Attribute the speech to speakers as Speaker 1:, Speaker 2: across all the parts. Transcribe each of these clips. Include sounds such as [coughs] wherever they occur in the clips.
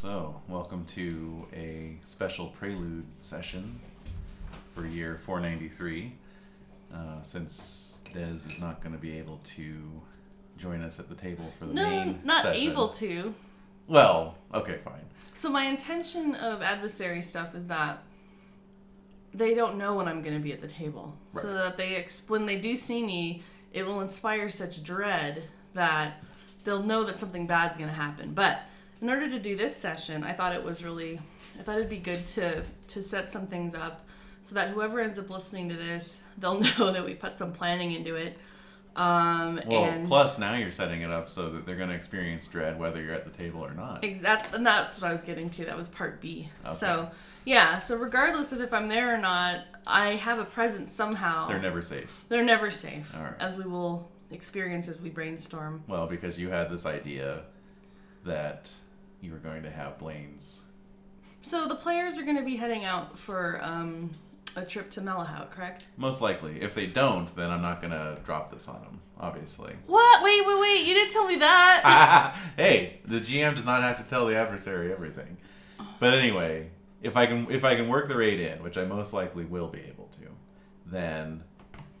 Speaker 1: So, welcome to a special prelude session for year 493. Uh, since Des is not going to be able to join us at the table for the
Speaker 2: No,
Speaker 1: main
Speaker 2: not
Speaker 1: session.
Speaker 2: able to.
Speaker 1: Well, okay, fine.
Speaker 2: So my intention of adversary stuff is that they don't know when I'm going to be at the table, so
Speaker 1: Right.
Speaker 2: that they ex- when they do see me, it will inspire such dread that they'll know that something bad's going to happen. But in order to do this session, I thought it was really, I thought it'd be good to to set some things up so that whoever ends up listening to this, they'll [laughs] know that we put some planning into it. Um,
Speaker 1: Well,
Speaker 2: and
Speaker 1: plus now you're setting it up so that they're going to experience dread whether you're at the table or not.
Speaker 2: Ex- that and that's what I was getting to. That was part B.
Speaker 1: Okay.
Speaker 2: So, yeah. So regardless of if I'm there or not, I have a presence somehow.
Speaker 1: They're never safe.
Speaker 2: They're never safe,
Speaker 1: All right.
Speaker 2: as we will experience as we brainstorm.
Speaker 1: Well, because you had this idea that you were going to have Blaine's.
Speaker 2: So the players are going to be heading out for um, a trip to Malahout, correct?
Speaker 1: Most likely. If they don't, then I'm not going to drop this on them, obviously.
Speaker 2: What? Wait, wait, wait! You didn't tell me that.
Speaker 1: [laughs] hey, the GM does not have to tell the adversary everything.
Speaker 2: Uh-huh.
Speaker 1: But anyway, if I can if I can work the raid in, which I most likely will be able to, then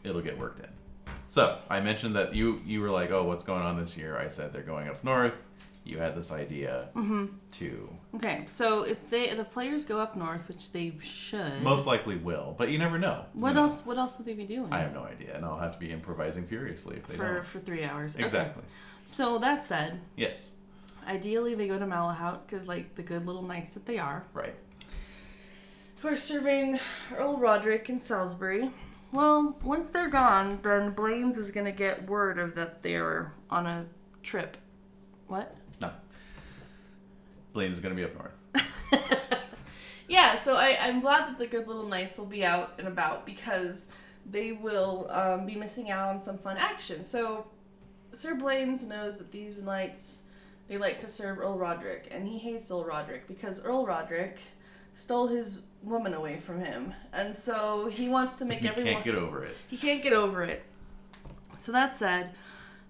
Speaker 1: it'll get worked in. So I mentioned that you you were like, oh, what's going on this year? I said they're going up north. You had this idea
Speaker 2: Mm-hmm.
Speaker 1: to
Speaker 2: okay. So if they the players go up north, which they should.
Speaker 1: most likely will, but you never know.
Speaker 2: what
Speaker 1: You know,
Speaker 2: else? What else would they be doing?
Speaker 1: I have no idea, and I'll have to be improvising furiously if they
Speaker 2: for
Speaker 1: don't.
Speaker 2: for three hours. Okay.
Speaker 1: Exactly.
Speaker 2: So that said,
Speaker 1: Yes.
Speaker 2: Ideally, they go to Malahout because, like, the good little knights that they are,
Speaker 1: Right.
Speaker 2: who are serving Earl Roderick in Salisbury. Well, once they're gone, then Blaine's is gonna get word of that they're on a trip. What?
Speaker 1: No. Blaine's is gonna be up north.
Speaker 2: yeah, so I, I'm glad that the good little knights will be out and about because they will um, be missing out on some fun action. So Sir Blaine's knows that these knights they like to serve Earl Roderick, and he hates Earl Roderick because Earl Roderick stole his woman away from him, and so he wants to make
Speaker 1: you
Speaker 2: everyone
Speaker 1: can't get over it.
Speaker 2: he can't get over it. So that said,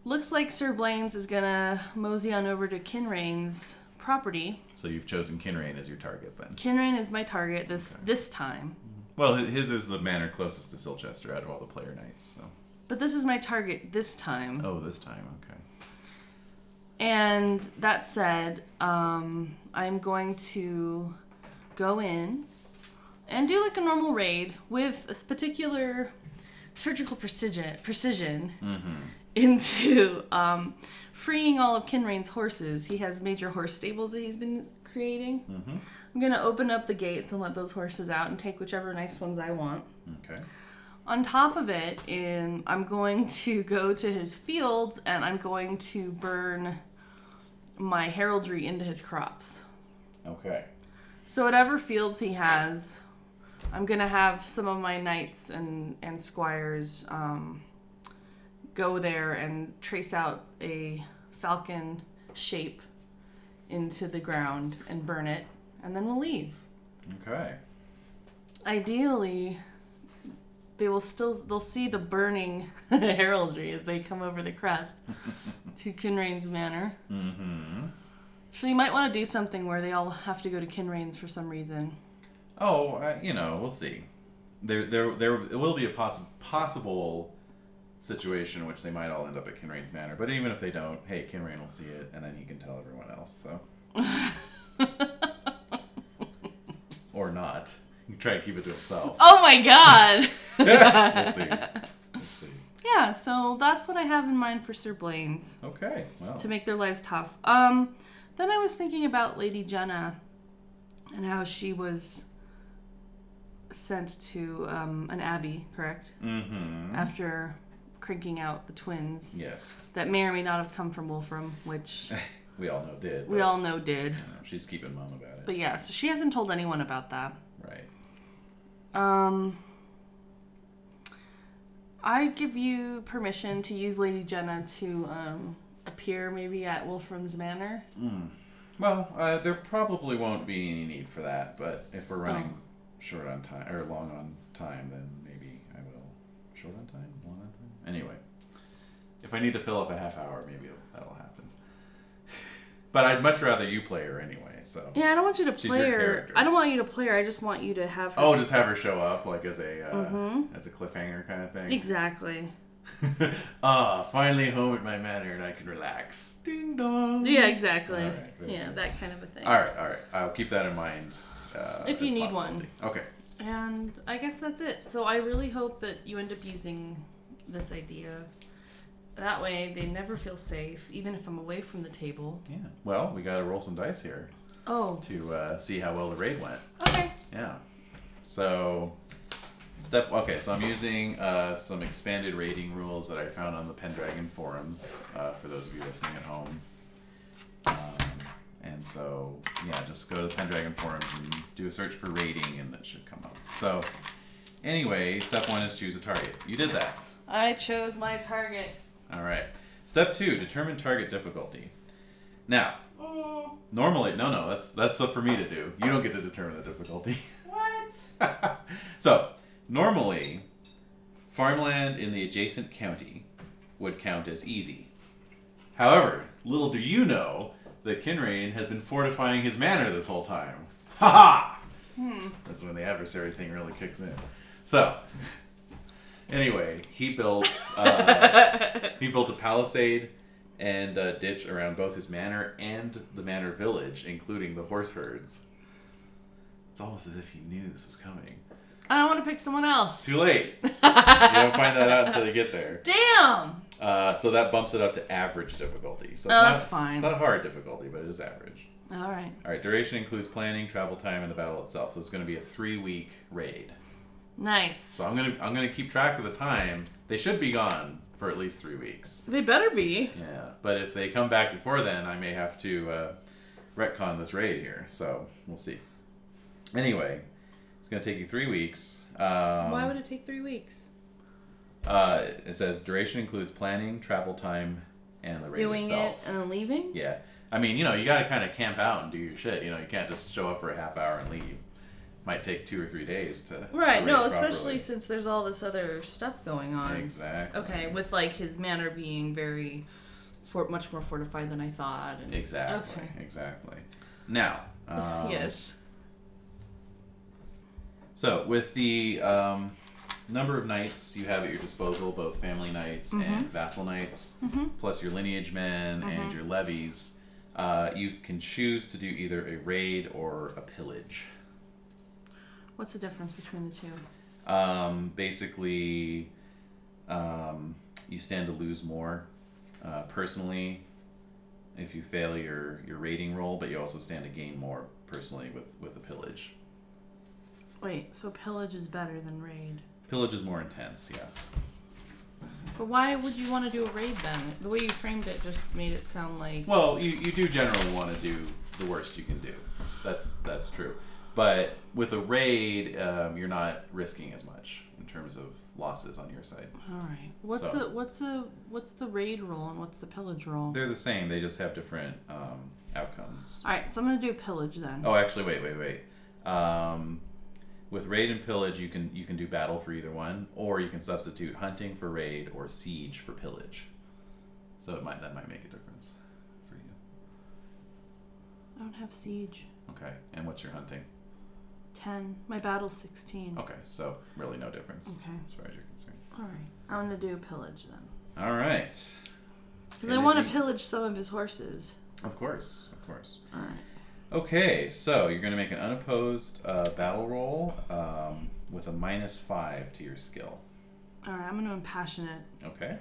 Speaker 2: looks like Sir Blaine's is gonna mosey on over to Kinrain's property.
Speaker 1: So you've chosen Kinrain as your target then.
Speaker 2: Kinrain is my target this this time,
Speaker 1: Well, hi- his is the manor closest to Silchester out of all the player knights. So.
Speaker 2: but this is my target this time.
Speaker 1: Oh, this time, okay.
Speaker 2: And that said, um, I'm going to go in and do like a normal raid with this particular surgical precision precision
Speaker 1: Mm. Mm-hmm,
Speaker 2: into um, freeing all of Kinrain's horses. He has major horse stables that he's been creating.
Speaker 1: Mhm.
Speaker 2: I'm gonna open up the gates and let those horses out and take whichever nice ones I want.
Speaker 1: Okay.
Speaker 2: On top of it, in, I'm going [laughs] to go to his fields and I'm going to burn my heraldry into his crops.
Speaker 1: Okay.
Speaker 2: So whatever fields he has, I'm gonna have some of my knights and and squires um, go there and trace out a falcon shape into the ground and burn it, and then we'll leave.
Speaker 1: Okay.
Speaker 2: ideally they will still they'll see the burning [laughs] heraldry as they come over the crest to Kinrain's manor.
Speaker 1: Mm-hmm.
Speaker 2: So you might want to do something where they all have to go to Kinrain's for some reason.
Speaker 1: Oh, I, you know, we'll see. There, there, there will be a poss- possible situation in which they might all end up at Kinrain's manor. But even if they don't, hey, Kinrain will see it, and then he can tell everyone else. [laughs] So, or not. He can try to keep it to himself.
Speaker 2: oh my god.
Speaker 1: [laughs]
Speaker 2: [laughs]
Speaker 1: we'll see. We'll see.
Speaker 2: Yeah, so that's what I have in mind for Sir Blaine's
Speaker 1: Okay. Well.
Speaker 2: to make their lives tough. Um then I was thinking about Lady Jenna and how she was sent to um, an abbey, correct?
Speaker 1: Mm-hmm.
Speaker 2: after cranking out the twins
Speaker 1: Yes. [laughs]
Speaker 2: that may or may not have come from Wolfram, which
Speaker 1: We all know did.
Speaker 2: we
Speaker 1: but,
Speaker 2: all know did.
Speaker 1: you know, she's keeping mum about it.
Speaker 2: But yeah, so she hasn't told anyone about that.
Speaker 1: right.
Speaker 2: Um, I give you permission to use Lady Jenna to um, appear maybe at Wolfram's Manor.
Speaker 1: Well, uh, there probably won't be any need for that, but if we're running short on time or long on time, then maybe I will. Short on time, long on time. Anyway, if [laughs] I need to fill up a half hour, maybe it'll, that'll happen. But I'd much rather you play her anyway. So.
Speaker 2: Yeah, I don't want you to
Speaker 1: She's your
Speaker 2: play her.
Speaker 1: character.
Speaker 2: I don't want you to play her. I just want you to have her.
Speaker 1: Oh, just have her show up like as a uh,
Speaker 2: Mhm.
Speaker 1: as a cliffhanger kind of thing.
Speaker 2: Exactly.
Speaker 1: [laughs] ah, finally home at my manor and I can relax. Ding dong.
Speaker 2: Yeah, exactly.
Speaker 1: All right, very
Speaker 2: yeah,
Speaker 1: good.
Speaker 2: that kind of a thing.
Speaker 1: All right, all right. I'll keep that in mind. Uh,
Speaker 2: If you
Speaker 1: as
Speaker 2: need
Speaker 1: possibility. Okay.
Speaker 2: And I guess that's it. So I really hope that you end up using this idea. That way, they never feel safe, even if I'm away from the table.
Speaker 1: Yeah. Well, we got to roll some dice here
Speaker 2: Oh,
Speaker 1: to uh, see how well the raid went.
Speaker 2: okay.
Speaker 1: Yeah. So, step. Okay, so I'm using uh, some expanded rating rules that I found on the Pendragon forums uh, for those of you listening at home. Um, and so, yeah, just go to the Pendragon forums and do a search for rating, and that should come up. So, anyway, step one is choose a target. You did that.
Speaker 2: I chose my target.
Speaker 1: All right. Step two, determine target difficulty. Now,
Speaker 2: Mm,
Speaker 1: normally, no, no, that's that's up for me to do. You don't get to determine the difficulty. [laughs]
Speaker 2: What?
Speaker 1: so, normally, farmland in the adjacent county would count as easy. However, little do you know that Kinrain has been fortifying his manor this whole time. Ha ha!
Speaker 2: Hmm.
Speaker 1: That's when the adversary thing really kicks in. So, anyway, he built. [laughs]
Speaker 2: [laughs]
Speaker 1: Uh, He built a palisade and a ditch around both his manor and the manor village, including the horse herds. It's almost as if he knew this was coming.
Speaker 2: I don't want to pick someone else.
Speaker 1: Too late.
Speaker 2: you
Speaker 1: You don't find that out until you get there.
Speaker 2: [laughs] Damn.
Speaker 1: Uh, so that bumps it up to average difficulty. So it's
Speaker 2: Oh,
Speaker 1: not,
Speaker 2: that's fine.
Speaker 1: It's not hard difficulty, but it is average.
Speaker 2: All right.
Speaker 1: All right. Duration includes planning, travel time, and the battle itself. So it's going to be a three-week raid.
Speaker 2: Nice.
Speaker 1: So I'm gonna I'm gonna keep track of the time. They should be gone for at least three weeks.
Speaker 2: They better be.
Speaker 1: Yeah, but if they come back before then, I may have to uh, retcon this raid here. So we'll see. Anyway, it's going to take you three weeks. Um,
Speaker 2: Why would it take three weeks?
Speaker 1: uh, it says duration includes planning, travel time, and the raid
Speaker 2: Doing
Speaker 1: itself.
Speaker 2: it and then leaving?
Speaker 1: Yeah, I mean, you know, you got to kind of camp out and do your shit. You know, you can't just show up for a half hour and leave. Might take two or three days to. to
Speaker 2: Right.
Speaker 1: raid
Speaker 2: No,
Speaker 1: properly.
Speaker 2: especially since there's all this other stuff going on.
Speaker 1: Exactly.
Speaker 2: Okay, with like his manner being very, for, much more fortified than I thought.
Speaker 1: [laughs]
Speaker 2: And
Speaker 1: Exactly.
Speaker 2: Okay.
Speaker 1: Exactly.
Speaker 2: [laughs]
Speaker 1: Now. Um,
Speaker 2: yes.
Speaker 1: So, with the um, number of knights you have at your disposal, both family knights and vassal knights,
Speaker 2: Mm-hmm.
Speaker 1: plus your lineage men and
Speaker 2: Mhm.
Speaker 1: your levies, uh, you can choose to do either a raid or a pillage.
Speaker 2: What's the difference between the two?
Speaker 1: Um, basically, um, you stand to lose more uh, personally if you fail your, your raiding roll, but you also stand to gain more personally with, with a pillage.
Speaker 2: Wait. So pillage is better than raid.
Speaker 1: Pillage is more intense, yeah.
Speaker 2: But why would you want to do a raid then? The way you framed it just made it sound like.
Speaker 1: Well, you, you do generally want to do the worst you can do. That's that's true. But with a raid, um, you're not risking as much in terms of losses on your side.
Speaker 2: All right. What's
Speaker 1: So-
Speaker 2: a what's a what's the raid roll and what's the pillage roll?
Speaker 1: They're the same. They just have different um, outcomes.
Speaker 2: All right. So I'm gonna do pillage then.
Speaker 1: Oh, actually, wait, wait, wait. Um, with raid and pillage, you can you can do battle for either one, or you can substitute hunting for raid or siege for pillage. So it might that might make a difference for you.
Speaker 2: I don't have siege.
Speaker 1: Okay. And what's your hunting?
Speaker 2: Ten. My battle's sixteen.
Speaker 1: Okay. So really no difference
Speaker 2: Okay.
Speaker 1: as far as you're concerned.
Speaker 2: All right. I'm gonna do pillage then.
Speaker 1: All right.
Speaker 2: Because I want to
Speaker 1: Energy.
Speaker 2: pillage some of his horses.
Speaker 1: Of course, of course.
Speaker 2: All right.
Speaker 1: Okay, so you're going to make an unopposed uh, battle roll um, with a minus five to your skill.
Speaker 2: All right, I'm going to impassion it
Speaker 1: Okay.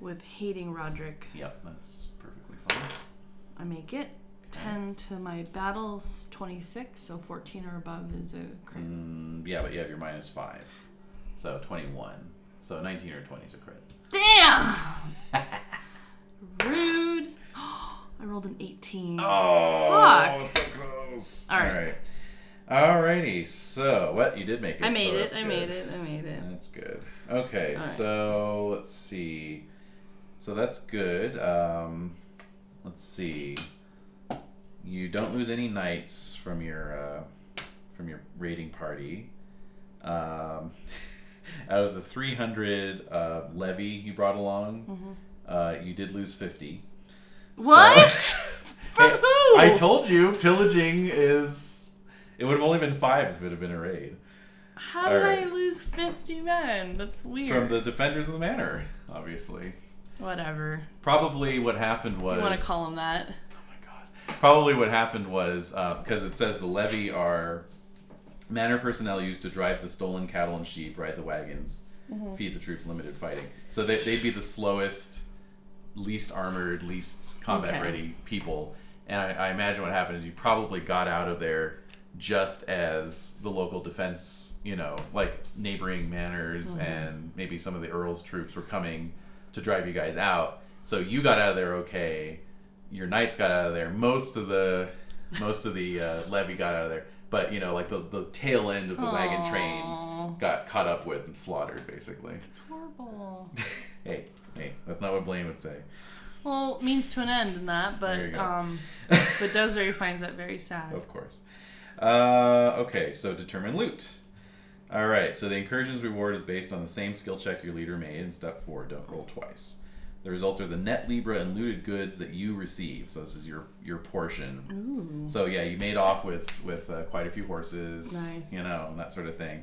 Speaker 2: with hating Roderick.
Speaker 1: Yep, that's perfectly fine.
Speaker 2: I make it.
Speaker 1: Okay.
Speaker 2: 10 to my battles, 26, so 14 or above is a crit.
Speaker 1: Mm, yeah, but you have your minus five, so twenty-one. So nineteen or twenty is a crit. Mm-hmm.
Speaker 2: Damn!
Speaker 1: [laughs]
Speaker 2: Rude. [gasps] I rolled an 18.
Speaker 1: Oh,
Speaker 2: Fuck.
Speaker 1: so close.
Speaker 2: All right.
Speaker 1: All right. Alrighty. So what you did make it.
Speaker 2: I made
Speaker 1: so
Speaker 2: it,
Speaker 1: that's
Speaker 2: I
Speaker 1: good.
Speaker 2: made it, I made it.
Speaker 1: That's good. Okay,
Speaker 2: All right.
Speaker 1: so let's see. So that's good. Um, let's see. You don't lose any knights from your uh, from your raiding party. Um, [laughs] out of the 300 uh, levy you brought along,
Speaker 2: Mhm.
Speaker 1: [laughs] uh, you did lose 50. Mm-hmm. So-
Speaker 2: What? From
Speaker 1: Hey,
Speaker 2: who?
Speaker 1: I told you, pillaging is. It would have only been five if it had been a raid
Speaker 2: How did I
Speaker 1: Alright.
Speaker 2: lose 50 men? That's
Speaker 1: from
Speaker 2: weird.
Speaker 1: the defenders of the manor, obviously.
Speaker 2: Whatever.
Speaker 1: Probably what happened was.
Speaker 2: You want to call him that?
Speaker 1: Oh my god. Probably what happened was uh, because it says the levy are manor personnel used to drive the stolen cattle and sheep, ride the wagons, feed the troops, limited fighting. So they, they'd be the slowest, least armored, least combat
Speaker 2: Okay.
Speaker 1: ready people. And I, I imagine what happened is you probably got out of there just as the local defense, you know, like neighboring manors and maybe some of the earl's troops were coming to drive you guys out. So you got out of there okay. Your knights got out of there. Most of the most of the uh, levy got out of there, but you know, like the, the tail end of the wagon train
Speaker 2: Aw,
Speaker 1: got caught up with and slaughtered, basically. [laughs]
Speaker 2: It's horrible.
Speaker 1: Hey, hey, that's not what Blaine would say.
Speaker 2: Well, means to an end in that,
Speaker 1: There you
Speaker 2: but
Speaker 1: go.
Speaker 2: um, but Desiree finds that very
Speaker 1: [laughs]
Speaker 2: sad.
Speaker 1: Of course. Uh, okay, so determine loot. All right, so the incursion's reward is based on the same skill check your leader made in step four. Don't roll twice. The results are the net libra and looted goods that you receive. So this is your your portion.
Speaker 2: Ooh.
Speaker 1: So yeah, you made off with with uh, quite a few horses,
Speaker 2: Nice.
Speaker 1: you know, and that sort of thing.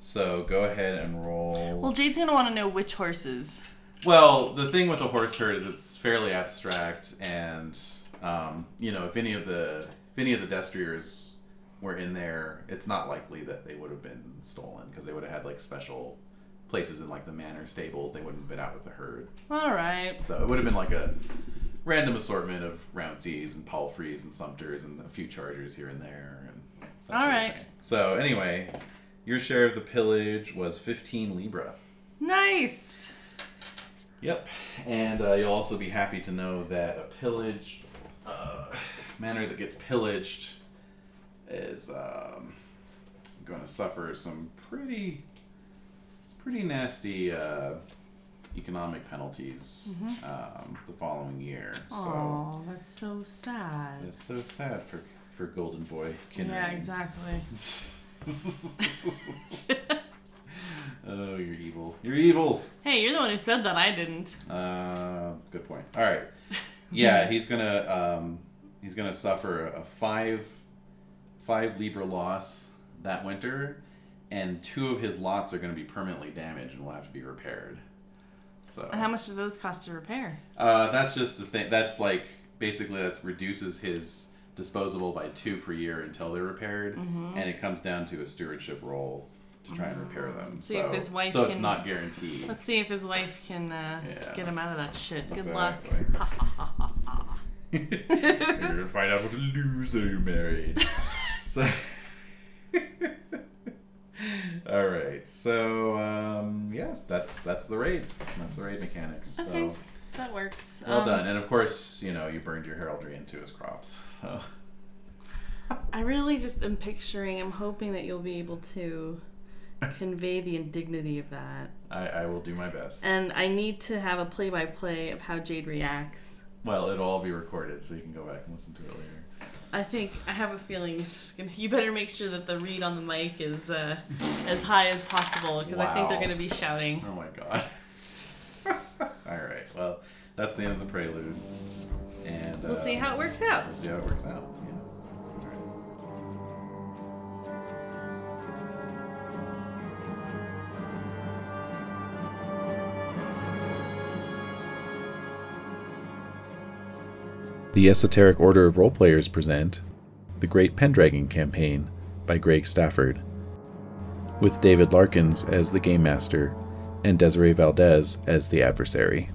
Speaker 1: So go ahead and roll.
Speaker 2: Well, Jade's gonna want to know which horses.
Speaker 1: Well, the thing with a horse herd is it's fairly abstract, and um, you know, if any of the if any of the destriers were in there, it's not likely that they would have been stolen because they would have had like special places in like the manor stables. They wouldn't have been out with the herd,
Speaker 2: All right.
Speaker 1: so it would have been like a random assortment of rouncees and palfreys and sumpters and a few chargers here and there. And that
Speaker 2: All
Speaker 1: sort of
Speaker 2: right.
Speaker 1: thing. So anyway, your share of the pillage was fifteen libra.
Speaker 2: Nice.
Speaker 1: Yep, and uh, you'll also be happy to know that a pillaged uh, manor that gets pillaged is um, going to suffer some pretty, pretty nasty uh, economic penalties um, the following year.
Speaker 2: Oh, that's so sad.
Speaker 1: So it's so sad for for Golden Boy. Kinraid.
Speaker 2: Yeah, exactly.
Speaker 1: [laughs] oh, you're evil. You're evil.
Speaker 2: hey, you're the one who said that. I didn't.
Speaker 1: Uh, good point. All
Speaker 2: [laughs]
Speaker 1: right. Yeah, he's gonna um, he's gonna suffer a five five libra loss that winter, and two of his lots are gonna be permanently damaged and will have to be repaired. So
Speaker 2: How much do those cost to repair?
Speaker 1: uh, that's just the thing. That's like basically that reduces his disposable by two per year until they're repaired,
Speaker 2: Mm-hmm.
Speaker 1: and it comes down to a stewardship role to try and repair them.
Speaker 2: See
Speaker 1: so
Speaker 2: if his wife
Speaker 1: so it's
Speaker 2: can-
Speaker 1: not guaranteed.
Speaker 2: [laughs]
Speaker 1: [laughs]
Speaker 2: Let's see if his wife can uh,
Speaker 1: Yeah.
Speaker 2: get him out of that shit. Good [laughs]
Speaker 1: Exactly.
Speaker 2: luck.
Speaker 1: You're gonna find out what a loser you married. So, [laughs] all right. So, um, yeah, that's that's the raid. That's the raid mechanics.
Speaker 2: Okay.
Speaker 1: So,
Speaker 2: That works.
Speaker 1: well
Speaker 2: Um,
Speaker 1: done. And of course, you know, you burned your heraldry into his crops. [laughs] So,
Speaker 2: I really just am picturing, I'm hoping that you'll be able [laughs] to convey the indignity of that.
Speaker 1: I, I will do my best.
Speaker 2: And I need to have a play by play of how Jade reacts.
Speaker 1: Well, it'll all be recorded, so you can go back and listen to it later.
Speaker 2: I think I have a feeling it's just gonna, you better make sure that the read on the mic is uh, as high as possible because I think they're
Speaker 1: Wow.
Speaker 2: gonna be shouting.
Speaker 1: Oh my god. [laughs] all right. Well, that's the end of the prelude. And
Speaker 2: We'll
Speaker 1: uh,
Speaker 2: see how it works out.
Speaker 1: We'll see how it works out. Yeah. All right.
Speaker 3: The Esoteric Order of Roleplayers present The Great Pendragon Campaign by Greg Stafford, with David Larkins as the Game Master and Desiree Valdez as the adversary.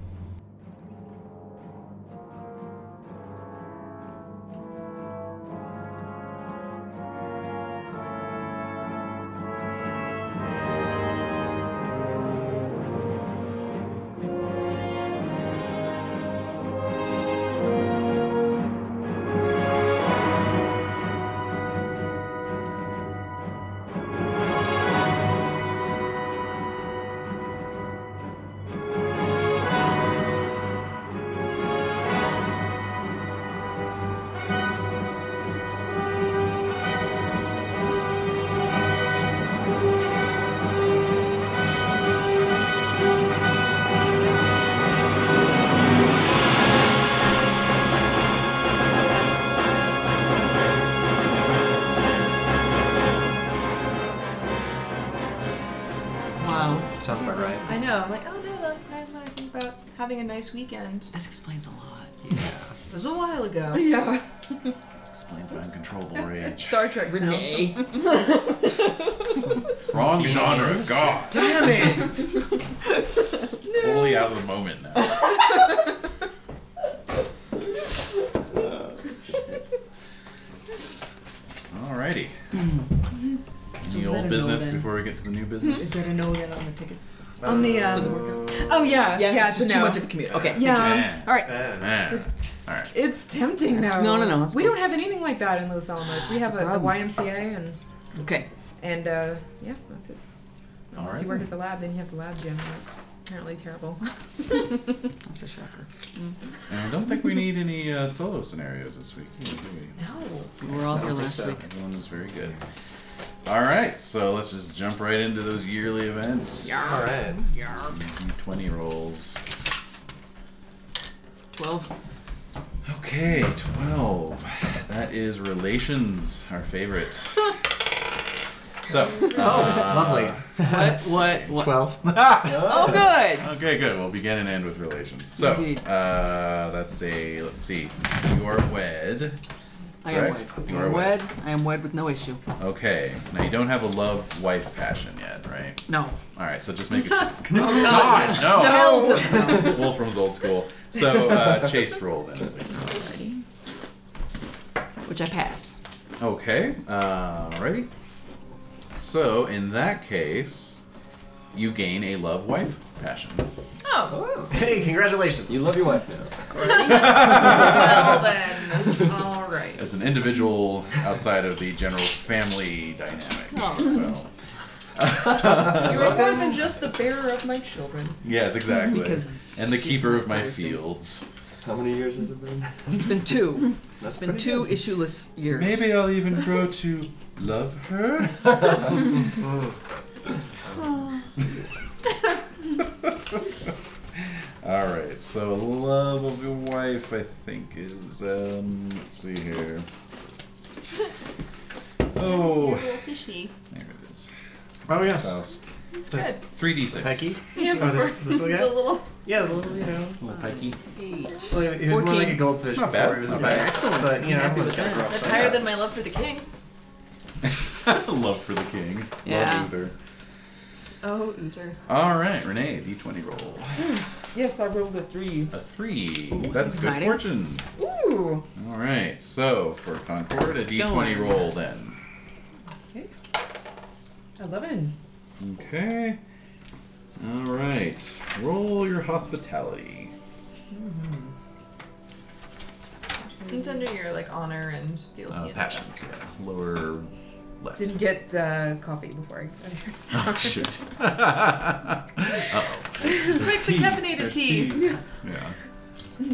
Speaker 4: sounds about right.
Speaker 5: I know. I'm like, oh no, that- that's what I think about having a nice weekend.
Speaker 4: That explains a lot. Yeah.
Speaker 5: It was a
Speaker 4: [laughs]
Speaker 5: while ago.
Speaker 6: Yeah.
Speaker 1: Explains my uncontrollable rage.
Speaker 6: Star Trek sounds.
Speaker 1: [laughs]
Speaker 2: [laughs]
Speaker 1: Wrong genre. God.
Speaker 4: Damn it!
Speaker 1: Totally out of the moment now. Alrighty.
Speaker 5: So
Speaker 1: Any
Speaker 5: is that
Speaker 1: old
Speaker 5: a no
Speaker 1: business
Speaker 5: then?
Speaker 1: before we get to the new business?
Speaker 5: Is that a no then on the ticket?
Speaker 4: [laughs] On the um, oh yeah, yeah,
Speaker 5: it's
Speaker 4: it's
Speaker 5: just
Speaker 4: a
Speaker 5: too
Speaker 4: no.
Speaker 5: much of a commute. Okay.
Speaker 4: Yeah.
Speaker 1: Man.
Speaker 4: All right.
Speaker 1: Man. Alright.
Speaker 4: It's tempting though.
Speaker 5: no, no, no, it's
Speaker 4: We
Speaker 5: cool.
Speaker 4: don't have anything like that in Los Alamos. We have
Speaker 5: a
Speaker 4: a, the
Speaker 5: problem.
Speaker 4: YMCA and
Speaker 5: Okay.
Speaker 4: and uh, yeah, that's it. Unless
Speaker 1: Alright.
Speaker 4: you work at the lab, then you have the lab gym. That's apparently terrible.
Speaker 5: That's a shocker.
Speaker 1: And I don't think we need any uh, solo scenarios this week, either, do we?
Speaker 5: [laughs] No.
Speaker 4: We were all
Speaker 5: here
Speaker 1: Think
Speaker 5: last
Speaker 1: so.
Speaker 5: week.
Speaker 1: Everyone was very good. All right, so let's just jump right into those yearly events.
Speaker 4: Yeah.
Speaker 1: Yeah.
Speaker 4: All All right. right.
Speaker 1: Twenty rolls.
Speaker 5: Twelve.
Speaker 1: Okay, twelve. That is relations, our favorite. so. Oh,
Speaker 4: lovely.
Speaker 5: What? Uh,
Speaker 7: [laughs]
Speaker 5: What? What?
Speaker 4: Twelve.
Speaker 5: Oh, good.
Speaker 1: [laughs] Okay, good. We'll begin and end with relations. So,
Speaker 5: Indeed.
Speaker 1: uh, that's a let's see. You are wed.
Speaker 5: I am wed.
Speaker 1: Correct.
Speaker 5: I
Speaker 1: You are
Speaker 5: am
Speaker 1: wed.
Speaker 5: wed. I am wed with no issue.
Speaker 1: Okay. Now you don't have a love wife passion yet, right?
Speaker 5: No.
Speaker 1: All right. So just make
Speaker 5: [laughs]
Speaker 1: it. oh God, no.
Speaker 5: No.
Speaker 1: [laughs] Wolfram's old school. So uh, chase roll then. At least.
Speaker 5: Which I pass.
Speaker 1: Okay. Uh, alrighty. So in that case, you gain a love wife passion.
Speaker 6: Oh,
Speaker 7: [laughs] Hey, congratulations.
Speaker 4: You love your wife now.
Speaker 5: well then. All right.
Speaker 1: As an individual outside of the general family dynamic.
Speaker 5: Oh.
Speaker 1: So.
Speaker 5: [laughs] You
Speaker 1: [laughs]
Speaker 5: are more than just the bearer of my children.
Speaker 1: yes, exactly.
Speaker 5: Because
Speaker 1: and the
Speaker 5: she's
Speaker 1: keeper
Speaker 5: not
Speaker 1: of my
Speaker 5: very soon.
Speaker 1: fields.
Speaker 7: How many years has it been?
Speaker 5: It's been two.
Speaker 7: That's
Speaker 5: It's been two issueless years.
Speaker 1: Maybe I'll even grow to love her. [laughs] All right, so love of your wife, I think, is um. Let's see here. Oh,
Speaker 2: Just your little fishy.
Speaker 1: there it is.
Speaker 7: Oh yes.
Speaker 1: Spouse.
Speaker 2: It's good.
Speaker 1: Three d six.
Speaker 7: Pecky.
Speaker 6: yeah,
Speaker 7: Oh, this,
Speaker 4: [laughs]
Speaker 7: this little
Speaker 6: the
Speaker 7: guy.
Speaker 6: little
Speaker 7: Yeah, the little you know.
Speaker 1: Little pikey.
Speaker 7: Well, he he was more like a
Speaker 5: Fourteen.
Speaker 7: goldfish.
Speaker 1: Not bad.
Speaker 7: before He was
Speaker 1: Not
Speaker 7: a
Speaker 1: bad.
Speaker 7: pike,
Speaker 5: Excellent.
Speaker 7: But you know,
Speaker 5: I'm happy
Speaker 7: everyone's
Speaker 5: with
Speaker 7: got to
Speaker 5: that.
Speaker 7: grow up.
Speaker 2: That's
Speaker 7: somehow.
Speaker 2: higher than my love for the king.
Speaker 1: [laughs] love for the king.
Speaker 5: Yeah.
Speaker 1: Love Uther.
Speaker 5: Oh, Uther.
Speaker 1: All right, Renee, d twenty roll.
Speaker 5: Yes, I rolled a three.
Speaker 1: A three. That's
Speaker 5: exciting.
Speaker 1: good fortune.
Speaker 5: Ooh.
Speaker 1: All right, so for Concord, a d20
Speaker 5: Going.
Speaker 1: roll then.
Speaker 5: Okay. Eleven.
Speaker 1: Okay. All right, roll your hospitality.
Speaker 2: It's under your like honor and
Speaker 1: Uh,
Speaker 2: fealty and
Speaker 1: passions, yes. Lower left.
Speaker 4: Didn't get uh, coffee before I got here.
Speaker 1: [laughs] oh, shoot. Uh-oh. Quick,
Speaker 2: the caffeinated tea.
Speaker 1: Yeah.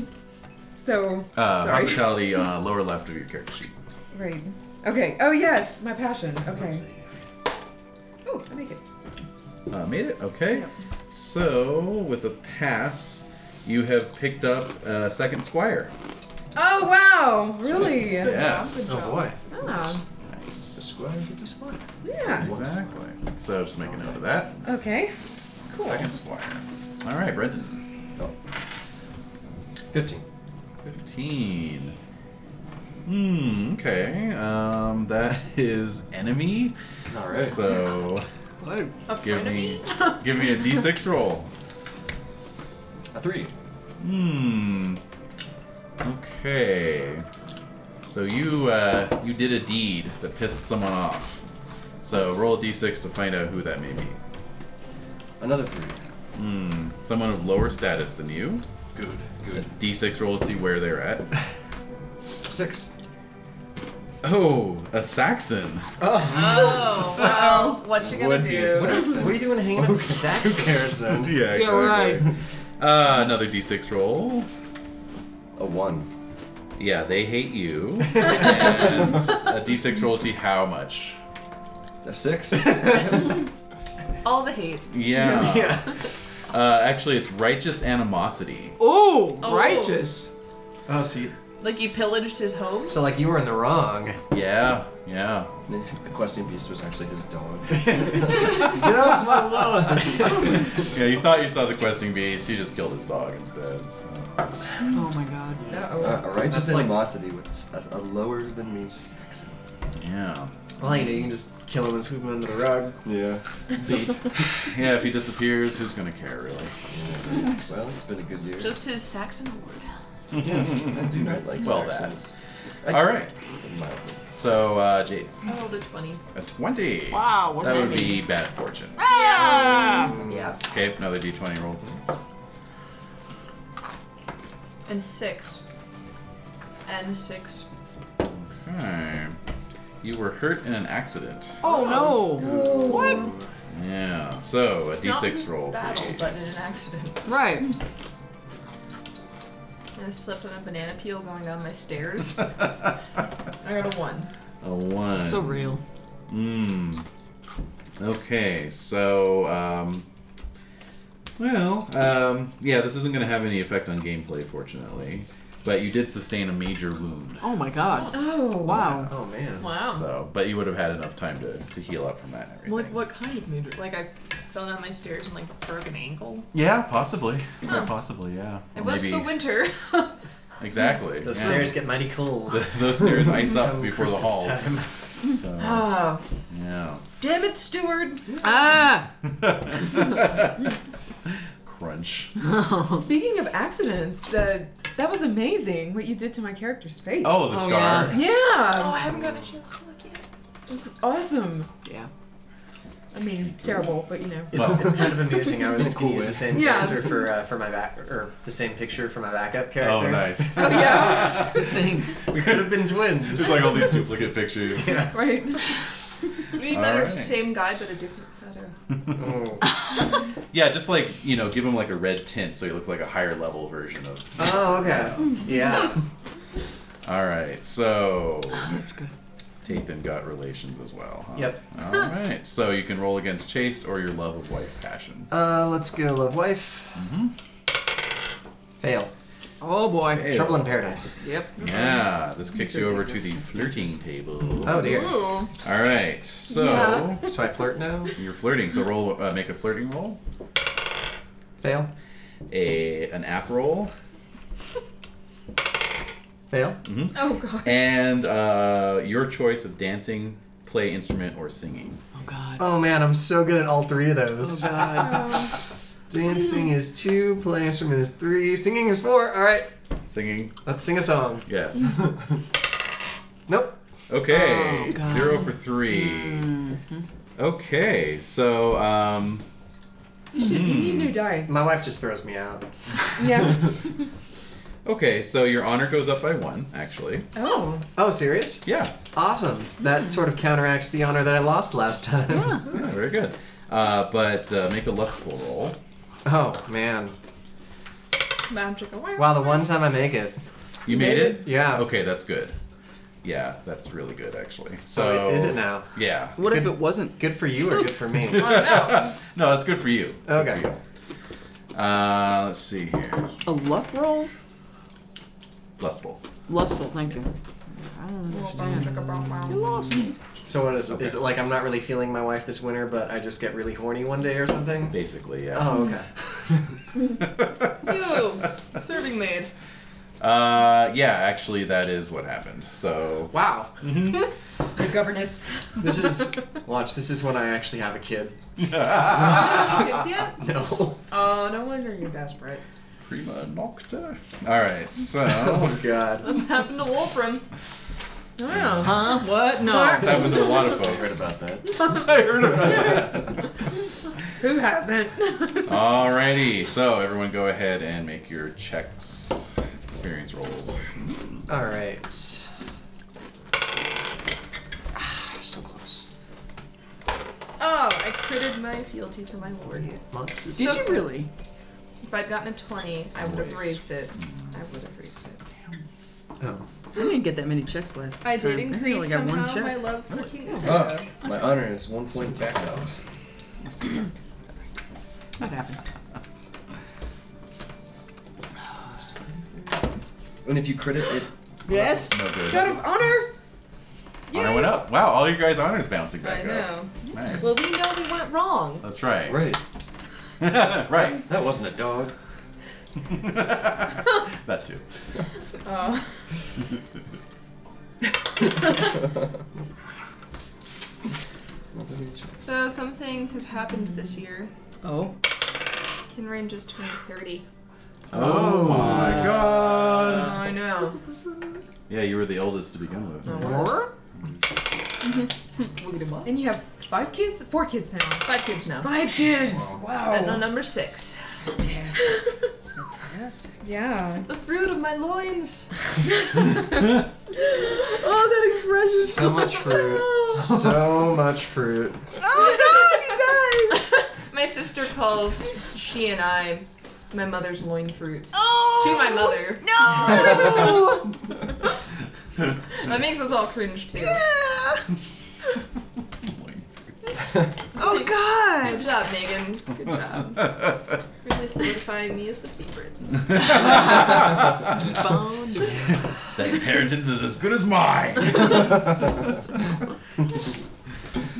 Speaker 4: So
Speaker 1: Uh,
Speaker 4: Sorry.
Speaker 1: hospitality, uh, lower left of your character sheet.
Speaker 4: right. Okay. Oh yes, my passion. Okay. Oh, I make it.
Speaker 1: Uh, made it? Okay.
Speaker 4: Yep.
Speaker 1: So, with a pass, you have picked up uh, second squire.
Speaker 4: Oh wow! Really?
Speaker 1: Yes.
Speaker 7: Oh boy.
Speaker 4: Oh,
Speaker 7: The squire gets a squire.
Speaker 4: yeah.
Speaker 1: Exactly. So just make a note of that.
Speaker 4: Okay. Cool.
Speaker 1: Second squire. All right, Brendan.
Speaker 7: Fifteen.
Speaker 1: Fifteen. Hmm. Okay. Um. That [laughs] is enemy.
Speaker 7: All right.
Speaker 1: So
Speaker 5: Good.
Speaker 1: give me [laughs]
Speaker 2: [laughs]
Speaker 1: give me a d6 roll.
Speaker 7: A three.
Speaker 1: Hmm. Okay. So you uh, you did a deed that pissed someone off. So roll a d6 to find out who that may be.
Speaker 7: Another three.
Speaker 1: Hmm. Someone of lower status than you.
Speaker 7: Good.
Speaker 1: A d6 roll to see where they're at.
Speaker 7: Six.
Speaker 1: Oh, a Saxon.
Speaker 7: Oh.
Speaker 5: Oh, wow.
Speaker 6: what you gonna
Speaker 1: Would be a
Speaker 6: do?
Speaker 7: What are, you,
Speaker 1: Saxon.
Speaker 7: what are you doing hanging out with Sax
Speaker 1: [laughs]
Speaker 7: Harrison?
Speaker 1: yeah, exactly.
Speaker 5: Yeah, right.
Speaker 1: Uh, another d6 roll.
Speaker 7: A one.
Speaker 1: Yeah, they hate [laughs] you. and a d6 roll to see how much.
Speaker 7: A [laughs] six.
Speaker 6: All the hate.
Speaker 1: [laughs] Yeah.
Speaker 7: yeah.
Speaker 1: Uh, actually, it's righteous animosity.
Speaker 5: Oh,
Speaker 6: Oh.
Speaker 5: righteous.
Speaker 7: Oh, see,
Speaker 4: Like you pillaged his home?
Speaker 5: So like you were in the wrong.
Speaker 1: Yeah, yeah.
Speaker 7: The questing beast was actually his
Speaker 1: [laughs]
Speaker 7: dog. Uh,
Speaker 5: Get off my lawn!
Speaker 1: Yeah, you thought you saw the questing beast. You just killed his dog instead. So.
Speaker 5: oh my god.
Speaker 7: Uh,
Speaker 8: Uh-oh.
Speaker 7: a righteous
Speaker 5: That's like-
Speaker 7: animosity with a, a lower than me sex.
Speaker 1: Yeah.
Speaker 5: Well, you know, you can just kill him and sweep him under the rug.
Speaker 7: Yeah.
Speaker 1: [laughs]
Speaker 5: Beat.
Speaker 1: Yeah, if he disappears, who's gonna care [laughs] really?
Speaker 7: Well, it's been a good year.
Speaker 4: Just his Saxon word.
Speaker 7: I do not like
Speaker 1: Well,
Speaker 7: Saxons. I-
Speaker 1: All right.
Speaker 7: in my opinion.
Speaker 1: So uh, Jade,
Speaker 4: I rolled a 20.
Speaker 1: a twenty.
Speaker 2: Wow, what
Speaker 1: That
Speaker 2: does
Speaker 1: would be
Speaker 2: mean?
Speaker 1: bad fortune.
Speaker 2: Ah!
Speaker 4: Yeah.
Speaker 1: Okay, another d20 roll, please.
Speaker 4: And six. And six.
Speaker 1: Okay. Hmm. You were hurt in an accident.
Speaker 2: Oh no! What?
Speaker 1: Yeah. So a
Speaker 4: Not
Speaker 1: d6
Speaker 4: in
Speaker 1: roll,
Speaker 4: battle,
Speaker 1: please.
Speaker 4: but in an accident.
Speaker 2: Right.
Speaker 4: I slipped on a banana peel going down my stairs. I got a one.
Speaker 1: a one.
Speaker 2: So real.
Speaker 1: Mm. Okay, so um, well, um, yeah, this isn't going to have any effect on gameplay, fortunately. But you did sustain a major wound,
Speaker 2: Oh my god.
Speaker 8: Oh.
Speaker 2: Wow.
Speaker 5: Oh man.
Speaker 4: Wow.
Speaker 1: so but you would have had enough time to, to heal up from that. And everything.
Speaker 2: Like what kind of major?
Speaker 4: Like I fell down my stairs and like broke an ankle.
Speaker 1: Yeah, possibly.
Speaker 4: Huh.
Speaker 1: Yeah, possibly. Yeah.
Speaker 4: Oh. It
Speaker 1: Or
Speaker 4: was
Speaker 1: maybe-
Speaker 4: the winter. [laughs]
Speaker 1: Exactly.
Speaker 5: Those
Speaker 1: yeah.
Speaker 5: stairs get mighty cold.
Speaker 1: Th- those
Speaker 5: [laughs]
Speaker 1: stairs ice up
Speaker 5: Come
Speaker 1: before
Speaker 5: Christmas
Speaker 1: the halls.
Speaker 5: time.
Speaker 1: [laughs]
Speaker 5: [laughs]
Speaker 1: So,
Speaker 4: oh,
Speaker 1: yeah.
Speaker 4: damn it, steward!
Speaker 2: Ah!
Speaker 1: [laughs] Crunch.
Speaker 8: Speaking of accidents, the that was amazing what you did to my character's face.
Speaker 1: Oh, the
Speaker 2: Oh,
Speaker 1: scar.
Speaker 8: Yeah.
Speaker 4: Oh, I haven't gotten a chance to look yet.
Speaker 8: Just awesome.
Speaker 2: Yeah.
Speaker 8: I mean, terrible, but you
Speaker 4: [laughs]
Speaker 8: know.
Speaker 5: It's,
Speaker 1: Well.
Speaker 5: it's kind
Speaker 1: [laughs]
Speaker 5: of amusing. I was going to use the
Speaker 1: eh?
Speaker 5: same
Speaker 8: Yeah.
Speaker 5: character for uh, for my back or the same picture for my backup character.
Speaker 1: Oh,
Speaker 5: [laughs]
Speaker 1: nice.
Speaker 8: Oh yeah.
Speaker 2: [laughs]
Speaker 5: Dang, we could have been twins.
Speaker 1: [laughs] It's like all these duplicate pictures. [laughs]
Speaker 5: yeah.
Speaker 8: [laughs]
Speaker 4: [laughs]
Speaker 8: right.
Speaker 4: Would be
Speaker 1: All
Speaker 4: better,
Speaker 1: right.
Speaker 4: same guy but a different photo.
Speaker 5: [laughs] Oh.
Speaker 1: Yeah, just like you know, give him like a red tint so he looks like a higher level version of.
Speaker 5: Oh, okay. Yeah.
Speaker 1: All right, so
Speaker 2: Oh, That's good.
Speaker 1: Tathan got relations as well. Huh?
Speaker 5: Yep.
Speaker 1: All right, so you can roll against chaste or your love of wife passion.
Speaker 5: Uh, let's go, love wife.
Speaker 1: Mm-hmm.
Speaker 5: Fail.
Speaker 2: Oh boy.
Speaker 5: Trouble in paradise.
Speaker 2: Yep.
Speaker 1: Yeah, this kicks you over to the
Speaker 8: That's
Speaker 1: flirting table.
Speaker 5: Oh dear.
Speaker 2: Ooh.
Speaker 1: All right, so
Speaker 5: So I flirt now.
Speaker 1: you're flirting. So roll, uh, make a flirting roll,
Speaker 5: Fail.
Speaker 1: a an app roll,
Speaker 5: Fail.
Speaker 8: Oh gosh.
Speaker 1: and uh, your choice of dancing, play instrument, or singing.
Speaker 2: Oh god.
Speaker 5: Oh man, I'm so good at all three of
Speaker 2: Oh
Speaker 5: those.
Speaker 4: Um,
Speaker 2: god.
Speaker 5: [laughs]
Speaker 1: uh,
Speaker 5: Dancing is two, play instrument is three, singing is four. All right,
Speaker 1: Singing,
Speaker 5: let's sing a song.
Speaker 1: yes.
Speaker 5: Nope.
Speaker 1: Okay,
Speaker 2: Mm. Oh, God.
Speaker 1: zero for three.
Speaker 2: Mhm.
Speaker 1: Okay, so um,
Speaker 8: You, should, you need a new
Speaker 4: [laughs]
Speaker 8: die.
Speaker 5: My wife just throws me out.
Speaker 8: Yeah.
Speaker 1: okay, so your honor goes up by one, actually.
Speaker 8: [laughs] Oh.
Speaker 5: Oh, serious?
Speaker 1: Yeah,
Speaker 5: Awesome. That sort of counteracts the honor that I lost last time.
Speaker 2: Oh.
Speaker 1: yeah, very good. Uh, but uh, make a lustful roll.
Speaker 5: [laughs] Oh man.
Speaker 4: Magical.
Speaker 5: Wow, the one time I make it.
Speaker 1: You made it.
Speaker 5: Yeah.
Speaker 1: Okay, that's good. Yeah, that's really good actually.
Speaker 5: So
Speaker 1: So
Speaker 5: it is it now?
Speaker 1: Yeah.
Speaker 2: What if it wasn't?
Speaker 5: Good for you or good
Speaker 2: [laughs]
Speaker 5: for me?
Speaker 1: no. [laughs] no, it's good for you. It's good
Speaker 5: Okay.
Speaker 1: for you. Uh, let's see here.
Speaker 2: A luck roll?
Speaker 1: Lustful.
Speaker 2: Lustful, thank you. I don't understand. You lost me.
Speaker 5: So what is is it like I'm not really feeling my wife this winter, but I just get really horny one day or something?
Speaker 1: Basically, yeah.
Speaker 5: Oh, okay.
Speaker 4: You serving maid.
Speaker 1: [laughs] Uh, yeah, actually, that is what happened.
Speaker 5: [laughs]
Speaker 1: So
Speaker 5: Wow.
Speaker 8: The
Speaker 4: [laughs]
Speaker 8: governess.
Speaker 5: This is watch. This is when I actually have a kid. [laughs]
Speaker 4: Have kids yet?
Speaker 5: No.
Speaker 4: Oh, no wonder you're desperate.
Speaker 1: Prima Nocta. All right, so
Speaker 5: Oh God.
Speaker 4: That's happened to Wolfram.
Speaker 8: Oh.
Speaker 2: Huh? What? No.
Speaker 1: it's happened to a lot of
Speaker 7: [laughs] I heard
Speaker 1: folks.
Speaker 7: about
Speaker 1: [laughs]
Speaker 7: that.
Speaker 1: I heard about that.
Speaker 7: [laughs]
Speaker 8: Who hasn't?
Speaker 4: [laughs]
Speaker 1: Alrighty, so everyone, go ahead and make your checks, experience rolls.
Speaker 5: All right. Ah, So close.
Speaker 4: Oh, I critted my fealty to my lord.
Speaker 5: Monsters.
Speaker 2: Did you really?
Speaker 4: If I'd gotten a 20, I would have raised it. I would have raised it.
Speaker 5: Oh.
Speaker 2: I didn't get that many checks last
Speaker 4: I
Speaker 2: time.
Speaker 4: did
Speaker 2: I think I only
Speaker 4: increase
Speaker 2: got
Speaker 4: somehow
Speaker 2: one check.
Speaker 4: my love for King
Speaker 7: Oh,
Speaker 4: Ugo.
Speaker 7: my honor is one point back dogs.
Speaker 2: That happens.
Speaker 7: And if you crit it, it
Speaker 2: Yes.
Speaker 1: No good.
Speaker 9: Out of honor.
Speaker 1: Honor went up. Wow, all your guys' honors bouncing
Speaker 4: I
Speaker 1: back up.
Speaker 4: know.
Speaker 1: Nice.
Speaker 4: Well, we know we went wrong.
Speaker 1: That's
Speaker 7: [laughs]
Speaker 1: right. [laughs]
Speaker 7: Right.
Speaker 1: right. [laughs]
Speaker 7: That wasn't a dog. [laughs]
Speaker 1: that too. [laughs]
Speaker 4: Uh, so something has happened this year.
Speaker 2: Oh.
Speaker 4: Can range us to 30.
Speaker 1: Oh my god.
Speaker 4: I know.
Speaker 1: Yeah, you were the oldest to begin with.
Speaker 4: Oh.
Speaker 1: [laughs]
Speaker 2: And you have five kids? Four kids now.
Speaker 4: Five kids now.
Speaker 2: Five kids.
Speaker 4: And
Speaker 2: Wow.
Speaker 4: on number six.
Speaker 7: Fantastic.
Speaker 2: Yeah.
Speaker 4: The fruit of my [laughs] loins.
Speaker 2: Oh, that expression.
Speaker 5: So
Speaker 2: [laughs]
Speaker 5: much fruit. So much fruit.
Speaker 4: [laughs] Oh God, you guys! [laughs] my sister calls she and I my mother's loin fruits. Oh, to my mother.
Speaker 2: [laughs]
Speaker 4: No. [laughs] that makes us all cringe too. Oh God. Good job, Megan.
Speaker 1: [laughs]
Speaker 4: Good [laughs] job. Really solidifying me as the favorite.
Speaker 1: that inheritance is as good as
Speaker 4: [laughs]
Speaker 1: mine.
Speaker 7: [laughs]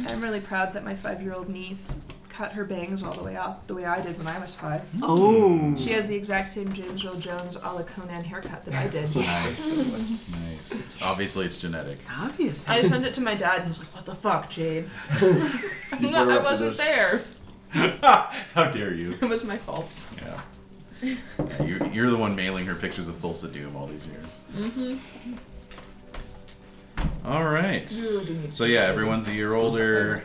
Speaker 4: I'm really proud that my five-year-old niece cut her bangs all the way off the way I did when I was five.
Speaker 2: Oh.
Speaker 4: She has the exact same James Earl Jones a la Conan haircut that I did.
Speaker 1: nice. Obviously, it's genetic.
Speaker 2: Obviously.
Speaker 4: I sent it to my dad and he's like, "What the fuck, [laughs]
Speaker 7: [laughs]
Speaker 4: Jade?" I'm not-
Speaker 7: were up
Speaker 4: I
Speaker 7: to
Speaker 4: wasn't
Speaker 7: those-
Speaker 4: there.
Speaker 1: [laughs] How dare you?
Speaker 4: It was my fault.
Speaker 1: Yeah. Yeah, you, you're the one mailing her pictures of Thulsa Doom all these years. Mm-hmm. All right. So yeah, everyone's a year older,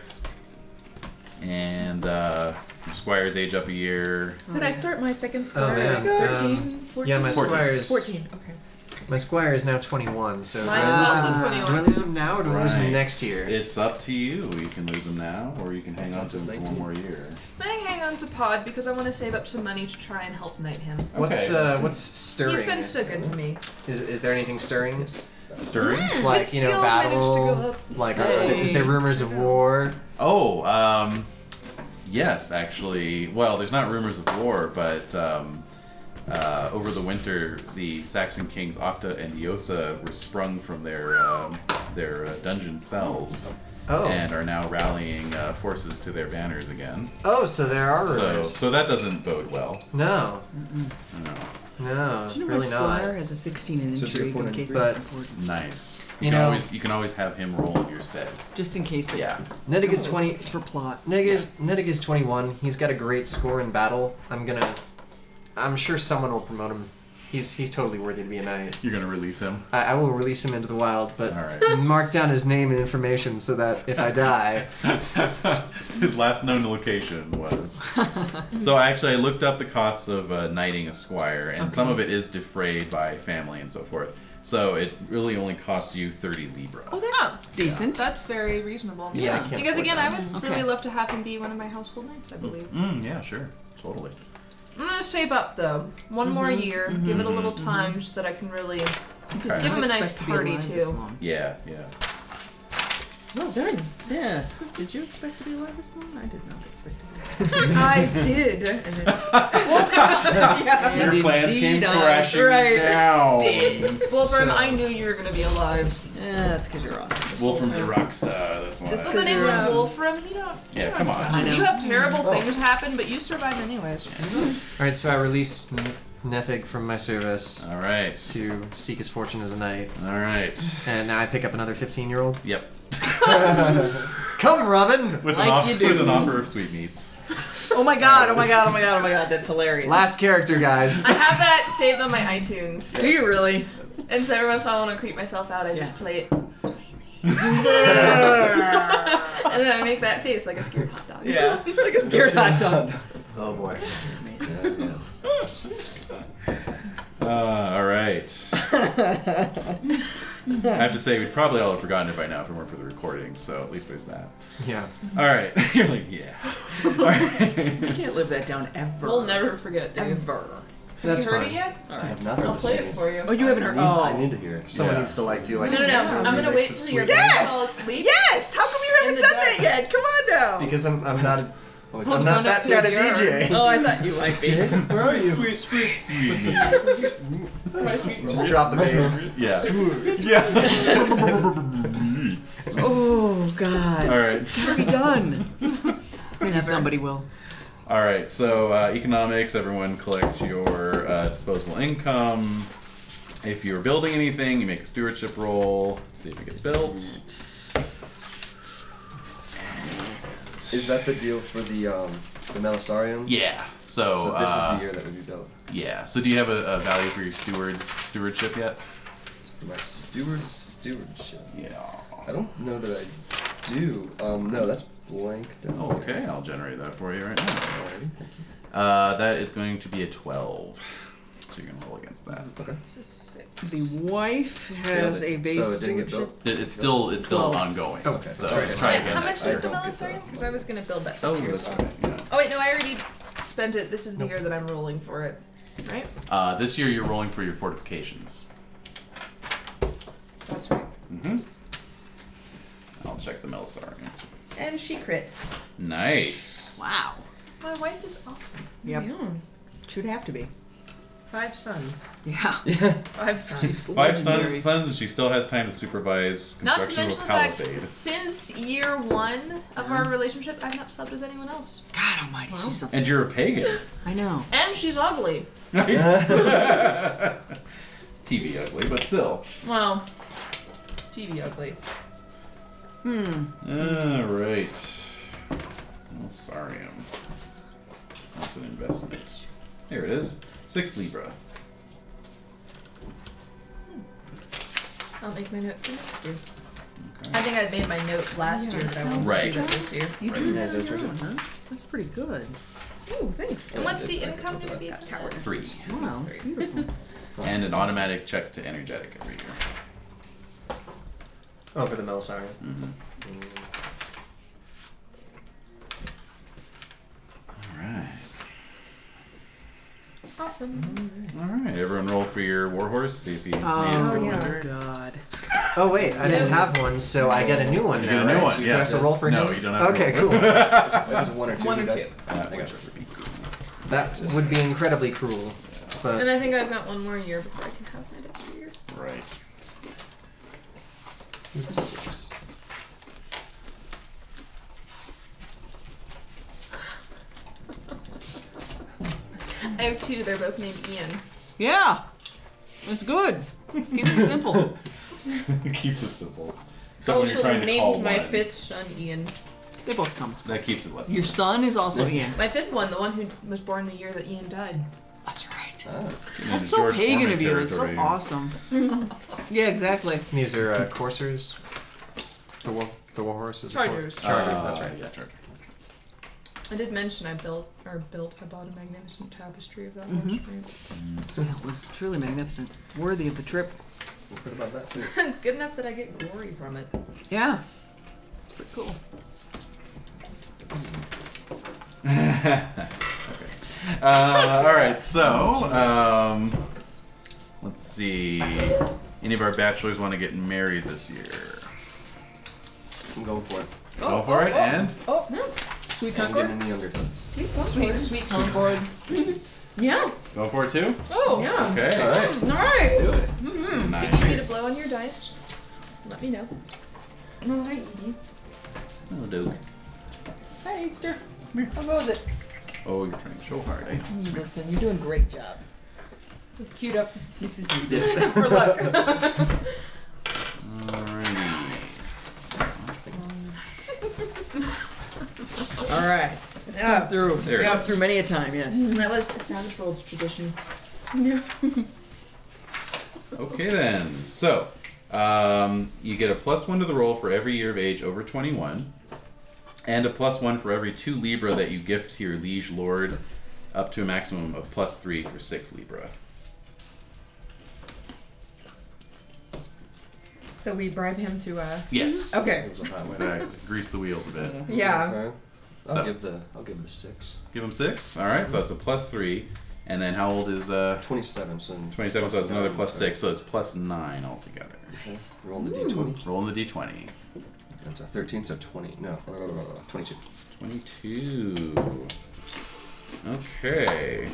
Speaker 1: and uh, Squire's age up a year.
Speaker 2: Could I start my second
Speaker 5: Oh
Speaker 2: square?
Speaker 5: man. Um,
Speaker 2: 13? 14?
Speaker 5: yeah, my squire is
Speaker 2: 14. Okay.
Speaker 5: my squire is now 21. So do
Speaker 4: Mine
Speaker 5: I
Speaker 4: is
Speaker 5: lose
Speaker 4: also
Speaker 5: him-
Speaker 7: Ah.
Speaker 4: 21
Speaker 5: Do I lose
Speaker 4: now.
Speaker 5: him now or do I lose
Speaker 1: Right.
Speaker 5: him next year?
Speaker 1: It's up to you. You can lose them now, or you can hang on to them for one more year.
Speaker 4: I think hang on to Pod because I want to save up some money to try and help knight him.
Speaker 5: What's
Speaker 1: Okay.
Speaker 5: uh, what's stirring?
Speaker 4: He's been so good to me.
Speaker 5: Is, is there anything stirring? uh,
Speaker 1: stirring?
Speaker 5: Like you know,
Speaker 4: skills managed to go
Speaker 5: battle.
Speaker 4: up.
Speaker 5: Like, are, are there, is there rumors of war?
Speaker 1: Oh, um, yes, actually. Well, there's not rumors of war, but um, uh, over the winter, the Saxon kings Octa and Iosa were sprung from their um their uh, dungeon cells
Speaker 5: Oh,
Speaker 1: and are now rallying uh, forces to their banners again.
Speaker 5: oh, so there are
Speaker 1: So,
Speaker 5: rumors.
Speaker 1: so that doesn't bode well.
Speaker 5: No,
Speaker 1: No.
Speaker 5: no,
Speaker 2: Do you know
Speaker 5: really
Speaker 2: my squire
Speaker 5: not.
Speaker 2: has a 16 in
Speaker 7: So three,
Speaker 2: intrigue
Speaker 7: four,
Speaker 2: in
Speaker 7: and
Speaker 2: case
Speaker 7: three.
Speaker 5: But-
Speaker 2: that's important?
Speaker 1: Nice. You,
Speaker 5: You
Speaker 1: can
Speaker 5: know-
Speaker 1: always you can always have him roll in your stead.
Speaker 2: Just in case. they-
Speaker 1: Yeah.
Speaker 5: Nedig
Speaker 2: Oh.
Speaker 5: is 20.
Speaker 2: For plot.
Speaker 5: Nedig is, Nedig is 21. He's got a great score in battle. I'm gonna. I'm sure someone will promote him. He's he's totally worthy to be a knight.
Speaker 1: You're gonna release him. [laughs]
Speaker 5: I, I will release him into the wild, but
Speaker 1: All right.
Speaker 5: mark down his name and information so that if I die,
Speaker 1: His last known location was. so actually, I looked up the costs of uh, knighting a squire, and some of it is defrayed by family and so forth. So it really only costs you thirty libra.
Speaker 2: Oh,
Speaker 4: Oh,
Speaker 2: that's decent.
Speaker 4: that's very reasonable.
Speaker 5: yeah, I can't.
Speaker 4: Because
Speaker 5: afford
Speaker 4: again,
Speaker 5: that.
Speaker 4: I would
Speaker 2: Okay.
Speaker 4: really love to have him be one of my household knights. I believe.
Speaker 1: Mm, yeah, sure, totally.
Speaker 5: Mm-hmm.
Speaker 4: I'm gonna save up though, one more year, give it a little time so that I can really.
Speaker 2: Does
Speaker 4: Give
Speaker 2: not
Speaker 4: him a nice
Speaker 2: expect to be
Speaker 4: party,
Speaker 2: alive
Speaker 4: too.
Speaker 2: this
Speaker 4: [laughs]
Speaker 2: long.
Speaker 1: Yeah, yeah.
Speaker 2: Well done. Yes. Did you expect to be alive this long? I did not expect to be alive.
Speaker 1: [laughs]
Speaker 2: I did. And it, yeah.
Speaker 1: Your
Speaker 2: And
Speaker 1: plans came
Speaker 2: indeed I-
Speaker 1: crashing
Speaker 2: right.
Speaker 1: down.
Speaker 4: Wolfram,
Speaker 5: So-
Speaker 4: I knew you were gonna be alive.
Speaker 2: Yeah, that's because you're awesome. This
Speaker 1: Wolfram's a
Speaker 2: whole
Speaker 1: rock star. That's why.
Speaker 4: So the name
Speaker 2: you're,
Speaker 4: like
Speaker 2: um,
Speaker 4: Wolfram, you don't.
Speaker 1: yeah, come
Speaker 2: I
Speaker 1: on.
Speaker 2: know.
Speaker 4: You have terrible
Speaker 5: Oh.
Speaker 4: things happen, but you survive anyways.
Speaker 5: All right, so I release N- Nethig from my service
Speaker 1: All right,
Speaker 5: to seek his fortune as a knight,
Speaker 1: all right.
Speaker 5: and now I pick up another [laughs] 15-year-old.
Speaker 1: Yep.
Speaker 5: Come, Robin!
Speaker 1: With,
Speaker 2: Like
Speaker 1: an,
Speaker 2: you
Speaker 1: offer,
Speaker 2: do.
Speaker 1: with an offer of sweetmeats. [laughs]
Speaker 2: Oh my god, oh my god, oh my god, oh my god, that's hilarious.
Speaker 5: Last character, guys.
Speaker 10: [laughs]
Speaker 4: I have that saved on my iTunes.
Speaker 2: Do you really?
Speaker 4: And so every once in a while when I creep myself out, I just
Speaker 2: Yeah.
Speaker 4: play it. [laughs] and then I make that face like a scared hot dog.
Speaker 2: Yeah. [laughs] Like a scared hot [laughs] dog.
Speaker 7: Oh boy.
Speaker 1: Uh, all
Speaker 2: [laughs]
Speaker 1: right. I have to say, we'd probably all have forgotten it by now if it weren't for the recording, so at least there's that.
Speaker 5: Yeah.
Speaker 1: All right. [laughs] You're like, yeah. All right.
Speaker 2: Can't live that down ever.
Speaker 4: We'll never forget, dude.
Speaker 2: Ever.
Speaker 5: That's
Speaker 4: you heard
Speaker 5: fine.
Speaker 4: it yet?
Speaker 7: I have not heard
Speaker 4: I'll
Speaker 7: this
Speaker 4: play it
Speaker 7: series.
Speaker 4: for you.
Speaker 2: Oh, you haven't heard.
Speaker 7: I need,
Speaker 2: oh.
Speaker 7: I need to hear
Speaker 5: [laughs]
Speaker 7: it.
Speaker 5: Someone
Speaker 1: Yeah.
Speaker 5: needs to like do like
Speaker 10: No, no, no.
Speaker 5: a
Speaker 10: I'm gonna
Speaker 5: remix
Speaker 10: wait
Speaker 5: of
Speaker 10: for your
Speaker 5: Sweet Dance.
Speaker 10: fall asleep.
Speaker 2: Yes! How come you
Speaker 10: In the dark.
Speaker 2: yet? Come on now.
Speaker 5: Because I'm, I'm not Like,
Speaker 4: Well,
Speaker 5: I'm not
Speaker 4: don't
Speaker 5: that
Speaker 4: have
Speaker 5: kind
Speaker 4: to
Speaker 5: of
Speaker 4: use
Speaker 5: DJ.
Speaker 11: Oh, I thought you might
Speaker 5: [laughs]
Speaker 11: be.
Speaker 1: Where are you? Sweet, sweet, sweet.
Speaker 5: Just drop the bass.
Speaker 1: yeah. [laughs] Yeah.
Speaker 11: Oh God.
Speaker 1: All right.
Speaker 11: It's already
Speaker 1: [laughs]
Speaker 11: done. Maybe somebody will.
Speaker 1: All right, so uh, economics, everyone collect your uh, disposable income. If you're building anything, you make a stewardship roll, see if it gets built.
Speaker 7: Is that the deal for the um the Melisarium?
Speaker 1: Yeah, so,
Speaker 7: So this is
Speaker 1: uh,
Speaker 7: the year that would be built.
Speaker 1: yeah. So do you have a, a value for your stewards stewardship yet?
Speaker 7: For my steward stewardship.
Speaker 1: Yeah.
Speaker 7: I don't know that I do. Um, no, that's blank. down
Speaker 1: Oh,
Speaker 7: there.
Speaker 1: okay, I'll generate that for you right now.
Speaker 7: Alrighty, thank you.
Speaker 1: Uh, that is going to be a 12. So you're going to roll against that.
Speaker 7: Okay.
Speaker 11: The wife has a
Speaker 7: Failed
Speaker 11: base
Speaker 7: it. So it didn't get
Speaker 11: stewardship.
Speaker 7: built.
Speaker 1: It- It's still it's still
Speaker 11: 12.
Speaker 1: ongoing.
Speaker 5: Okay,
Speaker 1: So
Speaker 7: sorry.
Speaker 1: just try
Speaker 4: Wait,
Speaker 1: again
Speaker 4: how
Speaker 1: next
Speaker 4: much
Speaker 7: I
Speaker 4: is
Speaker 1: year.
Speaker 4: the
Speaker 7: don't get that.
Speaker 4: Melisarium? Because I was gonna build that this
Speaker 1: Oh,
Speaker 4: year.
Speaker 1: that's right. Yeah.
Speaker 4: Oh wait, no, I already spent it. This is the year that I'm rolling for it, right?
Speaker 1: Uh, this year you're rolling for your fortifications.
Speaker 4: That's right.
Speaker 1: Mm-hmm. I'll check the Melisarium.
Speaker 4: And she crits.
Speaker 1: Nice.
Speaker 11: Wow.
Speaker 4: My wife is awesome.
Speaker 11: Yep. Should have to be.
Speaker 4: Five sons.
Speaker 7: [laughs]
Speaker 11: Yeah.
Speaker 4: Five sons.
Speaker 1: Five
Speaker 11: Legendary.
Speaker 1: sons, sons, and she still has time to supervise
Speaker 4: Not to
Speaker 1: construction of
Speaker 4: mention
Speaker 1: a
Speaker 4: the fact,
Speaker 1: palisade. Mm-hmm.
Speaker 4: since year one of our relationship, I've not slept with anyone else.
Speaker 11: God Almighty, she's something.
Speaker 1: And you're a
Speaker 4: [laughs]
Speaker 1: pagan.
Speaker 11: I know.
Speaker 4: And she's ugly.
Speaker 1: nice. [laughs] TV ugly, but still.
Speaker 4: Well, TV ugly.
Speaker 11: Hmm.
Speaker 1: All right. Melisarium. Oh, um, That's an investment. There it is. Six libra.
Speaker 4: I'll make my note for next year. I
Speaker 1: Okay.
Speaker 4: think I made my note last year that I wanted
Speaker 1: Right.
Speaker 4: to do that this year.
Speaker 11: You drew
Speaker 7: Yeah,
Speaker 11: that on
Speaker 7: that's
Speaker 11: your
Speaker 7: right.
Speaker 11: own, huh? That's pretty good. Oh, thanks.
Speaker 4: And what's the
Speaker 7: I could
Speaker 4: income
Speaker 7: talk
Speaker 4: going to
Speaker 7: about
Speaker 4: be?
Speaker 7: that.
Speaker 4: Tower.
Speaker 1: Three.
Speaker 11: Wow, that's beautiful. [laughs]
Speaker 1: And an automatic check to energetic every year.
Speaker 5: Oh, for the Melisarium.
Speaker 1: All right.
Speaker 4: Awesome.
Speaker 1: All right, everyone roll for your warhorse. See if he made it
Speaker 11: Oh,
Speaker 1: for
Speaker 11: my
Speaker 1: winter.
Speaker 11: God.
Speaker 5: Oh wait, I didn't have one, so I get a new one
Speaker 1: You
Speaker 5: now,
Speaker 1: get a new
Speaker 5: right?
Speaker 1: one,
Speaker 5: Do
Speaker 1: yeah.
Speaker 5: I have to roll for
Speaker 1: No,
Speaker 5: him?
Speaker 1: you don't have to
Speaker 5: Okay,
Speaker 1: roll for Ah,
Speaker 5: cool.
Speaker 7: It was one or
Speaker 11: [laughs]
Speaker 7: two.
Speaker 4: One
Speaker 7: you
Speaker 4: or
Speaker 7: guys?
Speaker 4: two.
Speaker 1: That works.
Speaker 5: That would be incredibly cruel.
Speaker 4: And
Speaker 5: But
Speaker 4: I think I've got one more year before I can have my next year.
Speaker 1: Right.
Speaker 5: six.
Speaker 4: I have two. They're both named Ian.
Speaker 11: Yeah. That's good. Keep it simple.
Speaker 1: keeps it [laughs] simple. So when you're trying to
Speaker 4: named
Speaker 1: call
Speaker 4: my
Speaker 1: one,
Speaker 4: fifth son Ian.
Speaker 11: [laughs] They both come.
Speaker 1: that keeps it less.
Speaker 11: Your son is also Ian.
Speaker 4: My fifth one, the one who was born the year that Ian died.
Speaker 11: That's right.
Speaker 7: Ah,
Speaker 11: That's so pagan of you. That's so [laughs] awesome. yeah, exactly.
Speaker 5: These are uh, coursers. The war, the war horses. are cour-
Speaker 4: Chargers.
Speaker 5: Charger. that's right.
Speaker 1: Ah, Yeah, charger.
Speaker 4: I did mention I built or built. I bought a magnificent tapestry of that
Speaker 11: Mhm.
Speaker 4: horse. right?
Speaker 11: Yeah, it was truly magnificent. Worthy of a trip.
Speaker 7: we'll put about that too.
Speaker 4: [laughs] it's good enough that I get glory from it.
Speaker 11: Yeah. It's pretty cool.
Speaker 1: [laughs] okay. Uh, all right. So, um, let's see. Any of our bachelors want to get married this year?
Speaker 7: I'm going for it.
Speaker 1: Go for it. And
Speaker 4: Oh, no. Sweet
Speaker 7: And
Speaker 4: Concord?
Speaker 7: getting any younger.
Speaker 4: Sweet, sweet Concord. [laughs]
Speaker 11: Yeah.
Speaker 1: go for it too.
Speaker 4: Oh, yeah.
Speaker 1: Okay.
Speaker 7: All right.
Speaker 4: Nice.
Speaker 1: Do it.
Speaker 4: Mm-hmm.
Speaker 1: Nice.
Speaker 4: If you need to blow on your dice, let me know. Oh, hi, Edie.
Speaker 1: Oh, Duke.
Speaker 11: Hi, Easter. How goes it?
Speaker 1: Oh, you're trying so hard. I know.
Speaker 11: Listen, you're doing a great job.
Speaker 4: Cute up
Speaker 11: This is
Speaker 4: for [laughs] luck.
Speaker 1: Alrighty.
Speaker 11: All right. It's come through.
Speaker 1: There it
Speaker 11: Gone
Speaker 1: is.
Speaker 11: through many a time, yes.
Speaker 4: that was a Savage World tradition.
Speaker 1: Okay then. So, um, you get a plus one to the roll for every year of age over 21, and a plus one for every two libra that you gift to your liege lord, up to a maximum of plus three for six libra.
Speaker 12: So we bribe him to, uh.
Speaker 1: Yes.
Speaker 4: Mm-hmm.
Speaker 12: Okay.
Speaker 7: It was a hot one.
Speaker 1: Exactly. Grease the wheels a bit.
Speaker 12: Yeah.
Speaker 7: Okay. I'll
Speaker 1: So-
Speaker 7: give the I'll give the six.
Speaker 1: Give him six. All right. So that's a plus three. And then how old is uh?
Speaker 7: Twenty-seven. So
Speaker 1: 27, so that's another plus
Speaker 7: nine,
Speaker 1: six, so it's plus nine altogether.
Speaker 7: so- Okay. Roll the d twenty.
Speaker 1: Rolling the d20.
Speaker 7: That's a 13, so 20. No, uh, 22.
Speaker 1: 22. Okay.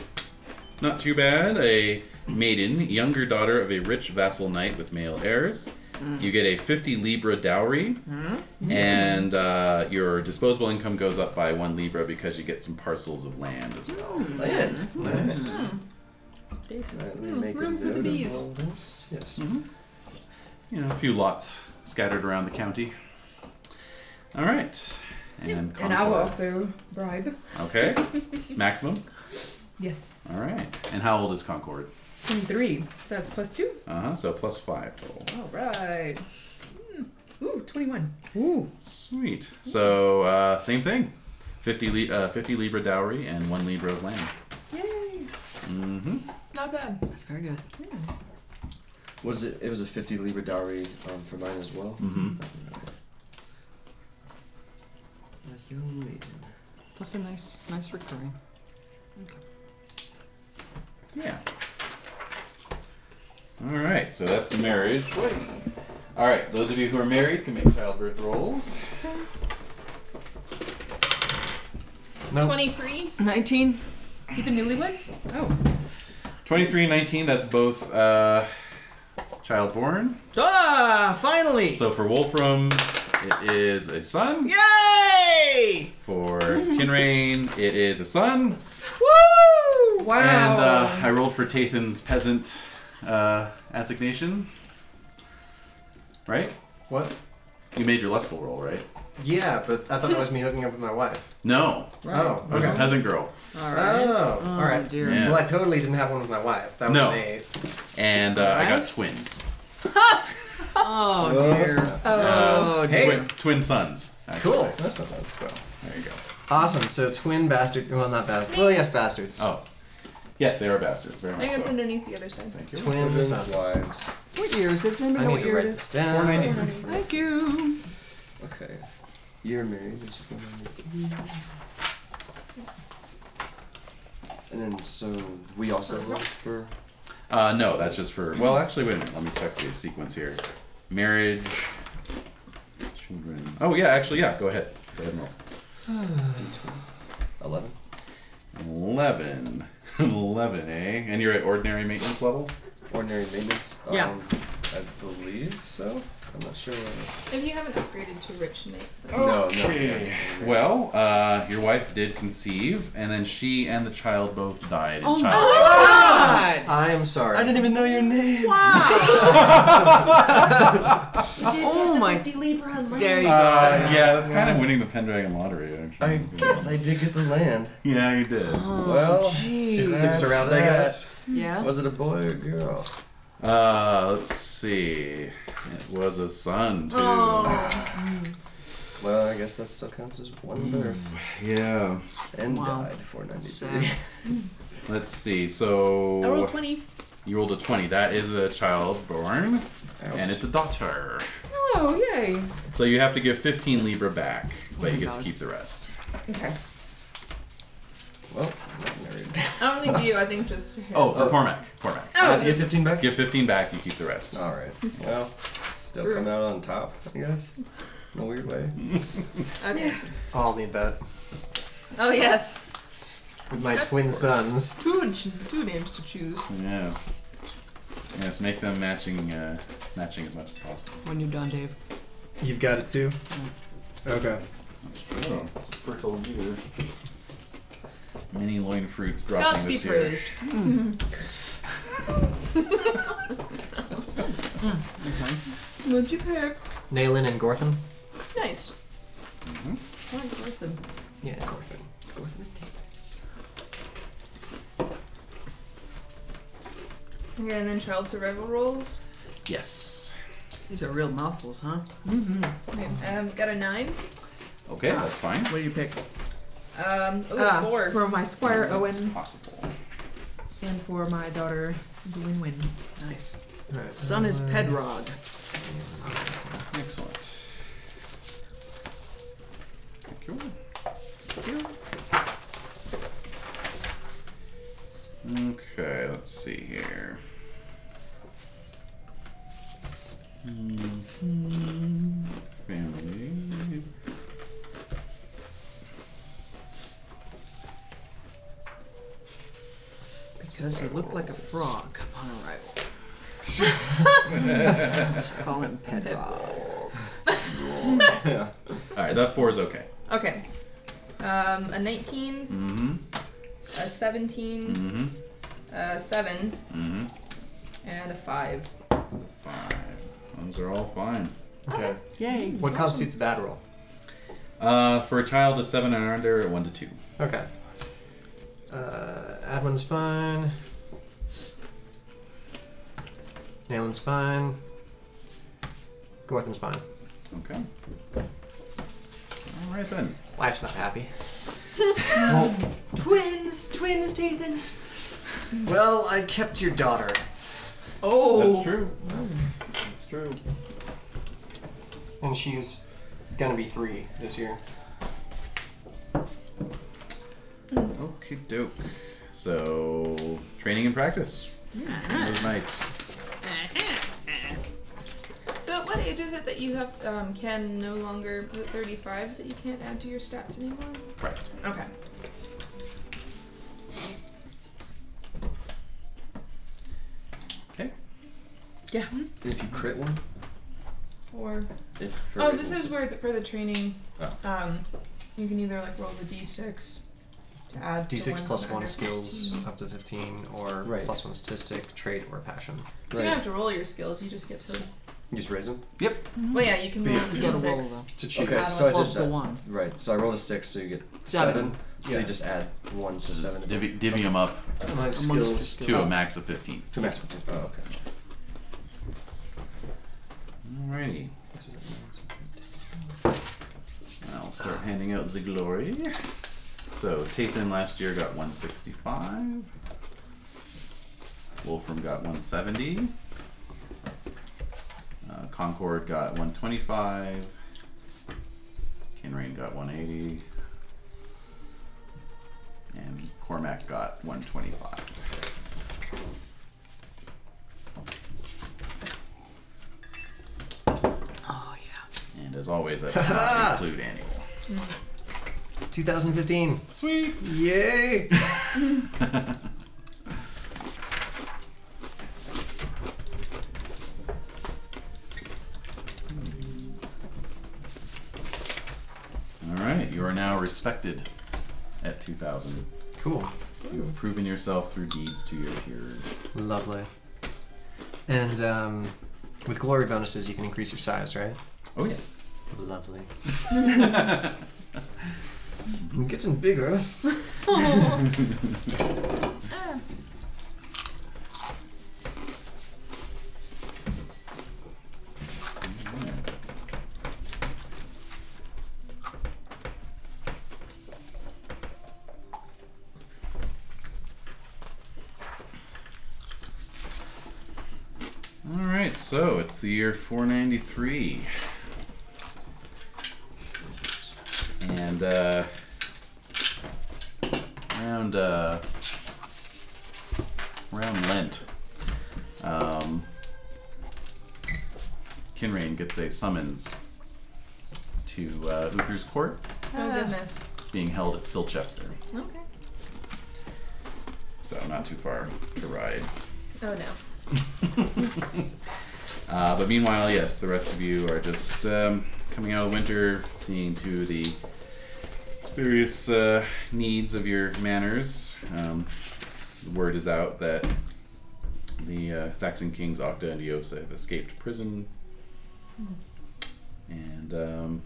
Speaker 1: Not too bad. A maiden, younger daughter of a rich vassal knight with male heirs. You get a 50 libra dowry, and uh, your disposable income goes up by one libra because you get some parcels of land as well.
Speaker 7: Yes. Nice.
Speaker 11: Decent.
Speaker 7: Alright, let me make a
Speaker 4: room for the
Speaker 7: note of
Speaker 4: bees.
Speaker 7: all this. Yes.
Speaker 1: You know, a few lots scattered around the county. All right. And,
Speaker 13: And I will
Speaker 1: Concord.
Speaker 13: also bribe.
Speaker 1: Okay. Maximum.
Speaker 13: Yes.
Speaker 1: All right. And how old is Concord?
Speaker 13: 23. So that's plus two.
Speaker 1: Uh huh. So plus five total.
Speaker 13: All right. Hmm. Ooh, 21. Ooh.
Speaker 1: Sweet. So uh, same thing. 50, li- uh, 50 libra dowry and one libra of land.
Speaker 13: Yay.
Speaker 1: Mm-hmm.
Speaker 4: Not bad.
Speaker 5: That's very good.
Speaker 7: Was it? It was a 50 libra dowry um, for mine as well.
Speaker 1: Mm-hmm.
Speaker 7: A young maiden.
Speaker 5: Plus a nice, nice recurring.
Speaker 1: Yeah. All right. So that's the marriage. All right. Those of you who are married can make childbirth rolls.
Speaker 5: No.
Speaker 4: 23.
Speaker 11: 19.
Speaker 4: Even newlyweds?
Speaker 13: Oh.
Speaker 1: 23 and 19, that's both uh, childborn.
Speaker 11: Ah, finally!
Speaker 1: So for Wolfram, it is a son.
Speaker 11: Yay!
Speaker 5: [laughs]
Speaker 1: For
Speaker 5: Mhm.
Speaker 1: Kinrain, it is a son.
Speaker 11: Woo!
Speaker 13: Wow.
Speaker 1: And uh, I rolled for Tathan's peasant uh, assignation. Right?
Speaker 5: What?
Speaker 1: You made your lustful roll, right?
Speaker 5: Yeah, but I thought that was me hooking up with my wife.
Speaker 1: No,
Speaker 5: Oh,
Speaker 1: it was a
Speaker 5: okay.
Speaker 1: peasant girl.
Speaker 11: All right.
Speaker 5: Oh, all right.
Speaker 11: dear.
Speaker 1: Yeah.
Speaker 5: Well, I totally didn't have one with my wife. That was
Speaker 1: No.
Speaker 5: an eight.
Speaker 1: And uh, I got
Speaker 11: Alright.
Speaker 1: twins.
Speaker 5: [laughs]
Speaker 11: Oh,
Speaker 7: Oh, that's
Speaker 11: dear.
Speaker 7: not-
Speaker 11: Oh,
Speaker 5: Hey.
Speaker 1: Twin, twin sons. actually.
Speaker 5: Cool.
Speaker 7: That's not bad.
Speaker 1: So, there you go.
Speaker 5: Awesome. So twin bastard. Well, not bastard. Well, yes, bastards.
Speaker 1: Oh. Yes, they are bastards. Very
Speaker 4: I think
Speaker 1: much
Speaker 4: it's
Speaker 1: so.
Speaker 4: underneath the other side.
Speaker 1: Thank you.
Speaker 5: Twin
Speaker 7: Children's
Speaker 5: sons.
Speaker 7: wives.
Speaker 11: What year is it? Does anybody
Speaker 5: I
Speaker 11: know
Speaker 5: need
Speaker 11: what
Speaker 5: to
Speaker 11: year
Speaker 5: write
Speaker 11: it
Speaker 5: this
Speaker 11: is?
Speaker 5: down.
Speaker 11: Thank you.
Speaker 7: Okay. You're married. There's four on the- And then, so we also
Speaker 11: Uh-huh.
Speaker 7: look for.
Speaker 1: Uh, no, that's just for. Well, actually, wait a minute. Let me check the sequence here. Marriage, children. Oh yeah, actually, yeah. Go ahead. Go ahead and roll.
Speaker 7: 11.
Speaker 1: Eleven. [laughs] Eleven, eh? And you're at ordinary maintenance level.
Speaker 7: Ordinary maintenance.
Speaker 11: Yeah.
Speaker 7: Um, I believe so. I'm not sure. What...
Speaker 4: If you haven't upgraded to Rich Knight,
Speaker 11: Oh.
Speaker 4: though.
Speaker 7: No, no.
Speaker 1: Okay. Well, uh, your wife did conceive, and then she and the child both died
Speaker 7: Oh,
Speaker 1: in childbirth.
Speaker 11: God!
Speaker 5: I am sorry.
Speaker 7: I didn't even know your name.
Speaker 11: Oh my. There you go.
Speaker 1: Uh, yeah, that's kind of winning the Pendragon lottery, actually.
Speaker 7: Oh, I guess I Uh-huh. did get the land.
Speaker 1: [laughs] Yeah, you did.
Speaker 7: Oh, well,
Speaker 5: It
Speaker 11: Jeez.
Speaker 5: sticks
Speaker 7: That's
Speaker 5: around, I
Speaker 7: that.
Speaker 5: guess.
Speaker 11: Yeah.
Speaker 7: was it a boy or a girl?
Speaker 1: Uh, let's see. It was a son too.
Speaker 7: Oh. Well, I guess that still counts as one birth.
Speaker 1: Yeah.
Speaker 7: And
Speaker 11: Wow.
Speaker 7: died 493.
Speaker 5: [laughs]
Speaker 11: Sad.
Speaker 1: Let's see. So
Speaker 14: I
Speaker 13: Oh,
Speaker 14: rolled 20.
Speaker 1: you rolled a twenty. That is a child born,
Speaker 7: Ouch.
Speaker 1: and it's a daughter.
Speaker 13: Oh, yay.
Speaker 1: So you have to give fifteen libra back, but
Speaker 11: my
Speaker 1: you get to
Speaker 11: God.
Speaker 1: keep the rest.
Speaker 13: Okay.
Speaker 7: Well, I'm not married.
Speaker 11: Oh.
Speaker 4: I don't think you, I think just him.
Speaker 1: Oh, for Cormac. Cormac.
Speaker 7: Uh, do you get 15 back?
Speaker 1: Give fifteen back. You keep the rest.
Speaker 7: Alright. Well, still come out on top, I guess. In a weird way.
Speaker 4: Okay.
Speaker 5: I'll need that
Speaker 4: Oh, yes.
Speaker 5: with my twin sons.
Speaker 15: Two, ch- two names to choose.
Speaker 1: Yes. Yes. Make them matching, uh, matching as much as possible.
Speaker 11: When you're done, Dave.
Speaker 5: You've got it too. Okay.
Speaker 1: Oh, fertile year. Many loin fruits dropping
Speaker 15: Gods be
Speaker 1: this year.
Speaker 15: praised. What'd you pick?
Speaker 5: Naylan and Gorthon.
Speaker 15: Nice.
Speaker 5: Yeah.
Speaker 4: Okay, and then child survival rolls.
Speaker 1: Yes.
Speaker 11: These are real mouthfuls, huh?
Speaker 4: Okay, um, got a nine.
Speaker 1: Okay, that's fine.
Speaker 11: What do you pick?
Speaker 4: Um, ooh,
Speaker 11: Ah,
Speaker 4: four.
Speaker 11: For my Squire
Speaker 1: That's
Speaker 11: Owen
Speaker 1: possible.
Speaker 11: and for my daughter Gwynwyn. Nice.
Speaker 5: Alright,
Speaker 11: Son is Pedrog.
Speaker 1: Excellent. Thank you. Okay, let's see here. Mhm. Mm-hmm. Family.
Speaker 11: because he looked like a frog upon
Speaker 5: [laughs]
Speaker 11: arrival. [laughs] Call him Pedro.
Speaker 7: [laughs] yeah.
Speaker 1: All right, that four is okay.
Speaker 4: Okay. Um, a 19,
Speaker 1: Mm-hmm.
Speaker 4: a 17,
Speaker 1: Mm-hmm.
Speaker 4: a 7,
Speaker 1: Mm-hmm.
Speaker 4: and a 5.
Speaker 1: Five. Those are all fine.
Speaker 5: Okay.
Speaker 11: Yay.
Speaker 5: What constitutes a bad roll?
Speaker 1: Uh, for a child of seven and under, one to two.
Speaker 5: Okay. Uh, Adwin's fine. Nalen's fine. Gortham's fine.
Speaker 1: Okay. All right then.
Speaker 5: Wife's not happy.
Speaker 4: Twins! Twins, Dathan!
Speaker 5: Well, I kept your daughter.
Speaker 4: Oh!
Speaker 1: That's true. That's true.
Speaker 5: And she's gonna be three this year.
Speaker 1: Okie doke. So, training and practice. Those nights.
Speaker 4: So at what age is it that you have um, can no longer is it 35 that you can't add to your stats anymore?
Speaker 1: Right.
Speaker 4: Okay.
Speaker 1: Okay.
Speaker 11: Yeah.
Speaker 4: Hmm?
Speaker 7: If you crit one,
Speaker 4: Or
Speaker 7: if for
Speaker 4: oh,
Speaker 7: reasons
Speaker 4: this is
Speaker 7: just-
Speaker 4: where the, for the training.
Speaker 1: Oh.
Speaker 4: Um, you can either like roll the d6 to add to
Speaker 5: D6
Speaker 4: one's
Speaker 5: plus
Speaker 4: under
Speaker 5: one skills
Speaker 4: 15.
Speaker 5: up to 15, or
Speaker 7: Right.
Speaker 5: plus one statistic, trait, or passion.
Speaker 4: So you
Speaker 7: Right.
Speaker 4: don't have to roll your skills. You just get to.
Speaker 7: You just raise them.
Speaker 4: Well, yeah, you can roll
Speaker 7: Yeah.
Speaker 4: the
Speaker 11: You gotta roll
Speaker 4: d6.
Speaker 11: though.
Speaker 5: To
Speaker 7: Okay,
Speaker 4: add
Speaker 7: so I
Speaker 4: one
Speaker 7: did
Speaker 11: plus the
Speaker 7: that.
Speaker 11: one.
Speaker 7: Right. So I rolled a six, so you get
Speaker 5: Seven.
Speaker 7: seven. So
Speaker 5: Yeah.
Speaker 7: you just add one to seven.
Speaker 1: Divvy, divvy them up
Speaker 5: Among
Speaker 11: your
Speaker 5: skills.
Speaker 1: to a max of 15.
Speaker 7: Two max. Oh, okay.
Speaker 1: Alrighty. I'll start handing out the glory. So, Tathan last year got 165. Wolfram got 170. Uh, Concord got 125. Kinrain got 180. And Cormac got 125.
Speaker 11: Oh yeah.
Speaker 1: And as always, that does not include annual.
Speaker 5: 2015.
Speaker 1: Sweet!
Speaker 5: Yay!
Speaker 1: [laughs] All right, you are now respected at 2,000.
Speaker 5: Cool.
Speaker 1: You have proven yourself through deeds to your peers.
Speaker 5: Lovely. And um, with glory bonuses, you can increase your size, right?
Speaker 1: Oh
Speaker 5: Lovely.
Speaker 1: yeah. [laughs]
Speaker 5: I'm getting bigger.
Speaker 1: All right, so it's the year 493. And uh, around uh, around Lent, um, Kinrain gets a summons to uh, Uther's court.
Speaker 4: Oh goodness.
Speaker 1: It's being held at Silchester,
Speaker 4: Okay.
Speaker 1: so not too far to ride.
Speaker 4: Oh no.
Speaker 1: [laughs] Uh, but meanwhile, yes, the rest of you are just um, coming out of winter, seeing to the various uh, needs of your manors. Um, the word is out that the uh, Saxon kings Octa and Eosa have escaped prison,
Speaker 4: Hmm.
Speaker 1: and um,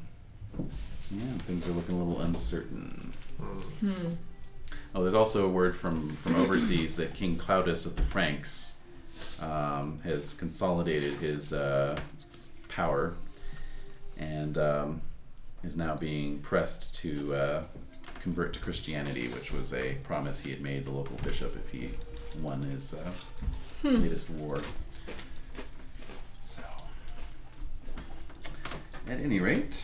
Speaker 1: yeah, things are looking a little uncertain. Oh, there's also a word from from overseas that King Claudius of the Franks um, has consolidated his uh, power and um, is now being pressed to uh, convert to Christianity, which was a promise he had made the local bishop if he won his uh, latest war. So, at any rate,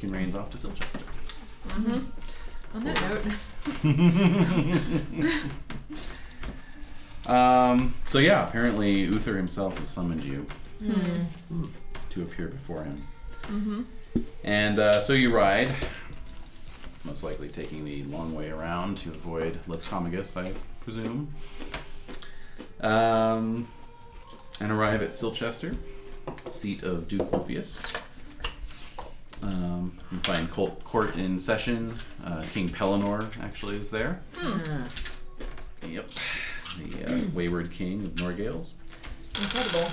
Speaker 1: Kinrain's off to Silchester.
Speaker 4: Mm-hmm. On that note,
Speaker 1: um, so yeah, apparently Uther himself has summoned you
Speaker 4: Hmm.
Speaker 1: to appear before him.
Speaker 4: Mm-hmm.
Speaker 1: And uh, so you ride, most likely taking the long way around to avoid Leptomagus, I presume. um, and arrive at Silchester, seat of Duke Ulfius. Um, you find court, court in session. Uh, King Pellinor actually is there. Yep, the uh, wayward king of Norgales.
Speaker 4: Incredible.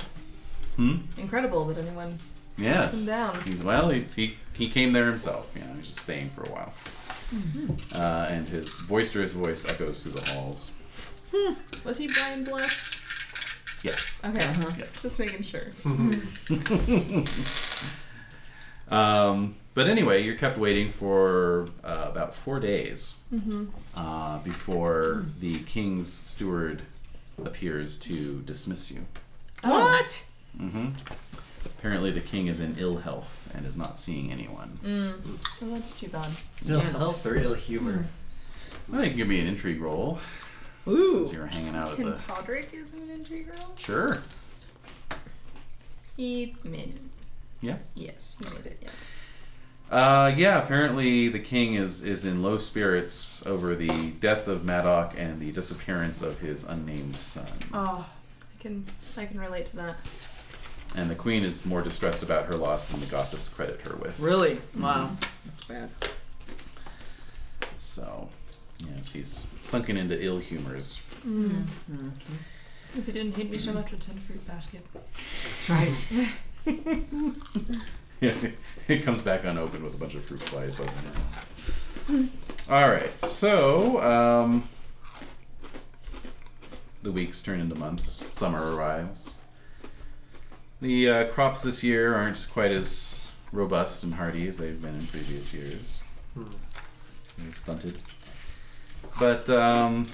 Speaker 1: Hmm.
Speaker 4: Incredible that anyone.
Speaker 1: Yes.
Speaker 4: him down.
Speaker 1: He's well. He's, he he came there himself. You know, he's just staying for a while. Uh, and his boisterous voice echoes through the halls.
Speaker 4: Was he Brian Blessed?
Speaker 1: Yes.
Speaker 4: Okay.
Speaker 1: Yes.
Speaker 4: Just making sure.
Speaker 1: um, but anyway, you're kept waiting for uh, about four days uh, before the king's steward appears to dismiss you.
Speaker 4: What?
Speaker 1: hmm Apparently, the king is in ill health and is not seeing anyone.
Speaker 4: Well, that's too bad.
Speaker 5: Ill health or ill humor?
Speaker 1: Well, you can give me an intrigue roll since
Speaker 11: Ooh.
Speaker 1: you were hanging out at
Speaker 11: Can
Speaker 1: the.
Speaker 11: Podrick is an injury girl?
Speaker 1: Sure.
Speaker 4: He made it.
Speaker 1: Yeah.
Speaker 4: Yes, he made it. Yes.
Speaker 1: Uh, yeah, apparently the king is, is in low spirits over the death of Madoc and the disappearance of his unnamed son.
Speaker 4: Oh, I can I can relate to that.
Speaker 1: And the queen is more distressed about her loss than the gossips credit her with.
Speaker 11: Really? Wow. That's bad.
Speaker 1: So, yes, he's sunken into ill humors. [laughs]
Speaker 4: If he didn't hate me so much, I'd send a fruit basket.
Speaker 5: That's right.
Speaker 1: it comes back unopened with a bunch of fruit flies, doesn't it? All right, so um, the weeks turn into months. Summer arrives. The uh, crops this year aren't quite as robust and hardy as they've been in previous years. They're Stunted, but um,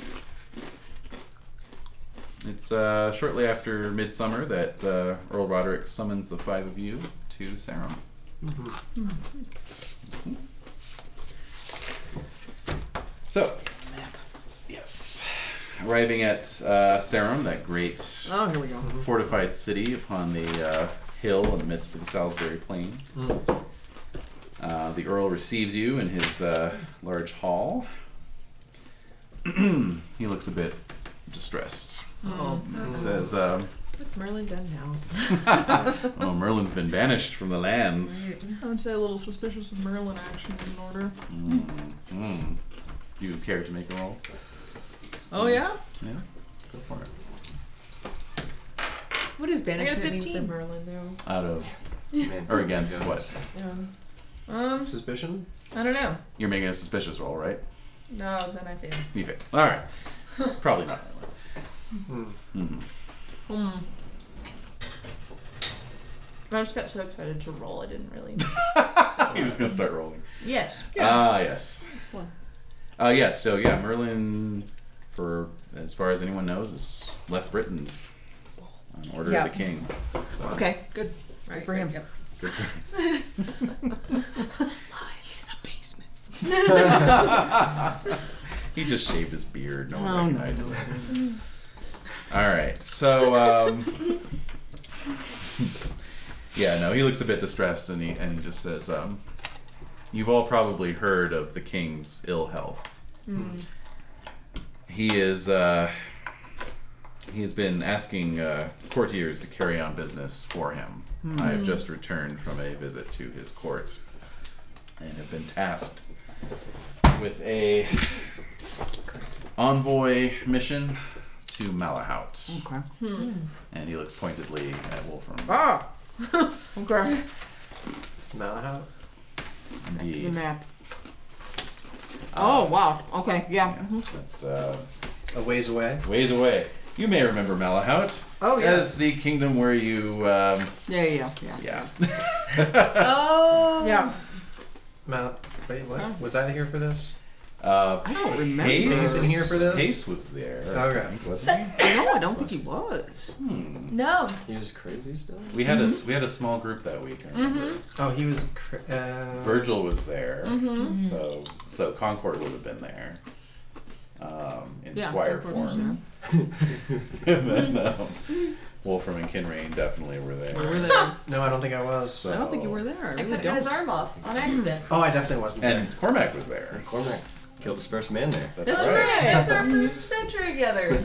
Speaker 1: it's uh, shortly after midsummer that uh, Earl Roderick summons the five of you to Sarum. Mhm. So, yes, arriving at uh, Sarum, that great
Speaker 11: Oh, here we go.
Speaker 1: fortified city upon the uh, hill in the midst of the Salisbury Plain.
Speaker 7: Mm.
Speaker 1: Uh, the Earl receives you in his uh, large hall. [clears throat] he looks a bit distressed.
Speaker 11: Oh,
Speaker 7: Mm.
Speaker 1: He says, um,
Speaker 11: what's Merlin done now?
Speaker 1: [laughs] Oh, Merlin's been banished from the lands.
Speaker 4: I would say a little suspicious of Merlin action in order.
Speaker 1: Mm. Do you care to make a roll?
Speaker 11: Oh yeah.
Speaker 1: Yeah. Go for it.
Speaker 11: What is
Speaker 4: I got a
Speaker 11: banishment mean for
Speaker 4: 15.
Speaker 11: Merlin though?
Speaker 1: Out of
Speaker 7: Man,
Speaker 1: or against
Speaker 7: yeah. [laughs]
Speaker 1: what?
Speaker 4: Um,
Speaker 7: Suspicion?
Speaker 4: I don't know.
Speaker 1: You're making a suspicious roll, right?
Speaker 4: No, then I fail.
Speaker 1: You fail. All right. Probably
Speaker 7: [laughs]
Speaker 1: not. That one.
Speaker 4: Hmm. I just got so excited to roll, I didn't really.
Speaker 1: You're just gonna start rolling.
Speaker 4: yes.
Speaker 1: Ah, yes.
Speaker 4: That's one.
Speaker 1: Uh, yes. So yeah, Merlin, for as far as anyone knows, has left Britain on order
Speaker 16: Yeah.
Speaker 1: of the king.
Speaker 4: Okay, good.
Speaker 16: Right,
Speaker 11: for him.
Speaker 16: Yep.
Speaker 1: Good for him.
Speaker 4: He's in the basement.
Speaker 1: [laughs] He just shaved his beard. No one recognizes him. All right. So, um, [laughs] yeah, no, he looks a bit distressed, and he and he just says, um, "You've all probably heard of the king's ill health. He is." Uh, he has been asking uh, courtiers to carry on business for him. I
Speaker 11: Hmm.
Speaker 1: have just returned from a visit to his court and have been tasked with a envoy mission to Malahout.
Speaker 11: Okay.
Speaker 1: And he looks pointedly at Wolfram.
Speaker 11: Hmm. Ah. [laughs] okay.
Speaker 5: Malahout?
Speaker 11: The
Speaker 1: Indeed.
Speaker 11: map. Oh wow. Okay. Yeah. mhm.
Speaker 1: That's uh,
Speaker 5: A ways away.
Speaker 1: ways away. You may remember Malahout
Speaker 5: Oh
Speaker 1: as the kingdom where you, um,
Speaker 11: Yeah. Yeah. Yeah. [laughs]
Speaker 1: yeah.
Speaker 4: Oh.
Speaker 11: Yeah.
Speaker 5: Mal- Wait, what? Was I here for this?
Speaker 1: Uh,
Speaker 11: I don't remember.
Speaker 1: Hayes,
Speaker 5: Have you been here for this?
Speaker 1: Hayes was there. I
Speaker 5: Okay.
Speaker 1: think, wasn't he?
Speaker 11: No, I don't think he was.
Speaker 1: Hmm.
Speaker 4: No.
Speaker 5: He was crazy still.
Speaker 1: We had a s- we had a small group that week. I remember.
Speaker 5: Oh, he was. Cra- uh,
Speaker 1: Virgil was there,
Speaker 11: Mm-hmm.
Speaker 1: so so Concord would have been there. Um, in
Speaker 11: Yeah.
Speaker 1: Squire
Speaker 11: Concord was
Speaker 1: form. and [laughs] then um, Wolfram and Kinrain definitely were there.
Speaker 11: there. We
Speaker 17: [laughs]
Speaker 11: were there.
Speaker 5: no, I don't think I was.
Speaker 1: So,
Speaker 11: I don't think you were there. I
Speaker 2: I
Speaker 11: really
Speaker 2: cut the
Speaker 11: don't.
Speaker 2: guy's arm off on accident.
Speaker 5: Oh, I definitely wasn't
Speaker 1: And Cormac was there.
Speaker 7: Cormac killed his first man there.
Speaker 1: That's,
Speaker 11: That's
Speaker 1: right.
Speaker 11: right.
Speaker 2: That's our first adventure together.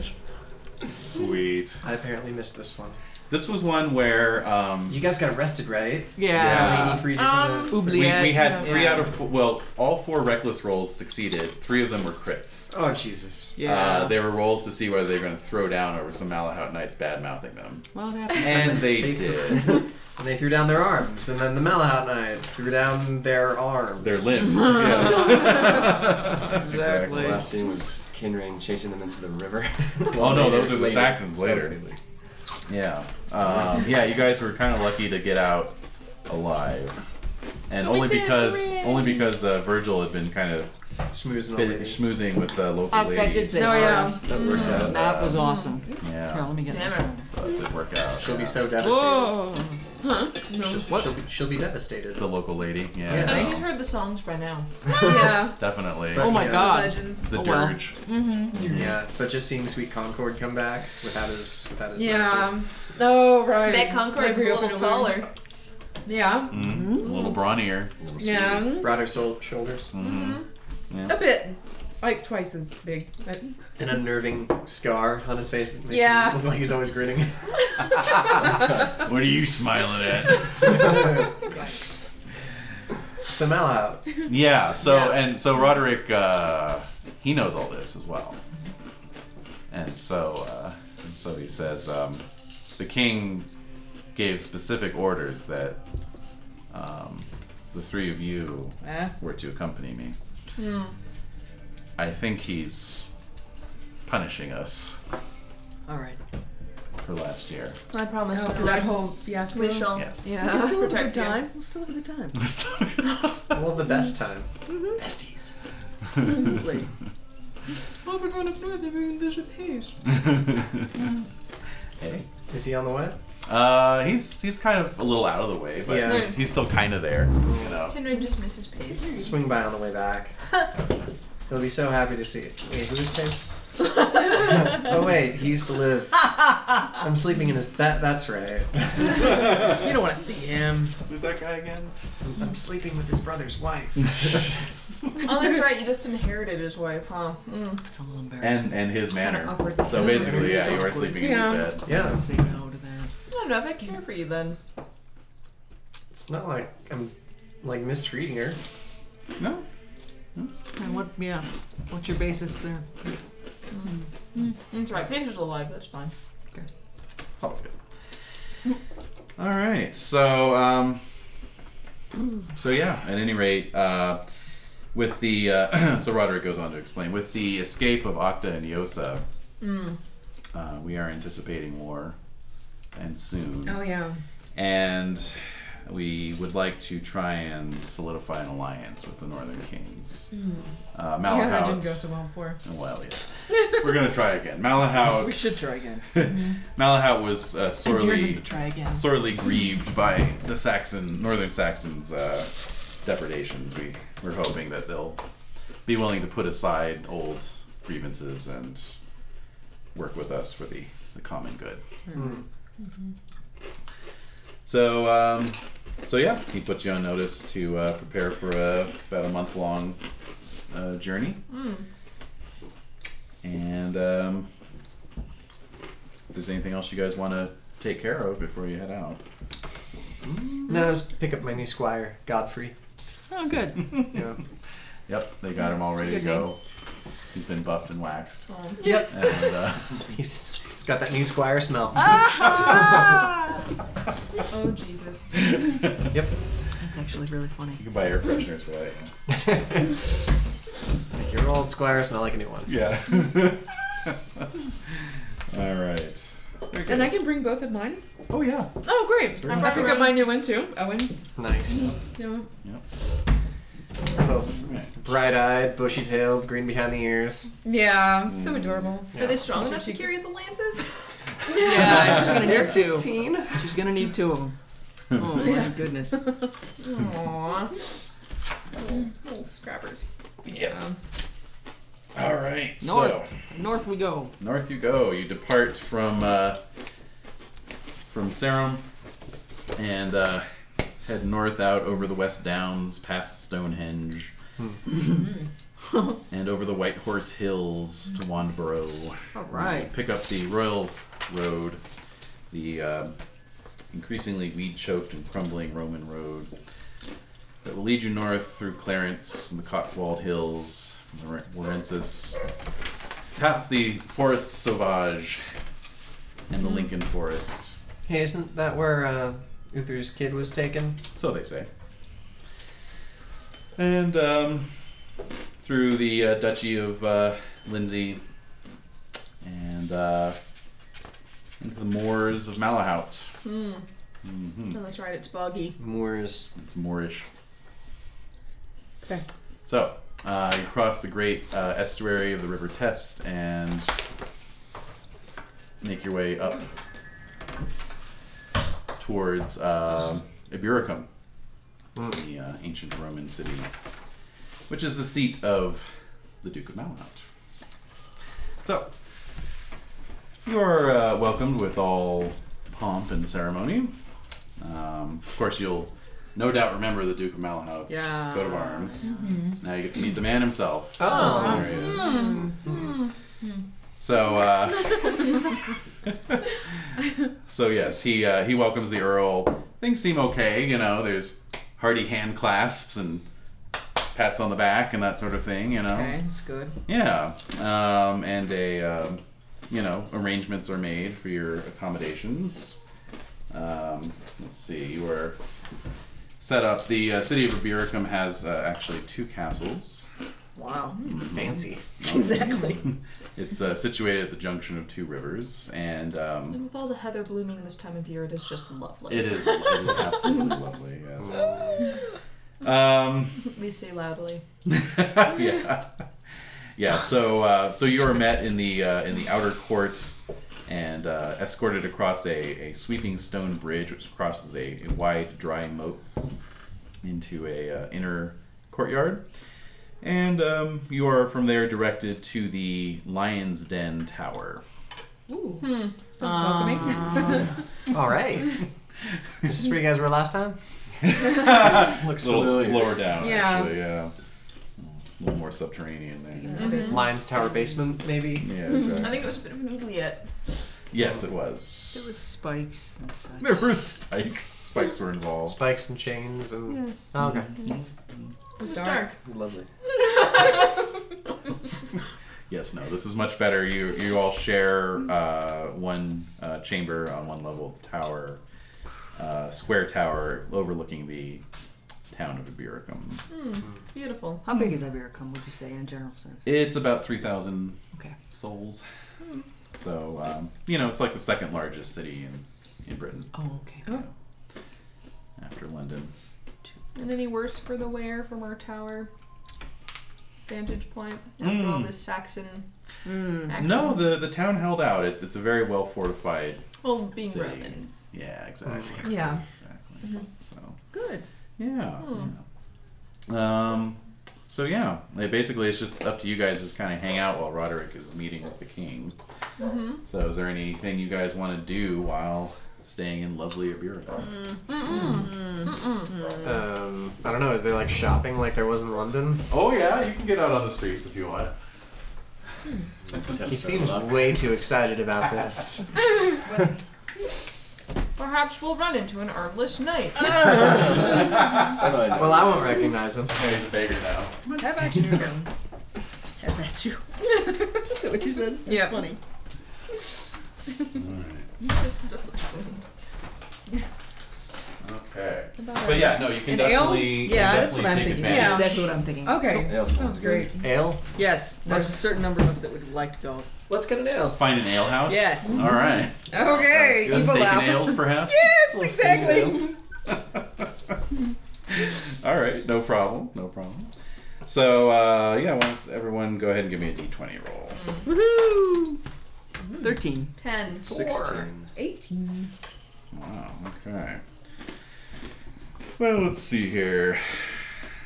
Speaker 18: Sweet.
Speaker 5: I apparently missed this one.
Speaker 1: This was one where um,
Speaker 5: You guys got arrested, right?
Speaker 1: Yeah.
Speaker 5: Lady freed you
Speaker 19: Um,
Speaker 5: from
Speaker 1: we, we had three
Speaker 5: Yeah.
Speaker 1: out of four, well, all four reckless rolls succeeded. Three of them were crits.
Speaker 5: the. Oh Jesus.
Speaker 1: Uh, they were rolls to see whether they were going to throw down over some Malahout Knights bad mouthing them.
Speaker 17: Well, it happened.
Speaker 1: And they
Speaker 11: [laughs]
Speaker 1: did.
Speaker 5: [laughs] And they threw down their arms, and then the Malahout Knights threw down their arm.
Speaker 1: Their [laughs] limbs. yes.
Speaker 7: The last scene was Kinrain chasing them into
Speaker 1: [laughs]
Speaker 7: the river.
Speaker 1: Oh no, those are the
Speaker 7: Later.
Speaker 1: Saxons later. Yeah. Um, yeah, you guys were kind of lucky to get out alive. And
Speaker 2: we
Speaker 1: only
Speaker 2: did,
Speaker 1: because
Speaker 2: hooray.
Speaker 1: only because uh, Virgil had been kind of
Speaker 5: Smoozing all lady.
Speaker 1: schmoozing with the local
Speaker 17: I,
Speaker 1: lady.
Speaker 17: I did that.
Speaker 2: No, yeah.
Speaker 17: stuff.
Speaker 5: That worked out.
Speaker 17: That was awesome. Here,
Speaker 1: Yeah.
Speaker 17: let me get
Speaker 19: Damn
Speaker 17: my
Speaker 19: it.
Speaker 17: phone.
Speaker 1: But it did work out.
Speaker 5: She'll
Speaker 1: yeah.
Speaker 5: be so devastated.
Speaker 17: Whoa.
Speaker 5: She'll,
Speaker 17: What?
Speaker 5: she'll be, she'll be devastated.
Speaker 1: the local lady. Yeah.
Speaker 5: Yeah.
Speaker 19: I think
Speaker 1: no,
Speaker 19: she's heard the songs by now.
Speaker 2: yeah.
Speaker 1: Definitely.
Speaker 5: But,
Speaker 17: Oh my
Speaker 5: you know,
Speaker 17: god.
Speaker 2: Legends.
Speaker 1: The
Speaker 17: Oh, well.
Speaker 1: dirge.
Speaker 5: Yeah, but just seeing Sweet Concord come back without his without his master.
Speaker 4: Yeah. Oh right.
Speaker 19: That Concord was a little taller.
Speaker 4: Yeah.
Speaker 1: Mhm. A little brawnier. Mm-hmm.
Speaker 4: Yeah.
Speaker 5: Broader sol- shoulders.
Speaker 4: A bit. Like twice as big. But-
Speaker 5: An unnerving scar on his face that makes
Speaker 4: Yeah.
Speaker 5: him look like he's always grinning. [laughs]
Speaker 1: What are you smiling at?
Speaker 7: [laughs]
Speaker 5: so Malahout.
Speaker 1: yeah. So and so Roderick, uh, he knows all this as well. And so, uh, and so he says, um, the king gave specific orders that um, the three of you
Speaker 17: Eh?
Speaker 1: were to accompany me. I think he's punishing us
Speaker 17: All right.
Speaker 1: for last year.
Speaker 4: I promise.
Speaker 2: Oh,
Speaker 4: for that whole fiasco.
Speaker 19: We shall.
Speaker 1: Yes. [laughs]
Speaker 11: [laughs]
Speaker 17: We
Speaker 19: Yeah.
Speaker 17: can still have a good
Speaker 19: Protect you.
Speaker 17: time. We'll still have a good time.
Speaker 5: We'll have the best time. Besties.
Speaker 17: Absolutely.
Speaker 4: Oh, we're going up north and we're going to visit Hayes.
Speaker 1: [laughs] hey.
Speaker 5: Is he on the way?
Speaker 1: Uh, he's he's kind of a little out of the way, but
Speaker 5: Yeah.
Speaker 1: he's, he's still kind of there, you know.
Speaker 19: Henry just misses pace.
Speaker 5: [laughs] Swing by on the way [laughs] back. He'll be so happy to see it. Wait, who is Pace? [laughs] oh wait, he used to [laughs] live. I'm sleeping in his. That that's right.
Speaker 17: you don't want to see him.
Speaker 1: Who's that guy again?
Speaker 5: [laughs] I'm sleeping with his brother's wife.
Speaker 19: Oh, that's right. You just inherited his wife, huh? Mm.
Speaker 17: It's a little embarrassing.
Speaker 1: and and his manner.
Speaker 17: awkward.
Speaker 1: So
Speaker 17: His
Speaker 1: basically,
Speaker 17: manner is
Speaker 1: yeah, you are
Speaker 17: awkward.
Speaker 1: sleeping in his bed.
Speaker 17: I
Speaker 5: yeah,
Speaker 17: would say no to that.
Speaker 19: I don't know if I care for you then.
Speaker 5: it's not like I'm like mistreating her.
Speaker 1: No.
Speaker 17: And what? Yeah. What's your basis there?
Speaker 19: That's right. Paige is alive. That's fine.
Speaker 1: It's all good. All right. So, um, so yeah. At any rate, uh, with the uh, [clears throat] so Roderick goes on to explain with the escape of Octa and Yosa, uh, we are anticipating war, and soon.
Speaker 4: Oh yeah.
Speaker 1: and we would like to try and solidify an alliance with the Northern Kings.
Speaker 17: Hmm.
Speaker 1: Uh,
Speaker 17: Oh,
Speaker 4: Yeah, that didn't go
Speaker 1: Malahout.
Speaker 4: so well before.
Speaker 1: Well,
Speaker 17: [laughs]
Speaker 1: yes. We're gonna try again. Malahout.
Speaker 17: We should try again.
Speaker 1: Malahout was uh,
Speaker 17: I dare them
Speaker 1: sorely
Speaker 17: to try again.
Speaker 1: sorely grieved by the Saxon Northern Saxons' uh, depredations. We we're hoping that they'll be willing to put aside old grievances and work with us for the the common good. Mm-hmm. So um, so yeah, he puts you on notice to uh, prepare for a, about a month long uh, journey. And um, if there's anything else you guys want to take care of before you head out.
Speaker 5: No, just pick up my new squire, Godfrey.
Speaker 17: Oh, good.
Speaker 5: Yeah.
Speaker 1: Yep, they got him all ready to
Speaker 17: Good name.
Speaker 1: go. He's been buffed and waxed.
Speaker 5: [laughs] Yep.
Speaker 1: And,
Speaker 17: [laughs]
Speaker 1: uh,
Speaker 5: He's, he's got that new squire smell.
Speaker 19: Oh Jesus.
Speaker 1: you
Speaker 5: Yep.
Speaker 17: That's actually really funny.
Speaker 1: can buy air fresheners for that.
Speaker 5: Make [laughs] your old squire smell like a new one.
Speaker 1: Yeah. [laughs] all right.
Speaker 4: And I can bring both of mine.
Speaker 1: Oh yeah.
Speaker 4: Oh great. I pick up my new one too. Owen.
Speaker 5: Nice.
Speaker 4: Yeah.
Speaker 5: Both
Speaker 1: All right.
Speaker 5: bright-eyed, bushy-tailed, green behind the ears.
Speaker 4: Yeah. So adorable.
Speaker 19: Are they strong enough to
Speaker 4: she-
Speaker 19: carry the lances?
Speaker 17: Yeah, she's
Speaker 5: [laughs]
Speaker 17: gonna need two.
Speaker 5: Teen.
Speaker 17: She's gonna need two
Speaker 1: [laughs]
Speaker 17: of them. Oh my goodness.
Speaker 19: Aww. Little, little scrappers.
Speaker 1: Yeah. All right. So
Speaker 17: North. North we go.
Speaker 1: north you go. You depart from uh, from Sarum and uh, head north out over the West Downs, past Stonehenge. and over the White Horse Hills to Wandborough.
Speaker 5: All right.
Speaker 1: We Pick up the Royal Road, the uh, increasingly weed choked and crumbling Roman road that will lead you north through Clarence and the Cotswold Hills, from Lore- Laurensis, past the Forest Sauvage and the
Speaker 5: Mm-hmm.
Speaker 1: Lincoln Forest.
Speaker 5: Hey, isn't that where uh, Uther's kid was taken?
Speaker 1: So they say. And um, through the uh, Duchy of uh, Lindsey and uh, into the moors of Malahout.
Speaker 19: Hmm.
Speaker 1: hmm
Speaker 19: No, Oh, that's right. It's boggy.
Speaker 5: Moors.
Speaker 1: It's moorish.
Speaker 17: Okay.
Speaker 1: So uh, you cross the great uh, estuary of the River Test and make your way up towards um Ibericum, the uh, ancient Roman city, which is the seat of the Duke of Malahout. So you are uh, welcomed with all pomp and ceremony. Um, of course, you'll no doubt remember the Duke of Malahout's
Speaker 17: Yeah.
Speaker 1: coat of arms. Now you get to meet the man himself.
Speaker 5: Oh.
Speaker 1: There he is. So, uh, so yes, he uh, he welcomes the Earl. Things seem okay, you know. There's hearty hand clasps and pats on the back and that sort of thing, you know.
Speaker 17: Okay, it's good.
Speaker 1: Yeah, um, and a um, you know arrangements are made for your accommodations. Um, let's see, you are set up. The uh, city of Ibericum has uh, actually two castles.
Speaker 17: [laughs]
Speaker 5: Wow. Um, Fancy.
Speaker 17: Exactly.
Speaker 1: It's uh, situated at the junction of two rivers, and um,
Speaker 19: And with all the heather blooming this time of year, it is just lovely.
Speaker 1: it is it is
Speaker 19: [laughs]
Speaker 1: absolutely lovely. Yes. Um,
Speaker 19: we say loudly.
Speaker 1: [laughs] yeah. Yeah. So uh, so you are met in the uh, in the outer court and uh, escorted across a, a sweeping stone bridge, which crosses a, a wide dry moat into a uh, inner courtyard. And um, you are from there directed to the Lion's Den Tower. [laughs]
Speaker 20: Ooh.
Speaker 19: Hmm.
Speaker 20: Sounds welcoming.
Speaker 5: All right. Is [laughs] this where you guys were last time?
Speaker 1: Looks a little
Speaker 5: familiar.
Speaker 1: lower down,
Speaker 17: Yeah.
Speaker 1: actually. Yeah. A little more subterranean there.
Speaker 5: Lion's Tower basement, maybe?
Speaker 1: Yeah. exactly.
Speaker 19: I think it was a bit of an oubliette.
Speaker 1: Yes, it was.
Speaker 17: There was spikes and such.
Speaker 1: There were spikes. Spikes were involved.
Speaker 5: Spikes and chains and.
Speaker 17: Yes.
Speaker 5: Oh, okay.
Speaker 19: It was dark.
Speaker 7: Lovely.
Speaker 1: Yes, no, this is much better. You you all share uh, one uh, chamber on one level of the tower, uh, square tower overlooking the town of Ibericum.
Speaker 19: [laughs] Beautiful.
Speaker 17: How big is Ibericum, would you say, in a general sense?
Speaker 1: It's about 3,000
Speaker 17: Okay. Hmm.
Speaker 1: souls. So, um, you know, it's like the second largest city in, in Britain
Speaker 17: Oh, okay.
Speaker 1: after London.
Speaker 19: And any worse for the wear from our tower vantage point after all
Speaker 1: Mm.
Speaker 19: this Saxon
Speaker 17: Mm.
Speaker 19: action?
Speaker 1: No, the, the town held out. It's, it's a very well fortified
Speaker 19: Well, being
Speaker 1: city.
Speaker 19: Roman.
Speaker 1: Yeah, exactly.
Speaker 17: Yeah. Mm-hmm.
Speaker 1: Exactly. So.
Speaker 17: Good. Hmm.
Speaker 1: Yeah. yeah. Um, so yeah, like, basically it's just up to you guys. Just kind of hang out while Roderick is meeting with the king.
Speaker 17: Mm-hmm.
Speaker 19: Mhm.
Speaker 1: So is there anything you guys want to do while staying in lovely Iberica?
Speaker 5: Um, I don't know. Is there like shopping like there was in London?
Speaker 1: Oh yeah, you can get out on the streets if you want.
Speaker 5: He seems way too excited about this.
Speaker 19: Perhaps we'll run into an armless knight.
Speaker 5: well, I won't recognize him.
Speaker 1: He's a beggar now.
Speaker 20: How about
Speaker 19: [laughs]
Speaker 20: you?
Speaker 17: Have at you. Is that what you said? Yeah. Funny.
Speaker 1: Okay. But yeah, no, you can
Speaker 20: An ale?
Speaker 1: definitely. you can
Speaker 17: Yeah, that's
Speaker 1: definitely
Speaker 17: what I'm
Speaker 1: take
Speaker 17: thinking.
Speaker 1: advantage.
Speaker 17: That's exactly what I'm thinking.
Speaker 2: Oh.
Speaker 20: Okay.
Speaker 7: Yeah,
Speaker 20: sounds,
Speaker 7: sounds
Speaker 20: great.
Speaker 5: Ale?
Speaker 17: Yes, there's a certain number of us that would like to go.
Speaker 5: Let's get an ale.
Speaker 1: Find an ale house.
Speaker 17: Yes.
Speaker 1: All right.
Speaker 20: Okay.
Speaker 1: A
Speaker 20: Evil
Speaker 1: steak and
Speaker 20: laugh.
Speaker 1: ales,
Speaker 17: [laughs]
Speaker 1: perhaps. [laughs]
Speaker 20: Yes, exactly.
Speaker 1: All right, no problem, no problem. So uh, yeah, once everyone go ahead and give me a d20 roll.
Speaker 17: Woohoo! 13.
Speaker 19: Ten.
Speaker 7: Sixteen.
Speaker 20: 18.
Speaker 1: Wow. Oh, Okay. Well, let's see here.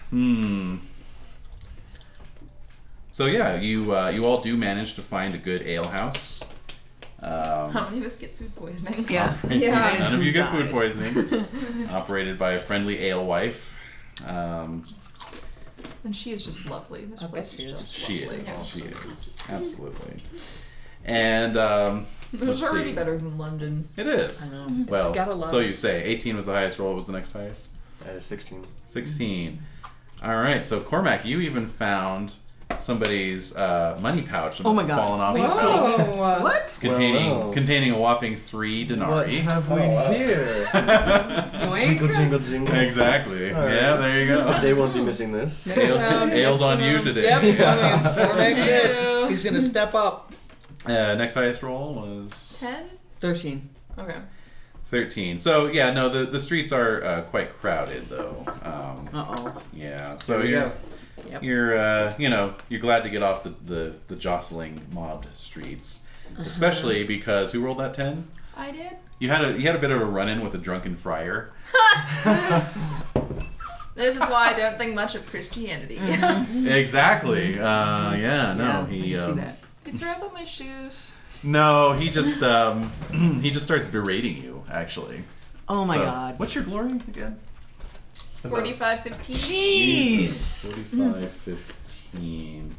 Speaker 1: Hmm. So yeah, you uh, you all do manage to find a good ale house.
Speaker 19: How [laughs]
Speaker 1: Um,
Speaker 19: many of us get food poisoning?
Speaker 17: Yeah.
Speaker 20: Yeah.
Speaker 1: none of you get food
Speaker 19: [laughs]
Speaker 17: Nice.
Speaker 1: poisoning. operated by a friendly alewife. Um,
Speaker 19: And she is just lovely. This
Speaker 5: I
Speaker 19: place
Speaker 5: bet she
Speaker 19: is
Speaker 5: is.
Speaker 19: just
Speaker 1: She
Speaker 19: lovely.
Speaker 1: is. She is. Absolutely. And um,
Speaker 19: It's
Speaker 1: let's
Speaker 19: already
Speaker 1: see.
Speaker 19: better than London.
Speaker 1: It is.
Speaker 19: I know. It's
Speaker 1: Well,
Speaker 19: gotta love
Speaker 1: so
Speaker 19: it.
Speaker 1: you say. 18 was the highest roll. What was the next highest?
Speaker 7: Uh, 16.
Speaker 1: 16. All right. So Cormac, you even found somebody's uh, money pouch that
Speaker 19: Oh
Speaker 1: must
Speaker 19: my
Speaker 1: have
Speaker 19: God.
Speaker 1: fallen off the belt,
Speaker 17: Whoa.
Speaker 19: what?
Speaker 1: containing
Speaker 7: Well, well.
Speaker 1: containing a whopping three
Speaker 7: What
Speaker 1: denarii.
Speaker 7: have we here? jingle, jingle,
Speaker 1: [laughs]
Speaker 7: jingle.
Speaker 1: Exactly.
Speaker 7: All right.
Speaker 1: Yeah, there you go.
Speaker 7: [laughs] They won't be missing
Speaker 1: [laughs]
Speaker 7: this.
Speaker 1: Ailed,
Speaker 17: Um,
Speaker 1: ailed
Speaker 17: next
Speaker 1: on you
Speaker 17: one.
Speaker 1: today.
Speaker 17: Yep,
Speaker 1: Yeah.
Speaker 17: I
Speaker 1: [laughs]
Speaker 17: mean, Cormac did. He's gonna step up.
Speaker 1: Uh, next highest roll was
Speaker 19: Ten?
Speaker 17: Thirteen.
Speaker 19: Okay.
Speaker 1: 13. So, yeah, no, the, the streets are uh, quite crowded, though. Um,
Speaker 17: Uh oh.
Speaker 1: yeah, so
Speaker 5: Here we
Speaker 1: you're,
Speaker 5: go.
Speaker 17: Yep.
Speaker 1: you're uh, you know, you're glad to get off the, the, the jostling, mobbed streets.
Speaker 17: Uh-huh.
Speaker 1: Especially because, who rolled that 10?
Speaker 19: I did.
Speaker 1: You had a you had a bit of a run-in with a drunken friar.
Speaker 19: This is why I don't think much of [laughs] Christianity.
Speaker 1: Exactly. Uh, yeah. No. he. um,
Speaker 17: Mm-hmm. I can see that.
Speaker 19: you throw up on my shoes.
Speaker 1: No. He just. Um, [clears throat] he just starts berating you. Actually.
Speaker 17: Oh my
Speaker 1: So,
Speaker 17: god.
Speaker 1: What's your glory again?
Speaker 7: The most.
Speaker 19: Forty-five, fifteen.
Speaker 1: Jesus. 45, 15.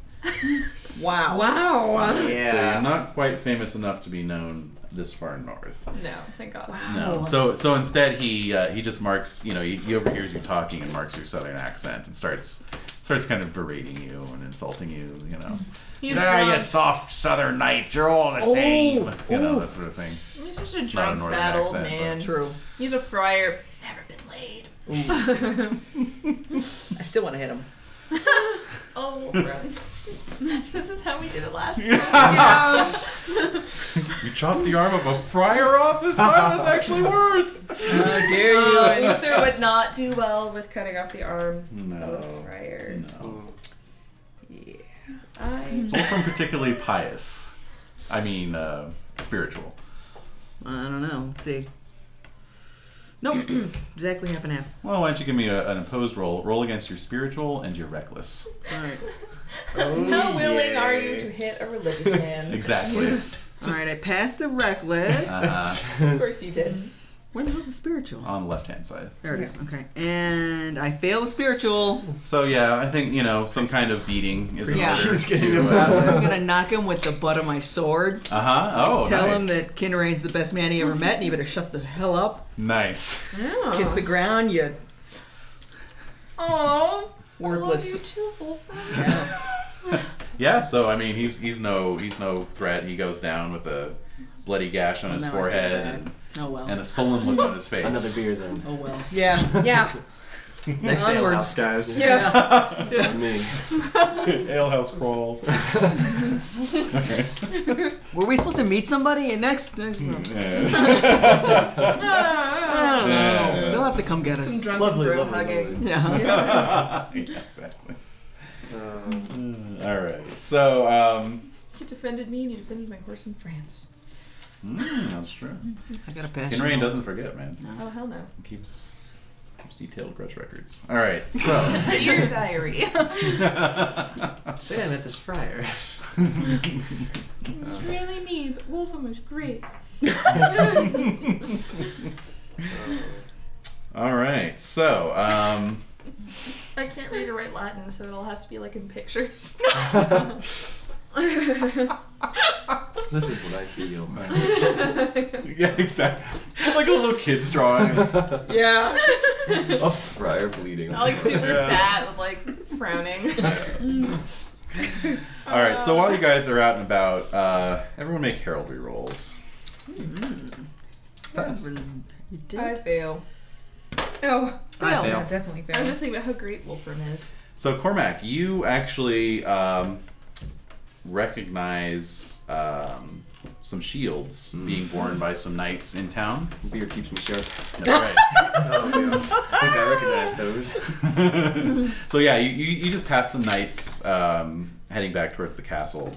Speaker 17: Wow.
Speaker 4: Wow.
Speaker 1: So you're
Speaker 5: Yeah.
Speaker 1: not quite famous enough to be known this far north.
Speaker 19: No, thank God.
Speaker 17: Oh,
Speaker 1: No. So so instead he uh, he just marks you know he, he overhears you talking and marks your southern accent and starts starts kind of berating you and insulting you you know.
Speaker 17: Mm-hmm.
Speaker 19: He's
Speaker 1: Ah,
Speaker 19: drunk.
Speaker 1: you soft southern knights, you're all the
Speaker 17: Oh,
Speaker 1: same. You know that sort of thing.
Speaker 19: He's just a
Speaker 1: not a
Speaker 19: drunk,
Speaker 1: northern
Speaker 19: fat old
Speaker 1: accent, but-
Speaker 19: man.
Speaker 17: True.
Speaker 19: He's a friar. He's never been laid. [laughs]
Speaker 17: I still want to hit him.
Speaker 19: Oh, run. [laughs] this is how we did it last time.
Speaker 1: You chopped the arm of a friar off this time. That's actually
Speaker 17: [laughs]
Speaker 1: worse.
Speaker 17: How Oh, dare you?
Speaker 19: Luther Oh, would not do well with cutting off the arm of a
Speaker 1: No.
Speaker 19: friar.
Speaker 1: No.
Speaker 19: I
Speaker 1: Someone from particularly pious. I mean, uh, spiritual.
Speaker 17: I don't know. Let's see. [clears throat] Nope. exactly half and half.
Speaker 1: Well, why don't you give me a, an opposed roll? Roll against your spiritual and your reckless.
Speaker 17: All right.
Speaker 19: How willing are you to hit a
Speaker 5: [laughs]
Speaker 19: religious man?
Speaker 1: Exactly.
Speaker 17: All right. I passed the reckless.
Speaker 1: uh,
Speaker 7: [laughs]
Speaker 19: of course you did.
Speaker 17: Where the hell's the spiritual?
Speaker 1: on the left hand side.
Speaker 17: There it is. Okay. And I fail
Speaker 1: [laughs]
Speaker 17: the spiritual.
Speaker 1: So yeah, I think you know some kind of beating is in
Speaker 17: Yeah.
Speaker 1: order.
Speaker 5: She's getting
Speaker 1: to,
Speaker 5: him
Speaker 1: [laughs] uh
Speaker 17: I'm gonna knock him with the butt of my sword.
Speaker 1: huh. Oh,
Speaker 17: Tell
Speaker 1: nice.
Speaker 17: him that Kinrain's the best man he ever met, and he better shut the hell up.
Speaker 1: Nice.
Speaker 17: Kiss the ground, you
Speaker 19: Oh,
Speaker 17: wordless.
Speaker 19: too, Wolfram.
Speaker 1: [laughs] Yeah. So I mean, he's he's no he's no threat. He goes down with a bloody gash on his
Speaker 17: now I feel
Speaker 1: forehead
Speaker 17: bad.
Speaker 1: and,
Speaker 17: Oh well.
Speaker 1: and a sullen look on his face.
Speaker 7: Another
Speaker 1: [laughs]
Speaker 7: beer then.
Speaker 17: oh well. Yeah.
Speaker 4: Yeah.
Speaker 5: Next day, house guys.
Speaker 4: Yeah.
Speaker 7: That's on me.
Speaker 1: Alehouse [laughs]
Speaker 17: [laughs]
Speaker 1: crawl.
Speaker 17: Were we supposed to meet somebody in next? next
Speaker 1: Hmm.
Speaker 17: I don't know.
Speaker 1: Yeah.
Speaker 17: They'll have to come get us.
Speaker 19: Some drunk
Speaker 7: Lovely,
Speaker 19: bro
Speaker 7: lovely,
Speaker 19: hugging.
Speaker 7: lovely.
Speaker 17: yeah.
Speaker 1: [laughs] yeah, [laughs] exactly.
Speaker 7: Um,
Speaker 1: Mm, All right. So, um,
Speaker 19: He defended me and he defended my horse in France.
Speaker 1: mm, that's true.
Speaker 17: I got a passion.
Speaker 1: Kinrain doesn't forget, man.
Speaker 19: Oh, hell no.
Speaker 1: He keeps keeps detailed grudge records. All right. So. [laughs]
Speaker 19: Dear diary.
Speaker 5: Say [laughs] I met this friar.
Speaker 19: He's really mean, but Wolfram was great.
Speaker 1: All right. So, um, [laughs]
Speaker 19: I can't read or write Latin, so it all has to be like in pictures.
Speaker 7: [laughs] this
Speaker 19: [laughs]
Speaker 7: is what I [laughs]
Speaker 19: [laughs]
Speaker 7: feel.
Speaker 1: yeah, exactly. Like a little kid's drawing.
Speaker 17: Yeah.
Speaker 7: A friar bleeding.
Speaker 19: Not [laughs] like super
Speaker 1: Yeah.
Speaker 19: fat with like frowning.
Speaker 1: All right. So while you guys are out and about, uh, everyone make heraldry rolls.
Speaker 17: You did.
Speaker 19: I fail.
Speaker 4: Oh,
Speaker 17: Fail.
Speaker 5: fail.
Speaker 4: I definitely failed.
Speaker 19: I'm just thinking about how great Wolfram is.
Speaker 1: So Cormac, you actually um, recognize um, some shields being worn by some knights in town.
Speaker 7: Beer keeps me
Speaker 19: [laughs]
Speaker 7: sharp.
Speaker 1: That's right.
Speaker 7: Oh, yeah. I think I recognize those.
Speaker 19: [laughs]
Speaker 1: so yeah, you, you, you just pass some knights um, heading back towards the castle,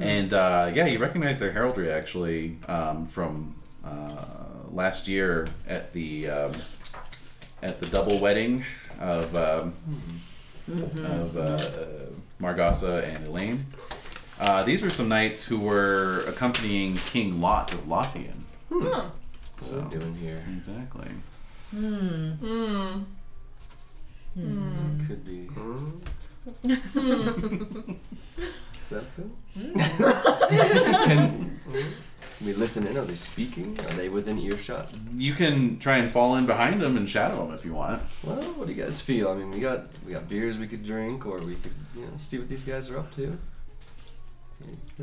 Speaker 1: and uh, yeah, you recognize their heraldry actually um, from uh, last year at the um, at the double wedding of um, of uh, uh, Margasa and Elaine. Uh, these were some knights who were accompanying King Lot of Lothian.
Speaker 19: Huh.
Speaker 7: What am I doing here?
Speaker 1: Exactly.
Speaker 19: Hmm.
Speaker 7: Could be. [laughs] Is that
Speaker 19: Hmm.
Speaker 7: [laughs] them? Can we listen in? Are they speaking? Are they within earshot?
Speaker 1: You can try and fall in behind them and shadow them if you want.
Speaker 7: Well, what do you guys feel? I mean, we got we got beers we could drink, or we could you know see what these guys are up to.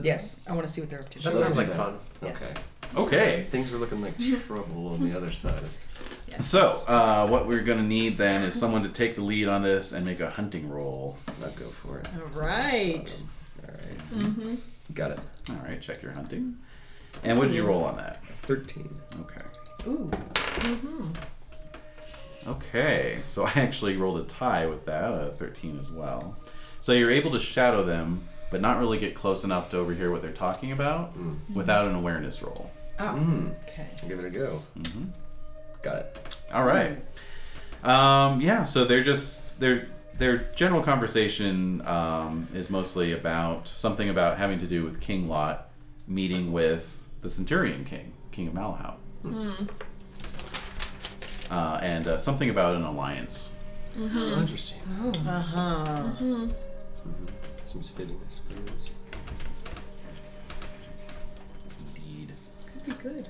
Speaker 17: Yes, I want to see what they're up to.
Speaker 7: Let's do that.
Speaker 17: Yes.
Speaker 7: Okay.
Speaker 1: Okay.
Speaker 7: Things were looking like trouble on the other side.
Speaker 1: So, uh, what we're gonna need then is someone to take the lead on this and make a hunting roll.
Speaker 7: I'll go for it.
Speaker 17: All right.
Speaker 7: All right.
Speaker 17: Mm-hmm.
Speaker 7: Got it.
Speaker 1: All right, check your hunting. And what did you roll on that?
Speaker 7: Thirteen.
Speaker 1: Okay.
Speaker 17: Ooh. Mm-hmm.
Speaker 1: Okay, so I actually rolled a tie with that, a 13 as well. So you're able to shadow them, but not really get close enough to overhear what they're talking about without an awareness roll.
Speaker 17: Oh.
Speaker 7: Mm.
Speaker 17: Okay.
Speaker 7: I'll give it a go.
Speaker 1: Mm-hmm.
Speaker 7: Got
Speaker 17: [gasps]
Speaker 7: it.
Speaker 1: All right. Um, yeah, so they're just their their general conversation um, is mostly about something about having to do with King Lot meeting with the Centurion King, King of Malahut,
Speaker 17: Hmm.
Speaker 1: uh, and uh, something about an alliance.
Speaker 7: Oh, interesting.
Speaker 17: Uh huh.
Speaker 7: Seems fitting, I suppose.
Speaker 1: [laughs] Indeed.
Speaker 17: Could be good.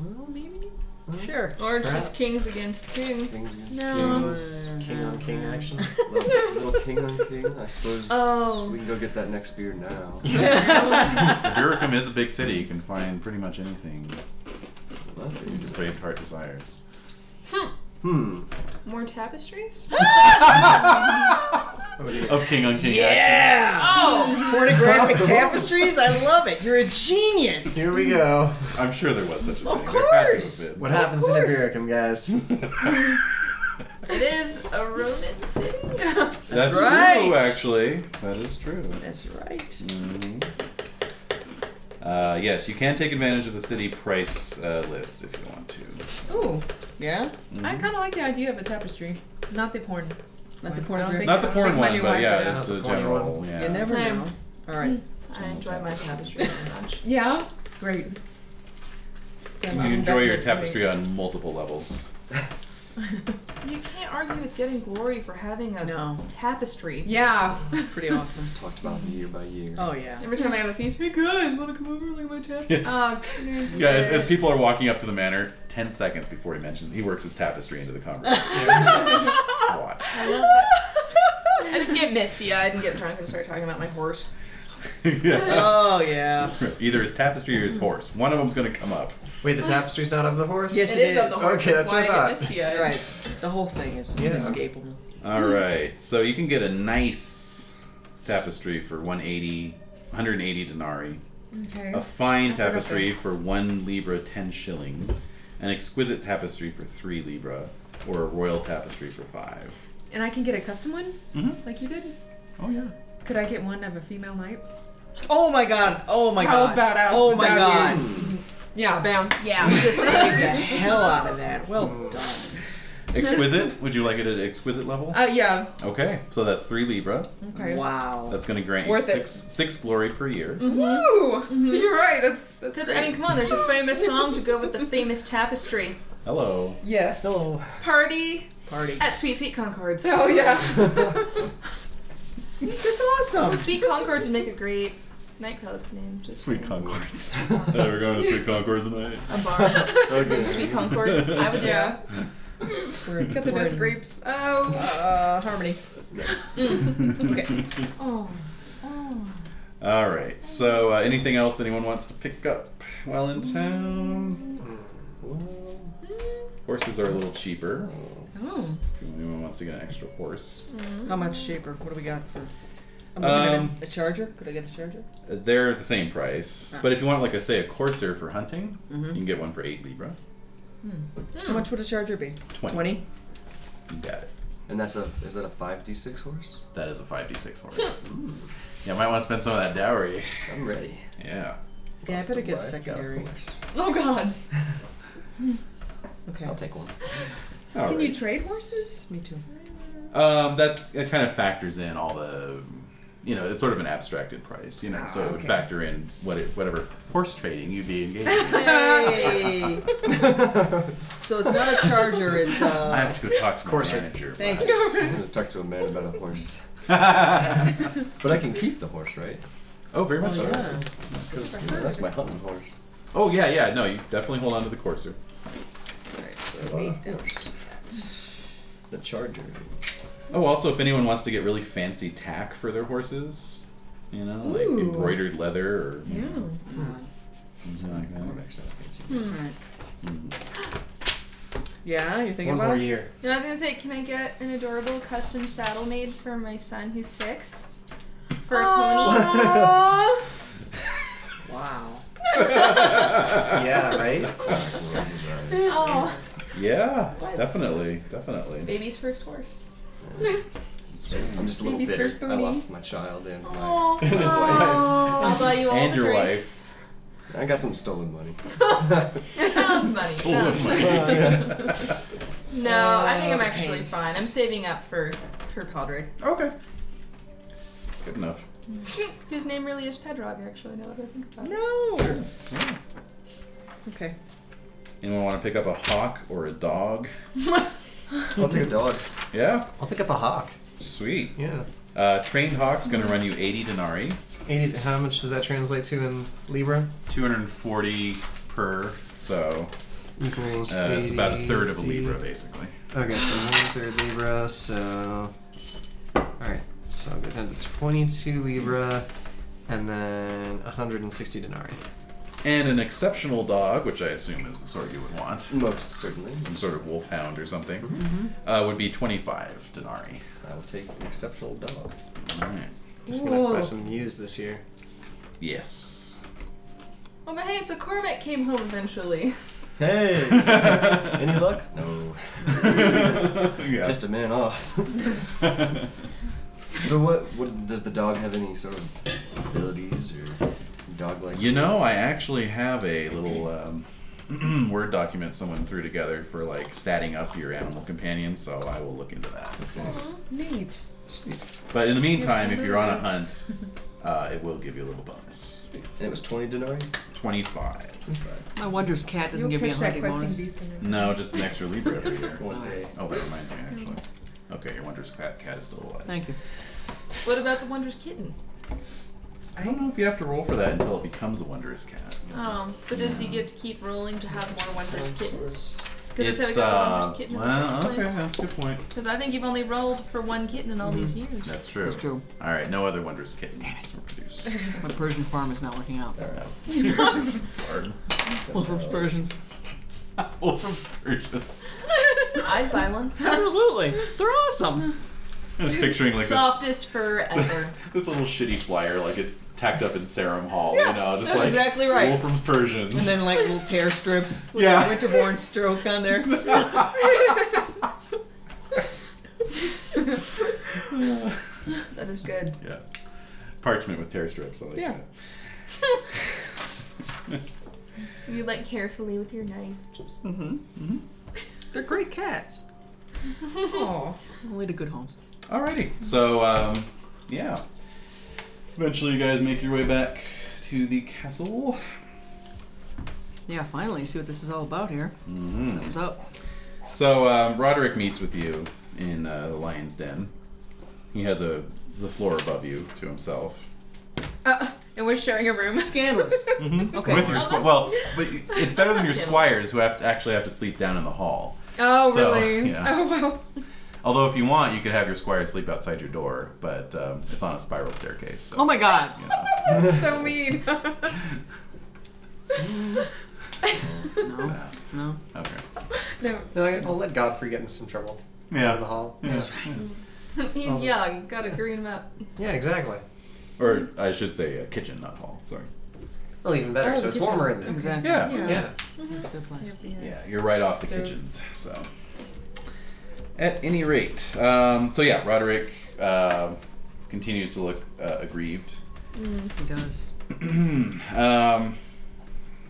Speaker 19: Well, maybe.
Speaker 17: Sure.
Speaker 19: Or it's
Speaker 7: Perhaps.
Speaker 19: just kings against king.
Speaker 7: Kings against
Speaker 19: No.
Speaker 7: kings. King on king
Speaker 19: [laughs]
Speaker 7: action. little,
Speaker 17: [laughs]
Speaker 7: little king on king. I suppose
Speaker 19: Oh.
Speaker 7: we can go get that next beer
Speaker 17: [laughs]
Speaker 7: now.
Speaker 1: Duricum is a big city. You can find pretty much anything
Speaker 7: Well, that
Speaker 1: your
Speaker 7: is-
Speaker 1: brave heart desires.
Speaker 7: hmm.
Speaker 19: More tapestries?
Speaker 1: Of King on King action.
Speaker 17: [laughs] Yeah.
Speaker 19: Oh!
Speaker 17: Pornographic tapestries. I love it. You're a genius.
Speaker 5: Here we go.
Speaker 1: I'm sure there was such a
Speaker 17: Of
Speaker 1: thing. There had to have
Speaker 17: course.
Speaker 1: been. [laughs]
Speaker 5: What happens to
Speaker 17: course.
Speaker 5: Ibiricum, guys?
Speaker 19: It is a Roman city.
Speaker 1: That's,
Speaker 17: right.
Speaker 1: true, actually. That is true.
Speaker 17: That's right.
Speaker 1: Mhm. Uh, yes, you can take advantage of the city price uh, list if you want to.
Speaker 17: Ooh. Yeah.
Speaker 1: Mhm.
Speaker 4: I kind of like the idea of a tapestry, not the porn.
Speaker 17: Not the
Speaker 4: I don't
Speaker 17: pornographic.
Speaker 4: think-
Speaker 1: Not the
Speaker 4: I
Speaker 1: porn
Speaker 4: think my
Speaker 1: one,
Speaker 4: new
Speaker 1: but
Speaker 4: wife
Speaker 1: yeah,
Speaker 4: would
Speaker 1: just
Speaker 4: ask.
Speaker 1: the
Speaker 5: The porn
Speaker 1: general.
Speaker 5: one.
Speaker 1: Yeah.
Speaker 17: You never
Speaker 19: Yeah.
Speaker 17: know. All right.
Speaker 19: I enjoy my [laughs] tapestry very much.
Speaker 4: Yeah. Great.
Speaker 17: So
Speaker 1: you
Speaker 17: my
Speaker 1: can enjoy your
Speaker 17: investment
Speaker 1: tapestry on multiple levels.
Speaker 19: You can't argue with getting glory for having a
Speaker 17: No.
Speaker 19: tapestry.
Speaker 4: Yeah.
Speaker 17: money. Pretty awesome.
Speaker 7: Talked about year by year.
Speaker 17: [laughs] Oh yeah. [laughs]
Speaker 19: Every time I have a feast, hey guys, want to come over and look at my tapestry? Uh, there's-
Speaker 1: Yeah, as, as people are walking up to the manor, 10 seconds before he mentions, he works his tapestry into the conversation.
Speaker 17: [laughs]
Speaker 1: Watch. [laughs]
Speaker 19: I just get misty eyed and get drunk and start talking about my horse.
Speaker 1: yeah.
Speaker 17: Oh yeah.
Speaker 1: Either his tapestry or his horse. One of them's going to come up.
Speaker 5: Wait, the tapestry's not of the horse?
Speaker 17: Yes,
Speaker 19: It
Speaker 17: it
Speaker 19: is of the
Speaker 17: is.
Speaker 19: horse.
Speaker 5: Okay, that's
Speaker 19: why
Speaker 5: what I
Speaker 19: I get
Speaker 5: thought.
Speaker 19: misty eyed.
Speaker 17: Right. The whole thing is
Speaker 5: Yeah.
Speaker 17: inescapable.
Speaker 1: All right, so you can get a nice tapestry for 180, 180 denarii,
Speaker 4: Okay.
Speaker 1: a fine
Speaker 4: I forgot
Speaker 1: tapestry for one libra, ten shillings, an exquisite tapestry for three libra, or a royal tapestry for five.
Speaker 4: And I can get a custom one,
Speaker 19: Mm-hmm.
Speaker 1: Mhm.
Speaker 4: like you did.
Speaker 1: Oh yeah.
Speaker 4: Could I get one of a female knight?
Speaker 17: Oh my god. Oh my
Speaker 4: How
Speaker 17: god.
Speaker 4: badass
Speaker 17: Oh
Speaker 4: would
Speaker 17: my
Speaker 4: that
Speaker 17: god.
Speaker 4: Yeah. Bam.
Speaker 19: Yeah. Just
Speaker 17: Take the hell out of that. Well done.
Speaker 1: Exquisite? Would you like it at exquisite level?
Speaker 4: Uh,
Speaker 17: [laughs]
Speaker 4: yeah.
Speaker 1: Okay, so that's three libra.
Speaker 4: Okay.
Speaker 17: Wow.
Speaker 1: That's going to grant
Speaker 4: Worth
Speaker 1: you
Speaker 4: it.
Speaker 1: six six glory per year.
Speaker 4: Woo! You're right. That's that's.
Speaker 19: Because, I mean, come on, there's a famous song to go with the famous tapestry.
Speaker 1: Hello.
Speaker 4: Yes.
Speaker 5: Oh.
Speaker 19: Party
Speaker 17: Party.
Speaker 19: at Sweet Sweet Concords.
Speaker 4: Oh
Speaker 17: [laughs]
Speaker 4: yeah.
Speaker 17: That's awesome.
Speaker 19: Sweet Concords would make a great nightclub name. Just
Speaker 1: Sweet [laughs]
Speaker 19: saying.
Speaker 1: Concords. hey, we're going to Sweet Concords tonight.
Speaker 19: A bar. Sweet Concords.
Speaker 1: [laughs]
Speaker 19: I would
Speaker 4: yeah.
Speaker 19: yeah.
Speaker 17: We're,
Speaker 4: Got the
Speaker 17: we're
Speaker 4: best
Speaker 17: in,
Speaker 4: grapes. Oh.
Speaker 17: Uh, harmony.
Speaker 7: Nice.
Speaker 1: okay.
Speaker 19: Oh. Oh.
Speaker 1: All right. So, uh, anything else anyone wants to pick up while in town?
Speaker 7: Well,
Speaker 1: Horses are a little cheaper.
Speaker 4: Oh.
Speaker 1: If anyone wants to get an extra horse,
Speaker 4: Mm.
Speaker 17: How much cheaper? What do we got for? I'm
Speaker 1: Um,
Speaker 17: looking at a, a charger. Could I get a charger?
Speaker 1: Uh, they're the same price.
Speaker 4: Oh.
Speaker 1: But if you want, like I say, a courser for hunting,
Speaker 4: Mm-hmm.
Speaker 1: you can get one for eight libra.
Speaker 4: Hmm.
Speaker 17: How much would a charger be?
Speaker 1: 20.
Speaker 17: Twenty.
Speaker 1: You got it.
Speaker 7: and that's a is that a five d six horse?
Speaker 1: That is a five d six horse. Hmm. yeah, might want to spend some of that dowry.
Speaker 7: I'm ready.
Speaker 1: Yeah.
Speaker 17: Yeah, I
Speaker 7: Lost
Speaker 17: better get a
Speaker 7: wife, got
Speaker 17: secondary.
Speaker 7: horse.
Speaker 19: Oh God.
Speaker 17: Okay.
Speaker 7: I'll take
Speaker 17: [laughs]
Speaker 7: one.
Speaker 1: All
Speaker 4: Can you
Speaker 1: right.
Speaker 4: trade horses?
Speaker 17: Me too.
Speaker 1: Um, that's it. Kind of factors in all the you know, it's sort of an abstracted price, you know, so it would
Speaker 20: okay.
Speaker 1: factor in what it, whatever horse trading you'd be engaged
Speaker 17: [laughs]
Speaker 1: in.
Speaker 17: Hey. [laughs] so it's not a charger. It's
Speaker 1: I
Speaker 17: [laughs] uh.
Speaker 1: have to go talk to my
Speaker 7: course I-
Speaker 1: manager.
Speaker 4: [laughs]
Speaker 17: Thank
Speaker 1: but-
Speaker 17: you.
Speaker 7: I'm gonna talk to a man about a
Speaker 17: [laughs]
Speaker 7: horse. but I can keep the horse, right?
Speaker 1: [laughs] Oh, very much so.
Speaker 17: yeah.
Speaker 7: Because that's my hunting horse.
Speaker 1: Oh, yeah, yeah. No, you definitely hold on to the courser.
Speaker 17: Alright, so
Speaker 7: A lot
Speaker 17: we
Speaker 7: of horse. The charger.
Speaker 1: Oh, also, if anyone wants to get really fancy tack for their horses, you know, like
Speaker 17: Ooh.
Speaker 1: embroidered leather or Mm-hmm. you
Speaker 17: Yeah.
Speaker 1: know, something like that.
Speaker 7: Cormac's not fancy.
Speaker 17: Alright. Yeah, you thinking
Speaker 5: One
Speaker 17: about
Speaker 5: more
Speaker 17: it?
Speaker 5: year.
Speaker 19: No, I was gonna say, can I get an adorable custom saddle made for my son who's six? For a
Speaker 17: [laughs] Aw.
Speaker 20: Wow.
Speaker 5: [laughs] [laughs] Yeah, right?
Speaker 7: Cormac rolls his eyes.
Speaker 19: pony. Oh,
Speaker 1: [laughs] Yeah, definitely, definitely.
Speaker 19: baby's first horse.
Speaker 7: I'm just a little
Speaker 19: Baby's
Speaker 7: bitter.
Speaker 19: first
Speaker 7: I
Speaker 19: pony.
Speaker 7: lost my child and my.
Speaker 19: Oh,
Speaker 7: And his wife.
Speaker 19: I'll buy you all
Speaker 1: And
Speaker 19: the
Speaker 1: your
Speaker 19: drinks.
Speaker 7: I got some stolen
Speaker 17: [laughs]
Speaker 7: money. [laughs]
Speaker 19: [laughs] Found [laughs] money. Found money. No, I think I'm actually fine. I'm saving up for for Podrick,
Speaker 1: okay. Good enough.
Speaker 19: whose name really is Pedrog. Actually, now that I think about it.
Speaker 17: No. Okay.
Speaker 1: Anyone want to pick up a hawk or a dog?
Speaker 7: I'll take a dog.
Speaker 1: Yeah,
Speaker 5: I'll pick up a hawk.
Speaker 1: sweet.
Speaker 5: Yeah.
Speaker 1: Uh, trained hawk's gonna run you 80 denarii,
Speaker 5: 80, how much does that translate to in Libra?
Speaker 1: 240 per. So
Speaker 5: Equals.
Speaker 1: uh, it's about a third of a
Speaker 5: 80.
Speaker 1: libra, basically.
Speaker 5: Okay, so one third Libra, so. Alright, so I'll go down to 22 Libra and then 160 denarii.
Speaker 1: And an exceptional dog, which I assume is the sort you would want,
Speaker 7: Most certainly.
Speaker 1: some sort of wolfhound or something, uh, would be 25 denarii.
Speaker 7: I will take an exceptional dog.
Speaker 1: All right.
Speaker 5: Just gonna buy
Speaker 17: Ooh.
Speaker 5: some ewes this year.
Speaker 1: Yes.
Speaker 19: Oh, but hey, so Cormac came home eventually.
Speaker 7: [laughs] Hey! Any luck? No.
Speaker 1: [laughs] yeah.
Speaker 7: Pissed a man off. so what? What does the dog have any sort of abilities or dog-like?
Speaker 1: [laughs] You know, I actually have a little um, [clears throat] Word document someone threw together for like statting up your animal companions, so I will look into that.
Speaker 17: Neat.
Speaker 1: But in the meantime, if you're on a
Speaker 19: [laughs]
Speaker 1: hunt, uh, it will give you a little bonus.
Speaker 7: And it was twenty denarii.
Speaker 1: 25.
Speaker 17: My wonders cat doesn't
Speaker 20: You'll
Speaker 17: give me a
Speaker 20: push that
Speaker 17: hunting
Speaker 20: questing
Speaker 17: bonus.
Speaker 20: beast in there.
Speaker 1: No, just an extra Libra every year.
Speaker 7: One day.
Speaker 1: Oh, that reminds me, actually. Okay, your wondrous cat, cat is still alive.
Speaker 17: Thank you.
Speaker 19: What about the wondrous kitten?
Speaker 1: I don't know if you have to roll for that until it becomes a wondrous cat.
Speaker 19: Um, but does he get to keep rolling to have more wondrous kittens? Because it's,
Speaker 1: It's,
Speaker 19: it's a
Speaker 1: uh,
Speaker 19: wondrous kitten in the
Speaker 1: well,
Speaker 19: first
Speaker 1: okay,
Speaker 19: place.
Speaker 1: that's a good point.
Speaker 19: Because I think you've only rolled for one kitten in all these years.
Speaker 1: That's true.
Speaker 17: That's true.
Speaker 1: All right, no other wondrous kittens were produced.
Speaker 17: [laughs] My Persian farm is not working out.
Speaker 1: [laughs]
Speaker 7: All right.
Speaker 1: Sorry.
Speaker 17: Wolfram's Persians.
Speaker 1: Wolfram's Persian.
Speaker 19: I'd buy one.
Speaker 17: Absolutely. They're awesome.
Speaker 1: I was picturing like this,
Speaker 19: Softest fur ever.
Speaker 1: [laughs] this little shitty flyer, like it tacked up in Sarum Hall, you know, just
Speaker 17: that's
Speaker 1: like
Speaker 17: exactly right.
Speaker 1: Wolfram's Persians.
Speaker 17: And then like little tear strips with
Speaker 1: Yeah.
Speaker 17: a [laughs] Winterborn stroke on there.
Speaker 19: [laughs] that is good.
Speaker 1: [laughs] yeah, parchment with tear strips. I like
Speaker 17: Yeah.
Speaker 1: that.
Speaker 19: You like carefully with your knife. Just
Speaker 17: mm-hmm. They're great cats.
Speaker 20: Aw.
Speaker 17: Only to good homes.
Speaker 1: Alrighty. So, um, yeah. Eventually, you guys make your way back to the castle.
Speaker 17: Yeah, finally, see what this is all about here.
Speaker 1: Mhm.
Speaker 17: Something's up.
Speaker 1: So um, Roderick meets with you in uh, the lion's den. He has a the floor above you to himself.
Speaker 19: uh, and we're sharing a [laughs] room.
Speaker 17: Scandalous.
Speaker 1: Mm-hmm.
Speaker 17: Okay.
Speaker 1: With your
Speaker 19: Oh,
Speaker 1: squ-
Speaker 19: that's- [laughs]
Speaker 1: well, but it's better than
Speaker 19: not
Speaker 1: your
Speaker 19: terrible.
Speaker 1: squires who have to actually have to sleep down in the hall.
Speaker 19: Oh
Speaker 1: So,
Speaker 19: really?
Speaker 1: [laughs] yeah.
Speaker 19: Oh well.
Speaker 1: Although if you want, you could have your squire sleep outside your door, but um, it's on a spiral staircase. So,
Speaker 17: Oh my god.
Speaker 1: you know.
Speaker 19: so
Speaker 1: [laughs]
Speaker 19: mean.
Speaker 17: No,
Speaker 1: Yeah.
Speaker 17: no.
Speaker 1: Okay.
Speaker 5: No, I- I'll let Godfrey get into some trouble in the
Speaker 1: Yeah.
Speaker 5: hall.
Speaker 19: He's young. Gotta green him up.
Speaker 5: Yeah, exactly.
Speaker 1: Or I should say uh, kitchen, not hall. Sorry.
Speaker 5: Well, even
Speaker 11: Oh,
Speaker 5: better, so it's warmer in there.
Speaker 17: Exactly.
Speaker 1: Yeah.
Speaker 5: Yeah.
Speaker 17: That's a good place.
Speaker 1: Yeah, you're right off the kitchens. So, at any rate, um, so yeah, Roderick uh, continues to look uh, aggrieved.
Speaker 17: He does.
Speaker 1: [clears throat] um,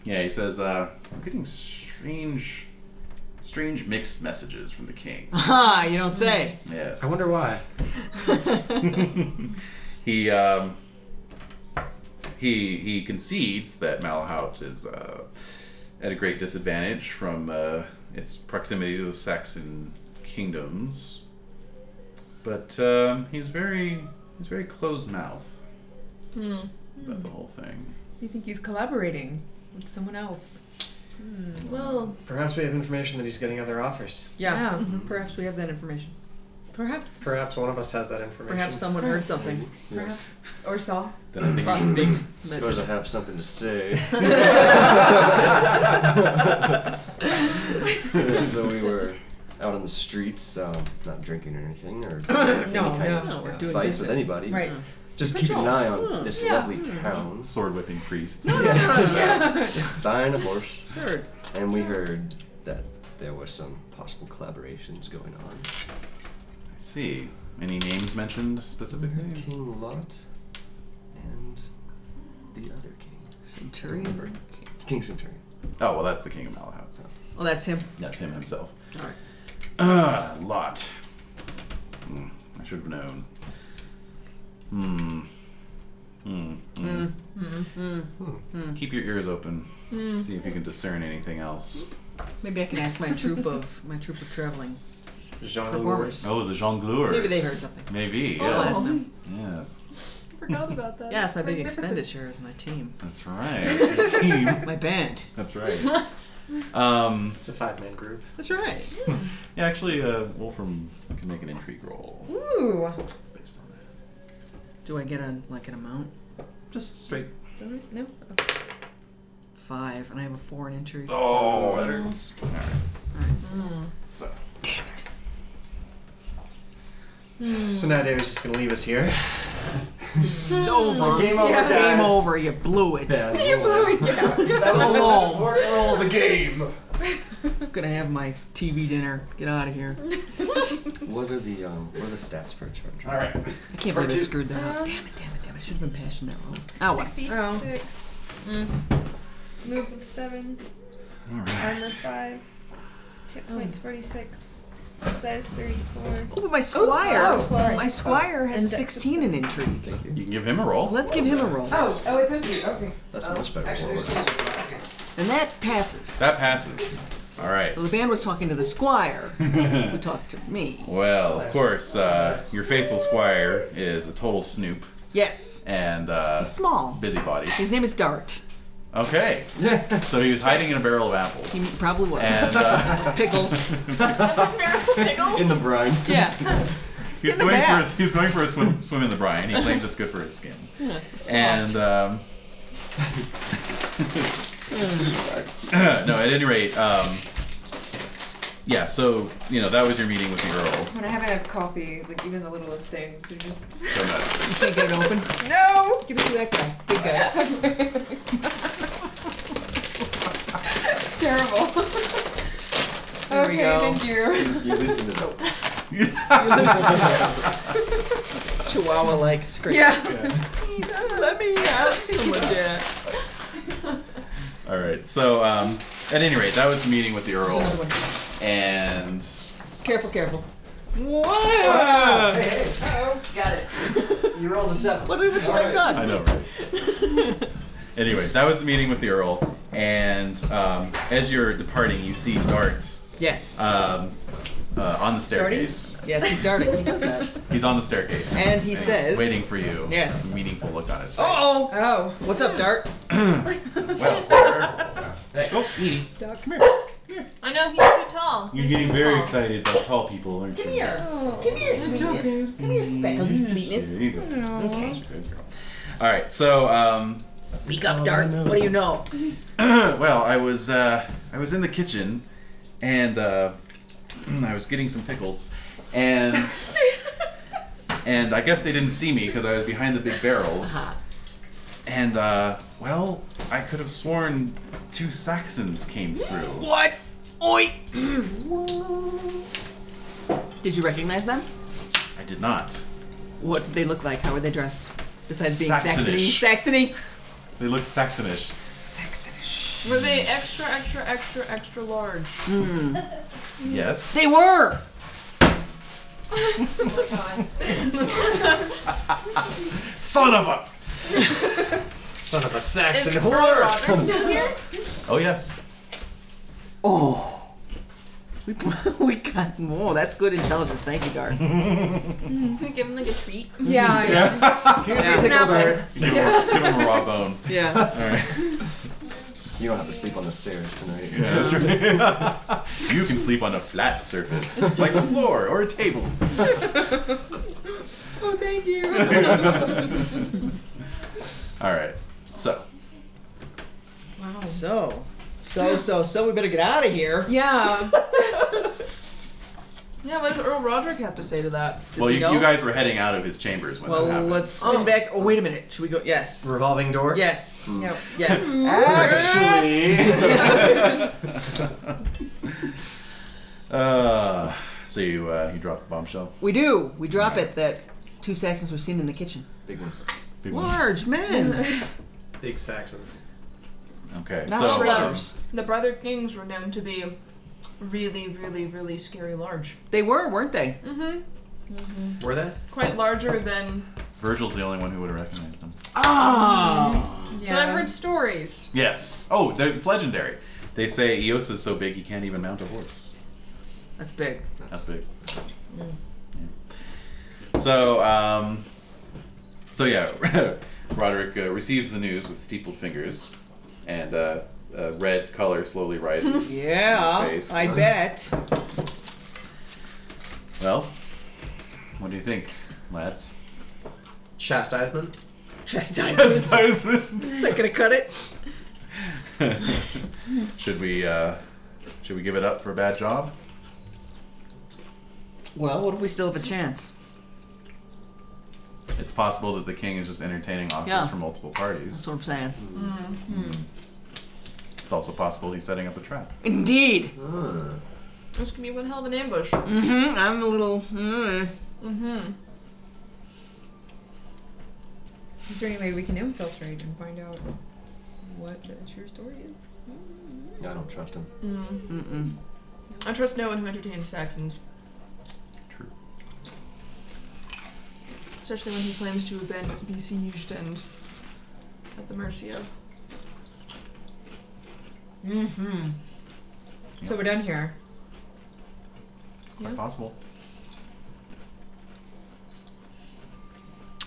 Speaker 1: yeah, he says, uh, "I'm getting strange, strange mixed messages from the king."
Speaker 17: Aha, you don't say.
Speaker 1: Yes.
Speaker 5: I wonder why.
Speaker 1: he [laughs] he um, he he concedes that Malahout is uh, at a great disadvantage from uh, its proximity to the Saxon kingdoms, but um, he's very he's very close mouth
Speaker 17: Hmm.
Speaker 1: about the whole thing.
Speaker 17: You think he's collaborating with someone else?
Speaker 19: Well,
Speaker 5: Perhaps we have information that he's getting other offers.
Speaker 11: Mm-hmm.
Speaker 17: Yeah. Mm-hmm.
Speaker 11: Perhaps we have that information.
Speaker 17: Perhaps.
Speaker 5: Perhaps one of us has that information.
Speaker 11: Perhaps someone heard something.
Speaker 7: [laughs] Yes.
Speaker 17: Or saw.
Speaker 1: Then I think
Speaker 17: Possibly.
Speaker 1: you
Speaker 7: Suppose I have something to
Speaker 11: [laughs]
Speaker 7: say. [laughs] so we were out on the streets, um, not drinking or anything, or any
Speaker 11: [laughs] No,
Speaker 7: kind
Speaker 11: no,
Speaker 7: of
Speaker 11: no, we're
Speaker 7: fights
Speaker 11: doing
Speaker 7: with
Speaker 11: business.
Speaker 7: anybody.
Speaker 17: Right.
Speaker 7: Just keeping an eye on
Speaker 11: Patrol.
Speaker 7: this
Speaker 17: Yeah.
Speaker 7: lovely
Speaker 11: hmm.
Speaker 7: town.
Speaker 1: sword whipping priests.
Speaker 7: [laughs] Just buying a horse.
Speaker 11: Sure.
Speaker 7: And we heard that there were some possible collaborations going on.
Speaker 1: I see. Any names mentioned specifically?
Speaker 11: Mm-hmm.
Speaker 7: King Lot and the other king.
Speaker 11: Centurion.
Speaker 7: King Centurion.
Speaker 1: Oh well, that's the king of Malahout.
Speaker 11: [clears throat] Well, that's him.
Speaker 1: That's him himself.
Speaker 11: All right.
Speaker 1: Ah, Lot. Hmm, I should have known. Hmm. Hmm. hmm.
Speaker 11: Hmm.
Speaker 1: Keep your ears open. See if you can discern anything else.
Speaker 11: Maybe I can ask my troop of my troop of traveling
Speaker 5: Jean
Speaker 11: performers.
Speaker 1: Oh, the jongleurs.
Speaker 11: Maybe they heard something. Oh,
Speaker 1: Maybe,
Speaker 11: I'll
Speaker 1: yes.
Speaker 11: ask them.
Speaker 1: Yes.
Speaker 4: Forgot about that.
Speaker 11: Yeah, it's my big
Speaker 4: Magnificent.
Speaker 11: expenditure is my team,
Speaker 1: That's right. Your team.
Speaker 11: [laughs] my band.
Speaker 1: That's right. Um,
Speaker 5: It's a five-man group.
Speaker 11: That's right.
Speaker 1: yeah, actually, uh, Wolfram can make an intrigue roll
Speaker 11: Ooh.
Speaker 1: based on that.
Speaker 11: Do I get a like an amount?
Speaker 1: Just straight.
Speaker 11: Bonus? No. Five, and I have a four in entry.
Speaker 1: Oh, that hurts. All right. So.
Speaker 11: Hmm.
Speaker 5: So now David's just gonna leave us
Speaker 11: [laughs]
Speaker 5: here.
Speaker 11: It's over.
Speaker 5: Game over,
Speaker 11: Yeah. Oh, Game
Speaker 5: guys.
Speaker 11: over. You blew it.
Speaker 5: Yeah, it's
Speaker 11: [laughs]
Speaker 5: over.
Speaker 11: Yeah.
Speaker 5: That was the most important roll of the game.
Speaker 11: I'm gonna have my TV dinner. Get out of here.
Speaker 7: What are the um, what are the stats for a charge?
Speaker 1: All right.
Speaker 11: I can't believe I screwed that up. Damn it! Damn it! Damn it! I should have been passing that roll. Oh, well.
Speaker 4: 66.
Speaker 19: Oh.
Speaker 4: Mm. Move of 7.
Speaker 1: All right.
Speaker 4: Armor 5. Hit points 46. Size 34.
Speaker 11: Oh, uh, but my squire.
Speaker 4: Oh, sorry.
Speaker 11: my squire has
Speaker 4: And that's-
Speaker 11: 16 in intrigue.
Speaker 7: Thank you.
Speaker 1: You can give him a roll.
Speaker 11: Let's give him a roll.
Speaker 4: Oh, oh, it's empty. Okay.
Speaker 7: That's
Speaker 11: Oh,
Speaker 7: a much better.
Speaker 4: Actually,
Speaker 7: roll.
Speaker 4: there's
Speaker 11: And that passes.
Speaker 1: That passes. All right.
Speaker 11: So the band was talking to the squire, who talked to me.
Speaker 1: [laughs] well, of course, uh, your faithful squire is a total snoop
Speaker 11: Yes.
Speaker 1: and uh,
Speaker 11: Small.
Speaker 1: busybody.
Speaker 11: His name is Dart.
Speaker 1: Okay.
Speaker 7: [laughs]
Speaker 1: So he was hiding in a barrel of apples.
Speaker 11: He probably was.
Speaker 1: And
Speaker 11: [laughs]
Speaker 1: uh,
Speaker 11: Pickles.
Speaker 7: In the brine.
Speaker 11: [laughs] Yeah.
Speaker 1: he was
Speaker 11: getting a
Speaker 1: going for a,
Speaker 11: bath.
Speaker 1: he was going for a swim swim in the brine. He claims it's good for his
Speaker 11: [laughs]
Speaker 1: skin. and um, [laughs] no, at any rate, um, yeah. So you know that was your meeting with the Earl.
Speaker 17: When I haven't had coffee, like even the littlest things, they're just
Speaker 1: So nuts.
Speaker 11: You [laughs]
Speaker 1: [laughs]
Speaker 11: can't get it open.
Speaker 17: no.
Speaker 11: Give it to that guy. Big guy.
Speaker 17: [laughs] [laughs] terrible.
Speaker 11: There
Speaker 17: okay,
Speaker 11: we go.
Speaker 17: thank you.
Speaker 7: [laughs] You loosened it up.
Speaker 11: Chihuahua-like scream.
Speaker 17: Yeah.
Speaker 11: Let me out. Someone did.
Speaker 1: All right. So um, at any rate, that was the meeting with the Earl.
Speaker 11: Another one.
Speaker 1: And
Speaker 11: Careful, careful. Ah!
Speaker 1: what?
Speaker 5: You rolled a seven.
Speaker 11: What, what should I have done?
Speaker 1: I know, right? Anyway, that was the meeting with the Earl. And um, as you're departing, you see Dart
Speaker 11: [laughs] Yes.
Speaker 1: um, uh, on the staircase.
Speaker 11: Yes, he's darting. He does that.
Speaker 1: He's on the staircase.
Speaker 11: And he
Speaker 1: he's
Speaker 11: says-
Speaker 1: waiting for you.
Speaker 11: Yes.
Speaker 1: A meaningful look on his face.
Speaker 11: Uh-oh. [laughs]
Speaker 17: Oh.
Speaker 11: What's up, Dart?
Speaker 1: [clears throat] Well, sir. Oh, Edie. Come here.
Speaker 19: I know he's too tall.
Speaker 21: You're
Speaker 19: He's
Speaker 21: getting
Speaker 19: too
Speaker 21: very
Speaker 19: tall.
Speaker 21: excited about tall people, aren't you? Come
Speaker 11: Come here, sweetness. Come here, speckledy
Speaker 21: There you go.
Speaker 11: Okay.
Speaker 21: Good girl.
Speaker 1: All right. So, um, [clears throat]
Speaker 11: Speak up, Dart. What do you know?
Speaker 1: well, I was uh, I was in the kitchen, and uh, [clears throat] I was getting some pickles,
Speaker 11: [laughs]
Speaker 1: and and I guess they didn't see me because I was behind the big barrels.
Speaker 11: Uh-huh.
Speaker 1: And uh, well, I could have sworn two Saxons came through.
Speaker 11: What? Oi! Did you recognize them?
Speaker 1: I did not.
Speaker 11: What did they look like? How were they dressed? Besides being Saxony.
Speaker 1: Saxonish.
Speaker 11: Saxony.
Speaker 1: They look Saxonish.
Speaker 11: Saxonish.
Speaker 19: Were they extra, extra, extra, extra large?
Speaker 11: Mm.
Speaker 1: Yes.
Speaker 11: They were.
Speaker 19: Oh my god.
Speaker 1: Son of a.
Speaker 5: Son of a
Speaker 19: Is
Speaker 5: Saxon
Speaker 19: Earl Roberts
Speaker 5: whore!
Speaker 19: still here?
Speaker 1: Oh yes.
Speaker 11: [laughs]
Speaker 17: Oh. We, we got more. That's good intelligence. Thank you, Gar.
Speaker 19: Give him like a treat.
Speaker 17: Yeah,
Speaker 5: yeah. Here's
Speaker 17: Yeah.
Speaker 5: a
Speaker 17: Now
Speaker 5: pickle
Speaker 17: what?
Speaker 5: dart.
Speaker 1: Give him, give him a raw bone.
Speaker 17: [laughs] Yeah.
Speaker 7: You don't have to sleep on the stairs tonight. [laughs]
Speaker 1: Yeah, that's
Speaker 11: [laughs]
Speaker 1: right. [laughs] you can sleep on a flat surface, like a floor or a [laughs] table.
Speaker 22: Oh, thank you.
Speaker 1: All right. So,
Speaker 22: wow.
Speaker 17: So, so, so, so we better get out of here.
Speaker 19: Yeah. yeah, what does Earl Roderick have to say to that?
Speaker 17: Does
Speaker 1: well,
Speaker 17: he
Speaker 1: you,
Speaker 17: know?
Speaker 1: you guys were heading out of his chambers when
Speaker 17: Well,
Speaker 1: that happened.
Speaker 17: let's switch
Speaker 19: Oh.
Speaker 17: back. Oh, wait a minute. Should we go? Yes.
Speaker 5: Revolving door?
Speaker 17: Yes.
Speaker 7: Mm.
Speaker 23: Yep.
Speaker 17: Yes.
Speaker 1: [laughs] uh, so you uh, you drop the bombshell.
Speaker 17: We do. We drop it that two Saxons were seen in the kitchen.
Speaker 7: Big one.
Speaker 1: Big one.
Speaker 17: Large men.
Speaker 5: Big Saxons.
Speaker 1: Okay.
Speaker 17: Not
Speaker 1: so,
Speaker 17: brothers.
Speaker 19: The Brother Kings were known to be really, really, really scary large.
Speaker 17: They were, weren't they?
Speaker 19: Mm-hmm.
Speaker 5: Were they?
Speaker 19: Quite larger than.
Speaker 1: um, Virgil's the only one who would have recognized him.
Speaker 17: Ah.
Speaker 19: But I've heard stories.
Speaker 1: Yes. Oh, there's, it's legendary. They say Eos is so big he can't even mount a horse.
Speaker 17: That's big.
Speaker 1: That's big. Yeah. So, um, so yeah, [laughs] Roderick uh, receives the news with steepled fingers, and uh, uh, red color slowly
Speaker 17: [laughs]
Speaker 1: rises. in
Speaker 17: Yeah.
Speaker 1: his face.
Speaker 17: I bet.
Speaker 1: Well, what do you think,
Speaker 17: [laughs]
Speaker 1: lads?
Speaker 5: Chastisement?
Speaker 17: Chastisement.
Speaker 1: Chastisement.
Speaker 17: Is that gonna cut it?
Speaker 1: [laughs] should we uh, should we give it up for a bad job?
Speaker 17: Well, what if we still have a chance?
Speaker 1: It's possible that the king is just entertaining offers
Speaker 17: Yeah.
Speaker 1: from multiple
Speaker 17: That's
Speaker 1: parties. Mm.
Speaker 17: what I'm saying.
Speaker 1: It's also possible he's setting up a trap.
Speaker 17: Indeed.
Speaker 7: Ah.
Speaker 19: This could be one hell of an ambush.
Speaker 17: Mm-hmm. I'm a little. Mm.
Speaker 19: Mm-hmm.
Speaker 4: Is there any way we can infiltrate and find out what the true story is?
Speaker 7: I don't trust him.
Speaker 19: Mm.
Speaker 17: Mm-mm.
Speaker 19: I trust no one who entertains Saxons,
Speaker 1: True.
Speaker 19: especially when he claims to have been besieged and at the mercy of.
Speaker 4: Mm-hmm. So we're done here.
Speaker 1: Quite possible.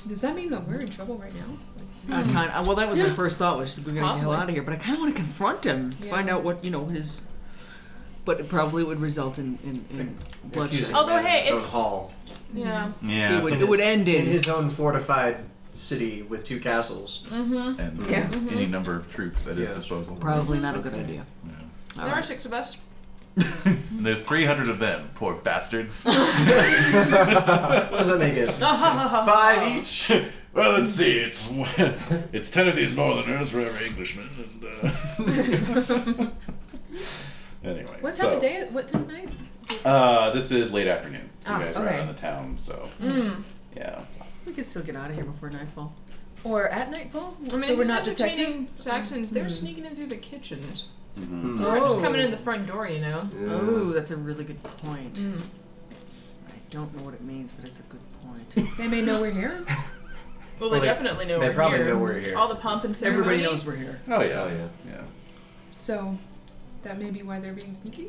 Speaker 4: Does that mean that we're in trouble right now?
Speaker 17: I kind of, well, that was my first thought was we're gonna get
Speaker 19: Possibly.
Speaker 17: out of here, but I kind of want to confront him, find out what you know his. But it probably would result in in, in bloodshed.
Speaker 5: Accusing
Speaker 19: Although,
Speaker 5: him in
Speaker 19: hey,
Speaker 5: his
Speaker 19: if-
Speaker 5: own hall.
Speaker 19: Yeah.
Speaker 1: Yeah.
Speaker 17: it would,
Speaker 1: it's-
Speaker 17: it would end in.
Speaker 5: In his own fortified city with two [laughs] castles.
Speaker 19: Mm-hmm.
Speaker 1: and
Speaker 4: Yeah.
Speaker 1: any number of troops at his
Speaker 5: Yeah.
Speaker 1: disposal.
Speaker 17: probably not a good idea.
Speaker 19: There are six of us.
Speaker 1: [laughs] There's 300 of them, poor bastards. [laughs]
Speaker 5: What does that make it?
Speaker 17: Ah,
Speaker 19: Five
Speaker 5: each.
Speaker 1: [laughs] well, let's see. It's [laughs] it's 10 of these Northerners for every Englishman, and uh... [laughs] anyway.
Speaker 4: What time
Speaker 1: so,
Speaker 4: of day? What time of night?
Speaker 1: Uh, this is late afternoon. You
Speaker 4: Ah,
Speaker 1: guys are out
Speaker 4: okay.
Speaker 1: in the town, so
Speaker 19: Mm.
Speaker 1: yeah.
Speaker 17: We could still get out of here before nightfall.
Speaker 4: Or at nightfall?
Speaker 19: I mean,
Speaker 4: so
Speaker 19: if
Speaker 4: we're
Speaker 19: he's
Speaker 4: not detected. Mm-hmm.
Speaker 19: entertaining Saxons. They're sneaking in through the kitchens.
Speaker 1: Mhm.
Speaker 19: They weren't just coming
Speaker 17: Oh.
Speaker 19: in the front door, you know.
Speaker 7: Yeah.
Speaker 17: Oh, that's a really good point.
Speaker 19: Mm.
Speaker 17: I don't know what it means, but it's a good point.
Speaker 4: They may know we're here.
Speaker 19: Well,
Speaker 5: Well,
Speaker 19: they
Speaker 5: they-
Speaker 19: definitely know
Speaker 5: they
Speaker 19: we're
Speaker 5: probably
Speaker 19: here.
Speaker 5: know we're here.
Speaker 19: All the pomp and ceremony.
Speaker 17: Everybody knows we're here.
Speaker 1: Oh yeah.
Speaker 7: Oh, yeah.
Speaker 1: Yeah.
Speaker 4: So that may be why they're being sneaky.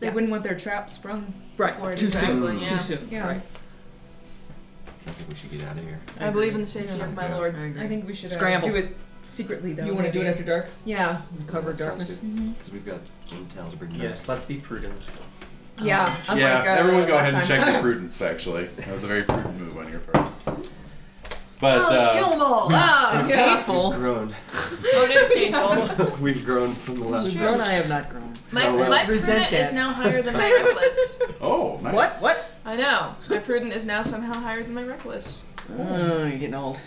Speaker 4: They
Speaker 17: Yeah.
Speaker 4: wouldn't want their trap sprung. before
Speaker 17: Right.
Speaker 4: it
Speaker 17: Too
Speaker 4: is out.
Speaker 17: soon.
Speaker 19: Yeah.
Speaker 17: Too soon.
Speaker 4: Yeah.
Speaker 17: Right.
Speaker 7: I think we should get out of here.
Speaker 19: I believe in the safety of my
Speaker 7: Yeah.
Speaker 19: lord.
Speaker 17: agree.
Speaker 4: I think we should uh,
Speaker 17: Scramble.
Speaker 4: do it secretly, though.
Speaker 17: you want to do it
Speaker 4: maybe.
Speaker 17: after dark?
Speaker 4: Yeah.
Speaker 17: Cover
Speaker 7: That sounds
Speaker 17: darkness.
Speaker 7: good, Cause we've got intel to bring back.
Speaker 5: Yes, let's be prudent.
Speaker 4: Yeah. unlike,
Speaker 1: yes.
Speaker 4: uh,
Speaker 1: everyone, go
Speaker 4: last
Speaker 1: ahead and
Speaker 4: time.
Speaker 1: check the prudence. Actually, that was a very prudent move on your
Speaker 4: [laughs]
Speaker 1: part. But
Speaker 24: oh,
Speaker 1: uh,
Speaker 24: let's kill them all.
Speaker 17: It's
Speaker 4: Yeah.
Speaker 7: We've
Speaker 17: painful.
Speaker 7: grown.
Speaker 19: Oh, it is painful.
Speaker 7: [laughs] We've grown from the last.
Speaker 17: We've grown. I have not grown.
Speaker 19: My,
Speaker 7: Oh, well.
Speaker 19: my
Speaker 17: Resent
Speaker 19: prudent is
Speaker 17: that.
Speaker 19: now higher than my reckless.
Speaker 1: oh, nice.
Speaker 17: What? What?
Speaker 19: I know. My prudent is now somehow higher than my reckless.
Speaker 17: Oh, you're getting old.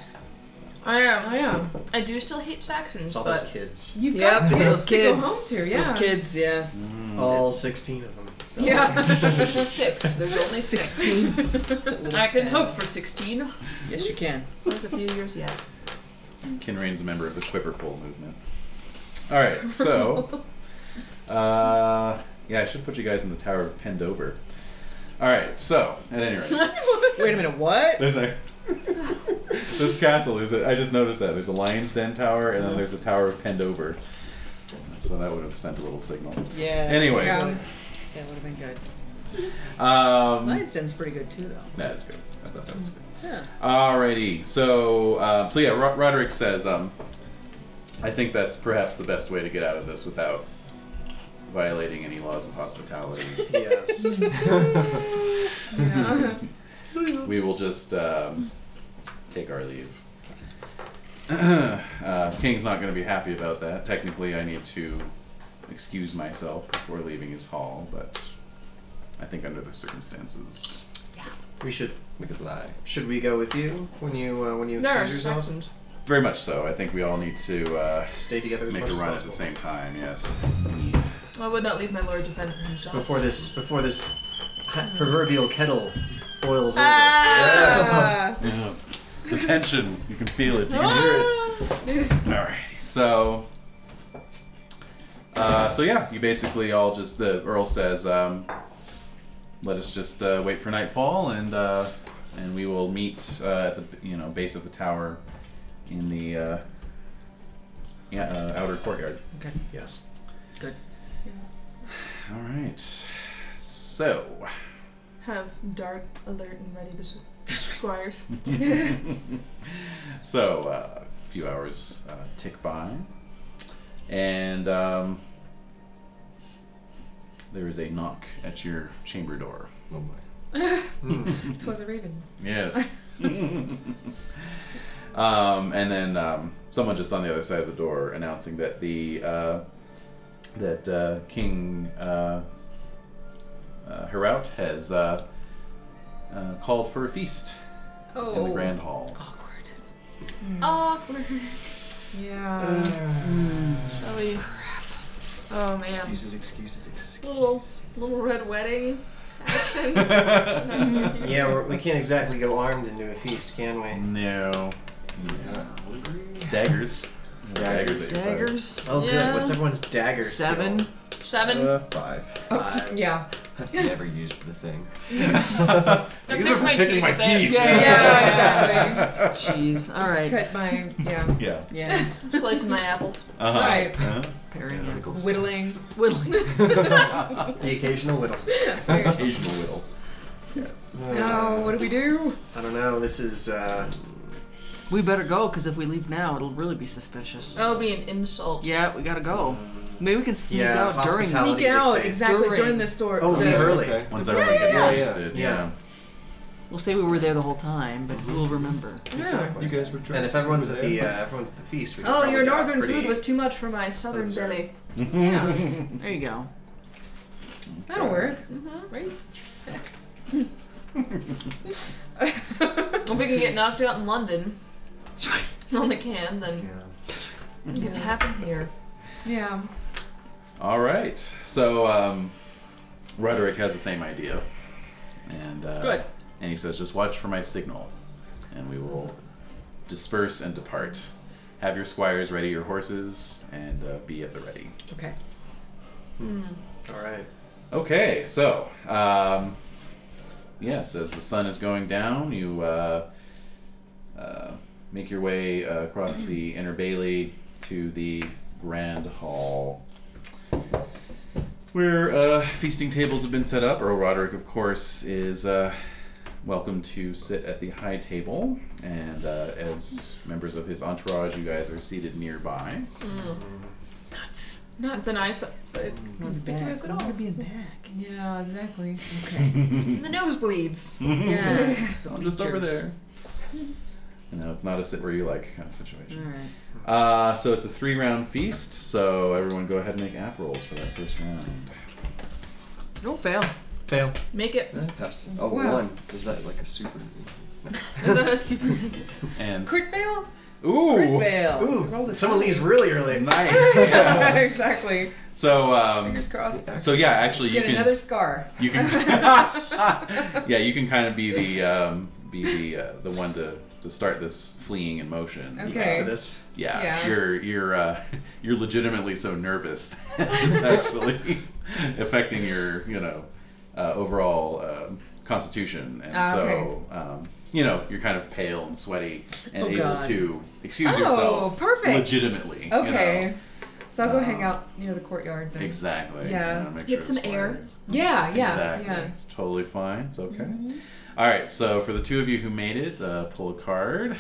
Speaker 19: I
Speaker 4: Oh
Speaker 19: am.
Speaker 4: yeah.
Speaker 19: I do still hate Saxons,
Speaker 5: It's all those
Speaker 19: but
Speaker 5: kids.
Speaker 4: You've
Speaker 17: Yep,
Speaker 4: got kids
Speaker 17: it's [laughs] those
Speaker 4: to go
Speaker 17: kids.
Speaker 4: home to.
Speaker 17: It's
Speaker 4: Yeah.
Speaker 17: Those kids, yeah.
Speaker 5: All 16 of them.
Speaker 4: Yeah.
Speaker 19: six. There's only six. [laughs] I can hope for sixteen.
Speaker 17: Yes, you can.
Speaker 19: There's a few years yet.
Speaker 1: Kinrain's a member of the Quipperpole movement. All right, so uh, yeah, I should put you guys in the Tower of Pendover. All right, so at any rate,
Speaker 17: Wait a minute. What?
Speaker 1: there's a [laughs] this castle. There's a, I just noticed that there's a lion's den tower, and then there's a tower of Pendover. So that would have sent a little signal.
Speaker 11: Yeah.
Speaker 1: Anyway.
Speaker 11: Yeah. That would have been good.
Speaker 1: Um,
Speaker 11: Lion's Den's pretty good too, though.
Speaker 1: that is good. I thought that was good.
Speaker 11: Yeah.
Speaker 1: Alrighty. So, um, so yeah, Ro- Roderick says, um, I think that's perhaps the best way to get out of this without violating any laws of hospitality.
Speaker 5: Yes. [laughs]
Speaker 17: Yeah.
Speaker 1: we will just um, take our leave. [clears throat] uh, King's not going to be happy about that. Technically, I need to excuse myself before leaving his hall, but I think under the circumstances,
Speaker 5: We should. We could lie. Should we go with you when you uh, when you
Speaker 19: No,
Speaker 5: excuse
Speaker 19: sir.
Speaker 5: yourselves and
Speaker 1: very much so. I think we all need to uh,
Speaker 5: stay together as
Speaker 1: make
Speaker 5: much
Speaker 1: a
Speaker 5: as
Speaker 1: run at
Speaker 5: possible?
Speaker 1: the same time. Yes.
Speaker 19: I would not leave my lord to fend for himself.
Speaker 5: Before this, before this ha- proverbial kettle boils over.
Speaker 19: Ah!
Speaker 1: Yes. The tension, you can feel it, you can hear it. Alrighty, so. Uh, so yeah, you basically all just the Earl says, um, let us just uh, wait for nightfall and uh, and we will meet uh, at the you know base of the tower in the uh, yeah, uh, outer courtyard.
Speaker 11: Okay.
Speaker 5: Yes.
Speaker 11: Good.
Speaker 1: All right, so.
Speaker 19: Have dart alert and ready to s- squires.
Speaker 1: so uh, a few hours uh, tick by, and um, there is a knock at your chamber door.
Speaker 7: Oh boy.
Speaker 17: Twas a raven.
Speaker 1: Yes. [laughs] um, and then um, someone just on the other side of the door announcing that the uh, that uh, King uh, uh, Herout has uh, uh, called for a feast in the
Speaker 17: Oh.
Speaker 1: grand hall.
Speaker 11: Awkward.
Speaker 19: Awkward. Uh,
Speaker 17: Yeah.
Speaker 19: Shall we? Oh man.
Speaker 7: Excuses, excuses, excuses.
Speaker 19: Little little red wedding
Speaker 1: [laughs]
Speaker 19: action.
Speaker 5: [laughs] Yeah, we're, we can't exactly go armed into a feast, can we?
Speaker 1: No.
Speaker 7: Hungry?
Speaker 1: Daggers.
Speaker 7: Daggers.
Speaker 1: at your
Speaker 17: [laughs]
Speaker 1: side.
Speaker 11: Daggers.
Speaker 5: Oh,
Speaker 11: Yeah.
Speaker 5: good. What's everyone's dagger skill?
Speaker 11: Seven.
Speaker 19: Seven.
Speaker 1: Uh, five.
Speaker 17: Oh, yeah.
Speaker 7: I've never used the thing.
Speaker 1: These
Speaker 19: pick
Speaker 1: are for
Speaker 19: my
Speaker 1: picking
Speaker 19: teeth
Speaker 1: my
Speaker 19: then.
Speaker 1: teeth.
Speaker 11: Yeah,
Speaker 17: yeah,
Speaker 11: Jeez. All right.
Speaker 17: Cut my yeah.
Speaker 1: Yeah.
Speaker 11: Yeah.
Speaker 19: Slicing my apples.
Speaker 1: Uh-huh.
Speaker 17: Right.
Speaker 1: Uh-huh.
Speaker 11: Pairing up.
Speaker 19: [laughs]
Speaker 17: Whittling.
Speaker 11: Whittling.
Speaker 5: The occasional whittle.
Speaker 1: Uh-huh. Occasional whittle.
Speaker 17: [laughs] No, what do we do?
Speaker 5: I don't know. This is. Uh,
Speaker 11: We better go because if we leave now, it'll really be suspicious.
Speaker 19: That'll be an insult.
Speaker 11: Yeah, we gotta go. Maybe we can sneak
Speaker 5: Yeah,
Speaker 11: out during.
Speaker 5: hospitality.
Speaker 17: Sneak out
Speaker 5: dictates.
Speaker 17: exactly
Speaker 11: During.
Speaker 17: during the store.
Speaker 5: oh,
Speaker 17: the,
Speaker 5: leave early.
Speaker 7: Okay.
Speaker 1: Once everyone gets
Speaker 5: yeah, yeah.
Speaker 1: wasted.
Speaker 5: Yeah.
Speaker 11: We'll say we were there the whole time, but we'll remember.
Speaker 17: Yeah.
Speaker 5: Exactly.
Speaker 7: You guys were trying.
Speaker 5: And if everyone's at the uh, everyone's at the feast, we can
Speaker 19: Oh,
Speaker 5: probably
Speaker 19: your
Speaker 5: get out
Speaker 19: northern
Speaker 5: pretty-
Speaker 19: food was too much for my southern
Speaker 5: observed.
Speaker 19: belly.
Speaker 1: [laughs]
Speaker 17: Yeah.
Speaker 11: There you go.
Speaker 17: That'll work. Right?
Speaker 19: If we can get knocked out in London, it's on the can, then
Speaker 7: Yeah.
Speaker 19: it can happen here.
Speaker 17: yeah.
Speaker 1: All right. So um, Roderick has the same idea, and uh,
Speaker 11: Good.
Speaker 1: And he says, "Just watch for my signal, and we will disperse and depart. Have your squires ready your horses, and uh, be at the ready."
Speaker 17: Okay.
Speaker 5: All right.
Speaker 1: Okay, so um, yes, as the sun is going down, you uh, uh, make your way uh, across the inner bailey to the grand hall, where uh, feasting tables have been set up. Earl Roderick, of course, is uh, welcome to sit at the high table, and uh, as members of his entourage, you guys are seated nearby. [laughs]
Speaker 19: Not the nice side.
Speaker 17: Conspicuous
Speaker 11: Back.
Speaker 17: at
Speaker 11: We
Speaker 17: all.
Speaker 11: wanna be in the back.
Speaker 17: Yeah, exactly.
Speaker 19: The nosebleeds.
Speaker 17: [laughs]
Speaker 11: Yeah.
Speaker 1: I'm just over
Speaker 11: Pictures.
Speaker 1: there. You know, it's not a sit where you like kind of situation.
Speaker 11: All right.
Speaker 1: Uh, so it's a three round feast, so everyone go ahead and make app rolls for that first round.
Speaker 11: No fail.
Speaker 5: Fail.
Speaker 19: Make it.
Speaker 7: Uh, pass. Oh,
Speaker 11: Wow.
Speaker 7: one. Is that like a super?
Speaker 19: Is that a super?
Speaker 1: And
Speaker 17: Crit fail?
Speaker 1: ooh,
Speaker 11: fail.
Speaker 5: Ooh, someone leaves really
Speaker 1: [laughs]
Speaker 5: early.
Speaker 1: nice. yeah.
Speaker 17: [laughs] exactly.
Speaker 1: So um,
Speaker 17: Fingers crossed.
Speaker 1: so yeah, actually you
Speaker 17: Get
Speaker 1: can [laughs]
Speaker 17: another scar.
Speaker 1: you
Speaker 17: [laughs]
Speaker 1: can yeah you can kind of be the um, be the uh, the one to to start this fleeing in motion.
Speaker 17: Okay.
Speaker 5: Exodus.
Speaker 1: Yeah,
Speaker 17: Yeah.
Speaker 1: you're you're uh, [laughs] you're legitimately so nervous [laughs] that it's actually [laughs] affecting your you know uh, overall um constitution, and
Speaker 17: Ah,
Speaker 1: so
Speaker 17: okay.
Speaker 1: um, you know, you're kind of pale and sweaty and
Speaker 4: Oh,
Speaker 1: able
Speaker 4: God.
Speaker 1: to excuse
Speaker 4: Oh,
Speaker 1: yourself
Speaker 4: perfect.
Speaker 1: legitimately. you
Speaker 4: Okay.
Speaker 1: know.
Speaker 4: So I'll go hang out near the courtyard then.
Speaker 1: Exactly.
Speaker 4: Yeah.
Speaker 1: You know, make
Speaker 4: Get
Speaker 1: sure
Speaker 4: some
Speaker 1: it's
Speaker 4: air.
Speaker 1: nice.
Speaker 4: Yeah, yeah,
Speaker 1: Exactly.
Speaker 4: yeah.
Speaker 1: It's totally fine. It's okay.
Speaker 4: Mhm.
Speaker 1: All right. So for the two of you who made it, uh, pull a card.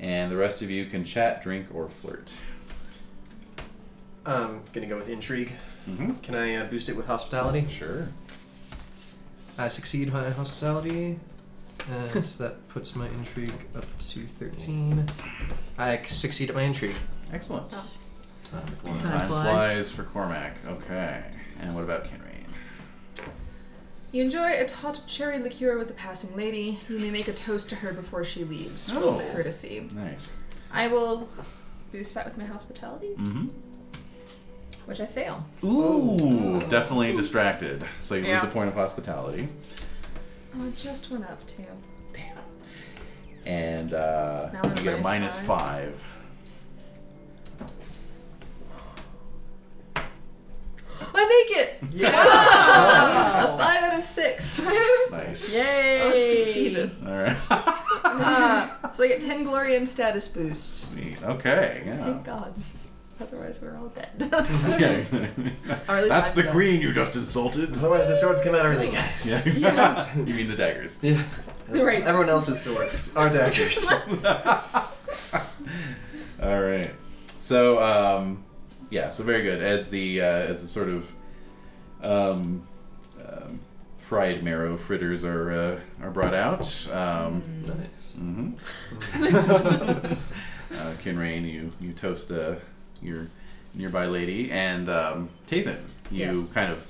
Speaker 1: And the rest of you can chat, drink, or flirt.
Speaker 5: I'm Um, gonna go with intrigue.
Speaker 1: Mm-hmm.
Speaker 5: Can I uh, boost it with hospitality?
Speaker 1: Sure.
Speaker 5: I succeed my hospitality. Uh, so that puts my intrigue up to 13. I succeed at my intrigue.
Speaker 1: Excellent.
Speaker 5: Time
Speaker 1: Time, flies. for Cormac. Okay. And what about Kinrain?
Speaker 19: You enjoy a tot of cherry liqueur with a passing lady. You may make a toast to her before she leaves.
Speaker 1: Oh.
Speaker 19: Full courtesy.
Speaker 1: Nice.
Speaker 19: I will boost that with my hospitality,
Speaker 1: Mm-hmm.
Speaker 19: which I fail.
Speaker 1: Ooh, definitely distracted. So you lose
Speaker 19: Yeah.
Speaker 1: a point of hospitality.
Speaker 19: Oh, it just went up too. Damn.
Speaker 1: And uh,
Speaker 19: Now I'm at
Speaker 1: you get a minus
Speaker 19: minus
Speaker 1: five.
Speaker 19: I make it.
Speaker 1: Yeah.
Speaker 19: Wow. a five out of six.
Speaker 1: Nice.
Speaker 19: [laughs] Yay! Oh, sweet Jesus.
Speaker 1: All right. [laughs]
Speaker 19: Uh, so I get ten glory and status boost.
Speaker 1: Neat. Okay. Yeah.
Speaker 19: Thank God. Otherwise, we're all dead. [laughs]
Speaker 1: yeah, exactly.
Speaker 19: Or at least
Speaker 1: That's
Speaker 19: I'm
Speaker 1: the
Speaker 19: dead.
Speaker 1: queen you just insulted.
Speaker 5: [laughs] Otherwise, the swords come out early, guys.
Speaker 1: Yeah.
Speaker 5: Yeah.
Speaker 1: [laughs] you mean the daggers?
Speaker 5: Yeah.
Speaker 4: Right.
Speaker 5: Everyone else's [laughs] swords are daggers.
Speaker 1: [laughs] All right. So, um, yeah. So very good. As the uh, as the sort of um, um, fried marrow fritters are uh, are brought out. Um,
Speaker 7: Nice.
Speaker 1: hmm uh, Kinrain, you you toast uh, your nearby lady, and um, Tathan, you
Speaker 11: Yes.
Speaker 1: kind of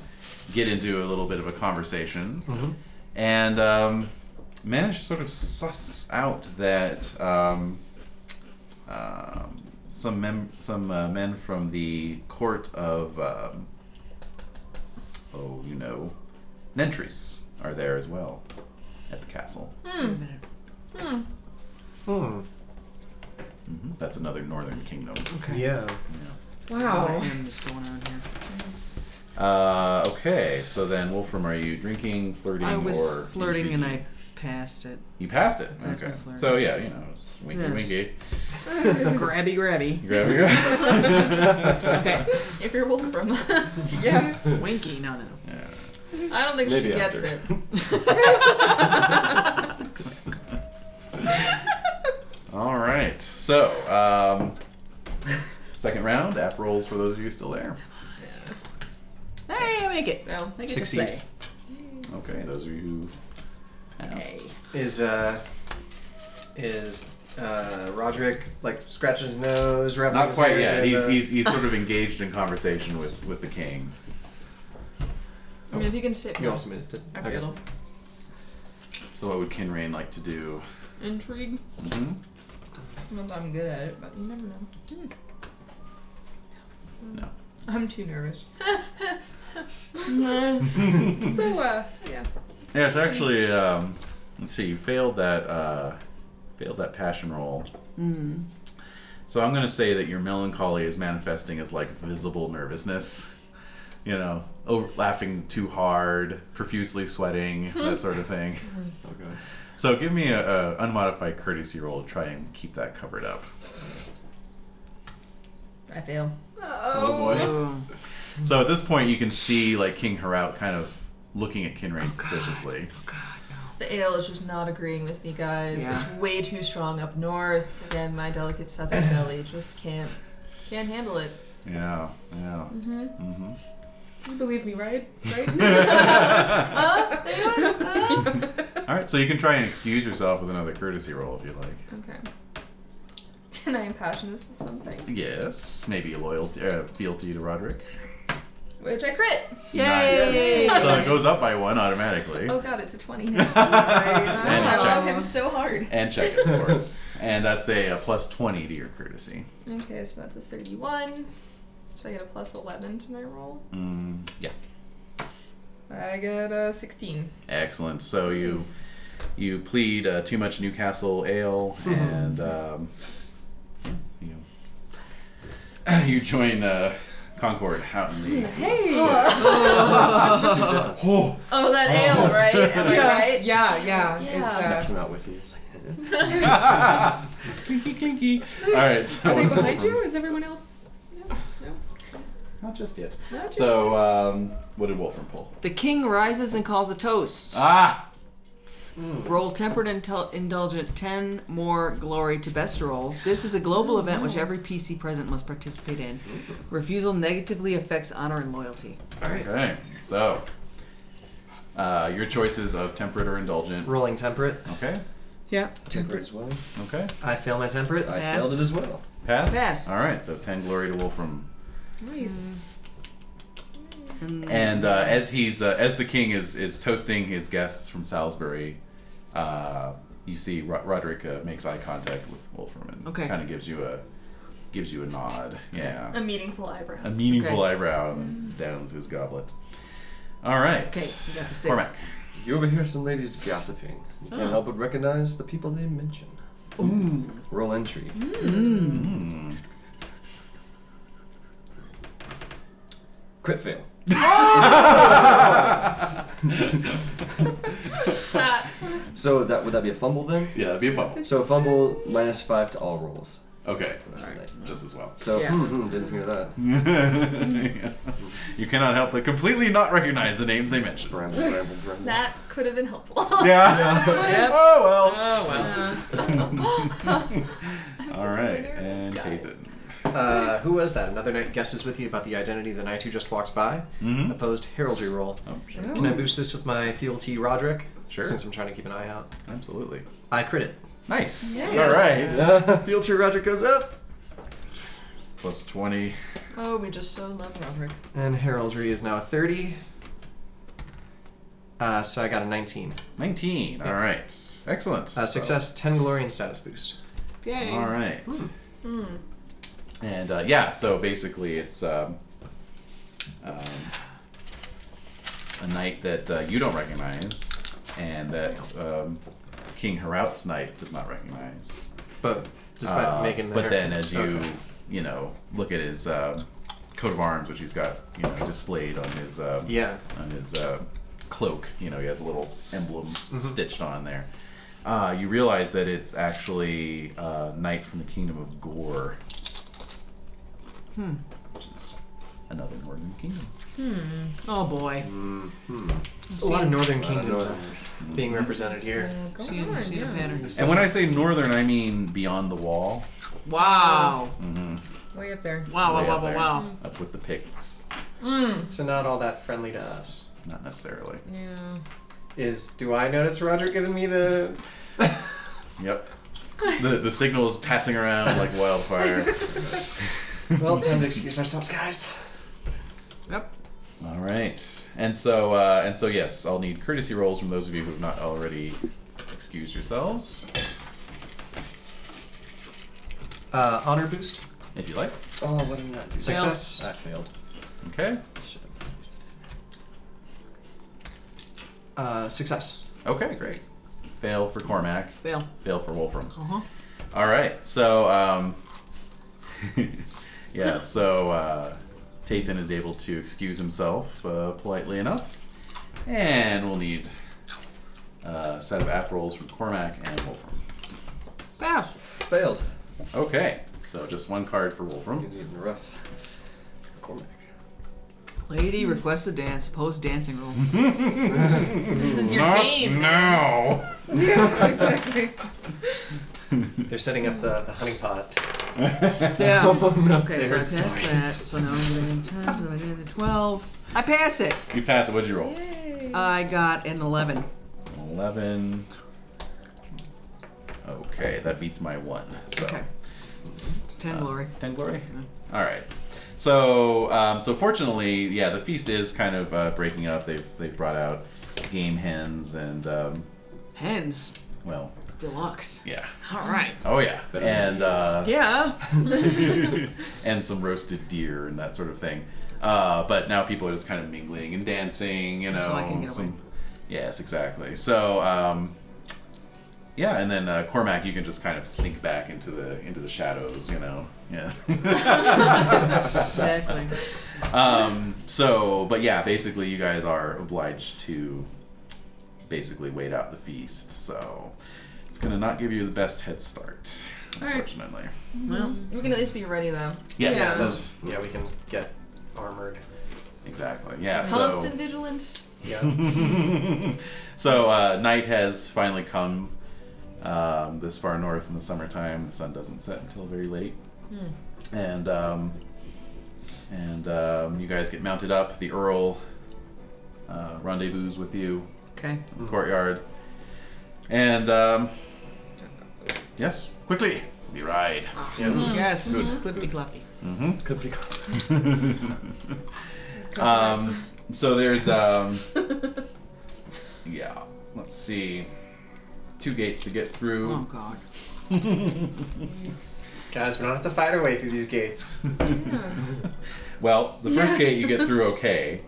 Speaker 1: get into a little bit of a conversation,
Speaker 5: Mhm.
Speaker 1: and um, manage to sort of suss out that um, um, some mem- some uh, men from the court of um, oh you know Nentris are there as well at the castle.
Speaker 19: Hmm. Hmm.
Speaker 5: Hmm.
Speaker 11: Mm-hmm.
Speaker 1: hmm That's another northern kingdom.
Speaker 5: Yeah.
Speaker 11: Wow.
Speaker 4: Wow.
Speaker 11: What's going on here?
Speaker 1: Uh, okay, so then Wolfram, are you drinking, flirting,
Speaker 11: I was
Speaker 1: or
Speaker 11: flirting and I
Speaker 1: intriguing?
Speaker 11: passed it.
Speaker 1: You passed it.
Speaker 11: That's
Speaker 1: okay.
Speaker 11: my flirt.
Speaker 1: So yeah, you know, it's winky,
Speaker 11: Yeah,
Speaker 1: winky.
Speaker 11: grabby, grabby.
Speaker 1: Grab your.
Speaker 11: [laughs]
Speaker 1: [laughs]
Speaker 11: okay.
Speaker 19: If you're Wolfram, [laughs]
Speaker 7: [laughs]
Speaker 11: Yeah. Winky. No, no, no.
Speaker 1: Yeah.
Speaker 19: I don't think
Speaker 7: Maybe
Speaker 19: she gets
Speaker 7: after.
Speaker 19: it.
Speaker 7: [laughs]
Speaker 1: [laughs] All right. So um, second round. App rolls for those of you still there.
Speaker 11: Hey, I make it.
Speaker 19: No.
Speaker 11: Make it
Speaker 5: Succeed.
Speaker 11: to play.
Speaker 1: Okay, those of you who passed.
Speaker 5: Is uh, is uh, Roderick like scratching his nose? rubbing
Speaker 1: Not
Speaker 5: his
Speaker 1: quite
Speaker 5: hair,
Speaker 1: yet.
Speaker 5: doing
Speaker 1: He's,
Speaker 5: the-
Speaker 1: he's he's sort of engaged in conversation with with the king.
Speaker 19: I mean, if you can sit.
Speaker 5: You also made it. didn't-
Speaker 19: Okay. it'll-
Speaker 1: So what would Kinrain like to do?
Speaker 19: Intrigue.
Speaker 1: hmm Mm-hmm.
Speaker 19: I don't know if I'm good at it, but you never know. Hmm.
Speaker 1: No.
Speaker 19: I'm too nervous.
Speaker 2: So, uh, yeah.
Speaker 1: Yeah, it's actually. Um, let's see. You failed that. Uh, failed that passion roll.
Speaker 11: Mm.
Speaker 1: So I'm gonna say that your melancholy is manifesting as like visible nervousness. You know, over laughing too hard, profusely sweating, that sort of thing.
Speaker 7: Okay.
Speaker 1: So give me a, a unmodified courtesy roll to try and keep that covered up.
Speaker 11: I fail.
Speaker 7: Oh boy.
Speaker 11: Oh.
Speaker 1: So at this point, you can see like King Harout kind of looking at Kinraid suspiciously.
Speaker 19: The ale is just not agreeing with me, guys.
Speaker 11: Yeah.
Speaker 19: It's way too strong up north. Again, my delicate southern belly just can't can't handle it. [laughs]
Speaker 1: Yeah, yeah.
Speaker 19: Mm-hmm.
Speaker 1: hmm
Speaker 4: You believe me, right?
Speaker 1: [laughs]
Speaker 4: Right? [laughs]
Speaker 19: Huh? Anyone? Huh?
Speaker 1: All right, so you can try and excuse yourself with another courtesy roll if you like.
Speaker 19: okay. Can I impassion this with something?
Speaker 1: Yes, maybe loyalty, uh, fealty to Roderick.
Speaker 19: Which I crit.
Speaker 1: Nice.
Speaker 19: Yay.
Speaker 1: So it goes up by one automatically. [laughs]
Speaker 19: Oh god, it's a twenty now.
Speaker 1: Nice.
Speaker 19: I love
Speaker 1: And
Speaker 19: him so hard.
Speaker 1: And check it, of course. and that's a, uh plus 20 to your courtesy.
Speaker 19: Okay, so that's a thirty-one. So I get a plus eleven to my roll.
Speaker 1: Mm, yeah.
Speaker 19: I get a sixteen.
Speaker 1: Excellent. So you you plead uh, too much Newcastle
Speaker 4: [laughs]
Speaker 1: ale, [clears throat] and um, you you join uh, Concord out in the.
Speaker 4: Hey.
Speaker 17: [laughs]
Speaker 19: Oh.
Speaker 1: [laughs] Oh.
Speaker 19: Oh, that ale, right? Am I
Speaker 4: Yeah.
Speaker 19: right?
Speaker 4: Yeah, yeah.
Speaker 19: Yeah.
Speaker 4: It's,
Speaker 7: [laughs] Snaps him out with you. It's like,
Speaker 1: clinky, clinky. All right. So
Speaker 4: Are they behind you? Is everyone else? No. No.
Speaker 1: [laughs] Not just yet.
Speaker 4: Not just
Speaker 1: So, um, what did Wolfram pull?
Speaker 11: [laughs] The king rises and calls a toast.
Speaker 1: Ah!
Speaker 11: Roll tempered and tel- indulgent 10 more glory to best roll. This is a global event which every PC present must participate in. Refusal negatively affects honor and loyalty.
Speaker 1: Okay. So, uh, your choices of temperate or indulgent.
Speaker 5: Rolling temperate.
Speaker 1: Okay.
Speaker 11: Yeah.
Speaker 5: Temperate as well.
Speaker 1: Okay.
Speaker 5: I fail my temperate.
Speaker 7: I failed it as well.
Speaker 1: Pass.
Speaker 11: Pass.
Speaker 1: All right. So ten glory to Wolfram.
Speaker 4: Nice.
Speaker 1: And uh, as he's uh, as the king is is toasting his guests from Salisbury, uh, you see Ro- Roderick uh, makes eye contact with Wolfram and
Speaker 11: Okay.
Speaker 1: kind of gives you a gives you a nod. Yeah.
Speaker 19: A meaningful eyebrow.
Speaker 1: A meaningful
Speaker 11: Okay.
Speaker 1: eyebrow and then downs his goblet. All right.
Speaker 11: Okay, you got the six.
Speaker 1: Cormac.
Speaker 7: You overhear some ladies gossiping. You can't
Speaker 11: Oh.
Speaker 7: help but recognize the people they mention.
Speaker 11: Ooh.
Speaker 7: Roll entry.
Speaker 11: Hmm.
Speaker 1: Mm.
Speaker 7: Crit fail. so that would that be a fumble then?
Speaker 1: [laughs] Yeah, that'd be a bubble.
Speaker 7: So fumble minus five to all rolls.
Speaker 1: Okay.
Speaker 7: for the rest of the night.
Speaker 1: Just as
Speaker 11: [laughs]
Speaker 1: well. [laughs]
Speaker 7: So
Speaker 11: Yeah.
Speaker 7: hmm, hmm, didn't hear that.
Speaker 1: you cannot help but completely not recognize the names they mention.
Speaker 7: [laughs] Bramble, bramble, bramble. [laughs]
Speaker 19: That could have been helpful.
Speaker 1: [laughs] Yeah.
Speaker 11: Yep.
Speaker 1: Oh well.
Speaker 11: Oh, well.
Speaker 1: [laughs] All
Speaker 19: just so
Speaker 1: right,
Speaker 19: nervous,
Speaker 1: and
Speaker 19: guys.
Speaker 1: Tathan.
Speaker 5: Uh, who was that? Another knight guesses with you about the identity of the knight who just walked by.
Speaker 1: Mhm.
Speaker 5: Opposed heraldry roll.
Speaker 1: Oh, sure.
Speaker 5: Hmm. Can I boost this with my fealty Roderick?
Speaker 1: Sure.
Speaker 5: Since I'm trying to keep an eye out.
Speaker 1: Absolutely.
Speaker 5: I crit it.
Speaker 1: Nice. All right.
Speaker 5: fealty Roderick goes up.
Speaker 1: Plus twenty.
Speaker 19: Oh, we just so love Roderick.
Speaker 5: And heraldry is now a 30. Uh, so I got a 19.
Speaker 1: Nineteen. All right. Excellent.
Speaker 5: Uh, success, 10 glory, and status boost.
Speaker 11: Yay.
Speaker 1: All right. And uh, yeah, so basically, it's um, um, a knight that uh, you don't recognize, and that um, King Heraut's knight does not recognize.
Speaker 5: But despite
Speaker 1: Uh,
Speaker 5: making the
Speaker 1: but
Speaker 5: her-
Speaker 1: then, as you
Speaker 5: Okay.
Speaker 1: you know, look at his um coat of arms, which he's got you know displayed on his um,
Speaker 5: Yeah.
Speaker 1: on his uh, cloak. You know, he has a little emblem stitched on there. Uh, you realize that it's actually a knight from the kingdom of Gore,
Speaker 11: Hmm.
Speaker 1: which is another northern kingdom.
Speaker 11: Oh, boy.
Speaker 7: Hmm.
Speaker 5: There's a lot of northern
Speaker 7: I don't
Speaker 5: kingdoms
Speaker 7: know.
Speaker 5: being represented here.
Speaker 4: Uh, go
Speaker 11: See,
Speaker 4: on,
Speaker 11: see the
Speaker 4: yeah.
Speaker 11: pattern.
Speaker 1: And when I say northern, I mean beyond the wall.
Speaker 11: Wow.
Speaker 1: Mm-hmm.
Speaker 4: Way up there.
Speaker 11: Wow, wow,
Speaker 1: Way
Speaker 11: wow,
Speaker 1: up
Speaker 11: wow,
Speaker 1: there.
Speaker 11: wow.
Speaker 1: Up with the Picts.
Speaker 19: Mm.
Speaker 5: So not all that friendly to us.
Speaker 1: Not necessarily.
Speaker 4: Yeah.
Speaker 5: Is do I notice Roger giving me the?
Speaker 1: Yep. The, the signal is passing around like wildfire. [laughs]
Speaker 5: well, time to excuse ourselves, guys.
Speaker 11: Yep.
Speaker 1: All right, and so uh, and so yes, I'll need courtesy rolls from those of you who have not already excused yourselves,
Speaker 5: Uh, honor boost.
Speaker 1: if you like.
Speaker 7: Oh, what did I not do?
Speaker 5: Success.
Speaker 7: I failed.
Speaker 1: Okay.
Speaker 7: Should have used
Speaker 5: Uh, success.
Speaker 1: Okay, great. Fail for Cormac.
Speaker 11: Fail.
Speaker 1: Fail for Wolfram.
Speaker 11: Uh-huh.
Speaker 1: All right, so um, [laughs] yeah, so uh, Tathan is able to excuse himself uh, politely enough, and we'll need uh, a set of app rolls from Cormac and Wolfram.
Speaker 11: Pass.
Speaker 7: it. Failed.
Speaker 1: Okay, so just one card for Wolfram.
Speaker 7: It's even rough. Cormac.
Speaker 11: Lady requests a dance. Opposed dancing
Speaker 1: [laughs]
Speaker 11: rule.
Speaker 19: This is your
Speaker 1: Not
Speaker 19: game.
Speaker 1: now.
Speaker 4: Yeah, exactly.
Speaker 5: They're setting up the, the honey pot.
Speaker 11: Yeah. Okay,
Speaker 5: They
Speaker 11: so
Speaker 5: heard
Speaker 11: I pass that.
Speaker 5: stories.
Speaker 11: So now I'm getting 10, so I'm getting 12. I pass it.
Speaker 1: [laughs] You pass it. What'd you roll?
Speaker 17: [laughs]
Speaker 4: Yay.
Speaker 11: I got an 11.
Speaker 1: Eleven. Okay, that beats my one. So
Speaker 11: Okay.
Speaker 1: Uh,
Speaker 11: 10 glory.
Speaker 1: ten glory. All right. So, um, so fortunately, yeah, the feast is kind of uh, breaking up. They've they've brought out game hens and um,
Speaker 11: Hens.
Speaker 1: well,
Speaker 11: Deluxe.
Speaker 1: yeah.
Speaker 11: All right.
Speaker 1: Oh yeah, and uh,
Speaker 11: Yeah.
Speaker 1: [laughs] and some roasted deer and that sort of thing. Uh, but now people are just kind of mingling and dancing, you know.
Speaker 11: Until I can get away.
Speaker 1: Yes, exactly. So, um, Yeah, and then uh, Cormac, you can just kind of sneak back into the into the shadows, you know. Yes. [laughs]
Speaker 11: Exactly.
Speaker 1: Um, so, but yeah, basically, you guys are obliged to basically wait out the feast. So, it's gonna not give you the best head start,
Speaker 19: All right.
Speaker 1: unfortunately.
Speaker 19: Well, we can at least be ready though.
Speaker 1: Yes.
Speaker 5: Yeah, those, yeah, we can get armored.
Speaker 1: Exactly. Yeah. so,
Speaker 19: Constant vigilance.
Speaker 1: [laughs] so uh, night has finally come um, this far north in the summertime. The sun doesn't set until very late, and um, and um, you guys get mounted up. The Earl uh, rendezvous with you
Speaker 11: Okay.
Speaker 1: in the courtyard, and um, yes, quickly we ride. Yes.
Speaker 11: Yes.
Speaker 1: Good.
Speaker 11: Clippy cloppy.
Speaker 1: Mm-hmm. Clippity clop. um, so there's um, yeah. Let's see, two gates to get through.
Speaker 11: Oh God.
Speaker 1: [laughs]
Speaker 5: Guys, we don't have to fight our way through these [laughs] gates.
Speaker 1: [laughs] Well, the first
Speaker 5: Yeah.
Speaker 1: gate you get through okay,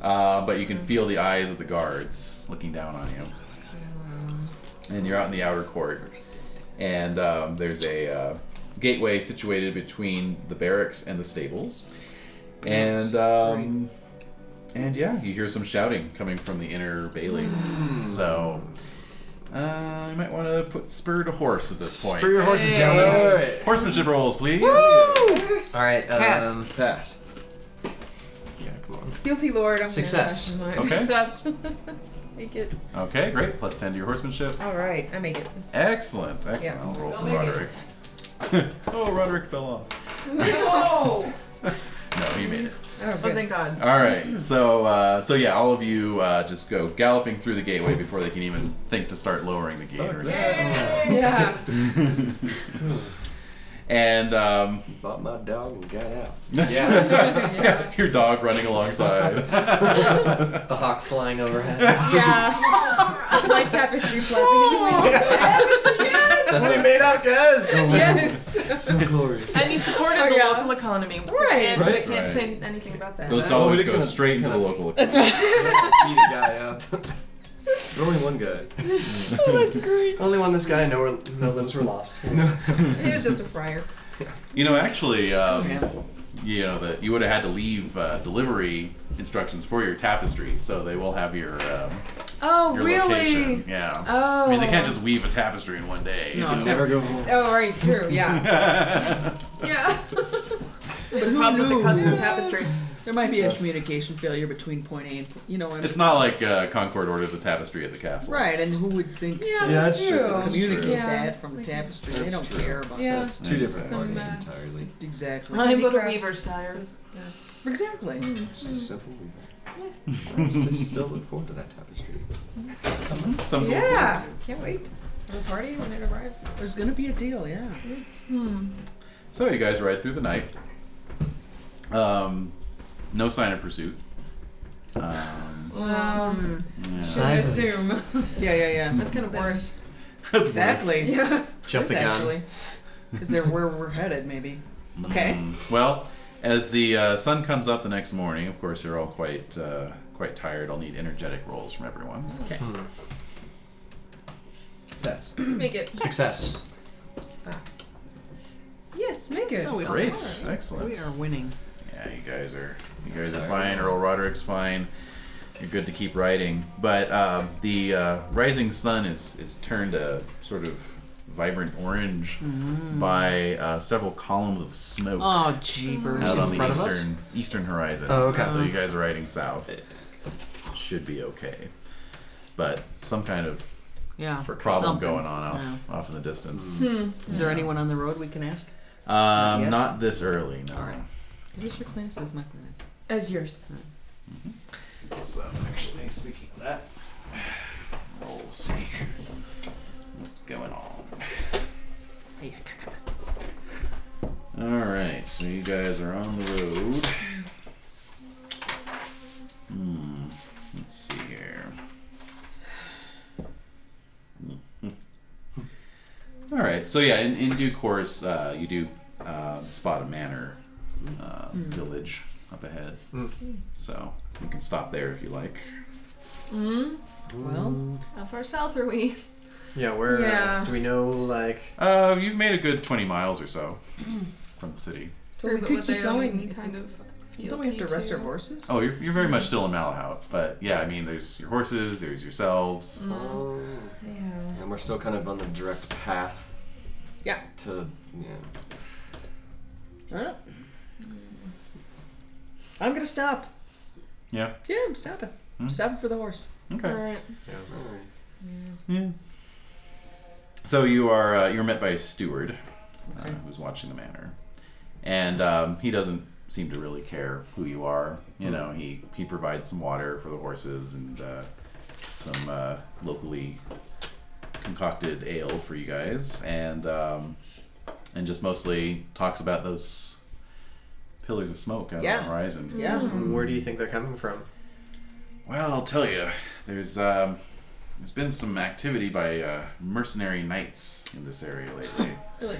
Speaker 1: uh, but you can feel the eyes of the guards looking down on you. And you're out in the outer court, and um, there's a uh, gateway situated between the barracks and the stables, and um, and yeah, you hear some shouting coming from the inner bailey. So. Uh, you might want to put spur to horse at this point.
Speaker 5: Spur your horses, gentlemen.
Speaker 1: Hey. Horsemanship rolls, please.
Speaker 19: Oh,
Speaker 5: All right,
Speaker 1: Pass.
Speaker 5: um, pass. Yeah, come on.
Speaker 17: Guilty Lord. I'm
Speaker 5: Success.
Speaker 17: Gonna
Speaker 1: Okay.
Speaker 11: [laughs]
Speaker 17: Success. Make it.
Speaker 1: Okay, great. Plus ten to your horsemanship.
Speaker 17: All right, I make it.
Speaker 11: Oh,
Speaker 1: Excellent, excellent.
Speaker 17: Yeah.
Speaker 1: I'll roll
Speaker 17: I'll
Speaker 1: for
Speaker 17: make it.
Speaker 1: Roderick. [laughs] oh, Roderick fell off.
Speaker 19: Whoa!
Speaker 1: [laughs] No, he made it.
Speaker 19: Oh, thank God.
Speaker 1: All right, so uh, so yeah, all of you uh, just go galloping through the gateway before they can even think to start lowering the gate or anything.
Speaker 17: Yeah.
Speaker 1: [laughs] and um,
Speaker 7: [laughs]
Speaker 1: [laughs]
Speaker 7: Bought my dog and got out.
Speaker 1: yeah, [laughs] your dog running alongside.
Speaker 7: [laughs]
Speaker 5: The hawk flying overhead.
Speaker 17: Yeah. My tapestry flapping.
Speaker 5: [laughs] That's what we made out, guys.
Speaker 17: Yes.
Speaker 5: So glorious.
Speaker 19: And you supported
Speaker 17: Oh,
Speaker 19: the
Speaker 17: yeah.
Speaker 19: local economy. We
Speaker 17: Right.
Speaker 19: can't- We
Speaker 1: Right.
Speaker 19: can't
Speaker 1: Right.
Speaker 19: say anything about that.
Speaker 1: Those
Speaker 7: Well, we
Speaker 1: dollars
Speaker 7: did
Speaker 1: go
Speaker 7: kinda-
Speaker 1: straight into the local
Speaker 17: That's right.
Speaker 7: Beat a guy up. [laughs] There's only one guy.
Speaker 17: That's
Speaker 1: [laughs]
Speaker 17: great.
Speaker 5: Only one this guy, no, where- no limbs were lost.
Speaker 17: He was just a friar.
Speaker 1: You know, actually, um, you know that you would have had to leave uh, delivery instructions for your tapestry, so they will have your um,
Speaker 17: Oh,
Speaker 1: your
Speaker 17: really?
Speaker 1: location. Yeah. I mean, they can't just weave a tapestry in one day. you know?
Speaker 7: go home.
Speaker 17: Oh, right, true, yeah.
Speaker 11: [laughs]
Speaker 17: yeah.
Speaker 19: It's a problem with the custom tapestry.
Speaker 11: There might be a
Speaker 7: Yes.
Speaker 11: communication failure between point A and point, you know. I
Speaker 1: [laughs]
Speaker 11: mean,
Speaker 1: it's not like uh, Concord ordered the tapestry at the castle.
Speaker 11: right. And who would think
Speaker 17: Yeah,
Speaker 11: to
Speaker 7: Yeah,
Speaker 17: that's
Speaker 7: that's true.
Speaker 17: true.
Speaker 7: That's
Speaker 11: communicate
Speaker 7: true.
Speaker 17: Yeah.
Speaker 11: that from the tapestry? they
Speaker 7: That's
Speaker 11: don't
Speaker 7: true.
Speaker 11: care about
Speaker 17: Yeah.
Speaker 11: that.
Speaker 7: It's two different
Speaker 17: Some,
Speaker 7: parties
Speaker 17: uh,
Speaker 7: entirely.
Speaker 11: Exactly.
Speaker 19: I'm but a
Speaker 17: Handicraft.
Speaker 19: weaver, sire.
Speaker 11: Exactly.
Speaker 7: Just
Speaker 11: Hmm.
Speaker 7: a simple
Speaker 5: [laughs]
Speaker 7: weaver. I still- still look forward to that tapestry.
Speaker 1: Some
Speaker 17: Yeah. Can't wait. The party when it arrives.
Speaker 11: There's gonna be a deal, yeah.
Speaker 1: So you guys ride through the night. Um, no sign of pursuit. Um, [laughs]
Speaker 17: Um,
Speaker 1: yeah.
Speaker 17: I
Speaker 5: Silence.
Speaker 17: assume.
Speaker 11: Yeah, yeah, yeah.
Speaker 19: That's kind of worse.
Speaker 1: That's worse.
Speaker 11: Exactly.
Speaker 17: yeah.
Speaker 5: Jump the gun.
Speaker 11: Because they're where we're headed, maybe. Okay.
Speaker 1: Mm, Well, as the uh, sun comes up the next morning, of course you're all quite uh, quite tired. I'll need energetic rolls from everyone.
Speaker 11: Okay.
Speaker 5: Yes.
Speaker 19: Make it.
Speaker 5: Success.
Speaker 17: Yes, make it.
Speaker 11: So we
Speaker 1: Great,
Speaker 11: Are,
Speaker 1: excellent.
Speaker 11: We are winning.
Speaker 1: Yeah, you guys are you guys are fine. Earl Roderick's fine. You're good to keep riding, but uh, the uh, rising sun is is turned a sort of vibrant orange by uh, several columns of smoke
Speaker 11: Mm-hmm. Oh,
Speaker 1: out
Speaker 11: jeepers.
Speaker 1: on
Speaker 5: in
Speaker 1: the
Speaker 5: front of us?
Speaker 1: eastern eastern horizon.
Speaker 5: Oh, okay.
Speaker 1: So you guys are riding south. Should be okay, but some kind of
Speaker 11: Yeah.
Speaker 1: problem
Speaker 11: something.
Speaker 1: going on off, off in the distance.
Speaker 11: Is there anyone on the road we can ask?
Speaker 1: Um,
Speaker 11: yet?
Speaker 1: not this early, no.
Speaker 11: Alright. Is this your clinic? This is my clinic.
Speaker 17: As yours.
Speaker 1: So actually, speaking of that, we'll see what's going on.
Speaker 11: Hey, yeah, come on.
Speaker 1: All right, so you guys are on the road. Hmm. Let's see here. [laughs] All right, so yeah, in, in due course, uh, you do uh, spot a manor uh, village up ahead. So you can stop there if you like.
Speaker 11: Well,
Speaker 19: How far south are we?
Speaker 5: Yeah, where
Speaker 4: Yeah.
Speaker 5: do we know? Like,
Speaker 1: Uh, you've made a good 20 miles or so from the city.
Speaker 4: But we
Speaker 17: but
Speaker 4: could
Speaker 17: would
Speaker 4: keep
Speaker 17: they
Speaker 4: going.
Speaker 17: only
Speaker 4: if we-
Speaker 17: Don't we have to rest our horses?
Speaker 1: Oh, you're, you're very much still in Malahout, but yeah, I mean, there's your horses, there's yourselves.
Speaker 7: Oh. And we're still kind of on the direct path
Speaker 17: Yeah.
Speaker 7: to. Yeah.
Speaker 17: Alright. I'm gonna stop.
Speaker 1: Yeah.
Speaker 17: Yeah, I'm stopping. I'm stopping for the horse.
Speaker 1: Okay.
Speaker 17: Alright.
Speaker 7: Yeah.
Speaker 1: Yeah. So you are uh, you're met by a steward uh, who's watching the manor, and um, he doesn't seem to really care who you are. You know, he he provides some water for the horses and uh, some uh, locally concocted ale for you guys, and um, and just mostly talks about those pillars of smoke out
Speaker 5: Yeah.
Speaker 1: on the horizon.
Speaker 5: Yeah.
Speaker 4: Hmm.
Speaker 5: Mm. Where do you think they're coming from?
Speaker 1: Well, I'll tell you, there's um, there's been some activity by uh, mercenary knights in this area
Speaker 11: [laughs]
Speaker 1: lately.
Speaker 17: Really?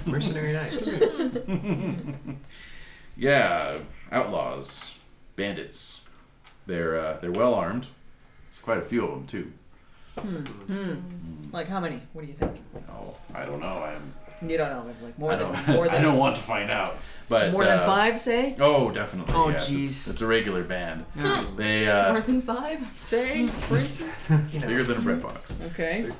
Speaker 5: [laughs] Mercenary knights.
Speaker 1: yeah, outlaws, bandits. They're uh, they're well armed. There's quite a few of them too.
Speaker 11: Hmm. Hmm. Like how many? What do you think?
Speaker 1: Oh, I don't know. I'm.
Speaker 11: You don't know, but like more
Speaker 1: I
Speaker 11: than
Speaker 1: don't,
Speaker 11: more than
Speaker 1: [laughs] I don't want to find out. But
Speaker 11: More than
Speaker 1: uh,
Speaker 11: five, say?
Speaker 1: Oh, definitely.
Speaker 11: Oh,
Speaker 1: yes. It's, it's a regular band. They uh,
Speaker 11: more than five, say, for instance.
Speaker 1: bigger than a bread box.
Speaker 11: Okay.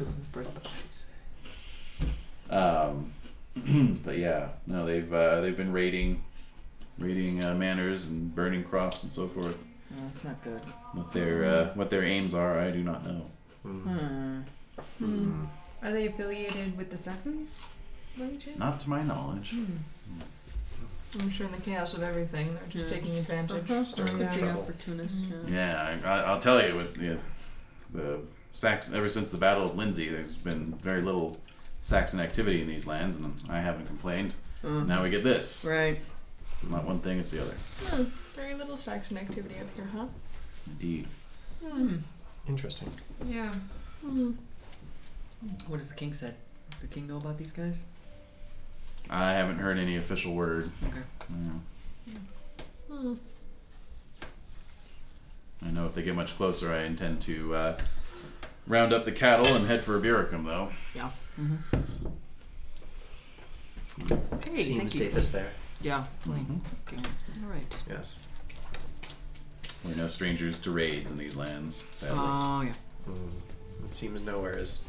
Speaker 1: Um, [clears throat] but yeah, no, they've uh, they've been raiding, raiding uh, manors and burning crops and so forth.
Speaker 11: No, that's not good.
Speaker 1: What their uh, what their aims are, I do not know.
Speaker 11: Hmm.
Speaker 4: Hmm. Are they affiliated with the Saxons? By any chance?
Speaker 1: Not to my knowledge.
Speaker 19: I'm sure in the chaos of everything, they're just taking advantage.
Speaker 5: Stirring up trouble.
Speaker 17: Opportunist.
Speaker 1: Yeah, I, I- I'll tell you, with the, the Saxon, ever since the Battle of Lindsey, there's been very little Saxon activity in these lands, and I haven't complained.
Speaker 11: Uh,
Speaker 1: Now we get this.
Speaker 11: Right.
Speaker 1: It's not one thing; it's the other.
Speaker 19: Hmm, very little Saxon activity up here, huh?
Speaker 1: Indeed.
Speaker 19: Hmm.
Speaker 5: Interesting.
Speaker 4: Yeah.
Speaker 19: Hmm.
Speaker 11: What does the king said? Does the king know about these guys?
Speaker 1: I haven't heard any official word.
Speaker 11: Okay.
Speaker 1: Yeah.
Speaker 19: Hmm.
Speaker 1: I know if they get much closer, I intend to uh, round up the cattle and head for Ibiricum, though.
Speaker 11: Yeah. hmm Okay. thank
Speaker 5: Seems
Speaker 11: you.
Speaker 5: safest there.
Speaker 11: Yeah.
Speaker 5: Mm-hmm.
Speaker 11: Like, okay. All right.
Speaker 5: Yes.
Speaker 1: We're no strangers to raids in these lands, sadly.
Speaker 11: Oh yeah.
Speaker 5: It seems nowhere is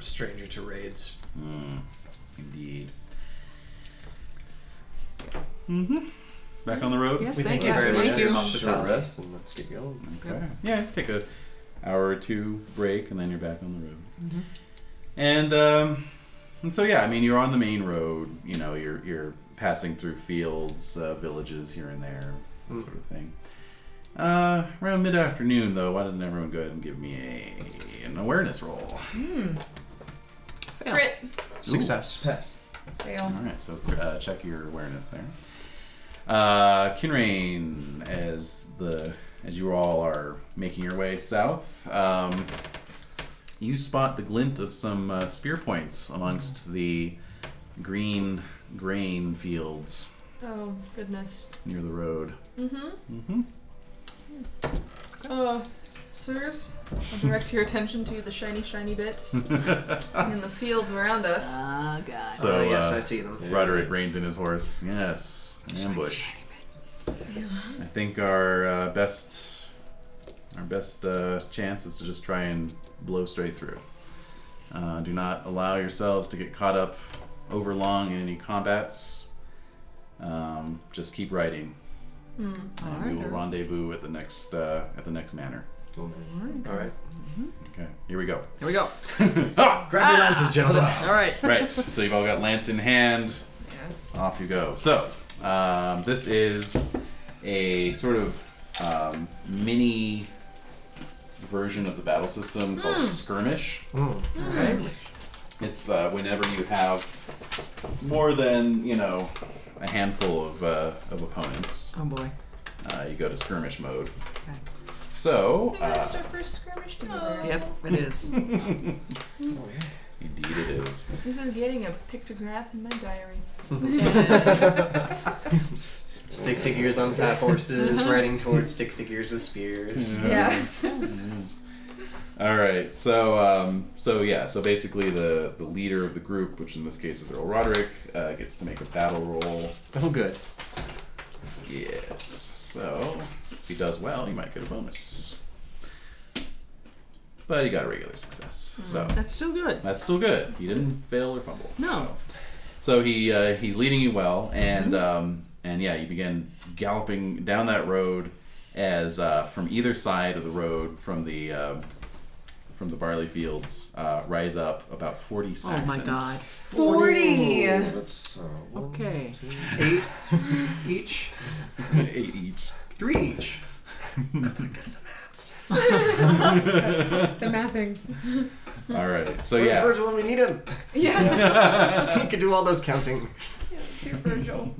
Speaker 5: stranger to raids.
Speaker 1: Mm, indeed. Mm-hmm. Back on the road?
Speaker 11: Yes,
Speaker 5: We
Speaker 11: thank
Speaker 5: thank
Speaker 11: you.
Speaker 5: you very much
Speaker 11: Thank
Speaker 5: for your
Speaker 11: you.
Speaker 5: hospitality.
Speaker 7: rest and let's get going.
Speaker 1: Okay. Yeah, take a hour or two break, and then you're back on the road. And um, and so yeah, I mean you're on the main road. You know you're you're passing through fields, uh, villages here and there, that sort of thing. Uh, around mid afternoon though, why doesn't everyone go ahead and give me a an awareness roll?
Speaker 11: Fail.
Speaker 19: Crit.
Speaker 5: Success. Pass.
Speaker 1: All right, so uh, check your awareness there. Uh, Kinrain, as the as you all are making your way south, um, you spot the glint of some uh, spear points amongst the green grain fields
Speaker 19: Oh, goodness.
Speaker 1: near the road. [laughs]
Speaker 19: Mm-hmm.
Speaker 1: Mm-hmm.
Speaker 19: Uh, sirs, I'll direct your attention to the shiny, shiny bits in the fields around us.
Speaker 11: Oh god.
Speaker 1: so
Speaker 5: Oh, yes,
Speaker 1: uh,
Speaker 5: I see them.
Speaker 1: Roderick reins in his horse. Yes, an ambush. I think our uh, best our best uh, chance is to just try and blow straight through. Uh, do not allow yourselves to get caught up over long in any combats. Um, just keep riding,
Speaker 19: Hmm.
Speaker 1: and we will rendezvous at the next uh, at the next manor.
Speaker 5: All right. Mm-hmm.
Speaker 1: Okay, here we go.
Speaker 11: Here
Speaker 1: [laughs]
Speaker 11: we go.
Speaker 1: Ah!
Speaker 5: Grab your lances, gentlemen.
Speaker 11: [laughs] All right.
Speaker 1: right. So you've all got lance in hand. Off you go. So um, this is a sort of um, mini version of the battle system called skirmish.
Speaker 5: Mm.
Speaker 1: It's uh, whenever you have more than you know a handful of uh, of opponents,
Speaker 11: Oh boy.
Speaker 1: uh, you go to skirmish mode.
Speaker 11: Okay.
Speaker 1: So
Speaker 19: Maybe
Speaker 1: uh,
Speaker 19: that's our first skirmish together.
Speaker 11: Yep. It is.
Speaker 1: indeed it is.
Speaker 19: This is getting a pictograph in my diary.
Speaker 5: Stick figures on
Speaker 11: [laughs]
Speaker 5: fat horses, riding towards stick figures with spears.
Speaker 17: Yeah.
Speaker 1: All right. So um, so yeah. So basically, the the leader of the group, which in this case is Earl Roderick, uh, gets to make a battle roll.
Speaker 5: Oh, good.
Speaker 1: Yes. So if he does well, he might get a bonus. But he got a regular success. So
Speaker 11: Hmm, That's still good.
Speaker 1: that's still good. He didn't fail or fumble.
Speaker 11: No.
Speaker 1: So he uh, he's leading you well, and
Speaker 11: Mm-hmm.
Speaker 1: um, and yeah, you begin galloping down that road as uh, from either side of the road from the um from the barley fields uh, rise up about forty
Speaker 11: Oh
Speaker 1: Saxons. [laughs]
Speaker 11: my god.
Speaker 17: 40.
Speaker 7: Oh, that's, uh, one,
Speaker 11: Okay.
Speaker 7: two,
Speaker 11: [laughs]
Speaker 5: Eight each.
Speaker 1: Eight each.
Speaker 5: Three each.
Speaker 4: The mathing.
Speaker 1: All right. So
Speaker 5: Where's
Speaker 1: yeah.
Speaker 5: Virgil when we need him?
Speaker 1: Yeah.
Speaker 5: [laughs] he could do all those counting.
Speaker 1: All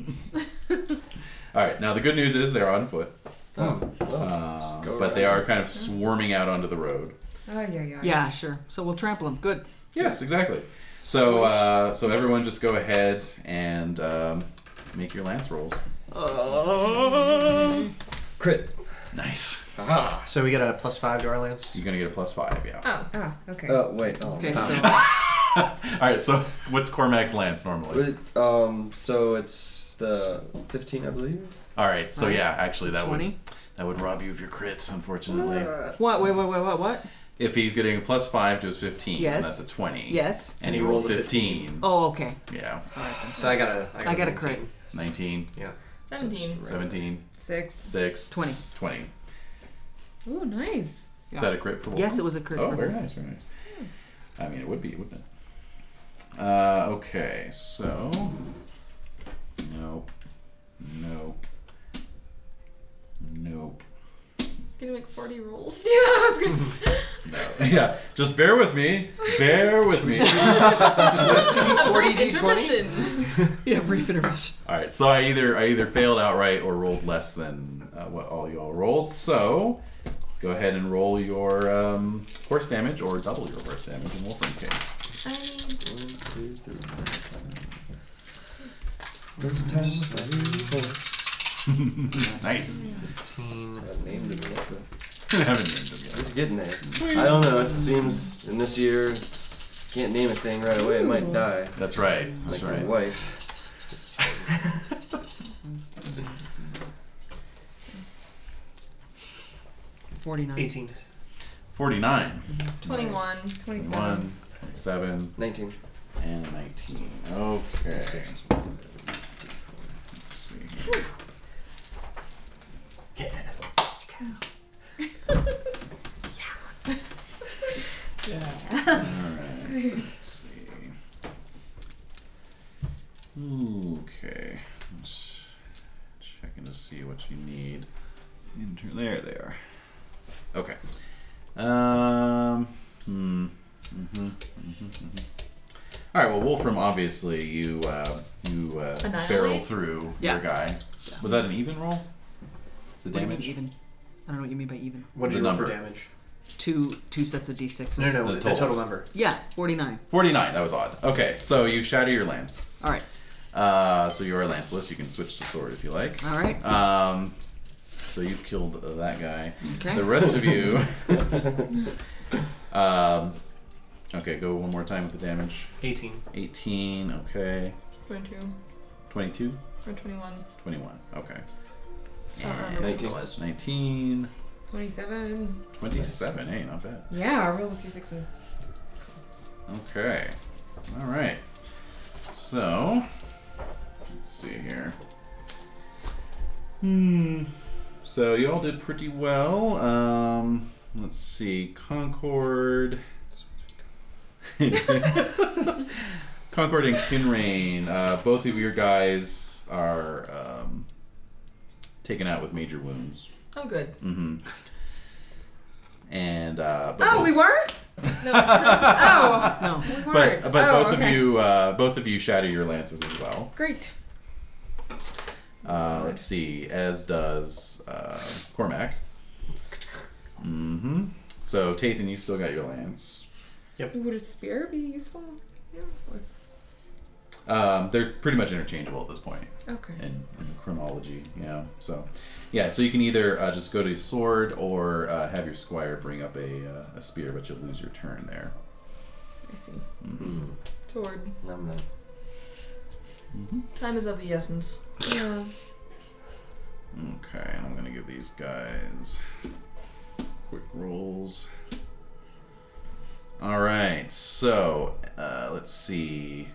Speaker 1: right. Now the good news is they're on foot,
Speaker 7: Oh, well,
Speaker 1: uh,
Speaker 7: just go
Speaker 1: but they
Speaker 7: around.
Speaker 1: are kind of swarming out onto the road.
Speaker 4: Oh, yeah, yeah.
Speaker 11: Yeah, sure. So we'll trample him. Good.
Speaker 1: Yes, exactly. So uh, so everyone just go ahead and um, make your lance rolls.
Speaker 7: Crit.
Speaker 1: Nice.
Speaker 5: Aha. So we get a plus five to our lance.
Speaker 1: You're gonna get a plus five, yeah.
Speaker 4: Oh.
Speaker 17: Ah, okay.
Speaker 7: Uh, wait. Oh,
Speaker 11: Okay,
Speaker 7: wow.
Speaker 11: so [laughs]
Speaker 1: All right. So what's Cormac's lance normally?
Speaker 7: Wait, um, so it's the 15, I believe.
Speaker 1: All right. So
Speaker 11: Right.
Speaker 1: yeah, actually that would
Speaker 11: 20?
Speaker 1: that would rob you of your crits, unfortunately.
Speaker 11: What? Wait, wait, wait, what? What?
Speaker 1: If he's getting a plus five to his fifteen, then
Speaker 11: Yes.
Speaker 1: that's a twenty.
Speaker 11: Yes.
Speaker 1: And he rolled a fifteen.
Speaker 11: Oh, okay.
Speaker 1: Yeah.
Speaker 5: So I got a. I got,
Speaker 11: I got a
Speaker 5: 19.
Speaker 11: crit.
Speaker 1: 19,
Speaker 19: 17.
Speaker 1: 17,
Speaker 17: Six.
Speaker 1: 6,
Speaker 11: 20.
Speaker 1: 20.
Speaker 4: Ooh, nice.
Speaker 1: Is that a crit for one?
Speaker 11: Yes, it was a crit. [laughs]
Speaker 1: Oh, very nice, very nice. I mean, it would be, wouldn't it? Uh, okay, so. Nope. Nope. Nope. [laughs]
Speaker 19: Gonna make 40
Speaker 17: [laughs]
Speaker 19: rolls.
Speaker 4: Yeah, I was gonna
Speaker 1: No. yeah, just bear with me. Bear with me.
Speaker 19: A brief
Speaker 5: 40 D20?
Speaker 19: intermission.
Speaker 11: Yeah, brief intermission.
Speaker 1: All right, so I either I either failed outright or rolled less than uh, what all you all rolled. So go ahead and roll your um, horse damage or double your horse damage in Wolfram's case.
Speaker 19: I
Speaker 7: One, two,
Speaker 19: mean,
Speaker 7: three, four, five. First time I
Speaker 1: nice. [laughs]
Speaker 7: named him yet, but
Speaker 1: I haven't named him yet.
Speaker 7: he's getting there. I don't know. It seems in this year, can't name a thing right away. It might die.
Speaker 1: That's right. That's
Speaker 7: Like
Speaker 1: right.
Speaker 7: your wife.
Speaker 11: Forty-nine.
Speaker 5: 18.
Speaker 1: 49,
Speaker 19: 21.
Speaker 1: 21, 27,
Speaker 7: 19.
Speaker 1: and 19. Okay. Let's see here.
Speaker 4: Yeah.
Speaker 1: Alright, let's see. Okay. Let's checking to see what you need. Inter- there they are. Okay. Um. Hmm. Mm-hmm, mm-hmm, mm-hmm. All right. Well, Wolfram, obviously, you uh, you uh, barrel
Speaker 19: Annihilate?
Speaker 1: through
Speaker 11: Yeah.
Speaker 1: your guy. Was that an even roll? The
Speaker 11: What do you mean
Speaker 1: damage.
Speaker 11: even? I don't know what you mean by even.
Speaker 5: What did
Speaker 1: The
Speaker 5: you roll for
Speaker 1: number.
Speaker 5: damage?
Speaker 11: Two two sets of d6s.
Speaker 5: No, no, no.
Speaker 1: the
Speaker 5: The,
Speaker 1: total.
Speaker 5: total number.
Speaker 11: Yeah, forty-nine.
Speaker 1: Forty-nine. That was odd. Okay. So you shatter your lance.
Speaker 11: All right.
Speaker 1: Uh, so you are lanceless. You can switch to sword if you like.
Speaker 11: All right.
Speaker 1: Um, so you've killed that guy.
Speaker 11: Okay.
Speaker 1: The rest of
Speaker 7: [laughs]
Speaker 11: [laughs]
Speaker 1: you. um, okay, go one more time with the damage.
Speaker 5: 18.
Speaker 1: Oh, 18, okay.
Speaker 19: 22.
Speaker 1: 22?
Speaker 19: Or 21.
Speaker 1: 21, okay.
Speaker 19: I don't
Speaker 17: um,
Speaker 19: remember what it
Speaker 7: 19.
Speaker 19: was.
Speaker 1: 19,
Speaker 17: 27.
Speaker 1: 27, hey, not bad.
Speaker 17: Yeah, I rolled a few sixes.
Speaker 1: Okay. All right. So, let's see here. Hmm. So you all did pretty well. Um, let's see. Concord. [laughs] Concord and Kinrain. Uh, both of your guys are um, taken out with major wounds.
Speaker 19: Oh, good.
Speaker 1: Mm-hmm. And uh, but
Speaker 17: Oh,
Speaker 1: both-
Speaker 17: we were?
Speaker 19: No, no.
Speaker 1: [laughs]
Speaker 17: Oh,
Speaker 11: No.
Speaker 17: we
Speaker 1: but
Speaker 17: weren't.
Speaker 1: but
Speaker 17: oh,
Speaker 1: both
Speaker 17: okay.
Speaker 1: of you uh, both of you shatter your lances as well.
Speaker 17: Great.
Speaker 1: Uh, let's see, as does uh, Cormac. Mm-hmm. So Tathan, you still got your lance.
Speaker 17: Would a spear be useful? Yeah.
Speaker 1: Um, they're pretty much interchangeable at this point.
Speaker 4: Okay.
Speaker 1: In, in the chronology, yeah. So, yeah. So you can either uh, just go to sword or uh, have your squire bring up a, uh, a spear, but you'll lose your turn there.
Speaker 4: I see.
Speaker 1: Mhm.
Speaker 19: Toward.
Speaker 7: Num num.
Speaker 19: Time is of the essence.
Speaker 4: Yeah.
Speaker 1: Okay, and I'm gonna give these guys quick rolls. All right, so uh, let's see.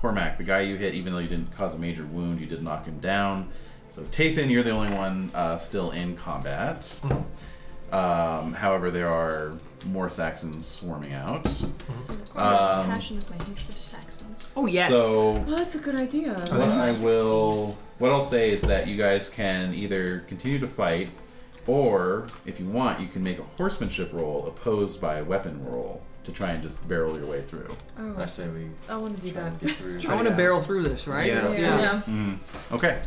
Speaker 1: Cormac, the guy you hit, even though you didn't cause a major wound, you did knock him down. So Tathan, you're the only one uh, still in combat. Um, however, there are more Saxons swarming out. Um,
Speaker 4: passion is my huge for
Speaker 19: [laughs]
Speaker 4: Saxons.
Speaker 11: Oh yes.
Speaker 1: So-
Speaker 4: Well, that's a good idea.
Speaker 1: what I will, what I'll say is that you guys can either continue to fight, or if you want, you can make a horsemanship roll opposed by a weapon roll to try and just barrel your way through.
Speaker 4: Oh.
Speaker 7: I say we.
Speaker 4: I want to do
Speaker 7: try and
Speaker 4: that.
Speaker 7: get through.
Speaker 11: I want to
Speaker 1: Yeah.
Speaker 11: barrel through this, right?
Speaker 7: Yeah.
Speaker 4: Yeah. Yeah.
Speaker 1: Mm. Okay.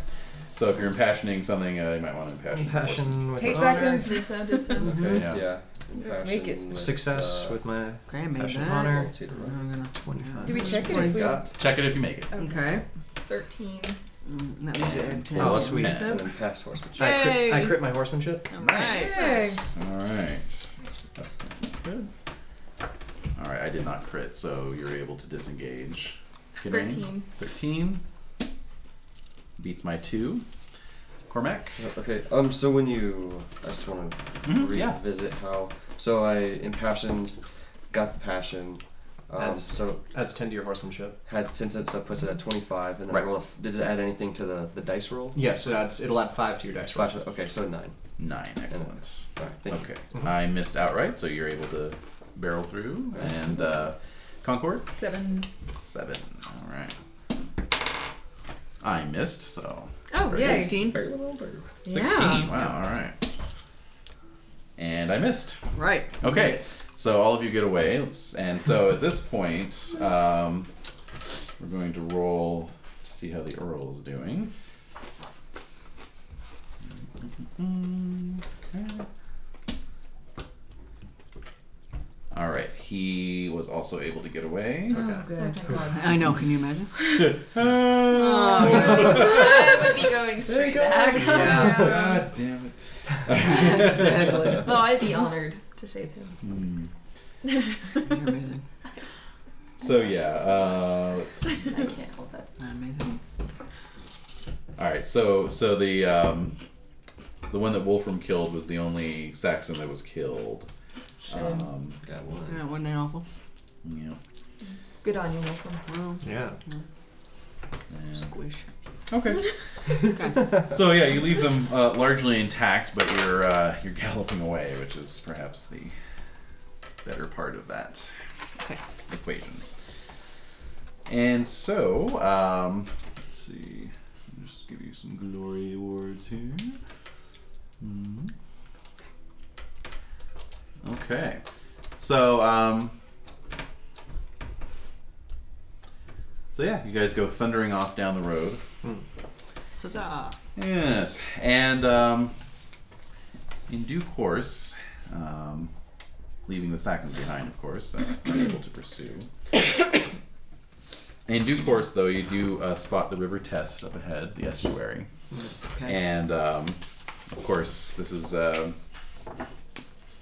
Speaker 1: So if you're impassioning something, uh, you might want to impassion.
Speaker 5: Passion with
Speaker 20: Hate
Speaker 5: my-
Speaker 20: Saxons.
Speaker 19: Did so, did so.
Speaker 1: Okay, yeah.
Speaker 7: Mm-hmm. Yeah.
Speaker 20: Let's make it.
Speaker 7: Impassion
Speaker 5: Success
Speaker 7: uh,
Speaker 5: with my
Speaker 11: Okay, I made
Speaker 5: passion of
Speaker 11: that.
Speaker 5: honor.
Speaker 7: roll to the right.
Speaker 11: I'm gonna-
Speaker 5: Twenty-five.
Speaker 20: Do we check it
Speaker 5: I
Speaker 20: if we-
Speaker 5: got?
Speaker 1: Check it if you make it.
Speaker 11: Okay.
Speaker 19: 13.
Speaker 11: Mm, That means you add
Speaker 1: And
Speaker 11: 10.
Speaker 1: pull
Speaker 5: Oh,
Speaker 1: up
Speaker 5: sweet.
Speaker 1: 10.
Speaker 7: And then past horsemanship.
Speaker 5: I
Speaker 11: Yay.
Speaker 5: crit, I crit my horsemanship.
Speaker 11: All
Speaker 1: Nice.
Speaker 11: right.
Speaker 20: Hey.
Speaker 1: All right. That's not good. All right, I did not crit, so you're able to disengage. Kidney?
Speaker 19: 13.
Speaker 1: 13. Beats my 2. Cormac?
Speaker 7: Okay. Um. So when you, I just want to Mm-hmm.
Speaker 1: Mhm, yeah.
Speaker 7: revisit how. So I impassioned, got the passion. Um,
Speaker 5: That's-
Speaker 7: so
Speaker 5: Adds ten to your horsemanship.
Speaker 7: had since it so puts it at twenty five, and then
Speaker 1: Right.
Speaker 7: I roll. a f- Does it add anything to the the dice roll?
Speaker 5: Yes, it adds. It'll add five to your dice roll.
Speaker 7: Five, okay, so nine.
Speaker 1: 9. Excellent.
Speaker 7: All right, thank
Speaker 1: Okay. I missed outright, so you're able to barrel through. And uh, Concord?
Speaker 4: Seven.
Speaker 1: 7. All right. I missed, so
Speaker 4: Oh, yay.
Speaker 11: 16.
Speaker 7: you. Barely, barely.
Speaker 1: 16.
Speaker 11: Yeah.
Speaker 1: Wow, all right. And I missed.
Speaker 11: Right.
Speaker 1: Okay, so all of you get away, Let's- and so at this point, um, we're going to roll to see how the Earl is doing. Mm, okay. All right, he was also able to get away. [laughs]
Speaker 4: Oh, good.
Speaker 11: I know. Can you [laughs] imagine?
Speaker 1: Oh,
Speaker 19: I would be going straight
Speaker 11: [laughs]
Speaker 19: back.
Speaker 11: Yeah.
Speaker 1: God damn it. exactly.
Speaker 19: Oh, I'd be honored to save him.
Speaker 11: You're amazing.
Speaker 1: [laughs] So yeah, uh, let's see.
Speaker 19: I can't help it.
Speaker 11: Amazing.
Speaker 1: All right, so so the um, the one that Wolfram killed was the only Saxon that was killed.
Speaker 11: Oh.
Speaker 1: Um,
Speaker 7: Got one.
Speaker 11: Yeah, wasn't that awful?
Speaker 1: yeah.
Speaker 19: Good on you, Wolfram.
Speaker 11: Well,
Speaker 5: Yeah.
Speaker 1: yeah.
Speaker 11: squish.
Speaker 1: Okay. so yeah, you leave them uh, largely intact, but you're uh, you're galloping away, which is perhaps the better part of that
Speaker 11: Okay.
Speaker 1: equation. And so, um, let's see. I'll Just give you some glory awards here. Mhm. Okay. So, um, so yeah, you guys go thundering off down the road.
Speaker 11: Huzzah.
Speaker 1: Yes, and um, in due course, um, leaving the Saxons behind, of course, uh, unable to pursue. [coughs] in due course, though, you do uh, spot the River Test up ahead, the estuary,
Speaker 11: Okay.
Speaker 1: and um, of course, this is um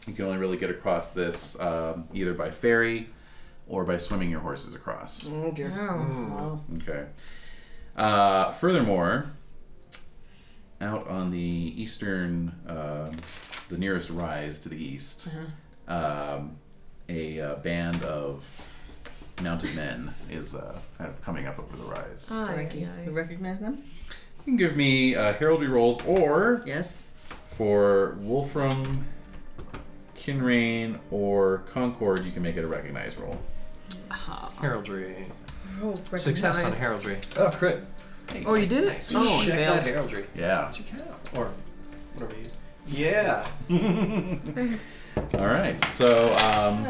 Speaker 1: you can only really get across this um, either by ferry or by swimming your horses across.
Speaker 11: oh dear.
Speaker 4: Oh.
Speaker 11: Well,
Speaker 1: Okay. Uh, furthermore, out on the eastern, um the nearest rise to the east, um, a uh, band of mounted men is uh, kind of coming up over the rise.
Speaker 19: Uh. Oh,
Speaker 4: Aye,
Speaker 11: Frankie, you
Speaker 4: aye,
Speaker 11: recognize them?
Speaker 1: You can give me uh, heraldry rolls, or
Speaker 11: Yes.
Speaker 1: for Wolfram, Kinrain, or Concord, you can make it a recognize roll.
Speaker 11: Ah.
Speaker 5: Heraldry.
Speaker 4: aye. Roll,
Speaker 5: Success on
Speaker 4: recognize.
Speaker 5: heraldry.
Speaker 7: Oh, crit.
Speaker 11: Oh, you did it. Oh, you
Speaker 5: Check that
Speaker 11: failed.
Speaker 5: heraldry.
Speaker 1: Yeah.
Speaker 5: Or whatever you. Yeah.
Speaker 1: [laughs] All right. So, um,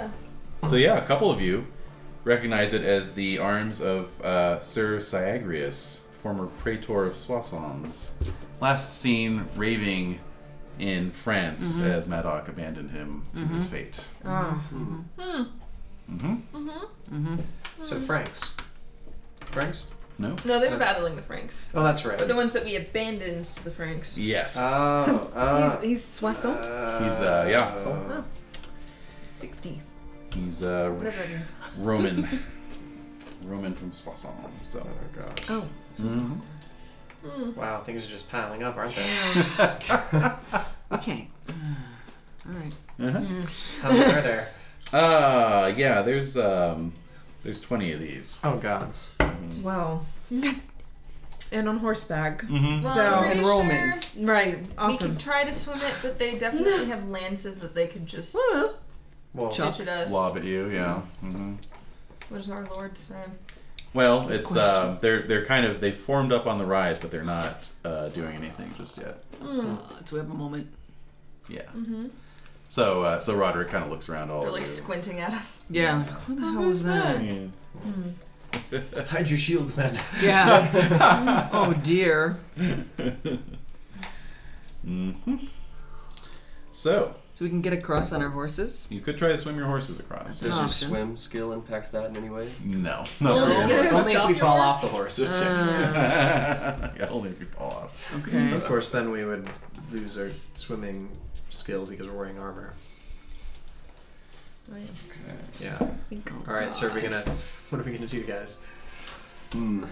Speaker 1: so yeah, a couple of you recognize it as the arms of uh, Sir Syagrius, former praetor of Soissons, last seen raving in France as Madoc abandoned him to his fate.
Speaker 4: Ah,
Speaker 1: Mm-hmm.
Speaker 5: So Franks. Franks?
Speaker 1: No.
Speaker 19: No, they were battling the Franks.
Speaker 5: Oh, that's right.
Speaker 19: But the ones that we abandoned to the Franks.
Speaker 1: Yes.
Speaker 5: Oh, uh,
Speaker 4: he's he's Soissons.
Speaker 1: He's uh yeah.
Speaker 4: oh. 60.
Speaker 1: He's uh
Speaker 4: Whatever that means.
Speaker 1: Roman. Roman from Soissons. So.
Speaker 5: oh my gosh.
Speaker 4: Oh.
Speaker 1: [laughs] Mhm.
Speaker 5: Wow, things are just piling up, aren't they?
Speaker 11: Okay. All right.
Speaker 1: Uh-huh.
Speaker 5: How many are there?
Speaker 1: Uh yeah, there's um there's twenty of these.
Speaker 5: [laughs] Oh gods.
Speaker 4: Wow. and on horseback.
Speaker 1: Mm-hmm.
Speaker 19: Well,
Speaker 4: so,
Speaker 19: I'm pretty
Speaker 4: and
Speaker 19: sure
Speaker 4: Romans. Right.
Speaker 19: We
Speaker 4: Awesome.
Speaker 19: could try to swim it, but they definitely have lances that they could just
Speaker 5: Well,
Speaker 19: pitch at us.
Speaker 1: Lob at you, yeah. Mm-hmm.
Speaker 19: What is our lord's name?
Speaker 1: Well, it's uh, they're they're kind of they formed up on the rise, but they're not uh, doing anything just yet.
Speaker 11: So we have a moment.
Speaker 1: Yeah.
Speaker 19: Mm-hmm.
Speaker 1: So uh, so Roderick kind of looks around all
Speaker 19: They're
Speaker 1: over.
Speaker 19: like squinting at us.
Speaker 11: Yeah. What the hell was that?
Speaker 5: Hide your shields, men.
Speaker 11: Yeah. [laughs] oh dear.
Speaker 1: hmm So
Speaker 11: So we can get across on our horses.
Speaker 1: you could try to swim your horses across.
Speaker 11: an
Speaker 7: Does your
Speaker 11: option.
Speaker 7: swim skill impact that in any way?
Speaker 1: No,
Speaker 19: Well,
Speaker 1: not really.
Speaker 19: yeah.
Speaker 5: It's only if we fall off the
Speaker 1: It's
Speaker 5: horse.
Speaker 1: Just checking. [laughs]
Speaker 11: Uh,
Speaker 1: yeah, only if you fall off.
Speaker 11: Okay.
Speaker 5: Of course, then we would lose our swimming skill because we're wearing armor. Yeah. All right, so are we gonna? What are we gonna do, guys?
Speaker 7: Hmm.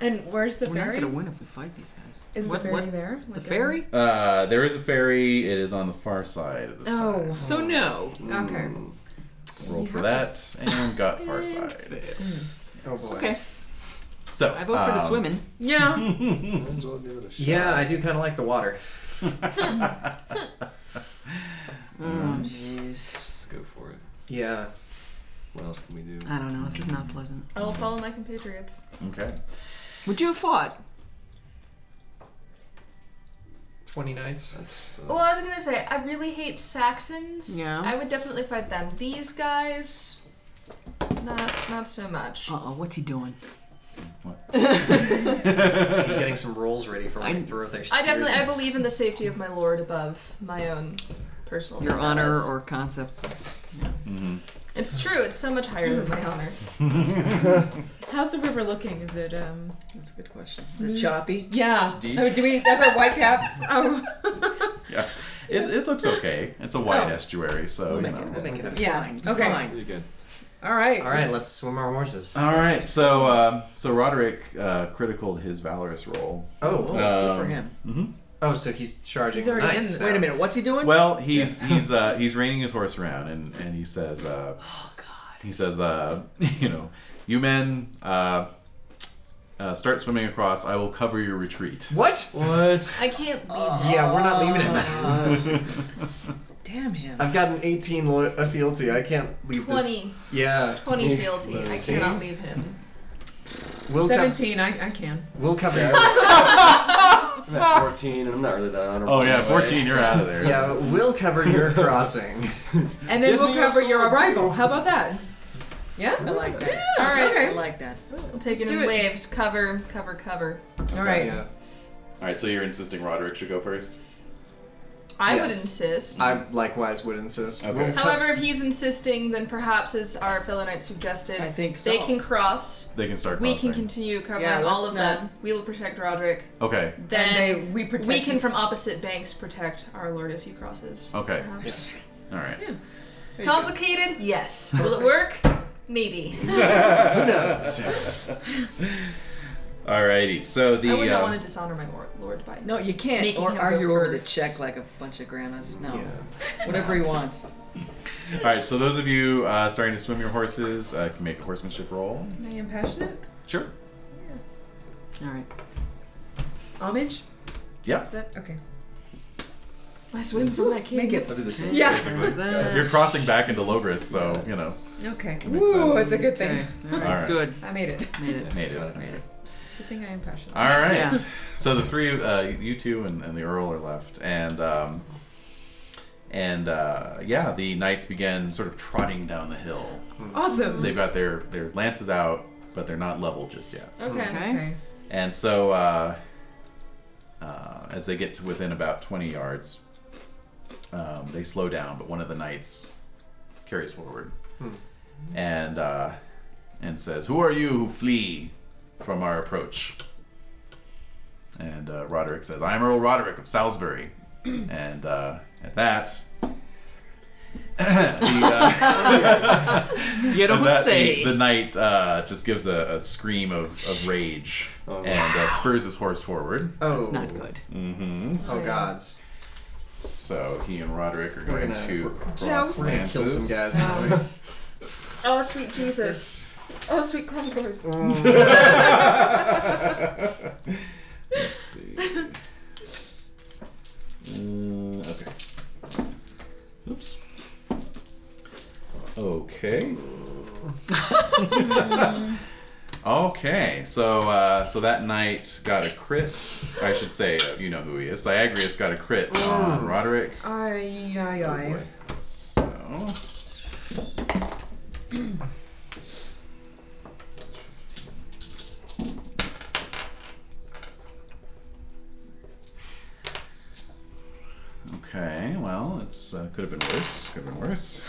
Speaker 4: And where's the
Speaker 11: We're not
Speaker 4: ferry?
Speaker 11: gonna win if we fight these guys.
Speaker 4: Is
Speaker 11: What-
Speaker 4: the ferry
Speaker 11: what-
Speaker 4: there?
Speaker 11: The
Speaker 4: Like a-
Speaker 11: ferry?
Speaker 1: Uh, there is a ferry. It is on the far side of the
Speaker 4: Oh.
Speaker 11: So no.
Speaker 4: Okay.
Speaker 7: Hmm.
Speaker 1: Rolled
Speaker 4: You
Speaker 1: for
Speaker 4: have
Speaker 1: that and got far side.
Speaker 5: Oh boy.
Speaker 11: Okay.
Speaker 1: So
Speaker 11: I vote for the
Speaker 1: um,
Speaker 11: swimming.
Speaker 4: Yeah.
Speaker 7: Might
Speaker 1: [laughs]
Speaker 7: [laughs] as well give it a shot.
Speaker 5: Yeah, I do kind of like the water.
Speaker 11: Oh jeez.
Speaker 7: Let's go for it.
Speaker 5: Yeah.
Speaker 7: What else can we do?
Speaker 11: I don't know. This is not pleasant.
Speaker 19: I will follow my compatriots.
Speaker 1: Okay.
Speaker 11: Would you have fought?
Speaker 5: Twenty knights.
Speaker 7: That's, uh,
Speaker 19: Well, I was gonna say I really hate Saxons.
Speaker 11: Yeah.
Speaker 19: I would definitely fight them. These guys, not not so much.
Speaker 11: Uh oh. What's he doing?
Speaker 5: He's getting some rolls ready for when
Speaker 11: I-
Speaker 5: they throw their.
Speaker 19: I
Speaker 5: spears
Speaker 19: definitely
Speaker 5: at
Speaker 19: I
Speaker 5: us.
Speaker 19: believe in the safety of my lord above my own personal.
Speaker 11: Your honor
Speaker 19: vendettas.
Speaker 11: or concept?
Speaker 19: It's true. It's so much higher than my honor.
Speaker 11: Hmm.
Speaker 4: How's the river looking? Is it um?
Speaker 11: That's a good question. Is it choppy?
Speaker 1: [laughs]
Speaker 4: Yeah.
Speaker 1: Deep.
Speaker 4: Oh, do we? I've got white caps. Oh.
Speaker 1: [laughs] Yeah. It, it looks okay. It's a wide estuary,
Speaker 4: Oh
Speaker 1: so you know.
Speaker 5: We'll make it up.
Speaker 4: yeah. Okay.
Speaker 7: Pretty good.
Speaker 4: All right.
Speaker 5: All right, let's swim our horses.
Speaker 1: All right, so um, so Roderick uh, criticaled his valorous roll.
Speaker 11: Oh,
Speaker 5: Oh,
Speaker 11: good for
Speaker 1: Um,
Speaker 11: him.
Speaker 5: oh, so he's charging.
Speaker 4: He's already in
Speaker 5: knights
Speaker 4: the-
Speaker 5: now.
Speaker 11: Wait a minute. What's he doing?
Speaker 1: Well, he's he's
Speaker 4: [laughs]
Speaker 1: uh, he's reining his horse around, and and he says, uh,
Speaker 11: oh God.
Speaker 1: he says, uh, [laughs] you know, you men, uh, uh, start swimming across. I will cover your retreat.
Speaker 5: What?
Speaker 7: What?
Speaker 19: I can't leave.
Speaker 7: Ah,
Speaker 5: Yeah, we're not leaving
Speaker 1: Oh.
Speaker 5: him.
Speaker 4: Oh,
Speaker 1: [laughs]
Speaker 11: Damn him.
Speaker 4: Uh,
Speaker 5: I've got an 18 lo- a uh, fealty. I can't leave this.
Speaker 19: 20,
Speaker 5: Yeah.
Speaker 19: 20 fealty. I
Speaker 5: See?
Speaker 19: cannot leave him.
Speaker 5: We'll, co-
Speaker 4: Seventeen. I, I can.
Speaker 5: we'll
Speaker 1: [laughs]
Speaker 5: cover you.
Speaker 7: I'm at 14, and I'm not really that honorable.
Speaker 1: Oh yeah,
Speaker 7: anyway.
Speaker 1: fourteen. You're out of there.
Speaker 5: Yeah, we'll cover your crossing.
Speaker 4: And then
Speaker 7: Give
Speaker 4: we'll
Speaker 7: me your
Speaker 4: cover your
Speaker 7: sword,
Speaker 4: arrival.
Speaker 7: too.
Speaker 4: How about that? Yeah.
Speaker 11: I like that.
Speaker 4: All right.
Speaker 11: I like that.
Speaker 19: We'll take it
Speaker 4: Let's
Speaker 19: in
Speaker 4: do it.
Speaker 19: waves. Cover, cover, cover.
Speaker 4: All [laughs] right.
Speaker 5: Yeah.
Speaker 1: All right, so you're insisting Roderick should go first.
Speaker 19: I
Speaker 5: Yes.
Speaker 19: would insist.
Speaker 5: I likewise would insist.
Speaker 1: Okay.
Speaker 5: We'll co-
Speaker 19: However, if he's insisting, then perhaps, as our fellow knight suggested,
Speaker 11: I think
Speaker 19: they
Speaker 11: so.
Speaker 19: can cross.
Speaker 1: They can start.
Speaker 19: We can
Speaker 1: crossing.
Speaker 19: continue covering
Speaker 11: Yeah,
Speaker 19: all
Speaker 11: let's
Speaker 19: of
Speaker 11: not-
Speaker 19: them. We will protect Roderick.
Speaker 1: Okay.
Speaker 19: Then
Speaker 4: And they, we protect.
Speaker 19: we can, from opposite banks, protect our lord as he crosses.
Speaker 1: Okay.
Speaker 19: Perhaps.
Speaker 1: All right.
Speaker 19: Complicated? Yes. Will it work?
Speaker 7: [laughs]
Speaker 19: Maybe.
Speaker 1: [laughs] Alrighty. So the
Speaker 19: I would not
Speaker 1: um,
Speaker 19: want to dishonor my war- lord by
Speaker 11: No, you can't
Speaker 19: Making
Speaker 11: or
Speaker 19: him
Speaker 11: argue
Speaker 19: go
Speaker 11: over the
Speaker 19: first.
Speaker 11: check like a bunch of grandmas. No.
Speaker 5: Yeah.
Speaker 11: Whatever he wants.
Speaker 1: all right. So those of you uh, starting to swim your horses uh, can make a horsemanship roll.
Speaker 4: I am passionate.
Speaker 1: Sure.
Speaker 11: All right.
Speaker 4: Homage.
Speaker 1: Yeah.
Speaker 4: Is that okay?
Speaker 19: I swim for my king.
Speaker 4: Make it.
Speaker 7: I'll do the same.
Speaker 4: Yeah.
Speaker 1: Basically,
Speaker 19: Uh,
Speaker 11: that?
Speaker 1: you're crossing back into Logris, so you know.
Speaker 4: Okay.
Speaker 1: makes sense.
Speaker 4: Ooh, it's a good thing.
Speaker 11: Okay. All right.
Speaker 1: All right.
Speaker 11: Good.
Speaker 4: I made it.
Speaker 11: Made it.
Speaker 1: Made it.
Speaker 11: Made it.
Speaker 4: Good thing I am passionate.
Speaker 1: All right.
Speaker 11: Yeah.
Speaker 1: So the three, of- uh, you two, and, and the Earl are left, and um, and uh, yeah, the knights begin sort of trotting down the hill.
Speaker 4: Awesome.
Speaker 1: They've got their their lances out, but they're not leveled just yet.
Speaker 19: Okay.
Speaker 11: Okay.
Speaker 1: And so, uh, uh, as they get to within about 20 yards, um, they slow down, but one of the knights carries forward and uh, and says, "Who are you who flee from our approach. And uh, Roderick says, I am Earl Roderick of Salisbury. and uh, at that, [clears throat] the, uh,
Speaker 11: [laughs] You don't
Speaker 1: at that, the-
Speaker 11: say.
Speaker 1: The, knight uh, just gives a, a scream of, of rage and uh, spurs his horse forward.
Speaker 5: Oh. That's not good.
Speaker 1: Mm-hmm.
Speaker 5: Oh, gods.
Speaker 1: So he and Roderick are
Speaker 5: We're
Speaker 1: going
Speaker 5: gonna- [laughs]
Speaker 1: to [laughs]
Speaker 5: Joust.
Speaker 1: cross
Speaker 5: We're gonna kill some guys,
Speaker 1: lances.
Speaker 5: aren't we?
Speaker 17: Oh, sweet Jesus. Oh, sweet Concord.
Speaker 1: Let's see. Uh, okay. Oops. Okay.
Speaker 5: [laughs]
Speaker 1: okay. So uh, so that knight got a crit. I should say uh, you know who he is. Syagrius got a crit on
Speaker 17: Mm.
Speaker 1: Roderick.
Speaker 17: Ay, ay, ay.
Speaker 1: So. Okay, well, it's uh, could have been worse. Could have been worse.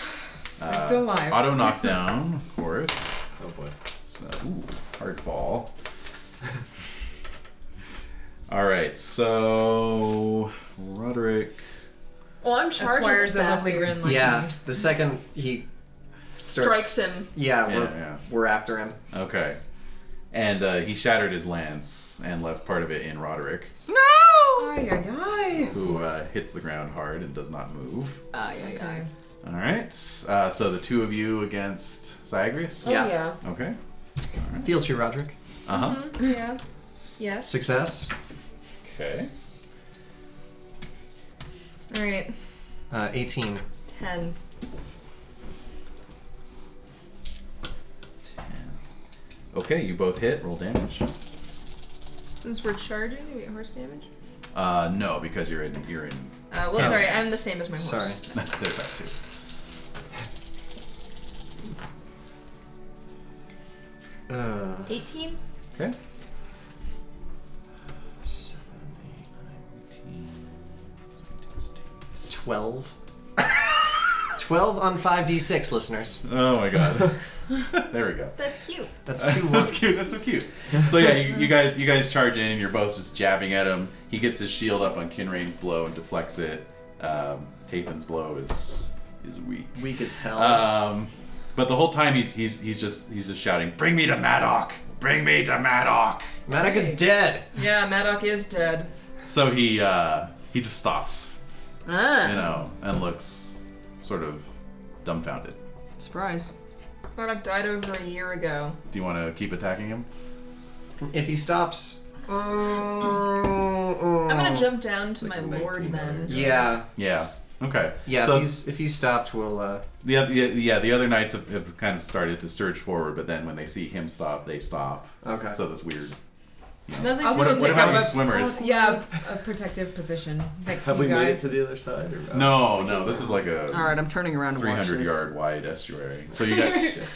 Speaker 1: Uh,
Speaker 17: still alive. [laughs]
Speaker 1: Auto knockdown, of course.
Speaker 7: Oh boy.
Speaker 1: So, ooh, hard
Speaker 17: [laughs]
Speaker 1: fall. All right, so Roderick.
Speaker 19: Well, Oh, I'm charging
Speaker 17: Acquires
Speaker 19: this
Speaker 17: a lovely
Speaker 19: bastard.
Speaker 5: Oh,
Speaker 17: grin like
Speaker 5: yeah, the second he starts,
Speaker 19: Strikes him.
Speaker 5: Yeah,
Speaker 1: Yeah,
Speaker 5: we're,
Speaker 1: yeah.
Speaker 5: we're after him.
Speaker 1: Okay, and uh, he shattered his lance and left part of it in Roderick,
Speaker 17: Ay, ay, ay.
Speaker 1: who uh, hits the ground hard and does not move.
Speaker 11: Ay, ay, ay.
Speaker 1: All right, uh, so the two of you against Zagreus.
Speaker 5: Oh, Yeah.
Speaker 17: yeah.
Speaker 1: Okay.
Speaker 5: Feel true, Roderick.
Speaker 1: Uh huh.
Speaker 17: Yeah. Yes.
Speaker 5: Success.
Speaker 1: Okay.
Speaker 19: All right,
Speaker 5: Uh, 18.
Speaker 19: ten.
Speaker 1: Okay, you both hit. Roll damage.
Speaker 19: Since we're charging, do we get horse damage?
Speaker 1: Uh, no, because you're in you're in. [laughs]
Speaker 19: Uh, well,
Speaker 1: Oh.
Speaker 19: sorry, I'm the same as my horse.
Speaker 5: Sorry.
Speaker 1: There's that too.
Speaker 5: Uh,
Speaker 19: 18?
Speaker 1: Okay.
Speaker 5: seven, eight, nine, 12. 12 on 5d6, listeners.
Speaker 1: [laughs] Oh my god. [laughs] there we go.
Speaker 19: That's cute.
Speaker 1: [laughs]
Speaker 5: That's two ones.
Speaker 1: That's cute. That's so cute. So yeah, you, you guys you guys charge in and you're both just jabbing at him. He gets his shield up on Kinrain's blow and deflects it. Um, Tathan's blow is is weak.
Speaker 5: Weak as hell.
Speaker 1: Um, but the whole time he's he's he's just he's just shouting, "Bring me to Madoc! Bring me to Madoc!"
Speaker 5: Maddock is dead.
Speaker 19: Yeah, Madoc is dead.
Speaker 1: So he uh, he just stops,
Speaker 11: Ah,
Speaker 1: you know, and looks sort of dumbfounded.
Speaker 11: surprise.
Speaker 19: Madoc died over a year ago.
Speaker 1: Do you want to keep attacking him?
Speaker 5: If he stops.
Speaker 19: I'm
Speaker 11: Oh.
Speaker 19: gonna jump down to my lord then.
Speaker 5: Yeah,
Speaker 1: Yeah. Okay.
Speaker 5: yeah.
Speaker 1: So
Speaker 5: if, he's, if he's stopped, we'll. Uh,
Speaker 1: the other, yeah, the other knights have, have kind of started to surge forward, but then when they see him stop, they stop.
Speaker 5: okay.
Speaker 1: So this weird. you know.
Speaker 19: Nothing
Speaker 17: I'll
Speaker 19: to
Speaker 1: What,
Speaker 17: still
Speaker 1: what
Speaker 17: take
Speaker 1: about
Speaker 17: up
Speaker 1: you
Speaker 17: a-
Speaker 1: swimmers?
Speaker 17: Yeah, a protective position next
Speaker 7: Have
Speaker 17: to
Speaker 7: we
Speaker 17: you
Speaker 7: made it
Speaker 17: guys.
Speaker 7: to the other side? Or
Speaker 1: No, no. This is like a
Speaker 11: All right, I'm turning around to watch
Speaker 1: 300
Speaker 11: this.
Speaker 1: yard wide estuary. So you
Speaker 17: [laughs]
Speaker 1: guys. [laughs]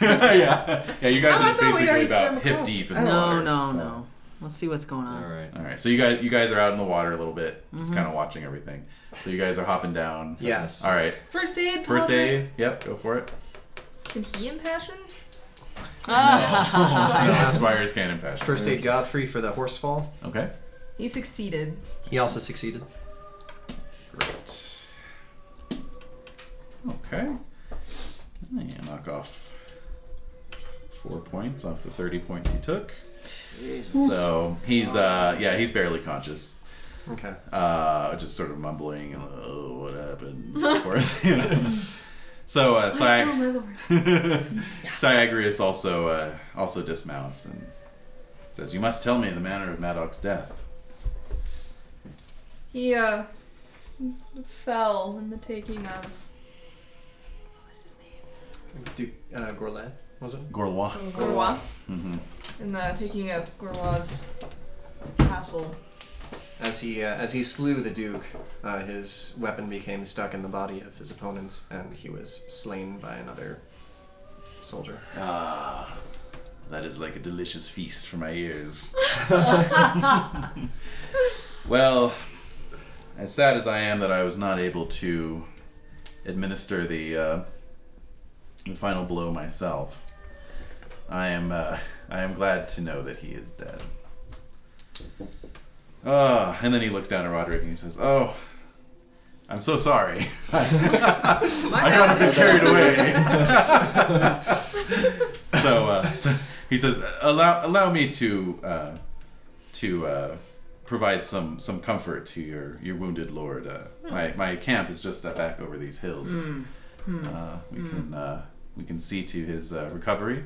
Speaker 1: yeah. Yeah. You guys
Speaker 17: Oh,
Speaker 1: are
Speaker 17: I
Speaker 1: just
Speaker 17: thought we
Speaker 1: basically
Speaker 17: already
Speaker 1: about
Speaker 17: swam
Speaker 1: hip
Speaker 17: across. Oh.
Speaker 1: deep in the
Speaker 11: No,
Speaker 1: water.
Speaker 11: no,
Speaker 1: so.
Speaker 11: no. Let's see what's going on.
Speaker 7: All right.
Speaker 1: All right, so you guys you guys are out in the water a little bit,
Speaker 11: Mm-hmm.
Speaker 1: just kind of watching everything. So you guys are hopping down.
Speaker 5: Yes.
Speaker 1: All right,
Speaker 19: First aid.
Speaker 1: first
Speaker 19: Podrick.
Speaker 1: aid. Yep, go for it.
Speaker 19: Can he impassion?
Speaker 17: [laughs]
Speaker 1: No,
Speaker 5: Spires.
Speaker 1: Spires can't impact.
Speaker 5: First aid Godfrey for the horse fall.
Speaker 1: Okay.
Speaker 19: He succeeded.
Speaker 5: He also succeeded.
Speaker 1: Great. Okay. Yeah, knock off four points off the thirty points he took. So he's uh yeah he's barely conscious.
Speaker 5: Okay.
Speaker 1: uh, just sort of mumbling, "Oh, what happened?" Or, [laughs] you know. So, uh, [laughs] Sy- Syagrius also uh, also dismounts and says, "You must tell me the manner of Madoc's death."
Speaker 19: He uh fell in the taking of. What was his name?
Speaker 5: Duke uh, Gorlan, was it?
Speaker 1: Gorlois.
Speaker 19: Gorwa.
Speaker 1: Mm-hmm.
Speaker 19: In the taking of Gorwa's castle.
Speaker 5: As he uh, as he slew the duke, uh, his weapon became stuck in the body of his opponent, and he was slain by another soldier.
Speaker 1: Ah, that is like a delicious feast for my ears. [laughs] well, as sad as I am that I was not able to administer the, uh, the final blow myself, I am uh, I am glad to know that he is dead. Uh, and then he looks down at Roderick and he says, "Oh, I'm so sorry. [laughs] I got a bit carried away." [laughs] so, uh, so he says, "Allow allow me to uh, to uh, provide some some comfort to your your wounded lord. Uh, my my camp is just uh, back over these hills.
Speaker 11: Hmm. Hmm.
Speaker 1: Uh, we
Speaker 11: Hmm.
Speaker 1: can uh, we can see to his uh, recovery."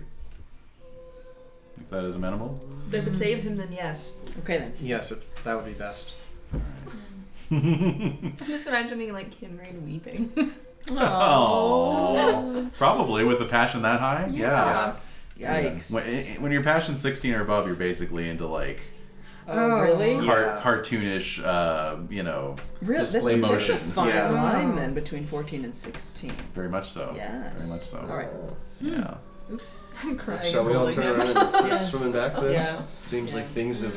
Speaker 1: If that is
Speaker 11: [laughs]
Speaker 1: amenable.
Speaker 19: If it saves him, then yes.
Speaker 11: Mm-hmm. Okay then.
Speaker 5: Yes, it, that would be best.
Speaker 19: I'm just imagining like Kinraid weeping.
Speaker 1: Oh. Probably with the passion that high. Yeah. Yeah.
Speaker 11: Yikes.
Speaker 1: When, when your passion's 16 or above, you're basically into like
Speaker 11: Oh, really?
Speaker 1: car- cartoonish, uh, you know,
Speaker 11: Really? That's
Speaker 1: displays of
Speaker 11: such a
Speaker 1: emotion.
Speaker 11: fine
Speaker 1: Yeah.
Speaker 11: line then between 14 and 16.
Speaker 1: Very much so.
Speaker 11: Yes.
Speaker 1: Very much so.
Speaker 11: All right.
Speaker 1: Yeah.
Speaker 11: Oops.
Speaker 19: I'm crying.
Speaker 7: Shall we all
Speaker 11: holding
Speaker 7: turn around
Speaker 11: it.
Speaker 7: and start
Speaker 11: Yeah.
Speaker 7: swimming back then?
Speaker 11: Yeah.
Speaker 7: Seems
Speaker 11: Yeah.
Speaker 7: like things have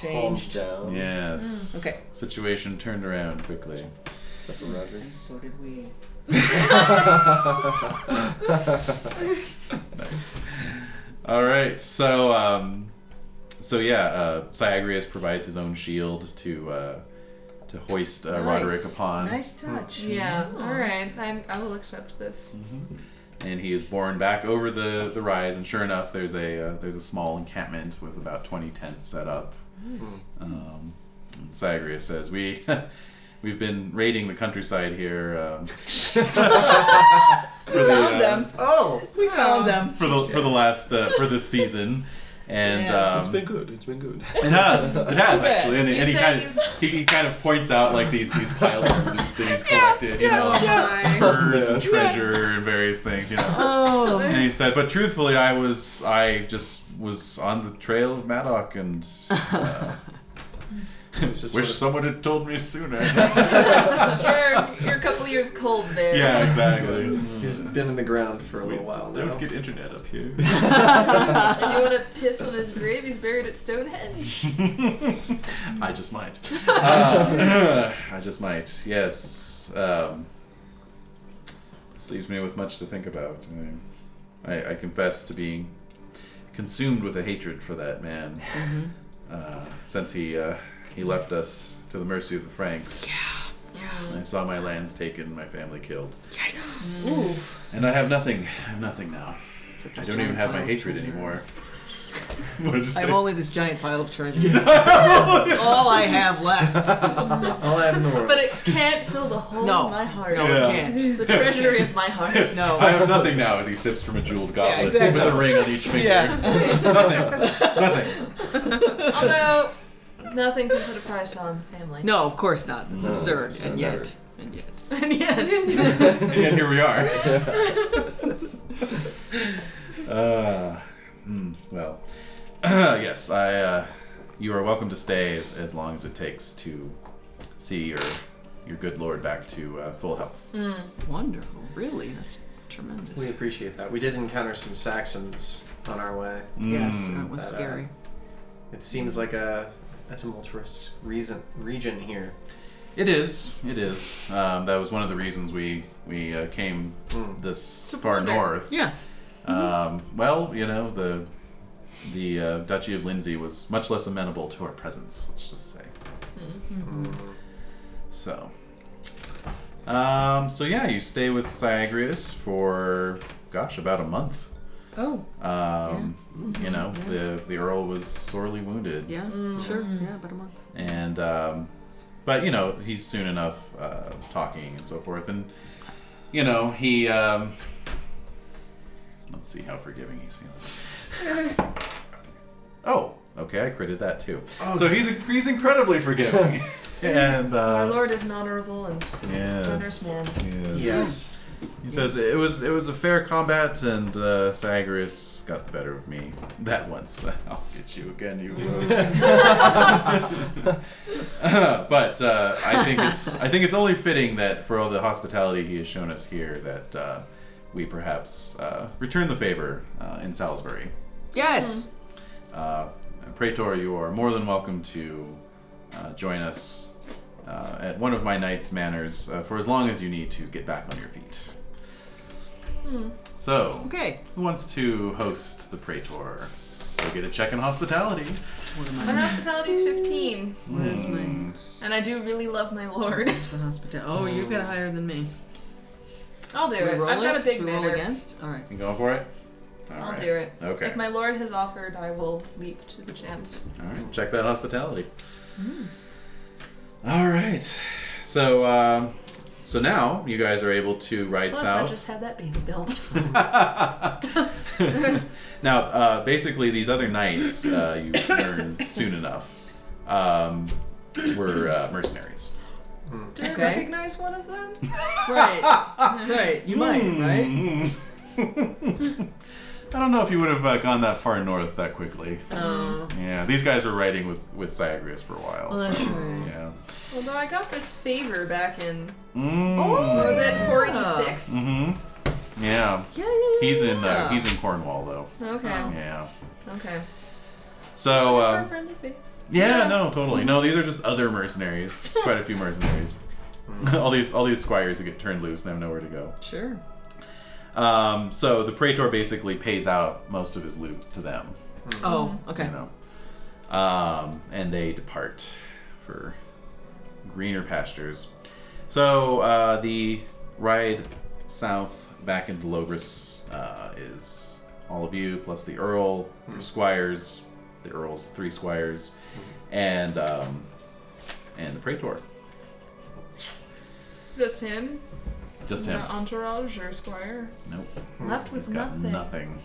Speaker 11: Changed.
Speaker 7: calmed down.
Speaker 1: Yes.
Speaker 11: Mm. Okay.
Speaker 1: Situation turned around quickly.
Speaker 7: Except for Roger.
Speaker 11: And so did
Speaker 7: [laughs]
Speaker 11: we.
Speaker 7: Um,
Speaker 1: nice. All right. So, um, so yeah, uh, Syagrius provides his own shield to uh, to hoist uh, Roderick
Speaker 11: Nice. Hmm.
Speaker 1: upon.
Speaker 11: Nice touch.
Speaker 19: Yeah. All right. I'm, I will accept this.
Speaker 1: and he is borne back over the, the rise. And sure enough, there's a uh, there's a small encampment with about 20 tents set up.
Speaker 11: Nice.
Speaker 1: Um, and Sagrius says, "We [laughs] we've been raiding the countryside here um, [laughs] for the
Speaker 11: Found
Speaker 1: uh,
Speaker 11: them. Oh. We found them.
Speaker 1: for the for the last uh, for this season." And
Speaker 11: Yes.
Speaker 1: um,
Speaker 7: It's been good. It's been good.
Speaker 1: it
Speaker 7: [laughs]
Speaker 1: has. It has
Speaker 11: Too bad.
Speaker 1: actually, and,
Speaker 11: You
Speaker 1: and he
Speaker 11: say
Speaker 1: kind of he, he kind of points out like these these piles of loot that
Speaker 11: [laughs]
Speaker 1: he's collected, you know,
Speaker 11: yeah.
Speaker 1: like, furs and
Speaker 7: Yeah.
Speaker 1: treasure and various things, you know.
Speaker 11: Oh.
Speaker 1: And he said, but truthfully, I was I just was on the trail of Madoc and
Speaker 7: [laughs]
Speaker 1: uh, wish
Speaker 7: sort of-
Speaker 1: someone had told me
Speaker 7: [laughs]
Speaker 1: sooner.
Speaker 19: You're, you're a couple years cold
Speaker 1: [laughs]
Speaker 19: there.
Speaker 1: yeah, exactly.
Speaker 5: He's been in the ground for a little while now.
Speaker 1: Don't get internet up here.
Speaker 7: [laughs]
Speaker 19: And you want to piss on his grave? He's buried at Stonehenge.
Speaker 1: [laughs] I just might. Uh, [clears throat] I just might. Yes. Um, this leaves me with much to think about. I, I, I confess to being consumed with a hatred for that man uh, since he uh, he left us to the mercy of the Franks. I saw my lands taken, my family killed,
Speaker 11: Ooh.
Speaker 1: and I have nothing. I have nothing now. I
Speaker 11: this
Speaker 1: don't even
Speaker 11: giant
Speaker 1: have my
Speaker 11: pile of
Speaker 1: hatred
Speaker 11: treasure.
Speaker 1: anymore. [laughs] what did you
Speaker 11: I
Speaker 1: say?
Speaker 11: have only this giant pile of treasure.
Speaker 1: [laughs]
Speaker 11: All I have left.
Speaker 5: All I have in the
Speaker 4: [laughs]
Speaker 5: world.
Speaker 19: But it can't fill the hole
Speaker 11: No.
Speaker 19: in my heart.
Speaker 11: No,
Speaker 1: Yeah.
Speaker 11: I can't.
Speaker 19: The treasury of
Speaker 11: [laughs]
Speaker 19: my heart.
Speaker 11: No.
Speaker 1: I have nothing now as he sips from a jeweled goblet
Speaker 11: exactly.
Speaker 1: with a ring on each finger.
Speaker 11: Yeah.
Speaker 1: nothing.
Speaker 19: Although, nothing can put a price on family.
Speaker 11: No, of course not. It's
Speaker 7: No,
Speaker 11: absurd.
Speaker 7: so
Speaker 11: and
Speaker 7: never.
Speaker 11: yet. And yet.
Speaker 19: And [laughs] yet.
Speaker 1: And yet here we
Speaker 19: [laughs]
Speaker 1: are. uh, hmm, well, [clears throat] yes, I. Uh, you are welcome to stay as, as long as it takes to see your your good lord back to uh, full health.
Speaker 11: Wonderful. Really? That's tremendous.
Speaker 5: We appreciate that. We did encounter some Saxons on our way.
Speaker 11: Yes,
Speaker 1: Mm.
Speaker 11: that was
Speaker 5: But, uh,
Speaker 11: scary.
Speaker 5: It seems like a, a tumultuous reason, region here.
Speaker 1: It is. It is. Um, that was one of the reasons we we uh, came
Speaker 5: Mm.
Speaker 1: this
Speaker 19: Hmm. To
Speaker 1: far
Speaker 19: plunder.
Speaker 1: north.
Speaker 11: Yeah.
Speaker 1: Um, well, you know the the uh, Duchy of Lindsey was much less amenable to our presence. Let's just say. So. Um, so yeah, you stay with Syagrius for gosh about a month.
Speaker 4: Oh.
Speaker 1: Um, You know the the Earl was sorely wounded.
Speaker 11: Yeah,
Speaker 19: Mm-hmm.
Speaker 11: sure. Yeah, about a month.
Speaker 1: And um, but you know he's soon enough uh, talking and so forth, and you know he um, let's see how forgiving he's feeling. oh, okay, I critted that too. so he's he's incredibly forgiving. [laughs] and uh,
Speaker 19: Our Lord is an honorable and
Speaker 1: Yes.
Speaker 19: generous man.
Speaker 1: yes.
Speaker 5: Yes.
Speaker 1: He says it was it was a fair combat, and uh, Sagrius got the better of me [laughs] that once. I'll get you again, you will. [laughs] but uh, I think it's I think it's only fitting that for all the hospitality he has shown us here, that uh, we perhaps uh, return the favor uh, in Salisbury.
Speaker 11: Yes.
Speaker 19: Mm-hmm.
Speaker 1: Uh, Praetor, you are more than welcome to uh, join us uh, at one of my knight's manors uh, for as long as you need to get back on your feet.
Speaker 25: Hmm.
Speaker 1: So,
Speaker 11: Okay.
Speaker 1: who wants to host the Praetor? Go get a check in hospitality.
Speaker 19: My hospitality's 15.
Speaker 11: Where's
Speaker 1: Mm-hmm.
Speaker 11: my
Speaker 19: And I do really love my lord.
Speaker 11: where's the hospital? Oh,
Speaker 1: Mm-hmm.
Speaker 11: you've got higher than me.
Speaker 19: I'll do
Speaker 11: Should we
Speaker 19: Oh, it.
Speaker 11: roll
Speaker 19: I've got
Speaker 11: it?
Speaker 19: a big
Speaker 11: Should we roll
Speaker 19: banner.
Speaker 11: against. All right.
Speaker 1: Hmm. You going for it? All
Speaker 19: I'll
Speaker 1: right.
Speaker 19: do it.
Speaker 1: Okay.
Speaker 19: If my lord has offered, I will leap to the chance.
Speaker 1: All right. Check that hospitality. All right. So, um, so now you guys are able to ride
Speaker 19: Plus, I
Speaker 1: south.
Speaker 19: just had that baby built.
Speaker 1: [laughs]
Speaker 19: [laughs]
Speaker 1: now, uh, basically, these other knights uh, you learn soon enough um, were uh, mercenaries.
Speaker 19: Do I
Speaker 11: Okay.
Speaker 19: recognize one of them?
Speaker 11: Right. right. You might, right?
Speaker 1: right? Hmm. [laughs] I don't know if you would have uh, gone that far north that quickly.
Speaker 11: Oh.
Speaker 1: Yeah, these guys were riding with with Sagrius for a while.
Speaker 11: Well, that's
Speaker 1: so,
Speaker 11: right.
Speaker 1: Yeah.
Speaker 19: Although I got this favor back in.
Speaker 11: Oh,
Speaker 1: Mm.
Speaker 19: What was it? 486?
Speaker 1: Mm-hmm. Yeah.
Speaker 11: Yeah, yeah,
Speaker 1: He's in uh,
Speaker 11: yeah.
Speaker 1: he's Oh. in Cornwall though.
Speaker 19: Okay.
Speaker 1: Yeah.
Speaker 19: Okay.
Speaker 1: So
Speaker 19: Looking for a
Speaker 1: um,
Speaker 19: friendly face.
Speaker 1: yeah, no, totally. No, these are just other mercenaries. Quite a few mercenaries. all these all these squires who get turned loose and have nowhere to go.
Speaker 11: Sure.
Speaker 1: Um, so the praetor basically pays out most of his loot to them.
Speaker 11: Oh,
Speaker 19: Mm-hmm.
Speaker 11: okay.
Speaker 1: You know. Um, and they depart for greener pastures. So uh, the ride south back into Logris uh, is all of you plus the Earl, your squires, the Earl's three squires, and um, and the Praetor.
Speaker 19: Just him?
Speaker 1: Just
Speaker 19: No
Speaker 1: him.
Speaker 19: entourage or squire?
Speaker 1: Nope.
Speaker 19: Left with
Speaker 1: He's got
Speaker 19: nothing.
Speaker 1: nothing.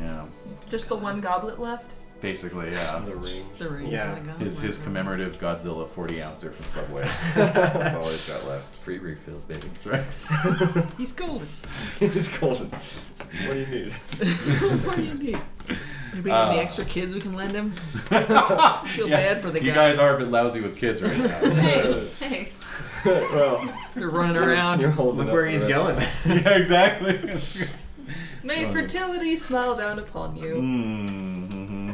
Speaker 1: Yeah.
Speaker 19: Just the one goblet left? [laughs]
Speaker 1: Basically, yeah.
Speaker 7: The rings.
Speaker 11: The rings.
Speaker 7: Yeah.
Speaker 11: Oh my God.
Speaker 1: His
Speaker 11: my
Speaker 1: his
Speaker 11: God.
Speaker 1: commemorative Godzilla 40 ouncer from Subway. That's all he's got left.
Speaker 7: Free refills, baby.
Speaker 1: That's right. [laughs]
Speaker 11: He's golden.
Speaker 7: [laughs]
Speaker 11: [laughs]
Speaker 7: it's golden. What do you need? [laughs]
Speaker 11: what do you need? Anybody got any
Speaker 1: Uh.
Speaker 11: extra kids we can lend him?
Speaker 1: I
Speaker 11: feel bad for the
Speaker 1: You
Speaker 11: guy.
Speaker 1: guys are a bit lousy with kids right now. [laughs]
Speaker 11: [laughs]
Speaker 19: Hey, hey.
Speaker 7: well,
Speaker 11: They're running
Speaker 7: you're-
Speaker 11: around.
Speaker 7: You're holding
Speaker 5: Look
Speaker 7: up
Speaker 5: where
Speaker 7: the
Speaker 5: he's
Speaker 7: rest of
Speaker 5: [laughs] going.
Speaker 7: us.
Speaker 1: yeah, exactly.
Speaker 11: [laughs]
Speaker 19: May
Speaker 1: Oh.
Speaker 19: fertility smile down upon you.
Speaker 1: mm-hmm.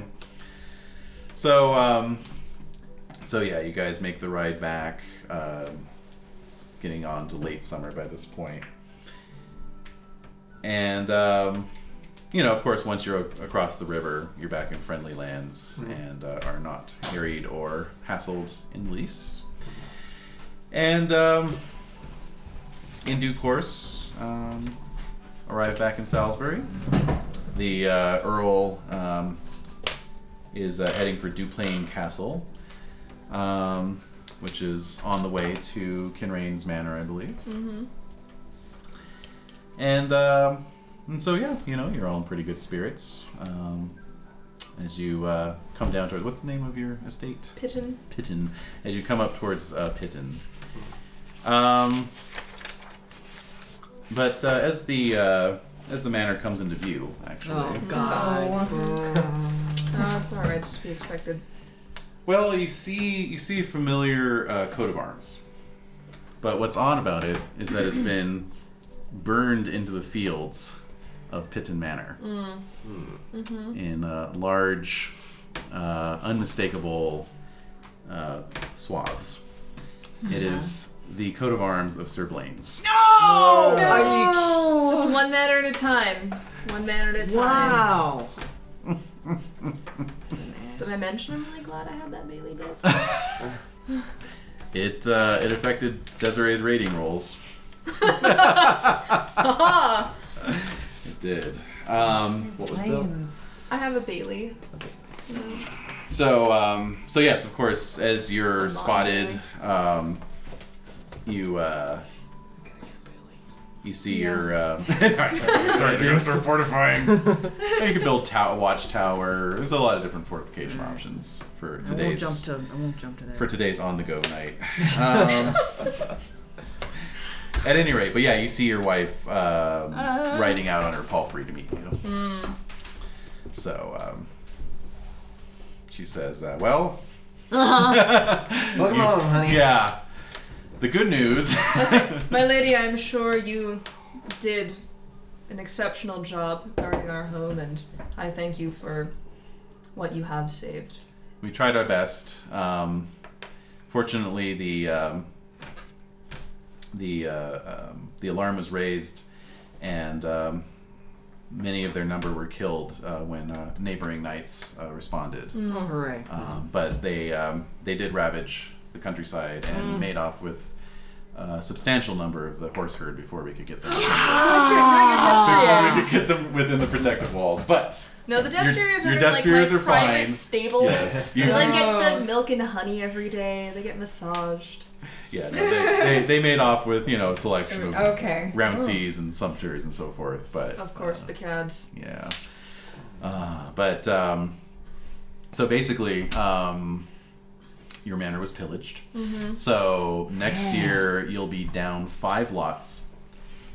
Speaker 1: So, um, so yeah, you guys make the ride back. Um, it's getting on to late summer by this point, and um, you know, of course, once you're a- across the river, you're back in friendly lands and uh, are not harried or hassled in lease. And um, in due course, um, arrive back in Salisbury. The uh, Earl um, is uh, heading for Duplain Castle, um, which is on the way to Kinrain's Manor, I believe.
Speaker 19: Mm-hmm.
Speaker 1: And um, and so yeah, you know, you're all in pretty good spirits um, as you uh, come down towards what's the name of your estate?
Speaker 19: Pitten.
Speaker 1: Pitten. As you come up towards uh, Pitten. Um, but uh, as the uh, as the manor comes into view, actually.
Speaker 11: Oh God.
Speaker 19: No, Oh, it's alright, it's to be expected.
Speaker 1: Well, you see, you see a familiar uh, coat of arms, but what's odd about it is that it's been burned into the fields of Pitton Manor in uh, large, uh, unmistakable uh, swaths. It is the coat of arms of Sir Blaine's.
Speaker 11: Oh, are you-
Speaker 19: Just one matter at a time. One matter at a time.
Speaker 11: Wow.
Speaker 19: [laughs] Did I mention I'm really glad I had that Bailey built?
Speaker 1: [laughs] It uh, it affected Desiree's rating rolls.
Speaker 19: Haha!
Speaker 1: It did. Um, what was the
Speaker 19: I have a Bailey.
Speaker 1: So, um, so yes, of course, as you're
Speaker 19: Come on,
Speaker 1: spotted, um, you uh, you see your [laughs] uh, start, you're gonna [laughs] start fortifying. you can build tow- watchtower. There's a lot of different fortification options for
Speaker 11: I won't jump
Speaker 1: today's
Speaker 11: to. I won't jump to that.
Speaker 1: for today's on the go night. Um, at any rate, but yeah, you see your wife um, riding out on her palfrey to meet you. So um, she says, uh, "Well, [laughs]
Speaker 5: Welcome
Speaker 1: you-
Speaker 5: home, honey.
Speaker 1: Yeah. The good news.
Speaker 19: I said,
Speaker 1: [laughs]
Speaker 19: My lady, I'm sure you did an exceptional job guarding our home, and I thank you for what you have saved.
Speaker 1: we tried our best. Um, fortunately, the um, the uh, um, the alarm was raised and um, many of their number were killed uh, when uh, neighboring knights uh, responded.
Speaker 11: Mm. Oh, hooray.
Speaker 1: Um, but they um, they did ravage the countryside and
Speaker 11: Mm.
Speaker 1: made off with a substantial number of the horse herd before we could get them.
Speaker 19: Ah.
Speaker 1: Before we could get them within the protective walls, but.
Speaker 19: No, the
Speaker 1: your-
Speaker 19: Destriers
Speaker 1: your
Speaker 19: are like my
Speaker 1: Destriers are
Speaker 19: private
Speaker 1: fine.
Speaker 19: stables.
Speaker 1: Yes.
Speaker 19: They
Speaker 1: You-
Speaker 19: like get
Speaker 1: Oh. [laughs]
Speaker 19: fed milk and honey every day. They get massaged.
Speaker 1: Yeah, no, they, they, they made off with you know a selection of
Speaker 19: Okay.
Speaker 1: round
Speaker 19: Oh.
Speaker 1: seas and sumpters and so forth, but um,
Speaker 19: Of course, the cads.
Speaker 1: yeah. Uh, but um, so basically, um, your manor was pillaged.
Speaker 4: Mm-hmm.
Speaker 19: Mhm.
Speaker 1: So next
Speaker 19: Yeah.
Speaker 1: year you'll be down five lots,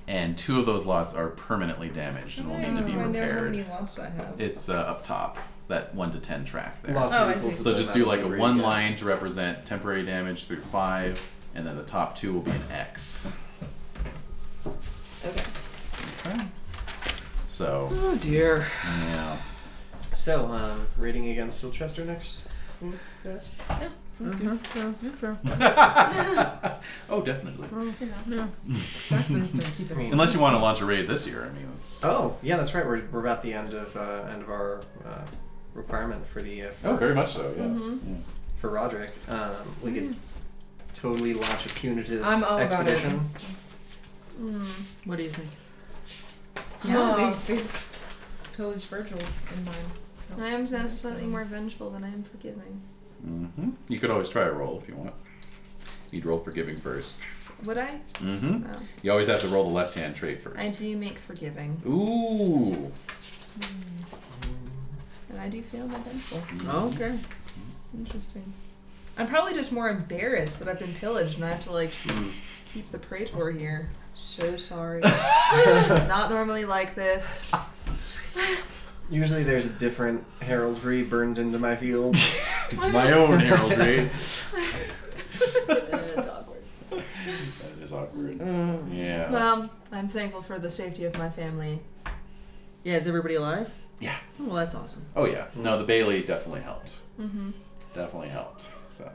Speaker 1: and two of those lots are permanently damaged and will need to be
Speaker 4: Oh, I wonder how
Speaker 1: repaired.
Speaker 4: many lots I have.
Speaker 1: It's uh, up top, that one to ten track there.
Speaker 4: Lots Oh, are I equal see. to
Speaker 1: So
Speaker 4: the
Speaker 1: just do
Speaker 4: amount
Speaker 1: like
Speaker 4: of
Speaker 1: a
Speaker 4: debris,
Speaker 1: one
Speaker 4: yeah.
Speaker 1: line to represent temporary damage through five, and then the top two will be an X.
Speaker 19: Okay.
Speaker 1: So.
Speaker 5: Oh, dear.
Speaker 1: Yeah. [laughs]
Speaker 5: So, um, rating against Silchester next? Yes.
Speaker 19: Yeah, sounds
Speaker 5: Mhm.
Speaker 19: good.
Speaker 1: oh, definitely.
Speaker 5: Saxons don't keep us-
Speaker 1: Unless you want to launch a raid this year, I mean. It's...
Speaker 5: Oh, yeah, that's right. We're, we're about the end of uh, end of our uh, requirement for the. Uh, for,
Speaker 1: Oh, very much so, yeah.
Speaker 19: Mm-hmm.
Speaker 1: Mhm.
Speaker 5: For Roderick, um, we could totally launch a punitive
Speaker 4: Hmm. I'm all about it.
Speaker 5: expedition.
Speaker 11: What do you think?
Speaker 4: No,
Speaker 19: Oh.
Speaker 4: they, they pillage Virgil's in mine. No.
Speaker 19: I am now slightly more vengeful than I am forgiving.
Speaker 1: hmm You could always try a roll if you want. You'd roll forgiving first.
Speaker 19: Would I?
Speaker 1: Mm-hmm.
Speaker 19: Oh.
Speaker 1: You always have to roll the left hand trait first.
Speaker 19: I do make forgiving,
Speaker 1: Ooh.
Speaker 19: and I do feel more vengeful.
Speaker 5: Oh, okay.
Speaker 19: Interesting. I'm probably just more embarrassed that I've been pillaged and I have to like
Speaker 1: Hmm.
Speaker 19: keep the praetor here.
Speaker 1: [laughs]
Speaker 19: So sorry. it's not normally like this.
Speaker 5: Usually, there's a different heraldry burned into my [laughs] fields.
Speaker 1: My own heraldry.
Speaker 19: [laughs] it's awkward.
Speaker 1: That is awkward.
Speaker 11: Mm.
Speaker 1: Yeah.
Speaker 19: Well, I'm thankful for the safety of my family.
Speaker 11: Yeah, is everybody alive?
Speaker 1: Yeah.
Speaker 11: Oh, well, that's awesome.
Speaker 1: Oh yeah. No, the Bailey definitely helped.
Speaker 19: Mm-hmm.
Speaker 1: Definitely helped. So.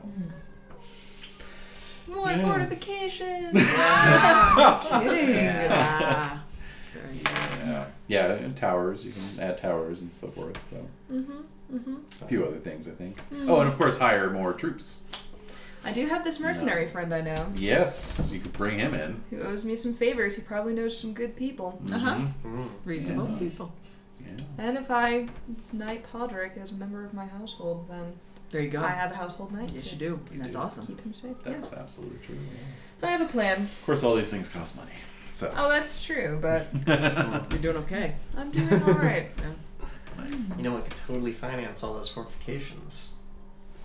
Speaker 19: More
Speaker 1: Yeah.
Speaker 19: fortifications.
Speaker 11: Ah.
Speaker 1: [laughs] Yeah. Yeah, and towers. You can add towers and so forth. So
Speaker 19: Mhm. Mhm.
Speaker 1: a few other things, I think.
Speaker 19: Mm.
Speaker 1: Oh, and of course, hire more troops.
Speaker 19: I do have this mercenary friend I know
Speaker 1: Yes, you could bring him in.
Speaker 19: who owes me some favors. He probably knows some good people.
Speaker 1: Mhm.
Speaker 11: Reasonable
Speaker 1: Yeah.
Speaker 11: people.
Speaker 19: And if I knight Podrick as a member of my household, then
Speaker 11: There you go.
Speaker 19: I have a household knight.
Speaker 11: yes,
Speaker 19: to
Speaker 11: you do. and that's awesome.
Speaker 19: Keep him safe. yeah.
Speaker 1: That's absolutely true.
Speaker 19: I have a plan.
Speaker 1: Of course, all these things cost money.
Speaker 19: [laughs]
Speaker 1: So. [laughs]
Speaker 19: Oh, that's true, but
Speaker 11: You're doing okay.
Speaker 19: I'm doing
Speaker 1: [laughs]
Speaker 19: all right.
Speaker 5: You know what could totally finance all those fortifications?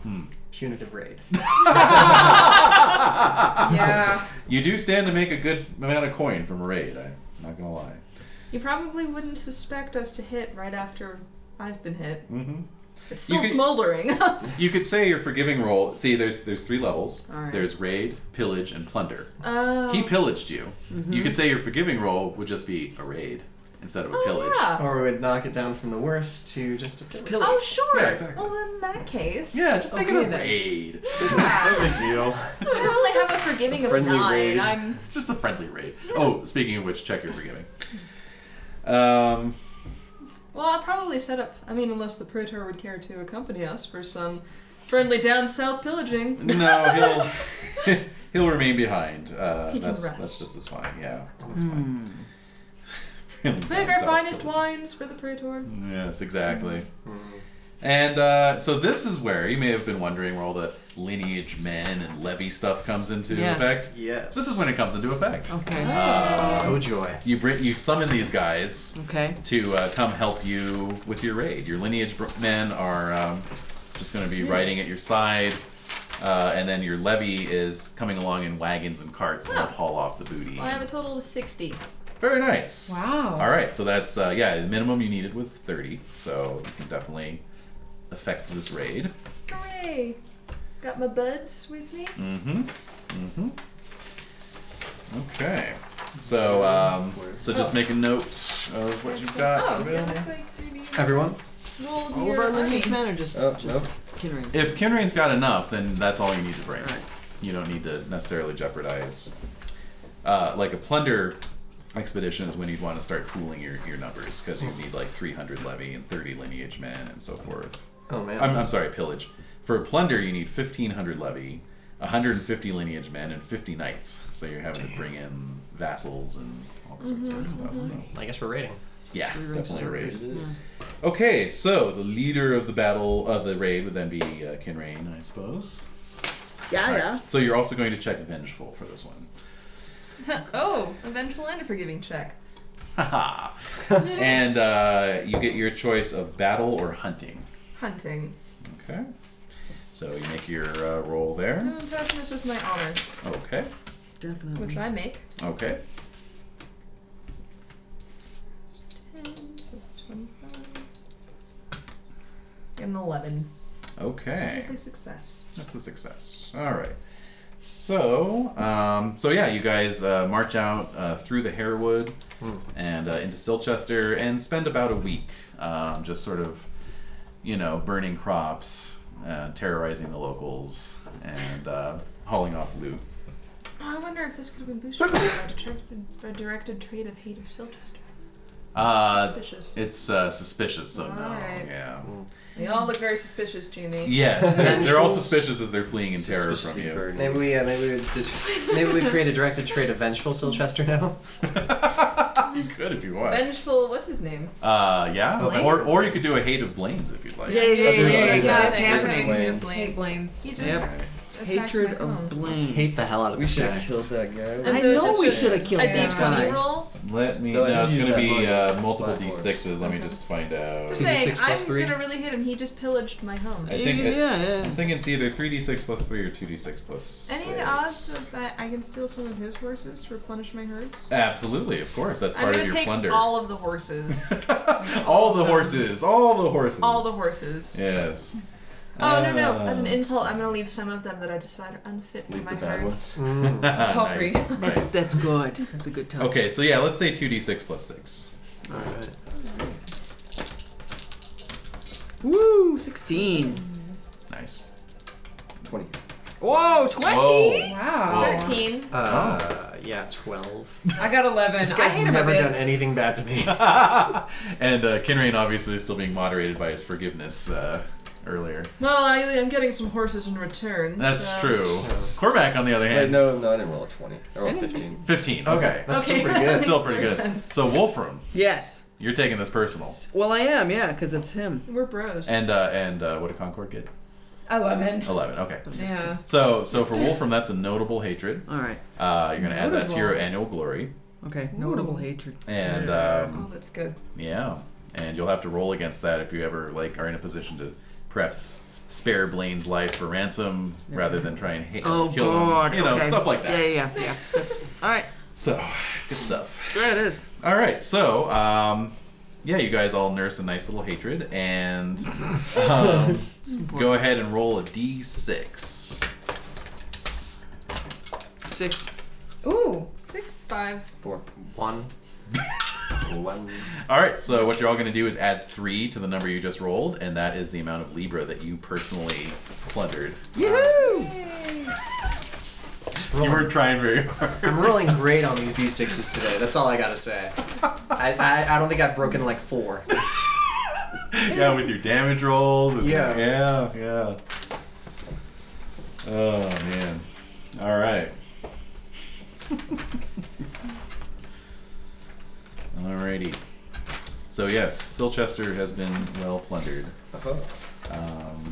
Speaker 1: Hmm.
Speaker 5: Punitive raid.
Speaker 1: Ah.
Speaker 19: yeah.
Speaker 1: You do stand to make a good amount of coin from a raid. I'm not gonna lie.
Speaker 19: You probably wouldn't suspect us to hit right after I've been hit.
Speaker 1: Mm-hmm.
Speaker 19: It's
Speaker 1: You
Speaker 19: still
Speaker 1: could-
Speaker 19: smoldering. [laughs]
Speaker 1: You could say your forgiving roll. See, there's there's three levels.
Speaker 11: All right.
Speaker 1: There's raid, pillage, and plunder.
Speaker 19: Oh. Mm-hmm.
Speaker 1: He pillaged you. You
Speaker 11: Mhm.
Speaker 1: could say your forgiving roll would just be a raid instead of a pillage.
Speaker 19: Oh, yeah.
Speaker 5: Or we would knock it down from the worst to just a pillage.
Speaker 19: Oh, sure.
Speaker 1: Yeah, exactly.
Speaker 19: Well, in that case.
Speaker 1: Yeah, just make it
Speaker 11: Okay,
Speaker 1: a
Speaker 11: then.
Speaker 1: raid.
Speaker 19: Yeah.
Speaker 1: No big deal. [laughs]
Speaker 19: I only have a forgiving
Speaker 1: A
Speaker 19: of
Speaker 1: friendly
Speaker 19: nine.
Speaker 1: raid.
Speaker 19: I'm.
Speaker 1: It's just a friendly raid. Oh, speaking of which, check your forgiving. Um,
Speaker 19: Well, I'll probably set up. I mean, unless the Praetor would care to accompany us for some friendly down south pillaging.
Speaker 1: no, he'll [laughs] he'll remain behind. Uh,
Speaker 19: He can
Speaker 1: that's
Speaker 19: rest.
Speaker 1: that's just as fine. Yeah, that's [laughs]
Speaker 11: Mm.
Speaker 1: fine.
Speaker 19: Make our finest wines for the Praetor.
Speaker 1: Yes, exactly. And uh, so this is where you may have been wondering where all the lineage men and levy stuff comes into
Speaker 11: Yes.
Speaker 1: effect.
Speaker 5: Yes.
Speaker 1: This is when it comes into effect.
Speaker 19: Oh.
Speaker 11: Okay.
Speaker 1: Um,
Speaker 5: Oh, joy.
Speaker 1: you bring you summon these guys
Speaker 11: Okay.
Speaker 1: to uh, come help you with your raid. Your lineage br- men are um, just going to be riding at your side, uh, and then your levy is coming along in wagons and carts to help haul off the booty.
Speaker 19: Oh. Well, I have a total of 60.
Speaker 1: Very nice.
Speaker 4: Wow.
Speaker 1: All right, so that's uh, yeah. The minimum you needed was thirty, so you can definitely affect this raid.
Speaker 19: Hooray! Got my buds with me.
Speaker 1: Mm-hmm. Mm-hmm. Okay. So um, so just
Speaker 19: Oh.
Speaker 1: make a note of what you've got.
Speaker 19: Oh, it
Speaker 1: Will.
Speaker 19: looks like 3D.
Speaker 5: Everyone?
Speaker 19: Rolled
Speaker 11: All of
Speaker 19: your
Speaker 11: our
Speaker 19: army.
Speaker 11: lineage men are just,
Speaker 5: Oh,
Speaker 11: just
Speaker 5: no.
Speaker 11: Kinrains.
Speaker 1: If Kinrain's got enough, then that's all you need to bring.
Speaker 11: All right.
Speaker 1: You don't need to necessarily jeopardize. Uh, like a plunder expedition is when you'd want to start pooling your, your numbers because you need like 300 levy and 30 lineage men and so forth.
Speaker 7: Oh, man.
Speaker 1: I'm, I'm sorry, pillage. For plunder, you need 1500 levy, 150 lineage men, and 50 knights. So you're having to bring in vassals and all sorts of other stuff. So.
Speaker 5: I guess we're raiding.
Speaker 1: Yeah,
Speaker 7: Three-ring
Speaker 1: definitely a raid.
Speaker 7: circus it is.
Speaker 1: Okay, so the leader of the battle of the raid would then be uh, Kinrain, I suppose.
Speaker 11: Oh,
Speaker 17: Yeah,
Speaker 1: All
Speaker 17: yeah.
Speaker 1: right, So you're also going to check vengeful for this one.
Speaker 19: oh, a vengeful and a forgiving check.
Speaker 1: Haha. and uh, you get your choice of battle or hunting.
Speaker 19: Hunting.
Speaker 1: Okay. So you make your uh, roll
Speaker 19: I'm
Speaker 1: there.
Speaker 19: gonna pass this with my honor,
Speaker 1: Okay.
Speaker 11: Definitely.
Speaker 19: which I make.
Speaker 1: Okay.
Speaker 19: 10, so it's 25. Get an 11.
Speaker 1: Okay.
Speaker 19: Which is a success.
Speaker 1: That's a success. All right. So, um, so yeah, you guys uh, march out uh, through the Harewood and uh, into Silchester and spend about a week um, just sort of, you know, burning crops, uh, terrorizing the locals, and uh, hauling off loot.
Speaker 19: Oh, I wonder if this could have been boosted by directed, by directed trade of hate of Silchester.
Speaker 1: Uh,
Speaker 19: Suspicious.
Speaker 1: It's uh, suspicious, so no.
Speaker 19: Alright.
Speaker 1: Yeah.
Speaker 19: They all look very suspicious to me.
Speaker 1: Yes, they're, they're all suspicious as they're fleeing in terror from
Speaker 7: Suspiciously
Speaker 1: you.
Speaker 7: burdened.
Speaker 5: Maybe we, uh, maybe we, did, maybe we create a directed trade of vengeful Silchester now.
Speaker 1: [laughs] You could if you want.
Speaker 19: Vengeful, what's his name?
Speaker 1: Uh, yeah.
Speaker 19: Blaines?
Speaker 1: Or, or you could do a hate of Blaine's if you'd like.
Speaker 11: Yeah, yeah, yeah,
Speaker 7: Other-
Speaker 11: yeah,
Speaker 7: other
Speaker 11: yeah,
Speaker 7: than
Speaker 11: yeah,
Speaker 7: that,
Speaker 11: it's
Speaker 7: we're
Speaker 11: happening.
Speaker 7: playing.
Speaker 19: Blaines.
Speaker 4: Blaines.
Speaker 19: He just
Speaker 7: Yep.
Speaker 19: attacked
Speaker 11: Hatred
Speaker 19: my
Speaker 11: of
Speaker 19: phone.
Speaker 5: [laughs] Let's
Speaker 11: Blaine.
Speaker 5: hate the hell out of
Speaker 7: We
Speaker 5: this
Speaker 7: should
Speaker 5: guy.
Speaker 7: have killed that guy.
Speaker 19: And
Speaker 11: I
Speaker 19: so it's
Speaker 11: know
Speaker 19: just
Speaker 11: we
Speaker 19: a-
Speaker 11: shoulda killed
Speaker 19: a
Speaker 11: that
Speaker 19: D20
Speaker 11: guy.
Speaker 19: roll.
Speaker 1: Let me.
Speaker 7: Though I
Speaker 1: no,
Speaker 7: did
Speaker 1: it's
Speaker 7: use
Speaker 1: going to
Speaker 7: that
Speaker 1: be
Speaker 7: money
Speaker 1: uh,
Speaker 7: on
Speaker 1: multiple
Speaker 7: Black Horse.
Speaker 1: d6s. Let me
Speaker 19: Okay.
Speaker 1: just find out.
Speaker 19: Just saying,
Speaker 5: D6 plus
Speaker 19: I'm
Speaker 5: three.
Speaker 19: gonna really hit him. He just pillaged my home.
Speaker 1: I think
Speaker 11: Yeah,
Speaker 1: it-
Speaker 11: yeah, yeah.
Speaker 1: I'm thinking it's either 3d6 plus 3 or 2d6 plus.
Speaker 19: Any
Speaker 1: six.
Speaker 19: odds of that I can steal some of his horses to replenish my herds?
Speaker 1: Absolutely, of course. That's
Speaker 19: I'm
Speaker 1: part of
Speaker 19: gonna
Speaker 1: your
Speaker 19: take
Speaker 1: plunder.
Speaker 19: all of the horses.
Speaker 1: [laughs] all the horses. All the horses.
Speaker 19: all the horses.
Speaker 1: Yes.
Speaker 19: Oh no no! As an
Speaker 1: [laughs] Uh,
Speaker 19: insult, I'm gonna leave some of them that I decide are unfit for
Speaker 7: Leave
Speaker 19: my
Speaker 7: the bad
Speaker 19: herds.
Speaker 7: ones.
Speaker 1: nice,
Speaker 19: [laughs]
Speaker 11: That's,
Speaker 1: nice. Oh.
Speaker 11: that's good. That's a good touch.
Speaker 1: Okay, so yeah, let's say 2d6 plus 6.
Speaker 7: Alright.
Speaker 11: Woo, 16.
Speaker 1: Nice.
Speaker 7: 20.
Speaker 11: Whoa, 20?
Speaker 1: Oh. Whoa.
Speaker 17: Wow.
Speaker 1: Whoa.
Speaker 19: Thirteen.
Speaker 5: Uh, yeah, 12.
Speaker 17: I got 11.
Speaker 5: This
Speaker 17: I
Speaker 5: guy's
Speaker 17: hate him a
Speaker 5: never
Speaker 17: bit.
Speaker 5: done anything bad to me. [laughs]
Speaker 1: [laughs] and uh, Kinrain obviously is still being moderated by his forgiveness uh, earlier.
Speaker 19: [laughs] Well, I, I'm getting some horses in return.
Speaker 1: That's
Speaker 19: so-
Speaker 1: true. Cormac, on the other
Speaker 7: Wait,
Speaker 1: hand,
Speaker 7: no, no, I didn't roll a 20. I rolled 15.
Speaker 1: 15. Okay.
Speaker 5: That's
Speaker 19: Okay.
Speaker 5: still pretty good.
Speaker 17: [laughs]
Speaker 1: Still pretty good. So, Wolfram,
Speaker 11: Yes.
Speaker 1: you're taking this personal.
Speaker 11: Well, I am, yeah, because it's him.
Speaker 19: We're bros.
Speaker 1: And uh, and uh, what did Concord get?
Speaker 11: Oh,
Speaker 17: 11.
Speaker 1: 11. Okay.
Speaker 17: Yeah.
Speaker 1: So, so for Wolfram, that's a notable hatred.
Speaker 11: All right.
Speaker 1: Uh, you're going to add that to your
Speaker 11: Notable.
Speaker 1: annual glory.
Speaker 11: Okay. Notable hatred.
Speaker 1: And
Speaker 19: oh,
Speaker 1: um,
Speaker 19: that's good.
Speaker 1: yeah. And you'll have to roll against that if you ever like are in a position to perhaps spare Blaine's life for ransom rather than try and ha-
Speaker 11: Oh,
Speaker 1: kill
Speaker 11: God.
Speaker 1: him. You know,
Speaker 11: okay.
Speaker 1: stuff like that.
Speaker 11: Yeah, yeah, yeah. yeah. That's, [laughs] all right.
Speaker 1: So, good stuff.
Speaker 11: Yeah, it is.
Speaker 1: All right, so um, yeah, you guys all nurse a nice little hatred
Speaker 11: [laughs]
Speaker 1: and um, go ahead and roll a d6.
Speaker 11: Six.
Speaker 17: Ooh.
Speaker 19: Six five.
Speaker 7: Four.
Speaker 5: One.
Speaker 7: One.
Speaker 1: All right, so what you're all going to do is add three to the number you just rolled, and that is the amount of libra that you personally plundered.
Speaker 11: Yoo-hoo!
Speaker 5: Just
Speaker 1: You
Speaker 5: rolling-
Speaker 1: weren't trying very [laughs] hard.
Speaker 5: I'm rolling great on these d6s today. That's all I gotta say. I, I, I don't think I've broken like four.
Speaker 1: yeah, with your damage rolls. with your- yeah, yeah. Oh man. All right. Alrighty. So yes, Silchester has been well plundered.
Speaker 7: Uh-huh.
Speaker 1: Um,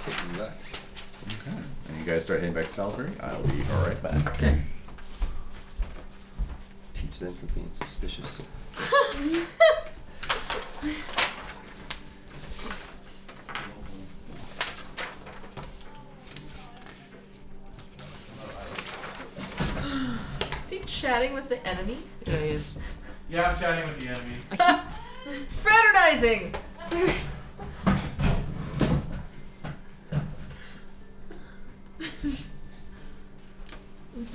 Speaker 7: Taking that.
Speaker 1: okay. And you guys start heading back to Salisbury. I'll be all right back.
Speaker 11: Okay.
Speaker 7: Teach them for being suspicious.
Speaker 19: Is he chatting with the enemy?
Speaker 11: Yeah, it is.
Speaker 18: Yeah, I'm chatting with the enemy.
Speaker 19: [laughs] Fraternizing. [laughs]
Speaker 11: I'm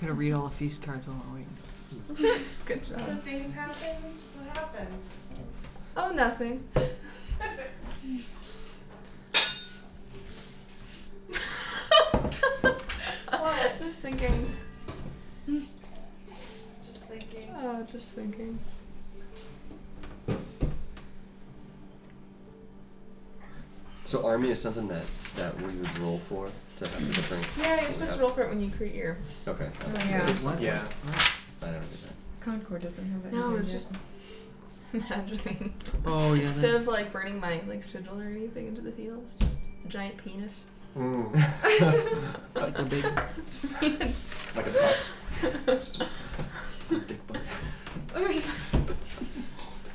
Speaker 11: going to read all the feast cards while we're waiting.
Speaker 19: Good job.
Speaker 2: things happened. What happened?
Speaker 19: Oh, nothing. Just thinking.
Speaker 2: Just thinking.
Speaker 19: Oh,
Speaker 4: thinking.
Speaker 7: So army is something that that we would roll for to have a different.
Speaker 4: Yeah, you're supposed to roll for it when you create your.
Speaker 7: Okay.
Speaker 4: Oh, yeah.
Speaker 7: What? Yeah. I never did
Speaker 4: Concord doesn't have that.
Speaker 19: No,
Speaker 4: either
Speaker 19: it's
Speaker 4: yet.
Speaker 19: just- [laughs] Imagining.
Speaker 7: Oh,
Speaker 11: Mm-hmm.
Speaker 7: yeah,
Speaker 19: Instead of like burning my like sigillary thing into the fields, just a giant penis.
Speaker 7: that. [laughs] like a big,
Speaker 19: Just me and-
Speaker 7: like a butt. Just a dick butt.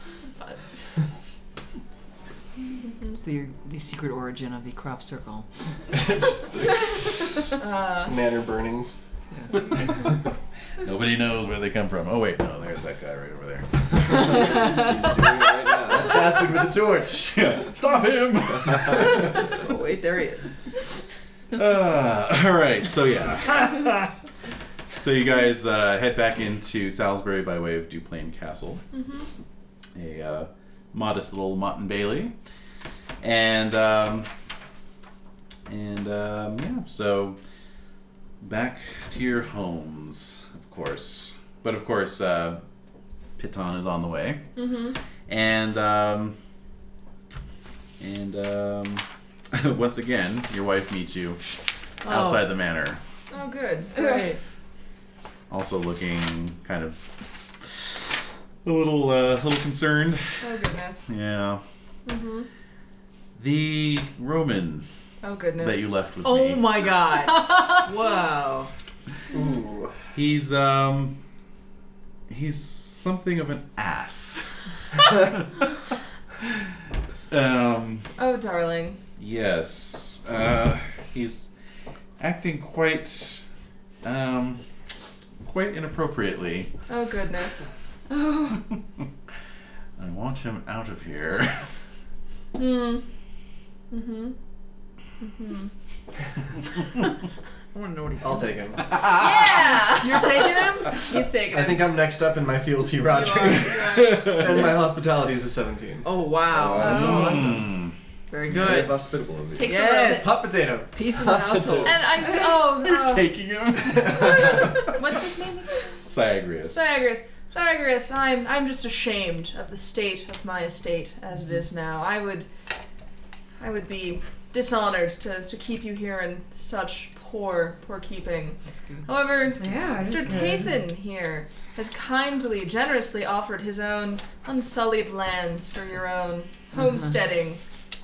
Speaker 19: just a butt.
Speaker 11: It's the the secret origin of the crop circle.
Speaker 7: Just
Speaker 19: Uh,
Speaker 7: Manor
Speaker 5: [laughs]
Speaker 7: burnings.
Speaker 1: Nobody knows where they come from. Oh wait, no, there's that guy right over there.
Speaker 7: He's doing it right now. That bastard with the torch.
Speaker 1: Stop him!
Speaker 11: [laughs] Oh wait, there he
Speaker 1: [laughs]
Speaker 11: is.
Speaker 1: Uh, all right, so
Speaker 11: [laughs]
Speaker 1: yeah. so you guys uh, head back into Salisbury by way of Duplain Castle,
Speaker 11: Mm-hmm.
Speaker 1: a uh, modest little Mott and Bailey, and um, and um, yeah, so back to your homes, of course. But of course, uh, Piton is on the way,
Speaker 19: Mm-hmm.
Speaker 1: and um, and um, [laughs] once again, your wife meets you
Speaker 19: Oh.
Speaker 1: outside the manor.
Speaker 19: Oh, good.
Speaker 4: Great.
Speaker 1: also looking kind of a little uh, little concerned.
Speaker 19: [laughs] Oh goodness.
Speaker 1: Yeah.
Speaker 19: Mm-hmm.
Speaker 1: The Roman
Speaker 19: Oh goodness.
Speaker 1: that you left with
Speaker 11: Oh
Speaker 1: me.
Speaker 11: my god.
Speaker 1: [laughs]
Speaker 11: Whoa.
Speaker 7: Ooh.
Speaker 1: He's um he's something of an
Speaker 11: [laughs]
Speaker 1: ass. [laughs] um
Speaker 19: Oh darling.
Speaker 1: yes. Uh he's acting quite um quite inappropriately. [laughs]
Speaker 19: Oh goodness. Oh.
Speaker 1: I want him out of here.
Speaker 19: Hmm. Mm-hmm. Mm-hmm.
Speaker 11: I want to know what he's
Speaker 5: I'll
Speaker 11: doing.
Speaker 5: take him.
Speaker 19: Yeah.
Speaker 11: You're taking him?
Speaker 19: He's taking
Speaker 5: I
Speaker 19: it.
Speaker 5: think I'm next up in my fealty, Roger. [laughs] and my hospitality is a 17.
Speaker 11: Oh wow. That's
Speaker 19: Oh.
Speaker 1: Mm.
Speaker 11: awesome. Very
Speaker 7: Very
Speaker 11: good.
Speaker 7: hospitable of you.
Speaker 19: Take
Speaker 11: Yes.
Speaker 19: the
Speaker 5: Hot potato.
Speaker 11: Peace in
Speaker 7: [laughs]
Speaker 11: the household.
Speaker 19: And I oh, oh.
Speaker 1: Taking him.
Speaker 19: what's his name again?
Speaker 1: Cyagrius.
Speaker 19: Sagris. Sagris, I'm I'm just ashamed of the state of my estate as it is now. I would I would be dishonored to, to keep you here in such poor poor keeping.
Speaker 11: That's good.
Speaker 19: However,
Speaker 4: Yeah, it is
Speaker 19: Sir
Speaker 4: good.
Speaker 19: Tathan here has kindly, generously offered his own unsullied lands for your own homesteading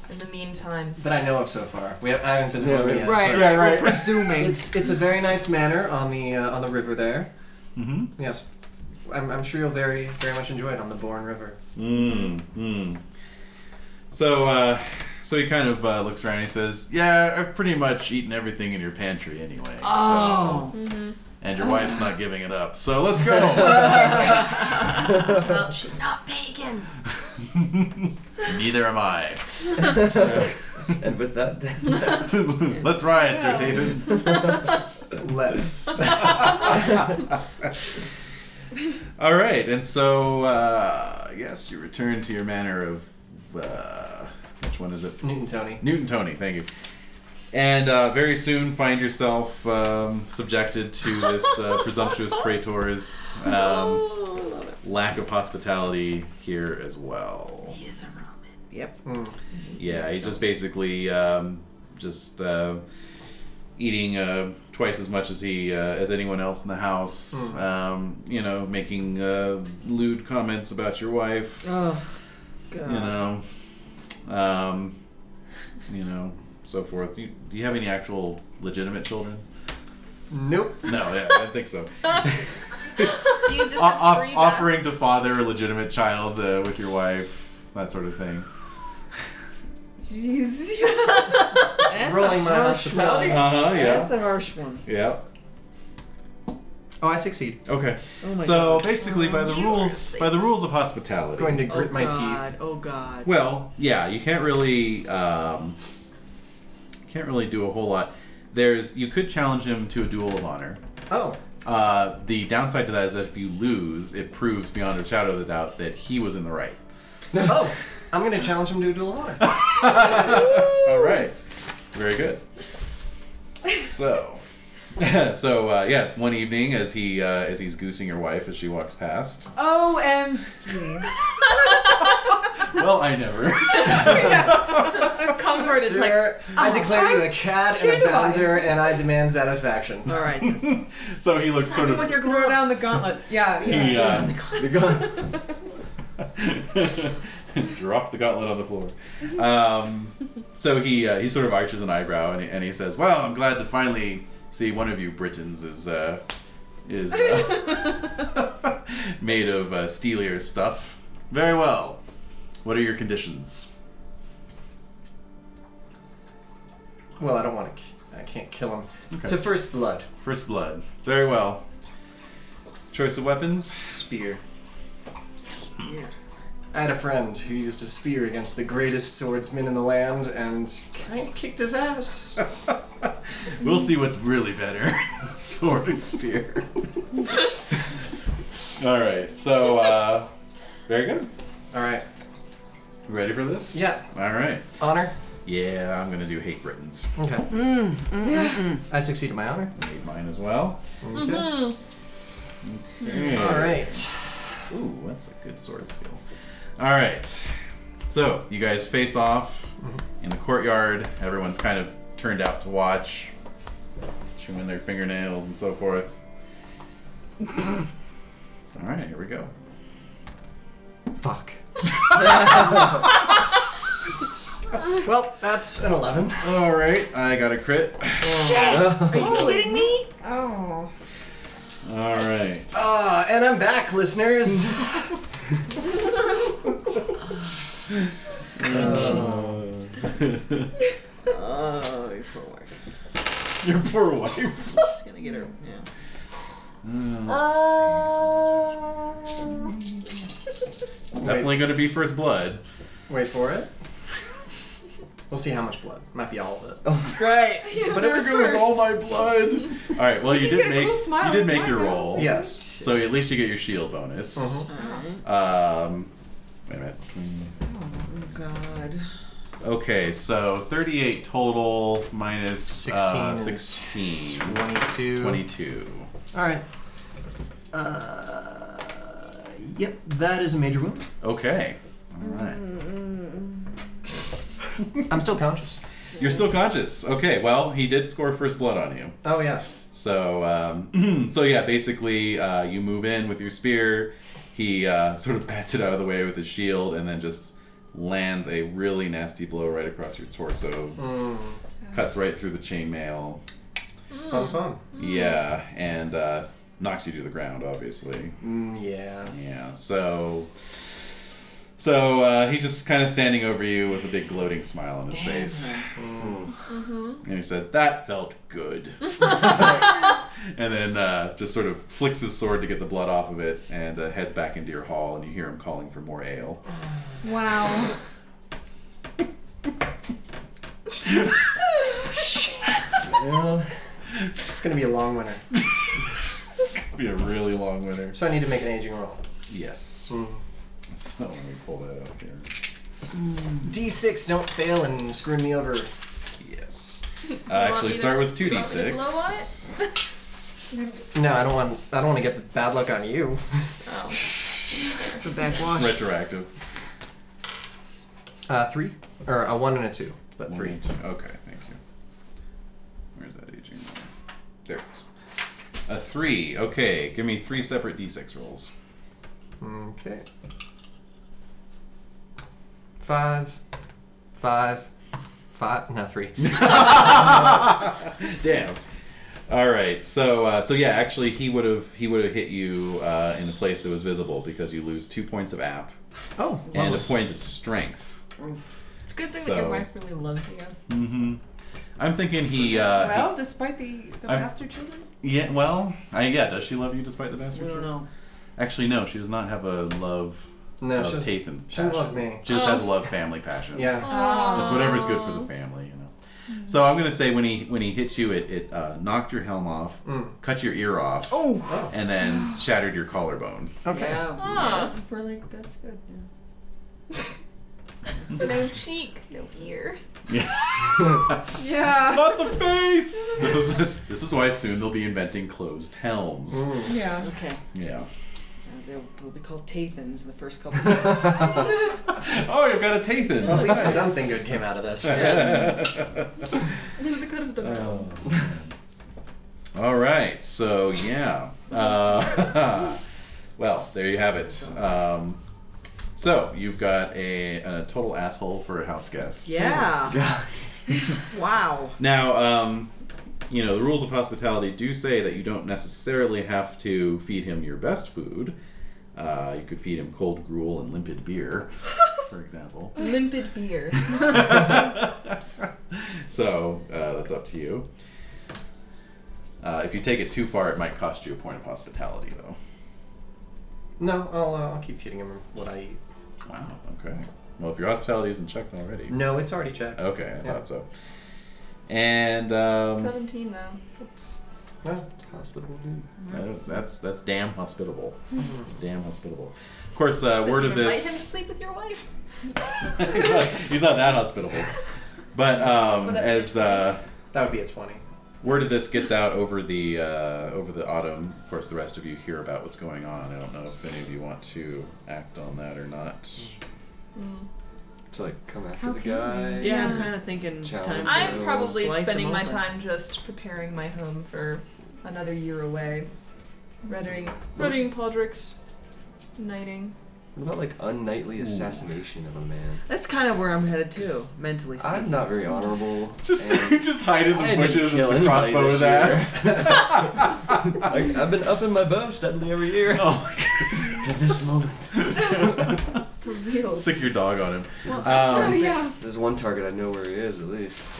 Speaker 19: in the meantime.
Speaker 5: That I know of so far. We have, I haven't been
Speaker 7: Yeah,
Speaker 5: home
Speaker 7: we-
Speaker 5: yet.
Speaker 11: Right,
Speaker 5: but-
Speaker 11: right, right. We're presuming.
Speaker 5: It's it's a very nice manor on the uh, on the river there.
Speaker 1: Mm-hmm.
Speaker 5: Yes, I'm, I'm sure you'll very very much enjoy it on the Bourne River.
Speaker 1: Mm, mm. So, uh, so he kind of uh, looks around. And he says, "Yeah, I've pretty much eaten everything in your pantry anyway.
Speaker 11: Oh.
Speaker 1: So,
Speaker 19: Mm-hmm.
Speaker 1: and your wife's not giving it up. So let's go."
Speaker 19: Well, she's not pagan.
Speaker 1: [laughs] Neither am I. [laughs]
Speaker 7: and with that, then. [laughs]
Speaker 1: let's ride, Sir Tathan.
Speaker 5: Let's.
Speaker 1: [laughs] All right, and so uh, yes, you return to your manor of uh, which one is it?
Speaker 5: [laughs] Newton Tony.
Speaker 1: Newton Tony, thank you. And uh, very soon find yourself um, subjected to this
Speaker 19: [laughs]
Speaker 1: uh, presumptuous praetor's
Speaker 19: Oh,
Speaker 1: um, lack of hospitality here as well. Mm-hmm.
Speaker 19: He is a Roman.
Speaker 11: Yep.
Speaker 5: Mm.
Speaker 1: Yeah, he's just basically um, just uh, eating uh, twice as much as he uh, as anyone else in the house.
Speaker 5: Hmm.
Speaker 1: Um, you know, making uh, lewd comments about your wife.
Speaker 11: Oh
Speaker 1: You
Speaker 11: god.
Speaker 1: know, um, you know, so forth. Do you, do you have any actual legitimate children?
Speaker 5: Nope.
Speaker 1: No, yeah, I don't think
Speaker 11: [laughs]
Speaker 1: so.
Speaker 19: Do you
Speaker 1: [laughs]
Speaker 19: just
Speaker 1: O-
Speaker 19: have
Speaker 1: off-
Speaker 19: three back-
Speaker 1: offering to father a legitimate child uh, with your wife, that sort of thing.
Speaker 4: Jeez.
Speaker 11: That's a
Speaker 5: Rolling my
Speaker 11: harsh
Speaker 5: hospitality.
Speaker 11: one.
Speaker 1: Uh huh.
Speaker 11: That's a harsh one.
Speaker 1: Yeah.
Speaker 5: Oh, I succeed.
Speaker 1: Okay.
Speaker 11: Oh my
Speaker 1: so
Speaker 11: god.
Speaker 1: basically, by the
Speaker 19: You
Speaker 1: rules,
Speaker 19: are
Speaker 1: by the rules of hospitality.
Speaker 5: Going to grit
Speaker 11: oh
Speaker 5: my
Speaker 11: god.
Speaker 5: teeth.
Speaker 11: Oh god.
Speaker 1: Well, yeah, you can't really, um, can't really do a whole lot. There's, you could challenge him to a duel of honor.
Speaker 5: Oh,
Speaker 1: Uh, the downside to that is that if you lose, it proves beyond a shadow of a doubt that he was in the
Speaker 17: [laughs]
Speaker 1: right.
Speaker 5: oh, I'm gonna challenge him to a duel of honor.
Speaker 17: [laughs]
Speaker 1: All right. Very good. So, [laughs] so uh, yes, one evening as he uh, as he's goosing your wife as she walks past.
Speaker 17: OMG.
Speaker 1: well, I
Speaker 17: [laughs]
Speaker 1: never.
Speaker 19: Concord is like,
Speaker 5: Sir, I
Speaker 19: "Oh,
Speaker 5: declare you a cad and a
Speaker 17: scandalized."
Speaker 5: bounder, and I demand satisfaction.
Speaker 11: All right.
Speaker 1: [laughs] so he looks sort
Speaker 17: Hit him with
Speaker 1: of.
Speaker 17: your throw down the gauntlet. Yeah. yeah.
Speaker 1: He, uh,
Speaker 7: The gun.
Speaker 1: [laughs] Drop the gauntlet on the floor. Um, so he uh, he sort of arches an eyebrow and he, and he says, "Well, I'm glad to finally see one of you Britons is uh, is uh, [laughs] made of uh, steelier stuff. Very well. What are your conditions?
Speaker 5: Well, I don't want to. I can't kill him.
Speaker 1: Okay.
Speaker 5: So first blood,
Speaker 1: First blood. Very well. Choice of weapons.
Speaker 5: spear. I had a friend who used a spear against the greatest swordsman in the land and kind of kicked his ass.
Speaker 1: [laughs] We'll see what's really better, [laughs] sword or spear. [laughs] All right. So uh, very good.
Speaker 5: All right.
Speaker 1: Ready for this?
Speaker 5: Yeah.
Speaker 1: All right.
Speaker 5: Honor.
Speaker 1: Yeah, I'm gonna do hate Britons.
Speaker 5: Okay.
Speaker 11: Mm, mm, mm, mm.
Speaker 5: I succeeded my honor.
Speaker 1: I need mine as well.
Speaker 5: Okay.
Speaker 1: Okay.
Speaker 5: All right.
Speaker 1: Ooh, that's a good sword skill. All right. So you guys face off in the courtyard. Everyone's kind of turned out to watch, chewing their fingernails and so forth. All right, here we go.
Speaker 5: [laughs] Fuck. well, that's an 11.
Speaker 1: All right, I got a crit.
Speaker 7: [laughs]
Speaker 11: Are you kidding me?
Speaker 17: Oh.
Speaker 1: All right.
Speaker 5: [laughs] Ah, and I'm back, listeners.
Speaker 1: Uh,
Speaker 11: Oh, your poor wife.
Speaker 1: your poor wife. Hmm.
Speaker 11: She's gonna get her. Yeah.
Speaker 1: Definitely going to be first blood.
Speaker 5: Wait for it. We'll see how much blood. Might be all of it.
Speaker 11: Great.
Speaker 1: But it was, all my blood. all right. Well, you did
Speaker 17: can get a
Speaker 1: make
Speaker 17: cool smile
Speaker 1: you did
Speaker 17: with
Speaker 1: make
Speaker 17: mine,
Speaker 1: your
Speaker 17: though.
Speaker 1: roll.
Speaker 5: Yes.
Speaker 1: So at least you get your shield bonus. Um, wait a minute.
Speaker 11: Oh God.
Speaker 1: Okay, so 38 total minus uh,
Speaker 5: 16 is
Speaker 1: 16.
Speaker 5: 22.
Speaker 1: 22.
Speaker 5: All right. Uh, yep, that is a major wound.
Speaker 1: Okay. All right.
Speaker 5: I'm still conscious.
Speaker 1: You're still conscious. Okay. Well, he did score first blood on you.
Speaker 5: Oh, yes.
Speaker 1: So, um, so yeah, basically, uh, you move in with your spear. He uh, sort of bats it out of the way with his shield, and then just lands a really nasty blow right across your torso. Cuts right through the chainmail.
Speaker 5: Fun, fun.
Speaker 1: Yeah, and uh, knocks you to the ground, obviously.
Speaker 5: Mm, yeah.
Speaker 1: Yeah. So, so uh, he's just kind of standing over you with a big gloating smile on his face, Mm-hmm. and he said, "That felt good." and then uh, just sort of flicks his sword to get the blood off of it, and uh, heads back into your hall. And you hear him calling for more ale. [laughs]
Speaker 17: Wow.
Speaker 5: Well, it's going to be a long winter.
Speaker 1: Be a really long winter.
Speaker 5: So I need to make an aging roll.
Speaker 1: Yes.
Speaker 5: Hmm.
Speaker 1: So let me pull that up here.
Speaker 5: D6, don't fail and screw me over.
Speaker 1: Yes. Uh, actually, start with two d six.
Speaker 19: blow on it?
Speaker 5: No, I don't want. I don't want to get the bad luck on you.
Speaker 11: The backwash.
Speaker 1: Retroactive.
Speaker 5: Uh, three or a one and a two, but
Speaker 1: One
Speaker 5: three.
Speaker 1: each. Okay, thank you. Where's that aging roll? There it is. A three. Okay, give me three separate d6 rolls.
Speaker 5: Okay. Five, five, five.
Speaker 1: [laughs]
Speaker 5: No, three.
Speaker 1: Damn. All right. So uh, so yeah, actually he would have he would have hit you uh, in a place that was visible because you lose two points of app
Speaker 5: Oh,
Speaker 1: and a
Speaker 5: lovely.
Speaker 1: point of strength.
Speaker 19: It's a good thing that
Speaker 1: So-
Speaker 19: your wife really loves you.
Speaker 1: Mm-hmm. I'm thinking he. Uh, he-
Speaker 17: well, despite the, the
Speaker 1: I'm-
Speaker 17: bastard children?
Speaker 1: yeah. Well. I, yeah. Does she love you despite the bastard?
Speaker 11: We don't know.
Speaker 1: Actually, no. She does not have a love.
Speaker 5: No,
Speaker 1: of
Speaker 5: she doesn't-
Speaker 1: Tathan's
Speaker 5: she doesn't love
Speaker 1: passion.
Speaker 5: me.
Speaker 1: She just has a love family passion.
Speaker 5: Yeah.
Speaker 19: Oh.
Speaker 1: It's whatever's good for the family, you know. So I'm gonna say when he when he hit you, it it uh, knocked your helm off,
Speaker 5: Mm.
Speaker 1: cut your ear off,
Speaker 11: Oh.
Speaker 1: and [gasps] then shattered [laughs] your collarbone.
Speaker 5: Okay.
Speaker 11: Yeah.
Speaker 19: Ah.
Speaker 11: That's really. That's good. Yeah.
Speaker 19: no cheek, no ear.
Speaker 1: Yeah.
Speaker 19: Yeah.
Speaker 1: Not the face. this is this is why soon they'll be inventing closed helms.
Speaker 5: Mm.
Speaker 11: Yeah. Okay.
Speaker 1: Yeah.
Speaker 11: Uh, they'll, they'll be called Tathans in the first couple of years.
Speaker 1: [laughs] Oh, you've got a Tathan. [laughs]
Speaker 5: At least something good came out of this.
Speaker 1: Oh. All right, so yeah. Uh, [laughs] well, there you have it. Um, so you've got a, a total asshole for a house guest.
Speaker 11: Yeah. wow.
Speaker 1: Now, um, you know, the rules of hospitality do say that you don't necessarily have to feed him your best food. Uh, you could feed him cold gruel and limpid
Speaker 11: [laughs]
Speaker 1: beer, for example.
Speaker 19: Limpid beer.
Speaker 1: [laughs] So uh, that's up to you. Uh, if you take it too far, it might cost you a point of hospitality, though.
Speaker 5: No, I'll, uh, I'll keep feeding him what I eat.
Speaker 1: Wow. Okay. Well, if your hospitality isn't checked already.
Speaker 5: No, it's already checked.
Speaker 1: Okay, I
Speaker 5: Mm. Yeah.
Speaker 1: thought so. And um,
Speaker 19: Seventeen though. Oops.
Speaker 5: Well, hospitable dude.
Speaker 1: that is- that's that's damn hospitable. damn hospitable. Of course, uh,
Speaker 19: Did
Speaker 1: word
Speaker 19: you
Speaker 1: of
Speaker 19: invite him to
Speaker 1: this.
Speaker 19: sleep with your wife?
Speaker 1: [laughs] he's, not, he's not that hospitable. But um,
Speaker 19: Would that be
Speaker 1: as uh,
Speaker 5: That would be a 20.
Speaker 1: word of this gets out over the uh, over the autumn, of course, the rest of you hear about what's going on. I don't know if any of you want to act on that or not.
Speaker 11: Mm.
Speaker 7: It's like come after
Speaker 11: How
Speaker 7: the
Speaker 11: can
Speaker 7: guy.
Speaker 11: we? Yeah, I'm kinda thinking it's
Speaker 7: Challenge him.
Speaker 11: time to
Speaker 19: I'm probably
Speaker 11: slice
Speaker 19: spending
Speaker 11: him
Speaker 19: my
Speaker 11: open.
Speaker 19: time just preparing my home for another year away. Reading, reading Podrick's knighting.
Speaker 7: What about like unknightly assassination of a man?
Speaker 11: That's kind of where I'm headed too, mentally speaking.
Speaker 7: I'm not very honorable.
Speaker 1: Just
Speaker 7: and
Speaker 1: [laughs] just hide in
Speaker 7: [laughs] I
Speaker 1: the
Speaker 7: didn't
Speaker 1: bushes
Speaker 7: kill
Speaker 1: and the
Speaker 7: anybody
Speaker 1: crossbow
Speaker 7: this
Speaker 1: his ass.
Speaker 7: [laughs] year. like, I've been upping my bow steadily
Speaker 1: [laughs]
Speaker 7: every year.
Speaker 1: Oh my
Speaker 7: For this moment.
Speaker 19: The real.
Speaker 1: Sick your dog on him.
Speaker 19: oh
Speaker 1: Um,
Speaker 19: yeah.
Speaker 7: There's one target I know where he is at least.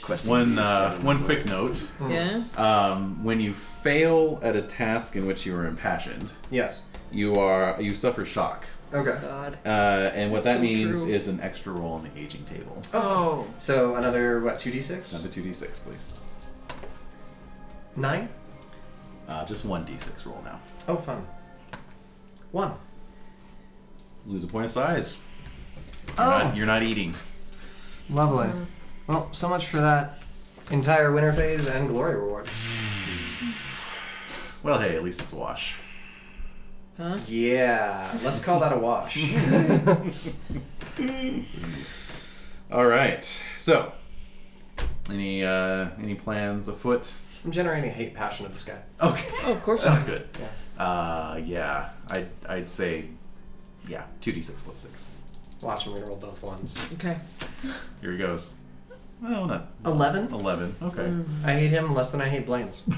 Speaker 7: Questing
Speaker 1: one
Speaker 7: beast, I
Speaker 1: uh,
Speaker 7: don't
Speaker 1: one
Speaker 7: know.
Speaker 1: quick note.
Speaker 11: Yeah.
Speaker 1: Um, when you fail at a task in which you are impassioned,
Speaker 5: Yes.
Speaker 1: you are you suffer shock.
Speaker 5: Okay.
Speaker 11: God.
Speaker 1: Uh, and what that
Speaker 11: That's so
Speaker 1: means
Speaker 11: true.
Speaker 1: is an extra roll on the aging table.
Speaker 11: Oh.
Speaker 5: So another, what, 2d6?
Speaker 1: Number two d six, please.
Speaker 5: Nine?
Speaker 1: Uh, just one d six roll now.
Speaker 5: Oh, fun. One.
Speaker 1: Lose a point of size. You're,
Speaker 5: Oh.
Speaker 1: not, you're not eating.
Speaker 5: Lovely. Well, so much for that entire winter phase and glory rewards.
Speaker 1: Well, hey, at least it's a wash.
Speaker 11: Huh?
Speaker 5: Yeah, let's call that a wash. [laughs]
Speaker 1: All right. So, any uh, any plans afoot?
Speaker 5: I'm generating a hate passion of this guy.
Speaker 1: Okay. [laughs]
Speaker 11: Oh, of course.
Speaker 1: Sounds good.
Speaker 5: Yeah.
Speaker 1: Uh, yeah. I'd, I'd say, yeah, 2d6 plus 6.
Speaker 5: Watch him reroll both ones.
Speaker 11: Okay.
Speaker 1: Here he goes. Well, not
Speaker 5: Eleven.
Speaker 1: 11. Okay. [laughs]
Speaker 5: I hate him less than I hate [sighs] Blaine's.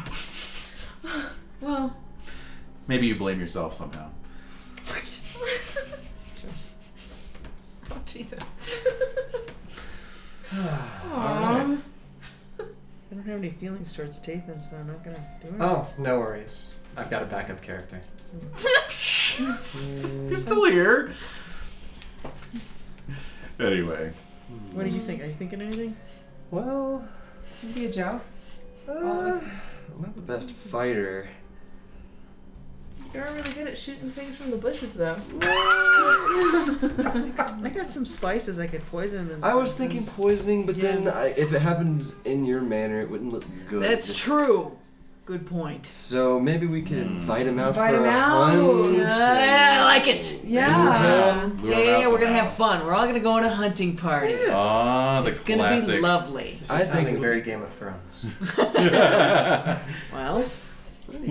Speaker 4: Well,
Speaker 1: Maybe you blame yourself somehow.
Speaker 19: Oh Jesus.
Speaker 1: Alright.
Speaker 11: I don't have any feelings towards Tathan, so I'm not gonna do it.
Speaker 5: Oh, no worries. I've got a backup character.
Speaker 1: You're still here. Anyway.
Speaker 11: What do you think? Are you thinking anything?
Speaker 7: Well,
Speaker 4: be a joust.
Speaker 7: uh, I'm not the best
Speaker 11: Mm-hmm.
Speaker 7: fighter.
Speaker 19: You are really good at shooting things from the bushes though.
Speaker 11: I got some spices I could poison them.
Speaker 7: I was thinking poisoning, but then I, if it happened in your manner, it wouldn't look good.
Speaker 11: That's true. Good point.
Speaker 7: So maybe we could invite him out
Speaker 4: Invite
Speaker 7: for
Speaker 4: him
Speaker 7: a
Speaker 4: out.
Speaker 7: hunt.
Speaker 11: Yeah, I like it.
Speaker 4: Yeah.
Speaker 1: Lure
Speaker 11: Uh, Yeah,
Speaker 1: him
Speaker 11: yeah,
Speaker 1: out
Speaker 11: we're gonna
Speaker 1: somehow.
Speaker 11: have fun. We're all gonna go on a hunting party.
Speaker 1: Ah, the
Speaker 11: It's gonna
Speaker 1: classic.
Speaker 11: be lovely.
Speaker 5: This
Speaker 7: I
Speaker 5: is
Speaker 7: think
Speaker 5: sounding
Speaker 7: it'll
Speaker 5: very Game of [laughs] Thrones.
Speaker 11: Well,
Speaker 19: Oh no,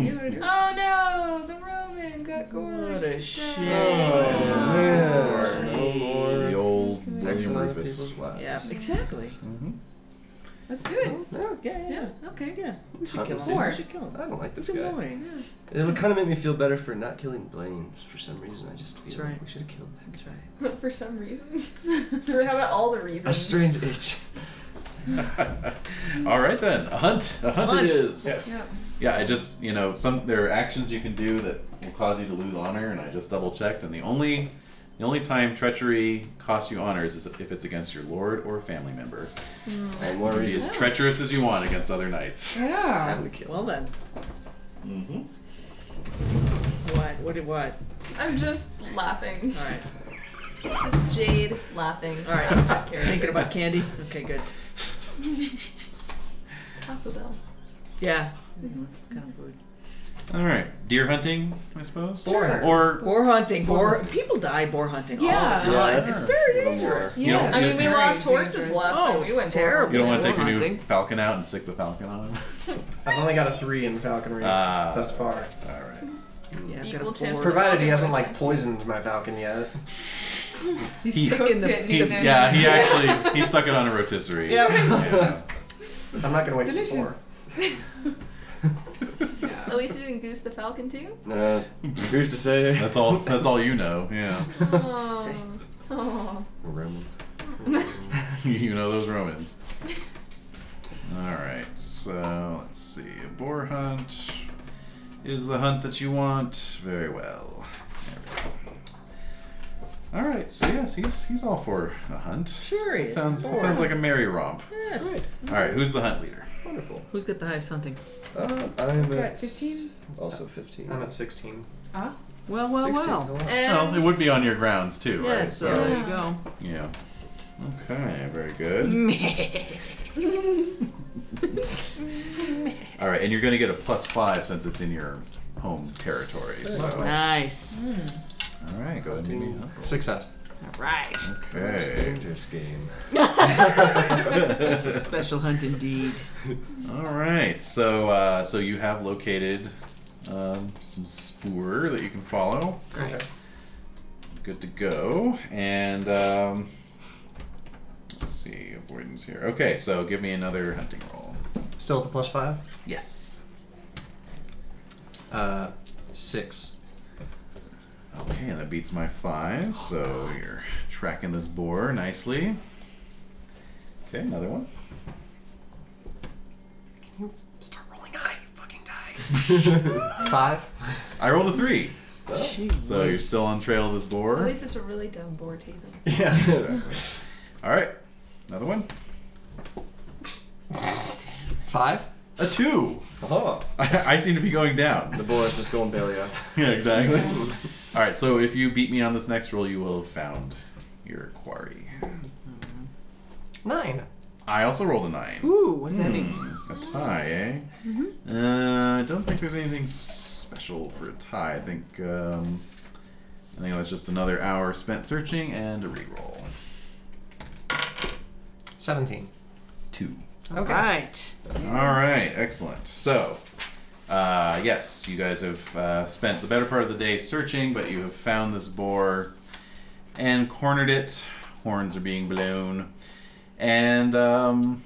Speaker 19: the Roman got gorged.
Speaker 11: what a
Speaker 7: Oh,
Speaker 11: shame.
Speaker 7: man. Oh, No more.
Speaker 1: the old
Speaker 7: Sex
Speaker 1: William
Speaker 7: on other
Speaker 1: Rufus.
Speaker 7: people's wives.
Speaker 11: Yeah, exactly.
Speaker 4: Let's do it.
Speaker 7: Yeah.
Speaker 11: Yeah, yeah. Okay, yeah. We should
Speaker 7: Tons of
Speaker 11: kill him. We
Speaker 7: sex.
Speaker 11: should kill him.
Speaker 7: I don't like this
Speaker 11: It's
Speaker 7: guy.
Speaker 11: annoying.
Speaker 7: It'll kind of make me feel better for not killing Blames for some reason. I just feel
Speaker 11: That's right.
Speaker 7: like we should have killed that.
Speaker 11: That's right.
Speaker 19: [laughs] For some reason. [laughs] For how about all the reasons?
Speaker 7: A strange itch.
Speaker 1: [laughs] All right then, a hunt, a hunt,
Speaker 11: Hunt.
Speaker 1: it is.
Speaker 5: Yes.
Speaker 1: Yeah, I just you know some there are actions you can do that will cause you to lose honor, and I just double checked, and the only the only time treachery costs you honors is if it's against your lord or a family member.
Speaker 7: And more
Speaker 1: You can be as
Speaker 7: reasons.
Speaker 1: treacherous as you want against other knights.
Speaker 4: [laughs] Yeah.
Speaker 7: Time to kill.
Speaker 11: Well then,
Speaker 1: Mm-hmm.
Speaker 11: what? What did what?
Speaker 19: I'm just laughing.
Speaker 11: All right.
Speaker 19: This is Jade laughing.
Speaker 11: All right,
Speaker 19: at
Speaker 11: [laughs]
Speaker 19: her character.
Speaker 11: thinking about candy. Okay, good.
Speaker 19: Taco Bell.
Speaker 11: Yeah, kind of food.
Speaker 1: All right, deer hunting, I suppose.
Speaker 11: Boar hunting.
Speaker 1: Or
Speaker 11: Boar hunting. Boar. people die boar hunting all
Speaker 19: Yeah.
Speaker 11: the time.
Speaker 1: Yeah,
Speaker 11: Oh, it's
Speaker 1: that's
Speaker 11: very
Speaker 1: a little
Speaker 11: dangerous.
Speaker 1: more- You don't-
Speaker 19: I
Speaker 1: you
Speaker 19: mean, we
Speaker 1: don't-
Speaker 19: lost horses last
Speaker 11: Oh,
Speaker 19: time we
Speaker 11: it's
Speaker 19: went
Speaker 11: terrible.
Speaker 1: You don't want to take
Speaker 11: Boar
Speaker 1: your new
Speaker 11: hunting.
Speaker 1: falcon out and stick the falcon on him.
Speaker 5: I've only got a three in falconry
Speaker 1: Ah.
Speaker 5: thus far.
Speaker 1: All right.
Speaker 11: [laughs] Yeah, I've got
Speaker 19: Equal
Speaker 11: a
Speaker 19: chance
Speaker 11: four.
Speaker 19: for-
Speaker 5: Provided he hasn't like poisoned my falcon yet.
Speaker 11: He's
Speaker 1: He-
Speaker 11: picking the.
Speaker 17: Cooked it,
Speaker 1: He-
Speaker 17: And then-
Speaker 1: yeah, he actually he stuck it on a rotisserie.
Speaker 11: Yeah.
Speaker 5: I'm not gonna wait for four.
Speaker 17: Delicious.
Speaker 11: [laughs]
Speaker 19: At least you didn't goose the falcon too. [laughs]
Speaker 7: Uh, who's to say?
Speaker 1: That's all.
Speaker 7: [laughs]
Speaker 1: That's all you know. Yeah. [laughs]
Speaker 19: Oh. Oh.
Speaker 7: Roman.
Speaker 1: you know those Romans. All right. So let's see. A boar hunt is the hunt that you want. Very well. There we go. All right. So yes, he's he's all for a hunt.
Speaker 11: Sure he is.
Speaker 1: Sounds
Speaker 11: Boar.
Speaker 1: sounds like a merry romp.
Speaker 11: Yes.
Speaker 7: Right.
Speaker 1: All right. Who's the hunt leader?
Speaker 7: Wonderful.
Speaker 11: Who's got the highest hunting?
Speaker 7: Uh, I'm
Speaker 17: We're
Speaker 7: at
Speaker 17: at 15?
Speaker 7: Also 15.
Speaker 5: I'm at 16.
Speaker 17: Ah,
Speaker 11: Well, well,
Speaker 7: 16.
Speaker 11: well. Um,
Speaker 1: Well, it would be on your grounds too,
Speaker 11: Yes.
Speaker 1: right?
Speaker 11: so there you go.
Speaker 1: [laughs] yeah. Okay. Very good. All right, and you're going to get a plus five since it's in your home territory. So,
Speaker 11: nice.
Speaker 1: all right, go ahead and give me a roll.
Speaker 5: Success.
Speaker 11: All right.
Speaker 7: Most
Speaker 1: Okay.
Speaker 7: dangerous [laughs] game.
Speaker 11: It's a [laughs] special hunt indeed.
Speaker 1: All right, so uh, so you have located um, some spoor that you can follow.
Speaker 11: Great.
Speaker 1: Good to go. And um, let's see, avoidance here. Okay, so give me another hunting roll.
Speaker 5: Still at the plus five?
Speaker 1: Yes.
Speaker 5: Uh, six.
Speaker 1: Okay, that beats my five. So you're tracking this boar nicely. Okay, another one.
Speaker 5: Start rolling high, you fucking die. [laughs] five?
Speaker 1: I rolled a three.
Speaker 11: Jeez.
Speaker 1: So you're still on trail of this
Speaker 19: At
Speaker 1: boar.
Speaker 19: least it's a really dumb boar taken.
Speaker 5: Yeah.
Speaker 7: [laughs]
Speaker 1: All right, another one.
Speaker 5: five?
Speaker 1: A two. [laughs]
Speaker 7: Oh,
Speaker 1: I, I seem to be going down. [laughs]
Speaker 7: the boar's just going belly [laughs] up.
Speaker 1: Yeah, exactly. All right, so if you beat me on this next roll, you will have found your quarry.
Speaker 5: Nine.
Speaker 1: I also rolled a nine.
Speaker 11: Ooh, what does that mean?
Speaker 1: Hmm, a tie, eh? Uh, I don't think there's anything special for a tie. I think um, I think that's just another hour spent searching and a reroll.
Speaker 5: 17.
Speaker 1: Two.
Speaker 11: All
Speaker 5: Okay.
Speaker 11: right.
Speaker 1: All right, excellent. So, uh, yes, you guys have uh, spent the better part of the day searching, but you have found this boar and cornered it. Horns are being blown, and um,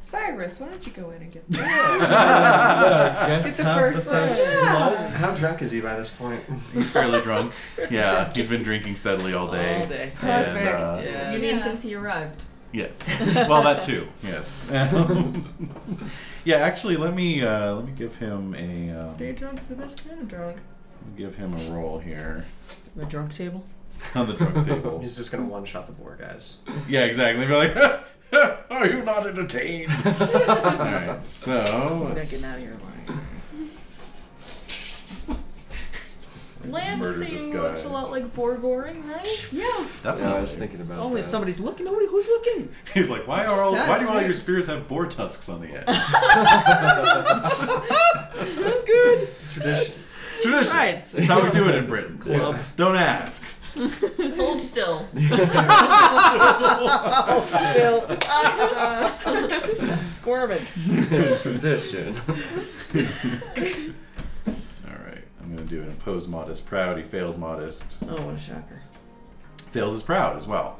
Speaker 17: Cyrus, why don't you go in
Speaker 19: [laughs]
Speaker 17: and get that?
Speaker 7: Just
Speaker 17: the
Speaker 7: have
Speaker 17: first one.
Speaker 7: blood.
Speaker 5: How drunk is he by this point?
Speaker 1: he's fairly [laughs] drunk. Yeah, he's been drinking steadily all day.
Speaker 11: All day.
Speaker 1: And, uh,
Speaker 17: Perfect.
Speaker 11: Yeah.
Speaker 19: You mean since he arrived?
Speaker 1: [laughs] Yes. well, that too. Yes. [laughs] yeah. Actually, let me uh, let me give him a um,
Speaker 17: Day drunk is the best kind of drunk.
Speaker 1: give him a roll here
Speaker 11: The drunk table.
Speaker 1: [laughs] on the drunk table.
Speaker 5: He's just gonna one shot the boar, guys.
Speaker 1: Yeah, exactly. Be like, [laughs] are you not entertained? [laughs]
Speaker 7: [laughs]
Speaker 1: All right, so
Speaker 11: He's not
Speaker 1: let's- [laughs]
Speaker 11: getting out of here alive.
Speaker 1: Murdered this
Speaker 19: Lansing
Speaker 1: guy.
Speaker 19: looks a lot like boar goring, right?
Speaker 1: [laughs]
Speaker 11: Yeah.
Speaker 1: definitely.
Speaker 7: Yeah, I was thinking about
Speaker 11: Only
Speaker 7: that.
Speaker 11: if somebody's looking. Nobody. Who's looking?
Speaker 1: He's like, why are
Speaker 17: just
Speaker 1: all,
Speaker 17: us,
Speaker 1: why do all
Speaker 17: right?
Speaker 1: your spears have boar tusks
Speaker 19: [laughs]
Speaker 1: on the end?
Speaker 11: That's good.
Speaker 5: It's a tradition.
Speaker 1: It's tradition.
Speaker 11: Right.
Speaker 1: It's how we do it in
Speaker 5: [laughs]
Speaker 1: Britain.
Speaker 7: Club.
Speaker 1: Don't ask. [laughs]
Speaker 19: Hold still.
Speaker 11: Still. Squirming.
Speaker 1: [laughs]
Speaker 7: tradition.
Speaker 1: All right, I'm gonna do an oppose modest, proud. He fails modest.
Speaker 11: Oh, what a shocker.
Speaker 1: fails is proud as well.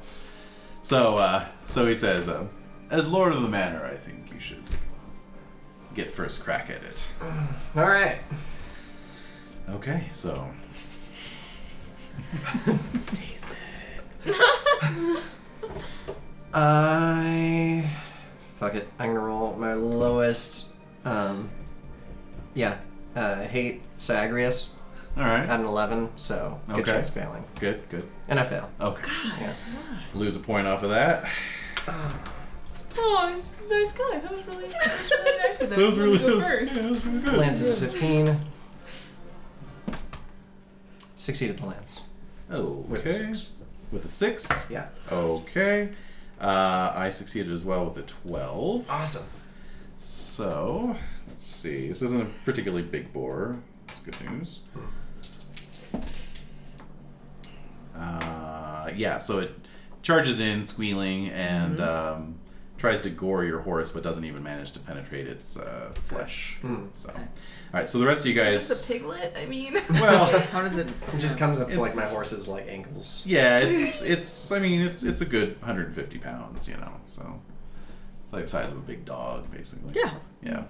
Speaker 1: So, uh, so he says, uh, as lord of the manor, I think you should get first crack at it.
Speaker 5: All right.
Speaker 1: Okay, so
Speaker 5: I. Fuck it. I'm gonna roll my lowest. Um. Yeah. Uh, hate Sagrius.
Speaker 1: all right,
Speaker 5: Got an 11, so good
Speaker 1: Okay.
Speaker 5: chance of failing.
Speaker 1: good, good.
Speaker 5: And I fail.
Speaker 1: Okay,
Speaker 5: Yeah.
Speaker 1: lose a point off of that.
Speaker 19: Oh, he's a nice guy. That was really, that was really
Speaker 1: [laughs]
Speaker 19: nice of him.
Speaker 1: That was
Speaker 19: Let
Speaker 1: really,
Speaker 19: me
Speaker 1: that
Speaker 19: go
Speaker 1: was-
Speaker 19: first.
Speaker 1: yeah, that was really good.
Speaker 5: Lance is a 15. Succeeded the Lance.
Speaker 1: Oh,
Speaker 5: With a
Speaker 1: okay.
Speaker 5: six.
Speaker 1: with a six.
Speaker 5: Yeah.
Speaker 1: Okay. Uh, I succeeded as well with a 12.
Speaker 5: Awesome.
Speaker 1: So, let's see. This isn't a particularly big bore. That's good news. Uh, yeah, so it charges in, squealing, and um, tries to gore your horse, but doesn't even manage to penetrate its uh, flesh. So, all right. So the rest of you guys.
Speaker 19: Just a piglet? I mean.
Speaker 1: Well-
Speaker 11: [laughs] How does it?
Speaker 5: It just comes up to like my
Speaker 1: It's-
Speaker 5: horse's like ankles.
Speaker 4: [laughs]
Speaker 1: Yeah, it's it's. I mean, it's it's a good 150 pounds, you know. So it's like the size of a big dog, basically.
Speaker 11: Yeah.
Speaker 1: Yeah.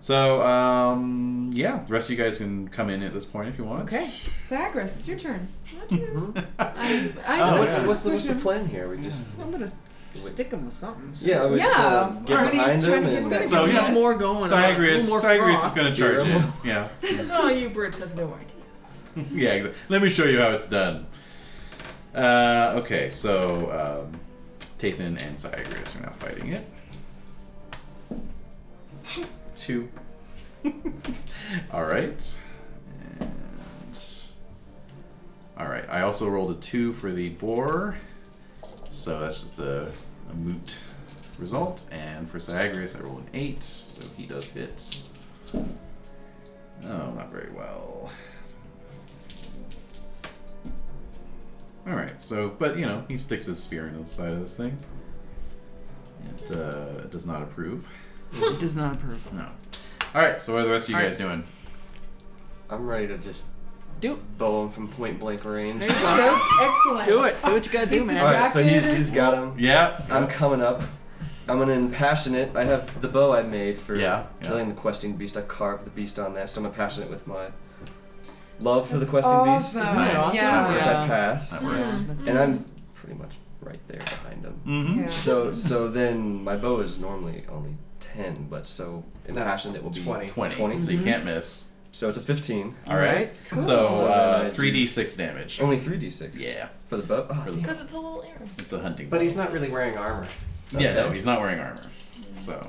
Speaker 1: So um, yeah, the rest of you guys can come in at this point if you want.
Speaker 4: Okay. Zagros, it's your
Speaker 19: [laughs]
Speaker 4: turn.
Speaker 1: I,
Speaker 4: [laughs] I-
Speaker 7: Uh,
Speaker 4: I-
Speaker 7: what's, what's, the, what's the
Speaker 4: question.
Speaker 7: plan here? We just
Speaker 17: I'm gonna stick him with something. so-
Speaker 7: yeah, we just
Speaker 4: Yeah,
Speaker 7: wanna get
Speaker 4: everybody's
Speaker 7: behind
Speaker 4: trying
Speaker 7: him
Speaker 4: to get
Speaker 7: and
Speaker 4: there.
Speaker 1: So
Speaker 4: A little
Speaker 1: yeah,
Speaker 4: more going on, a
Speaker 1: Cygris,
Speaker 4: little more
Speaker 1: Cygris is
Speaker 4: froth.
Speaker 1: going to charge
Speaker 7: Steer
Speaker 1: in.
Speaker 7: 'em.
Speaker 4: [laughs]
Speaker 1: Yeah.
Speaker 4: oh, you Brits have no idea.
Speaker 1: [laughs] yeah. Exactly. Let me show you how it's done. Uh, okay, so um, Tathan and Cygris are now fighting it.
Speaker 5: Two.
Speaker 1: All right. And all right. I also rolled a two for the boar, so that's just a, a moot result. And for Sagrius, I rolled an eight, so he does hit. Oh, not very well. All right. So, but you know, he sticks his spear into the side of this thing. It uh, does not approve.
Speaker 11: It does not approve.
Speaker 1: No. All right. So, what are the rest of you
Speaker 11: All right.
Speaker 1: guys doing?
Speaker 7: I'm ready to just
Speaker 11: Do
Speaker 7: bow him from point blank range.
Speaker 11: there you go.
Speaker 17: Excellent.
Speaker 11: Do it. [laughs] Do what you gotta do,
Speaker 7: All
Speaker 11: man.
Speaker 7: right, so he's he's got him.
Speaker 1: Yeah.
Speaker 7: I'm coming up. I'm gonna impassion it. I have the bow I made for
Speaker 1: Yeah, yeah.
Speaker 7: killing the questing beast. I carved the beast on that, so I'm impassionate with my love for the
Speaker 17: That's
Speaker 7: questing beast,
Speaker 17: awesome.
Speaker 1: Nice.
Speaker 17: Nice.
Speaker 1: That
Speaker 7: which
Speaker 1: works.
Speaker 7: I pass,
Speaker 1: That works.
Speaker 7: and I'm pretty much right there behind him.
Speaker 1: Mm-hmm.
Speaker 17: Yeah.
Speaker 7: So so then my bow is normally only ten, but so impassioned it will be
Speaker 5: 20.
Speaker 1: 20, so you can't miss.
Speaker 7: So it's a fifteen.
Speaker 5: Mm-hmm.
Speaker 1: All right.
Speaker 11: right,
Speaker 1: So
Speaker 7: So Oh. then I
Speaker 1: uh,
Speaker 7: do-
Speaker 1: 3d6 damage.
Speaker 7: Only three d six.
Speaker 1: Yeah.
Speaker 7: For the bow. Oh,
Speaker 1: For the-
Speaker 7: damn.
Speaker 2: Because it's a little arrow.
Speaker 1: It's a hunting.
Speaker 5: But
Speaker 1: bow.
Speaker 5: he's not really wearing armor.
Speaker 1: Yeah, no,
Speaker 7: okay.
Speaker 1: he's not wearing armor. So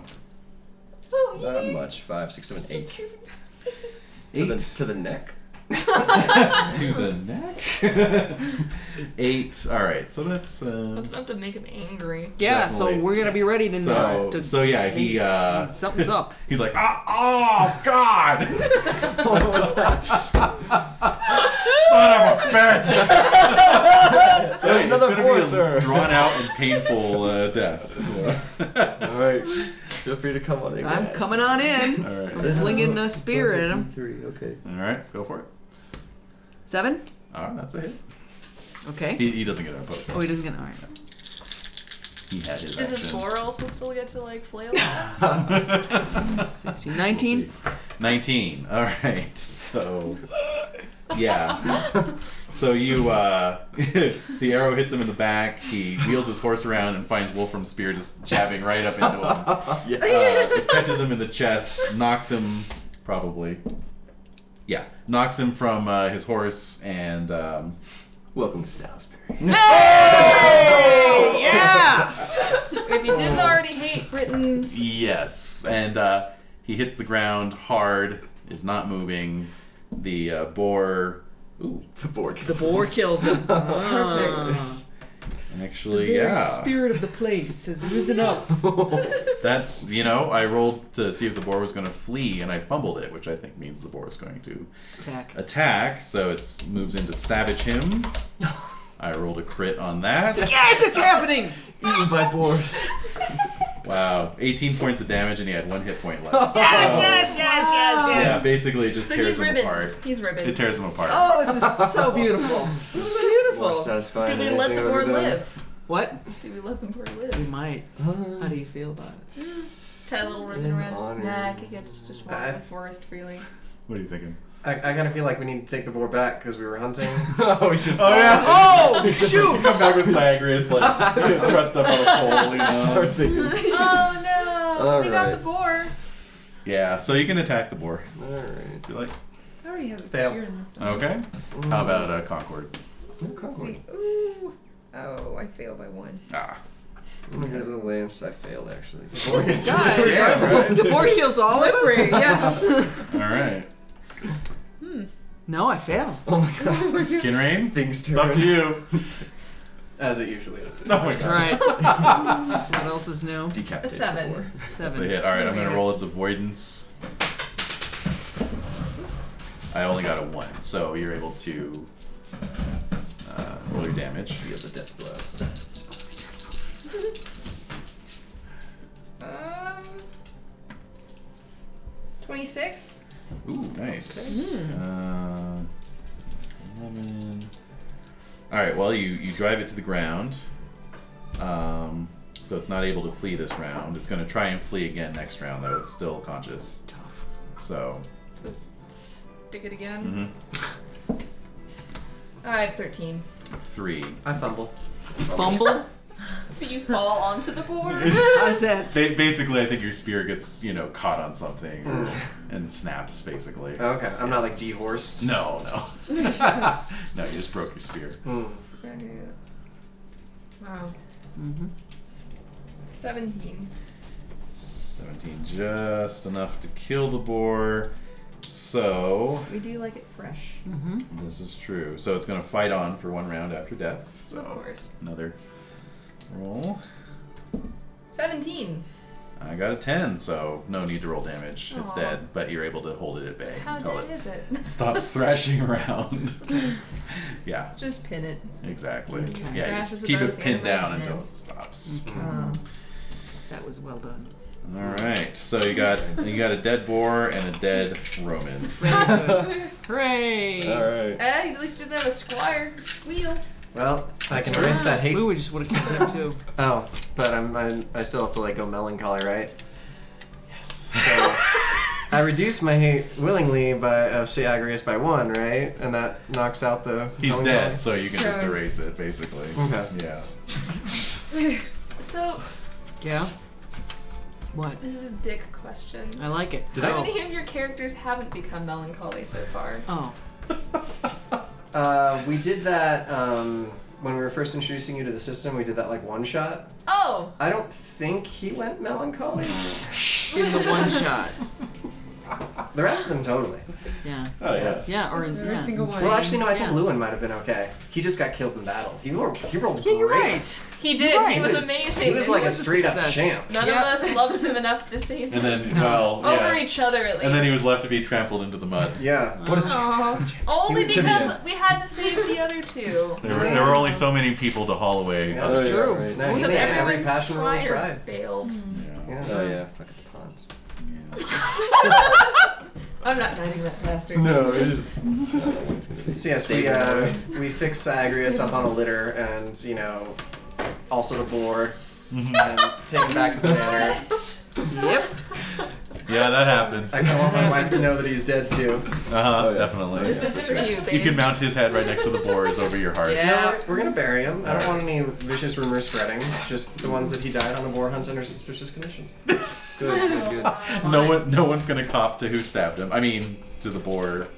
Speaker 2: Oh, yeah.
Speaker 7: Not much. Five, six, seven, eight. To the to the neck.
Speaker 1: to the neck. Eight. All right. So that's. Uh,
Speaker 19: That's enough to make him angry.
Speaker 11: Yeah.
Speaker 1: Definitely.
Speaker 11: So we're gonna be ready to
Speaker 1: so
Speaker 11: know. to-
Speaker 1: so yeah, he
Speaker 11: he's-
Speaker 1: uh,
Speaker 11: he's- something's up.
Speaker 1: [laughs] He's like, ah, oh
Speaker 11: [laughs]
Speaker 1: God!
Speaker 7: what was that?
Speaker 1: Son of a
Speaker 11: [laughs]
Speaker 1: bitch! so hey,
Speaker 7: Another
Speaker 1: it's gonna
Speaker 7: war,
Speaker 1: be a
Speaker 7: sir.
Speaker 1: drawn out and painful uh,
Speaker 7: [laughs]
Speaker 1: death.
Speaker 7: All right. Feel free to come on in.
Speaker 11: I'm
Speaker 7: guys.
Speaker 11: coming on in.
Speaker 1: All right.
Speaker 11: I'm flinging a spear at him.
Speaker 7: Three. Okay.
Speaker 1: All right. Go for it.
Speaker 11: Seven.
Speaker 1: All right. That's a hit.
Speaker 11: Okay.
Speaker 1: He, he doesn't get a poke.
Speaker 11: Oh, he doesn't get.
Speaker 1: [laughs]
Speaker 11: All right.
Speaker 1: He had his
Speaker 19: Does his
Speaker 1: action.
Speaker 19: boar also still get to like flail?
Speaker 1: [laughs]
Speaker 11: 16, 19.
Speaker 1: We'll see. 19. [laughs] All right. So yeah. So you uh [laughs] the arrow hits him in the back. He wheels his horse around and finds Wolfram's spear just jabbing right up into him.
Speaker 7: [laughs] [laughs] yeah.
Speaker 1: Uh, it catches him in the chest, knocks him probably. Yeah, knocks him from uh, his horse and um
Speaker 7: Welcome to Salisbury. [laughs]
Speaker 11: Hey! Yeah!
Speaker 2: If you didn't already hate Britons,
Speaker 1: Yes, and uh, he hits the ground hard, is not moving. The uh, boar. Ooh,
Speaker 7: The Borg.
Speaker 11: The boar
Speaker 7: [laughs]
Speaker 11: kills him.
Speaker 7: Uh,
Speaker 17: Perfect.
Speaker 11: Ah.
Speaker 1: actually,
Speaker 11: The very
Speaker 1: yeah.
Speaker 11: spirit of the place has risen up.
Speaker 1: That's you know, I rolled to see if the boar was going to flee, and I fumbled it, which I think means the boar is going to
Speaker 11: Attack.
Speaker 1: attack. So it moves into savage
Speaker 11: [laughs]
Speaker 1: him. I rolled a crit on that.
Speaker 11: Yes, it's happening!
Speaker 7: Eaten by boars.
Speaker 1: Wow, 18 points of damage, and he had one hit point left.
Speaker 11: [laughs] yes, yes, yes,
Speaker 1: Yeah, basically it just
Speaker 19: so
Speaker 1: tears
Speaker 19: he's
Speaker 1: him apart.
Speaker 19: ribbons. He's ribbons.
Speaker 1: It tears him apart.
Speaker 11: Oh, this
Speaker 1: [laughs]
Speaker 11: is so beautiful.
Speaker 7: More
Speaker 11: Beautiful.
Speaker 7: satisfying.
Speaker 19: Do we
Speaker 7: than
Speaker 19: let
Speaker 7: anything
Speaker 19: the
Speaker 7: I've ever
Speaker 19: boar
Speaker 7: done.
Speaker 19: live?
Speaker 11: What?
Speaker 19: Do we let the boar
Speaker 11: We
Speaker 19: live?
Speaker 11: might. How do you feel about it?
Speaker 19: Tie a little ribbon
Speaker 7: In
Speaker 19: around
Speaker 7: honor.
Speaker 19: his neck. He gets just walk
Speaker 5: I-
Speaker 19: the forest freely.
Speaker 1: What are you thinking?
Speaker 5: I, I kind of feel like we need to take the boar back because we were
Speaker 1: [laughs]
Speaker 5: hunting.
Speaker 7: [laughs] oh, we should.
Speaker 1: Oh yeah.
Speaker 11: Oh,
Speaker 1: [laughs] You come back with Cyagrius,
Speaker 11: [laughs]
Speaker 1: like trussed up on a pole. You know?
Speaker 7: Start singing.
Speaker 19: oh no!
Speaker 7: All
Speaker 19: we got
Speaker 7: right.
Speaker 19: the boar.
Speaker 1: Yeah, so you can attack the boar.
Speaker 7: All right.
Speaker 1: If you like.
Speaker 4: I already have a
Speaker 5: Fail.
Speaker 4: spear in this. one.
Speaker 1: Okay. How about uh, Concord?
Speaker 7: Come on.
Speaker 4: See, ooh. Oh, I fail by one.
Speaker 1: Ah.
Speaker 7: I'm gonna give it a lance. I failed
Speaker 11: [laughs]
Speaker 7: actually.
Speaker 11: Oh
Speaker 7: [laughs]
Speaker 19: God.
Speaker 11: [laughs] the boar kills all of us?
Speaker 4: Slippery, yeah.
Speaker 1: All right.
Speaker 4: Hmm.
Speaker 11: No, I fail.
Speaker 7: Oh my god.
Speaker 11: [laughs]
Speaker 1: Kinrain,
Speaker 7: things
Speaker 1: it's up to you.
Speaker 5: As it usually is.
Speaker 1: No,
Speaker 11: That's
Speaker 1: it's [laughs]
Speaker 11: right. what else is new?
Speaker 7: Decapitates
Speaker 19: A seven.
Speaker 7: the boar.
Speaker 1: That's
Speaker 11: Seven.
Speaker 1: a hit. All right, I'm gonna roll its avoidance. I only got a one, so you're able to uh, roll your damage.
Speaker 7: You have the death blow.
Speaker 19: Um, 26.
Speaker 1: Ooh, nice.
Speaker 19: Okay.
Speaker 1: Uh, lemon. All right. Well, you you drive it to the ground. Um, so it's not able to flee this round. It's going to try and flee again next round, though. It's still conscious.
Speaker 11: Tough.
Speaker 1: So.
Speaker 19: Let's stick it again.
Speaker 1: mhm,
Speaker 19: I have 13.
Speaker 1: Three.
Speaker 5: I fumble.
Speaker 11: Fumble?
Speaker 19: So you fall onto the board?
Speaker 11: How's that?
Speaker 1: Ba- basically, I think your spear gets you know caught on something or,
Speaker 19: Hmm.
Speaker 1: and snaps basically.
Speaker 5: Okay, I'm not like dehorsed.
Speaker 1: No, no,
Speaker 19: [laughs]
Speaker 1: no. You just broke your spear.
Speaker 5: Mm.
Speaker 26: Wow.
Speaker 11: Mm-hmm.
Speaker 19: 17.
Speaker 1: 17, just enough to kill the boar. So
Speaker 19: We do like it fresh.
Speaker 11: Mm-hmm.
Speaker 1: This is true. So it's going to fight on for one round after death. So
Speaker 19: Of course.
Speaker 1: another roll.
Speaker 19: 17.
Speaker 1: I got a 10, so no need to roll damage. It's
Speaker 19: Aw.
Speaker 1: dead, but you're able to hold it at bay
Speaker 19: How
Speaker 1: until
Speaker 19: dead
Speaker 1: it
Speaker 19: is it?
Speaker 1: stops thrashing around. [laughs] yeah,
Speaker 19: [laughs] Just pin it.
Speaker 1: exactly.
Speaker 11: Okay.
Speaker 1: Yeah,
Speaker 19: Thrash
Speaker 1: you
Speaker 19: was
Speaker 1: just keep
Speaker 19: about
Speaker 1: it
Speaker 19: the
Speaker 1: pinned
Speaker 19: end of my
Speaker 1: down until it
Speaker 19: minutes.
Speaker 1: stops.
Speaker 11: Um, that was well done.
Speaker 1: All right. So you got you got a dead boar and a dead Roman.
Speaker 11: [laughs] Hooray!
Speaker 7: Alright.
Speaker 19: Eh, at least it didn't have a squire to squeal.
Speaker 5: Well, I can erase that hate.
Speaker 11: We would just would have killed him too.
Speaker 5: Oh, but I'm, I'm I still have to like go melancholy, right?
Speaker 1: Yes.
Speaker 5: So I reduce my hate willingly by of say Agrius by one, right? And that knocks out the.
Speaker 1: [laughs] He's
Speaker 5: melancholy.
Speaker 1: dead, so you can just
Speaker 26: So-
Speaker 1: erase it, basically.
Speaker 5: Okay.
Speaker 1: [laughs] Yeah.
Speaker 19: So,
Speaker 11: Yeah. What?
Speaker 19: this is a dick question.
Speaker 11: I like it.
Speaker 5: Did
Speaker 19: How
Speaker 5: I?
Speaker 19: many of your characters haven't become melancholy so far?
Speaker 11: Oh.
Speaker 1: Oh,
Speaker 5: Uh, we did that um, when we were first introducing you to the system. We did that like one shot.
Speaker 19: Oh!
Speaker 5: I don't think he went
Speaker 11: [laughs]
Speaker 5: melancholy.
Speaker 11: In the one shot.
Speaker 5: The rest of them totally.
Speaker 11: Yeah.
Speaker 1: Oh yeah.
Speaker 11: Yeah, or in,
Speaker 26: Every
Speaker 11: yeah.
Speaker 26: single one.
Speaker 5: Well, actually, no. I think
Speaker 11: Yeah.
Speaker 5: Lewin might have been okay. He just got killed in battle. He rolled. He rolled
Speaker 11: Yeah, you're
Speaker 5: great.
Speaker 11: right.
Speaker 19: He did. He
Speaker 11: Right.
Speaker 19: was,
Speaker 5: He was-
Speaker 19: amazing.
Speaker 5: He was like
Speaker 11: was
Speaker 5: a
Speaker 11: a
Speaker 5: straight up
Speaker 11: success.
Speaker 5: champ.
Speaker 19: None
Speaker 11: Yep.
Speaker 19: of us loved him enough to save him.
Speaker 1: And then, well, [laughs] yeah.
Speaker 19: Over each other, at least.
Speaker 1: And then he was left to be trampled into the mud.
Speaker 5: Yeah.
Speaker 11: What a
Speaker 19: Only
Speaker 5: He was-
Speaker 19: because we had to save the other two.
Speaker 1: There were, there were only so many people to haul away.
Speaker 5: Yeah.
Speaker 11: That's
Speaker 7: yeah,
Speaker 11: true.
Speaker 7: right.
Speaker 5: No, he
Speaker 19: Because
Speaker 5: made every
Speaker 19: everyone's
Speaker 5: passion roll he
Speaker 19: squire
Speaker 5: tried.
Speaker 19: failed.
Speaker 1: [laughs] Yeah.
Speaker 5: Yeah.
Speaker 7: Oh yeah, fucking pawns.
Speaker 19: [laughs] I'm not knighting that bastard.
Speaker 7: No, it [laughs] is. So
Speaker 5: So yes, we uh, we fix Agrius up on a litter, and you know, also the boar,
Speaker 1: Mm-hmm.
Speaker 5: and take him back to the manor.
Speaker 11: Yep.
Speaker 1: Yeah, that happens.
Speaker 5: I kind of want my wife to know that he's dead too.
Speaker 1: Uh huh.
Speaker 7: Oh, yeah.
Speaker 1: Definitely.
Speaker 19: This is for you, babe.
Speaker 1: You can mount his head right next to the boar's over your heart.
Speaker 11: Yeah.
Speaker 5: We're gonna bury him. I don't want any vicious rumors spreading. Just the ones that he died on a boar hunt under suspicious conditions.
Speaker 7: Good, good, good.
Speaker 1: No one, no one's gonna cop to who stabbed him. I mean, to the boar.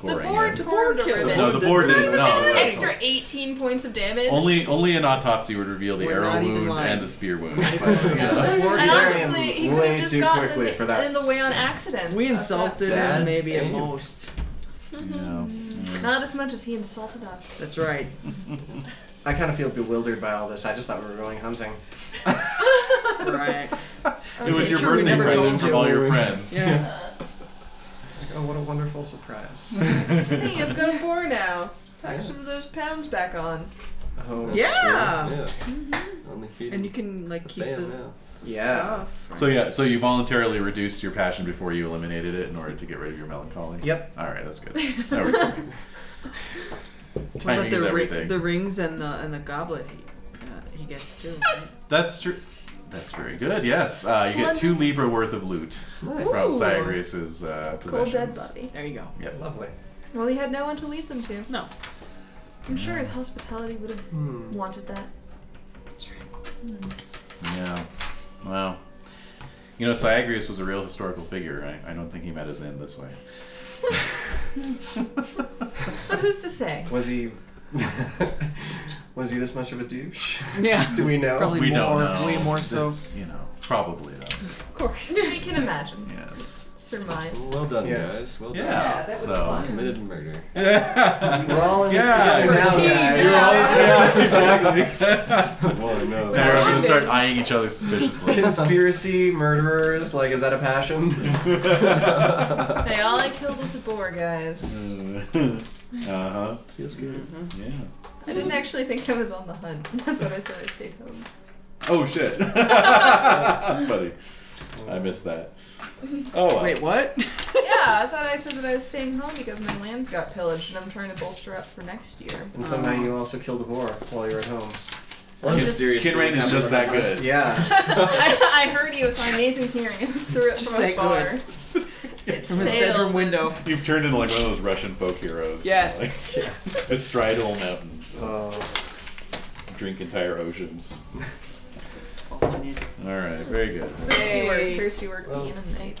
Speaker 19: The
Speaker 1: goring
Speaker 19: board
Speaker 1: him.
Speaker 19: tore to
Speaker 11: killed him.
Speaker 1: No,
Speaker 19: ribbons.
Speaker 1: the boar did.
Speaker 19: Remember
Speaker 1: No,
Speaker 19: that
Speaker 1: no,
Speaker 19: extra 18 points of damage?
Speaker 1: Only, only an autopsy would reveal the
Speaker 11: We're
Speaker 1: arrow
Speaker 11: not even
Speaker 1: wound
Speaker 11: lying.
Speaker 1: and the spear wound. But, you know.
Speaker 5: We're
Speaker 19: And
Speaker 5: burying
Speaker 19: honestly, he
Speaker 5: him
Speaker 19: could
Speaker 5: way
Speaker 19: have just
Speaker 5: too
Speaker 19: gotten
Speaker 5: quickly
Speaker 19: in,
Speaker 5: for
Speaker 19: the-
Speaker 5: that.
Speaker 19: in the way on accident.
Speaker 11: We
Speaker 19: That's not
Speaker 11: insulted
Speaker 7: bad
Speaker 11: him maybe at
Speaker 7: aim.
Speaker 11: most.
Speaker 1: Yeah.
Speaker 19: Not as much as he
Speaker 5: [laughs]
Speaker 19: insulted us.
Speaker 11: That's right.
Speaker 5: I kind of feel bewildered by all this. I just thought we were going hunting.
Speaker 11: Right.
Speaker 1: It was
Speaker 11: It's
Speaker 1: your
Speaker 11: true, we
Speaker 1: birthday
Speaker 11: never told
Speaker 1: present from
Speaker 11: you.
Speaker 1: all your friends.
Speaker 11: [laughs] Yeah.
Speaker 5: Like, oh, what a wonderful surprise.
Speaker 19: [laughs] hey, I've got a boar now. Pack some of those pounds back on.
Speaker 11: [laughs]
Speaker 5: Oh,
Speaker 11: Yeah.
Speaker 7: Yeah. Only feeding
Speaker 11: Ah. Mm-hmm. And you can like
Speaker 7: the
Speaker 11: keep
Speaker 7: fan
Speaker 11: the
Speaker 7: now.
Speaker 5: yeah.
Speaker 1: So yeah, so you voluntarily reduced your passion before you eliminated it in order to get rid of your melancholy.
Speaker 5: Yep.
Speaker 1: All right,
Speaker 11: [laughs]
Speaker 1: that's good. That works
Speaker 19: [laughs]
Speaker 1: for me.
Speaker 11: What about
Speaker 1: Timing is
Speaker 11: the, ri-
Speaker 1: everything.
Speaker 11: the rings and the and the goblet he, uh, he gets too, right?
Speaker 1: That's true. That's very good. Yes, uh, you get two libra worth of loot from
Speaker 19: Ooh.
Speaker 1: Cyrus's uh,
Speaker 19: Cool dead
Speaker 1: possessions.
Speaker 19: body.
Speaker 11: There you go.
Speaker 5: Lovely.
Speaker 19: Well, he had no one to leave them to.
Speaker 11: No.
Speaker 19: I'm sure his hospitality would have
Speaker 5: Hmm.
Speaker 19: wanted that.
Speaker 1: Yeah. Wow. You know, Syagrius was a real historical figure. and I, I don't think he met his end this way.
Speaker 19: But who's to say?
Speaker 5: Was he? [laughs] was he this much of a douche?
Speaker 11: Yeah.
Speaker 5: Do we know?
Speaker 11: Probably
Speaker 1: we
Speaker 11: more,
Speaker 1: don't know.
Speaker 11: way more so.
Speaker 19: [laughs]
Speaker 1: That's, you know, probably though.
Speaker 19: Of course. I can imagine.
Speaker 1: Yes.
Speaker 19: surmised.
Speaker 7: Well done,
Speaker 19: Yeah.
Speaker 7: guys. Well
Speaker 19: Yeah,
Speaker 7: done.
Speaker 19: that was
Speaker 7: so,
Speaker 1: [laughs]
Speaker 19: fun.
Speaker 7: Committed murder.
Speaker 5: We're all in this
Speaker 1: Yeah,
Speaker 5: together
Speaker 1: we're
Speaker 5: now,
Speaker 1: a team
Speaker 5: guys. [laughs]
Speaker 1: now. You're all in this- yeah,
Speaker 19: [laughs]
Speaker 1: exactly.
Speaker 7: Whoa, no.
Speaker 1: Now we're gonna start eyeing each other suspiciously. [laughs]
Speaker 5: Conspiracy murderers, like, is that a passion?
Speaker 19: Hey, all I killed was a boar,
Speaker 5: Hmm.
Speaker 19: guys.
Speaker 1: huh.
Speaker 7: Feels good.
Speaker 1: Uh-huh. Yeah.
Speaker 19: I didn't actually think I was on the hunt. [laughs] I thought I said I stayed home.
Speaker 1: Oh shit. [laughs] Funny. I missed that. Oh. well.
Speaker 11: Wait, what?
Speaker 19: yeah, I thought I said that I was staying home because my lands got pillaged and I'm trying to bolster up for
Speaker 11: [laughs]
Speaker 19: next year.
Speaker 5: [laughs]
Speaker 19: [laughs]
Speaker 5: and somehow you also killed a boar while you were at home.
Speaker 19: I'm Kid- just- Kid
Speaker 1: Rain is
Speaker 5: Happen
Speaker 1: just that
Speaker 5: overnight.
Speaker 1: good.
Speaker 5: Yeah.
Speaker 19: I, I heard you with my amazing hearing [laughs] and threw it
Speaker 11: Just
Speaker 19: from
Speaker 11: that
Speaker 19: afar. It
Speaker 11: From his bedroom
Speaker 19: sailed.
Speaker 11: window.
Speaker 1: You've turned into like one of those Russian folk heroes. you know,
Speaker 11: Yes.
Speaker 1: [laughs] Like, bestride all mountains,
Speaker 5: Oh.
Speaker 1: drink entire oceans.
Speaker 11: Oh, man.
Speaker 1: All right, very good.
Speaker 19: Thirsty work,
Speaker 11: Yay.
Speaker 19: thirsty work, being a knight.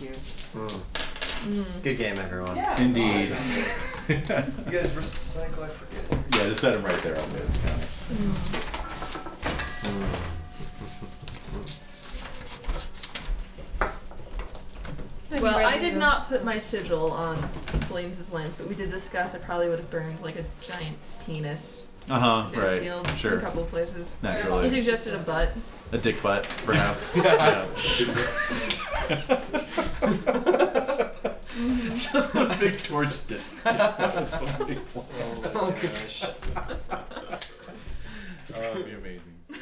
Speaker 5: Mm. Good game, everyone.
Speaker 19: Yeah.
Speaker 1: Indeed. [laughs] yeah,
Speaker 5: You guys recycle, I forget.
Speaker 1: just set him right there on the counter.
Speaker 19: Well, I did not put my sigil on Blaine's lands, but we did discuss I probably would have burned like a giant penis.
Speaker 1: Uh huh.
Speaker 19: in his
Speaker 1: Right.
Speaker 19: fields In
Speaker 1: Sure.
Speaker 19: a couple of places.
Speaker 1: Naturally.
Speaker 19: He suggested a butt.
Speaker 1: A dick butt, [laughs]
Speaker 11: [laughs]
Speaker 1: perhaps. Just a big torch dick.
Speaker 11: [laughs]
Speaker 1: [laughs]
Speaker 5: Oh, gosh.
Speaker 1: Oh, that'd be amazing.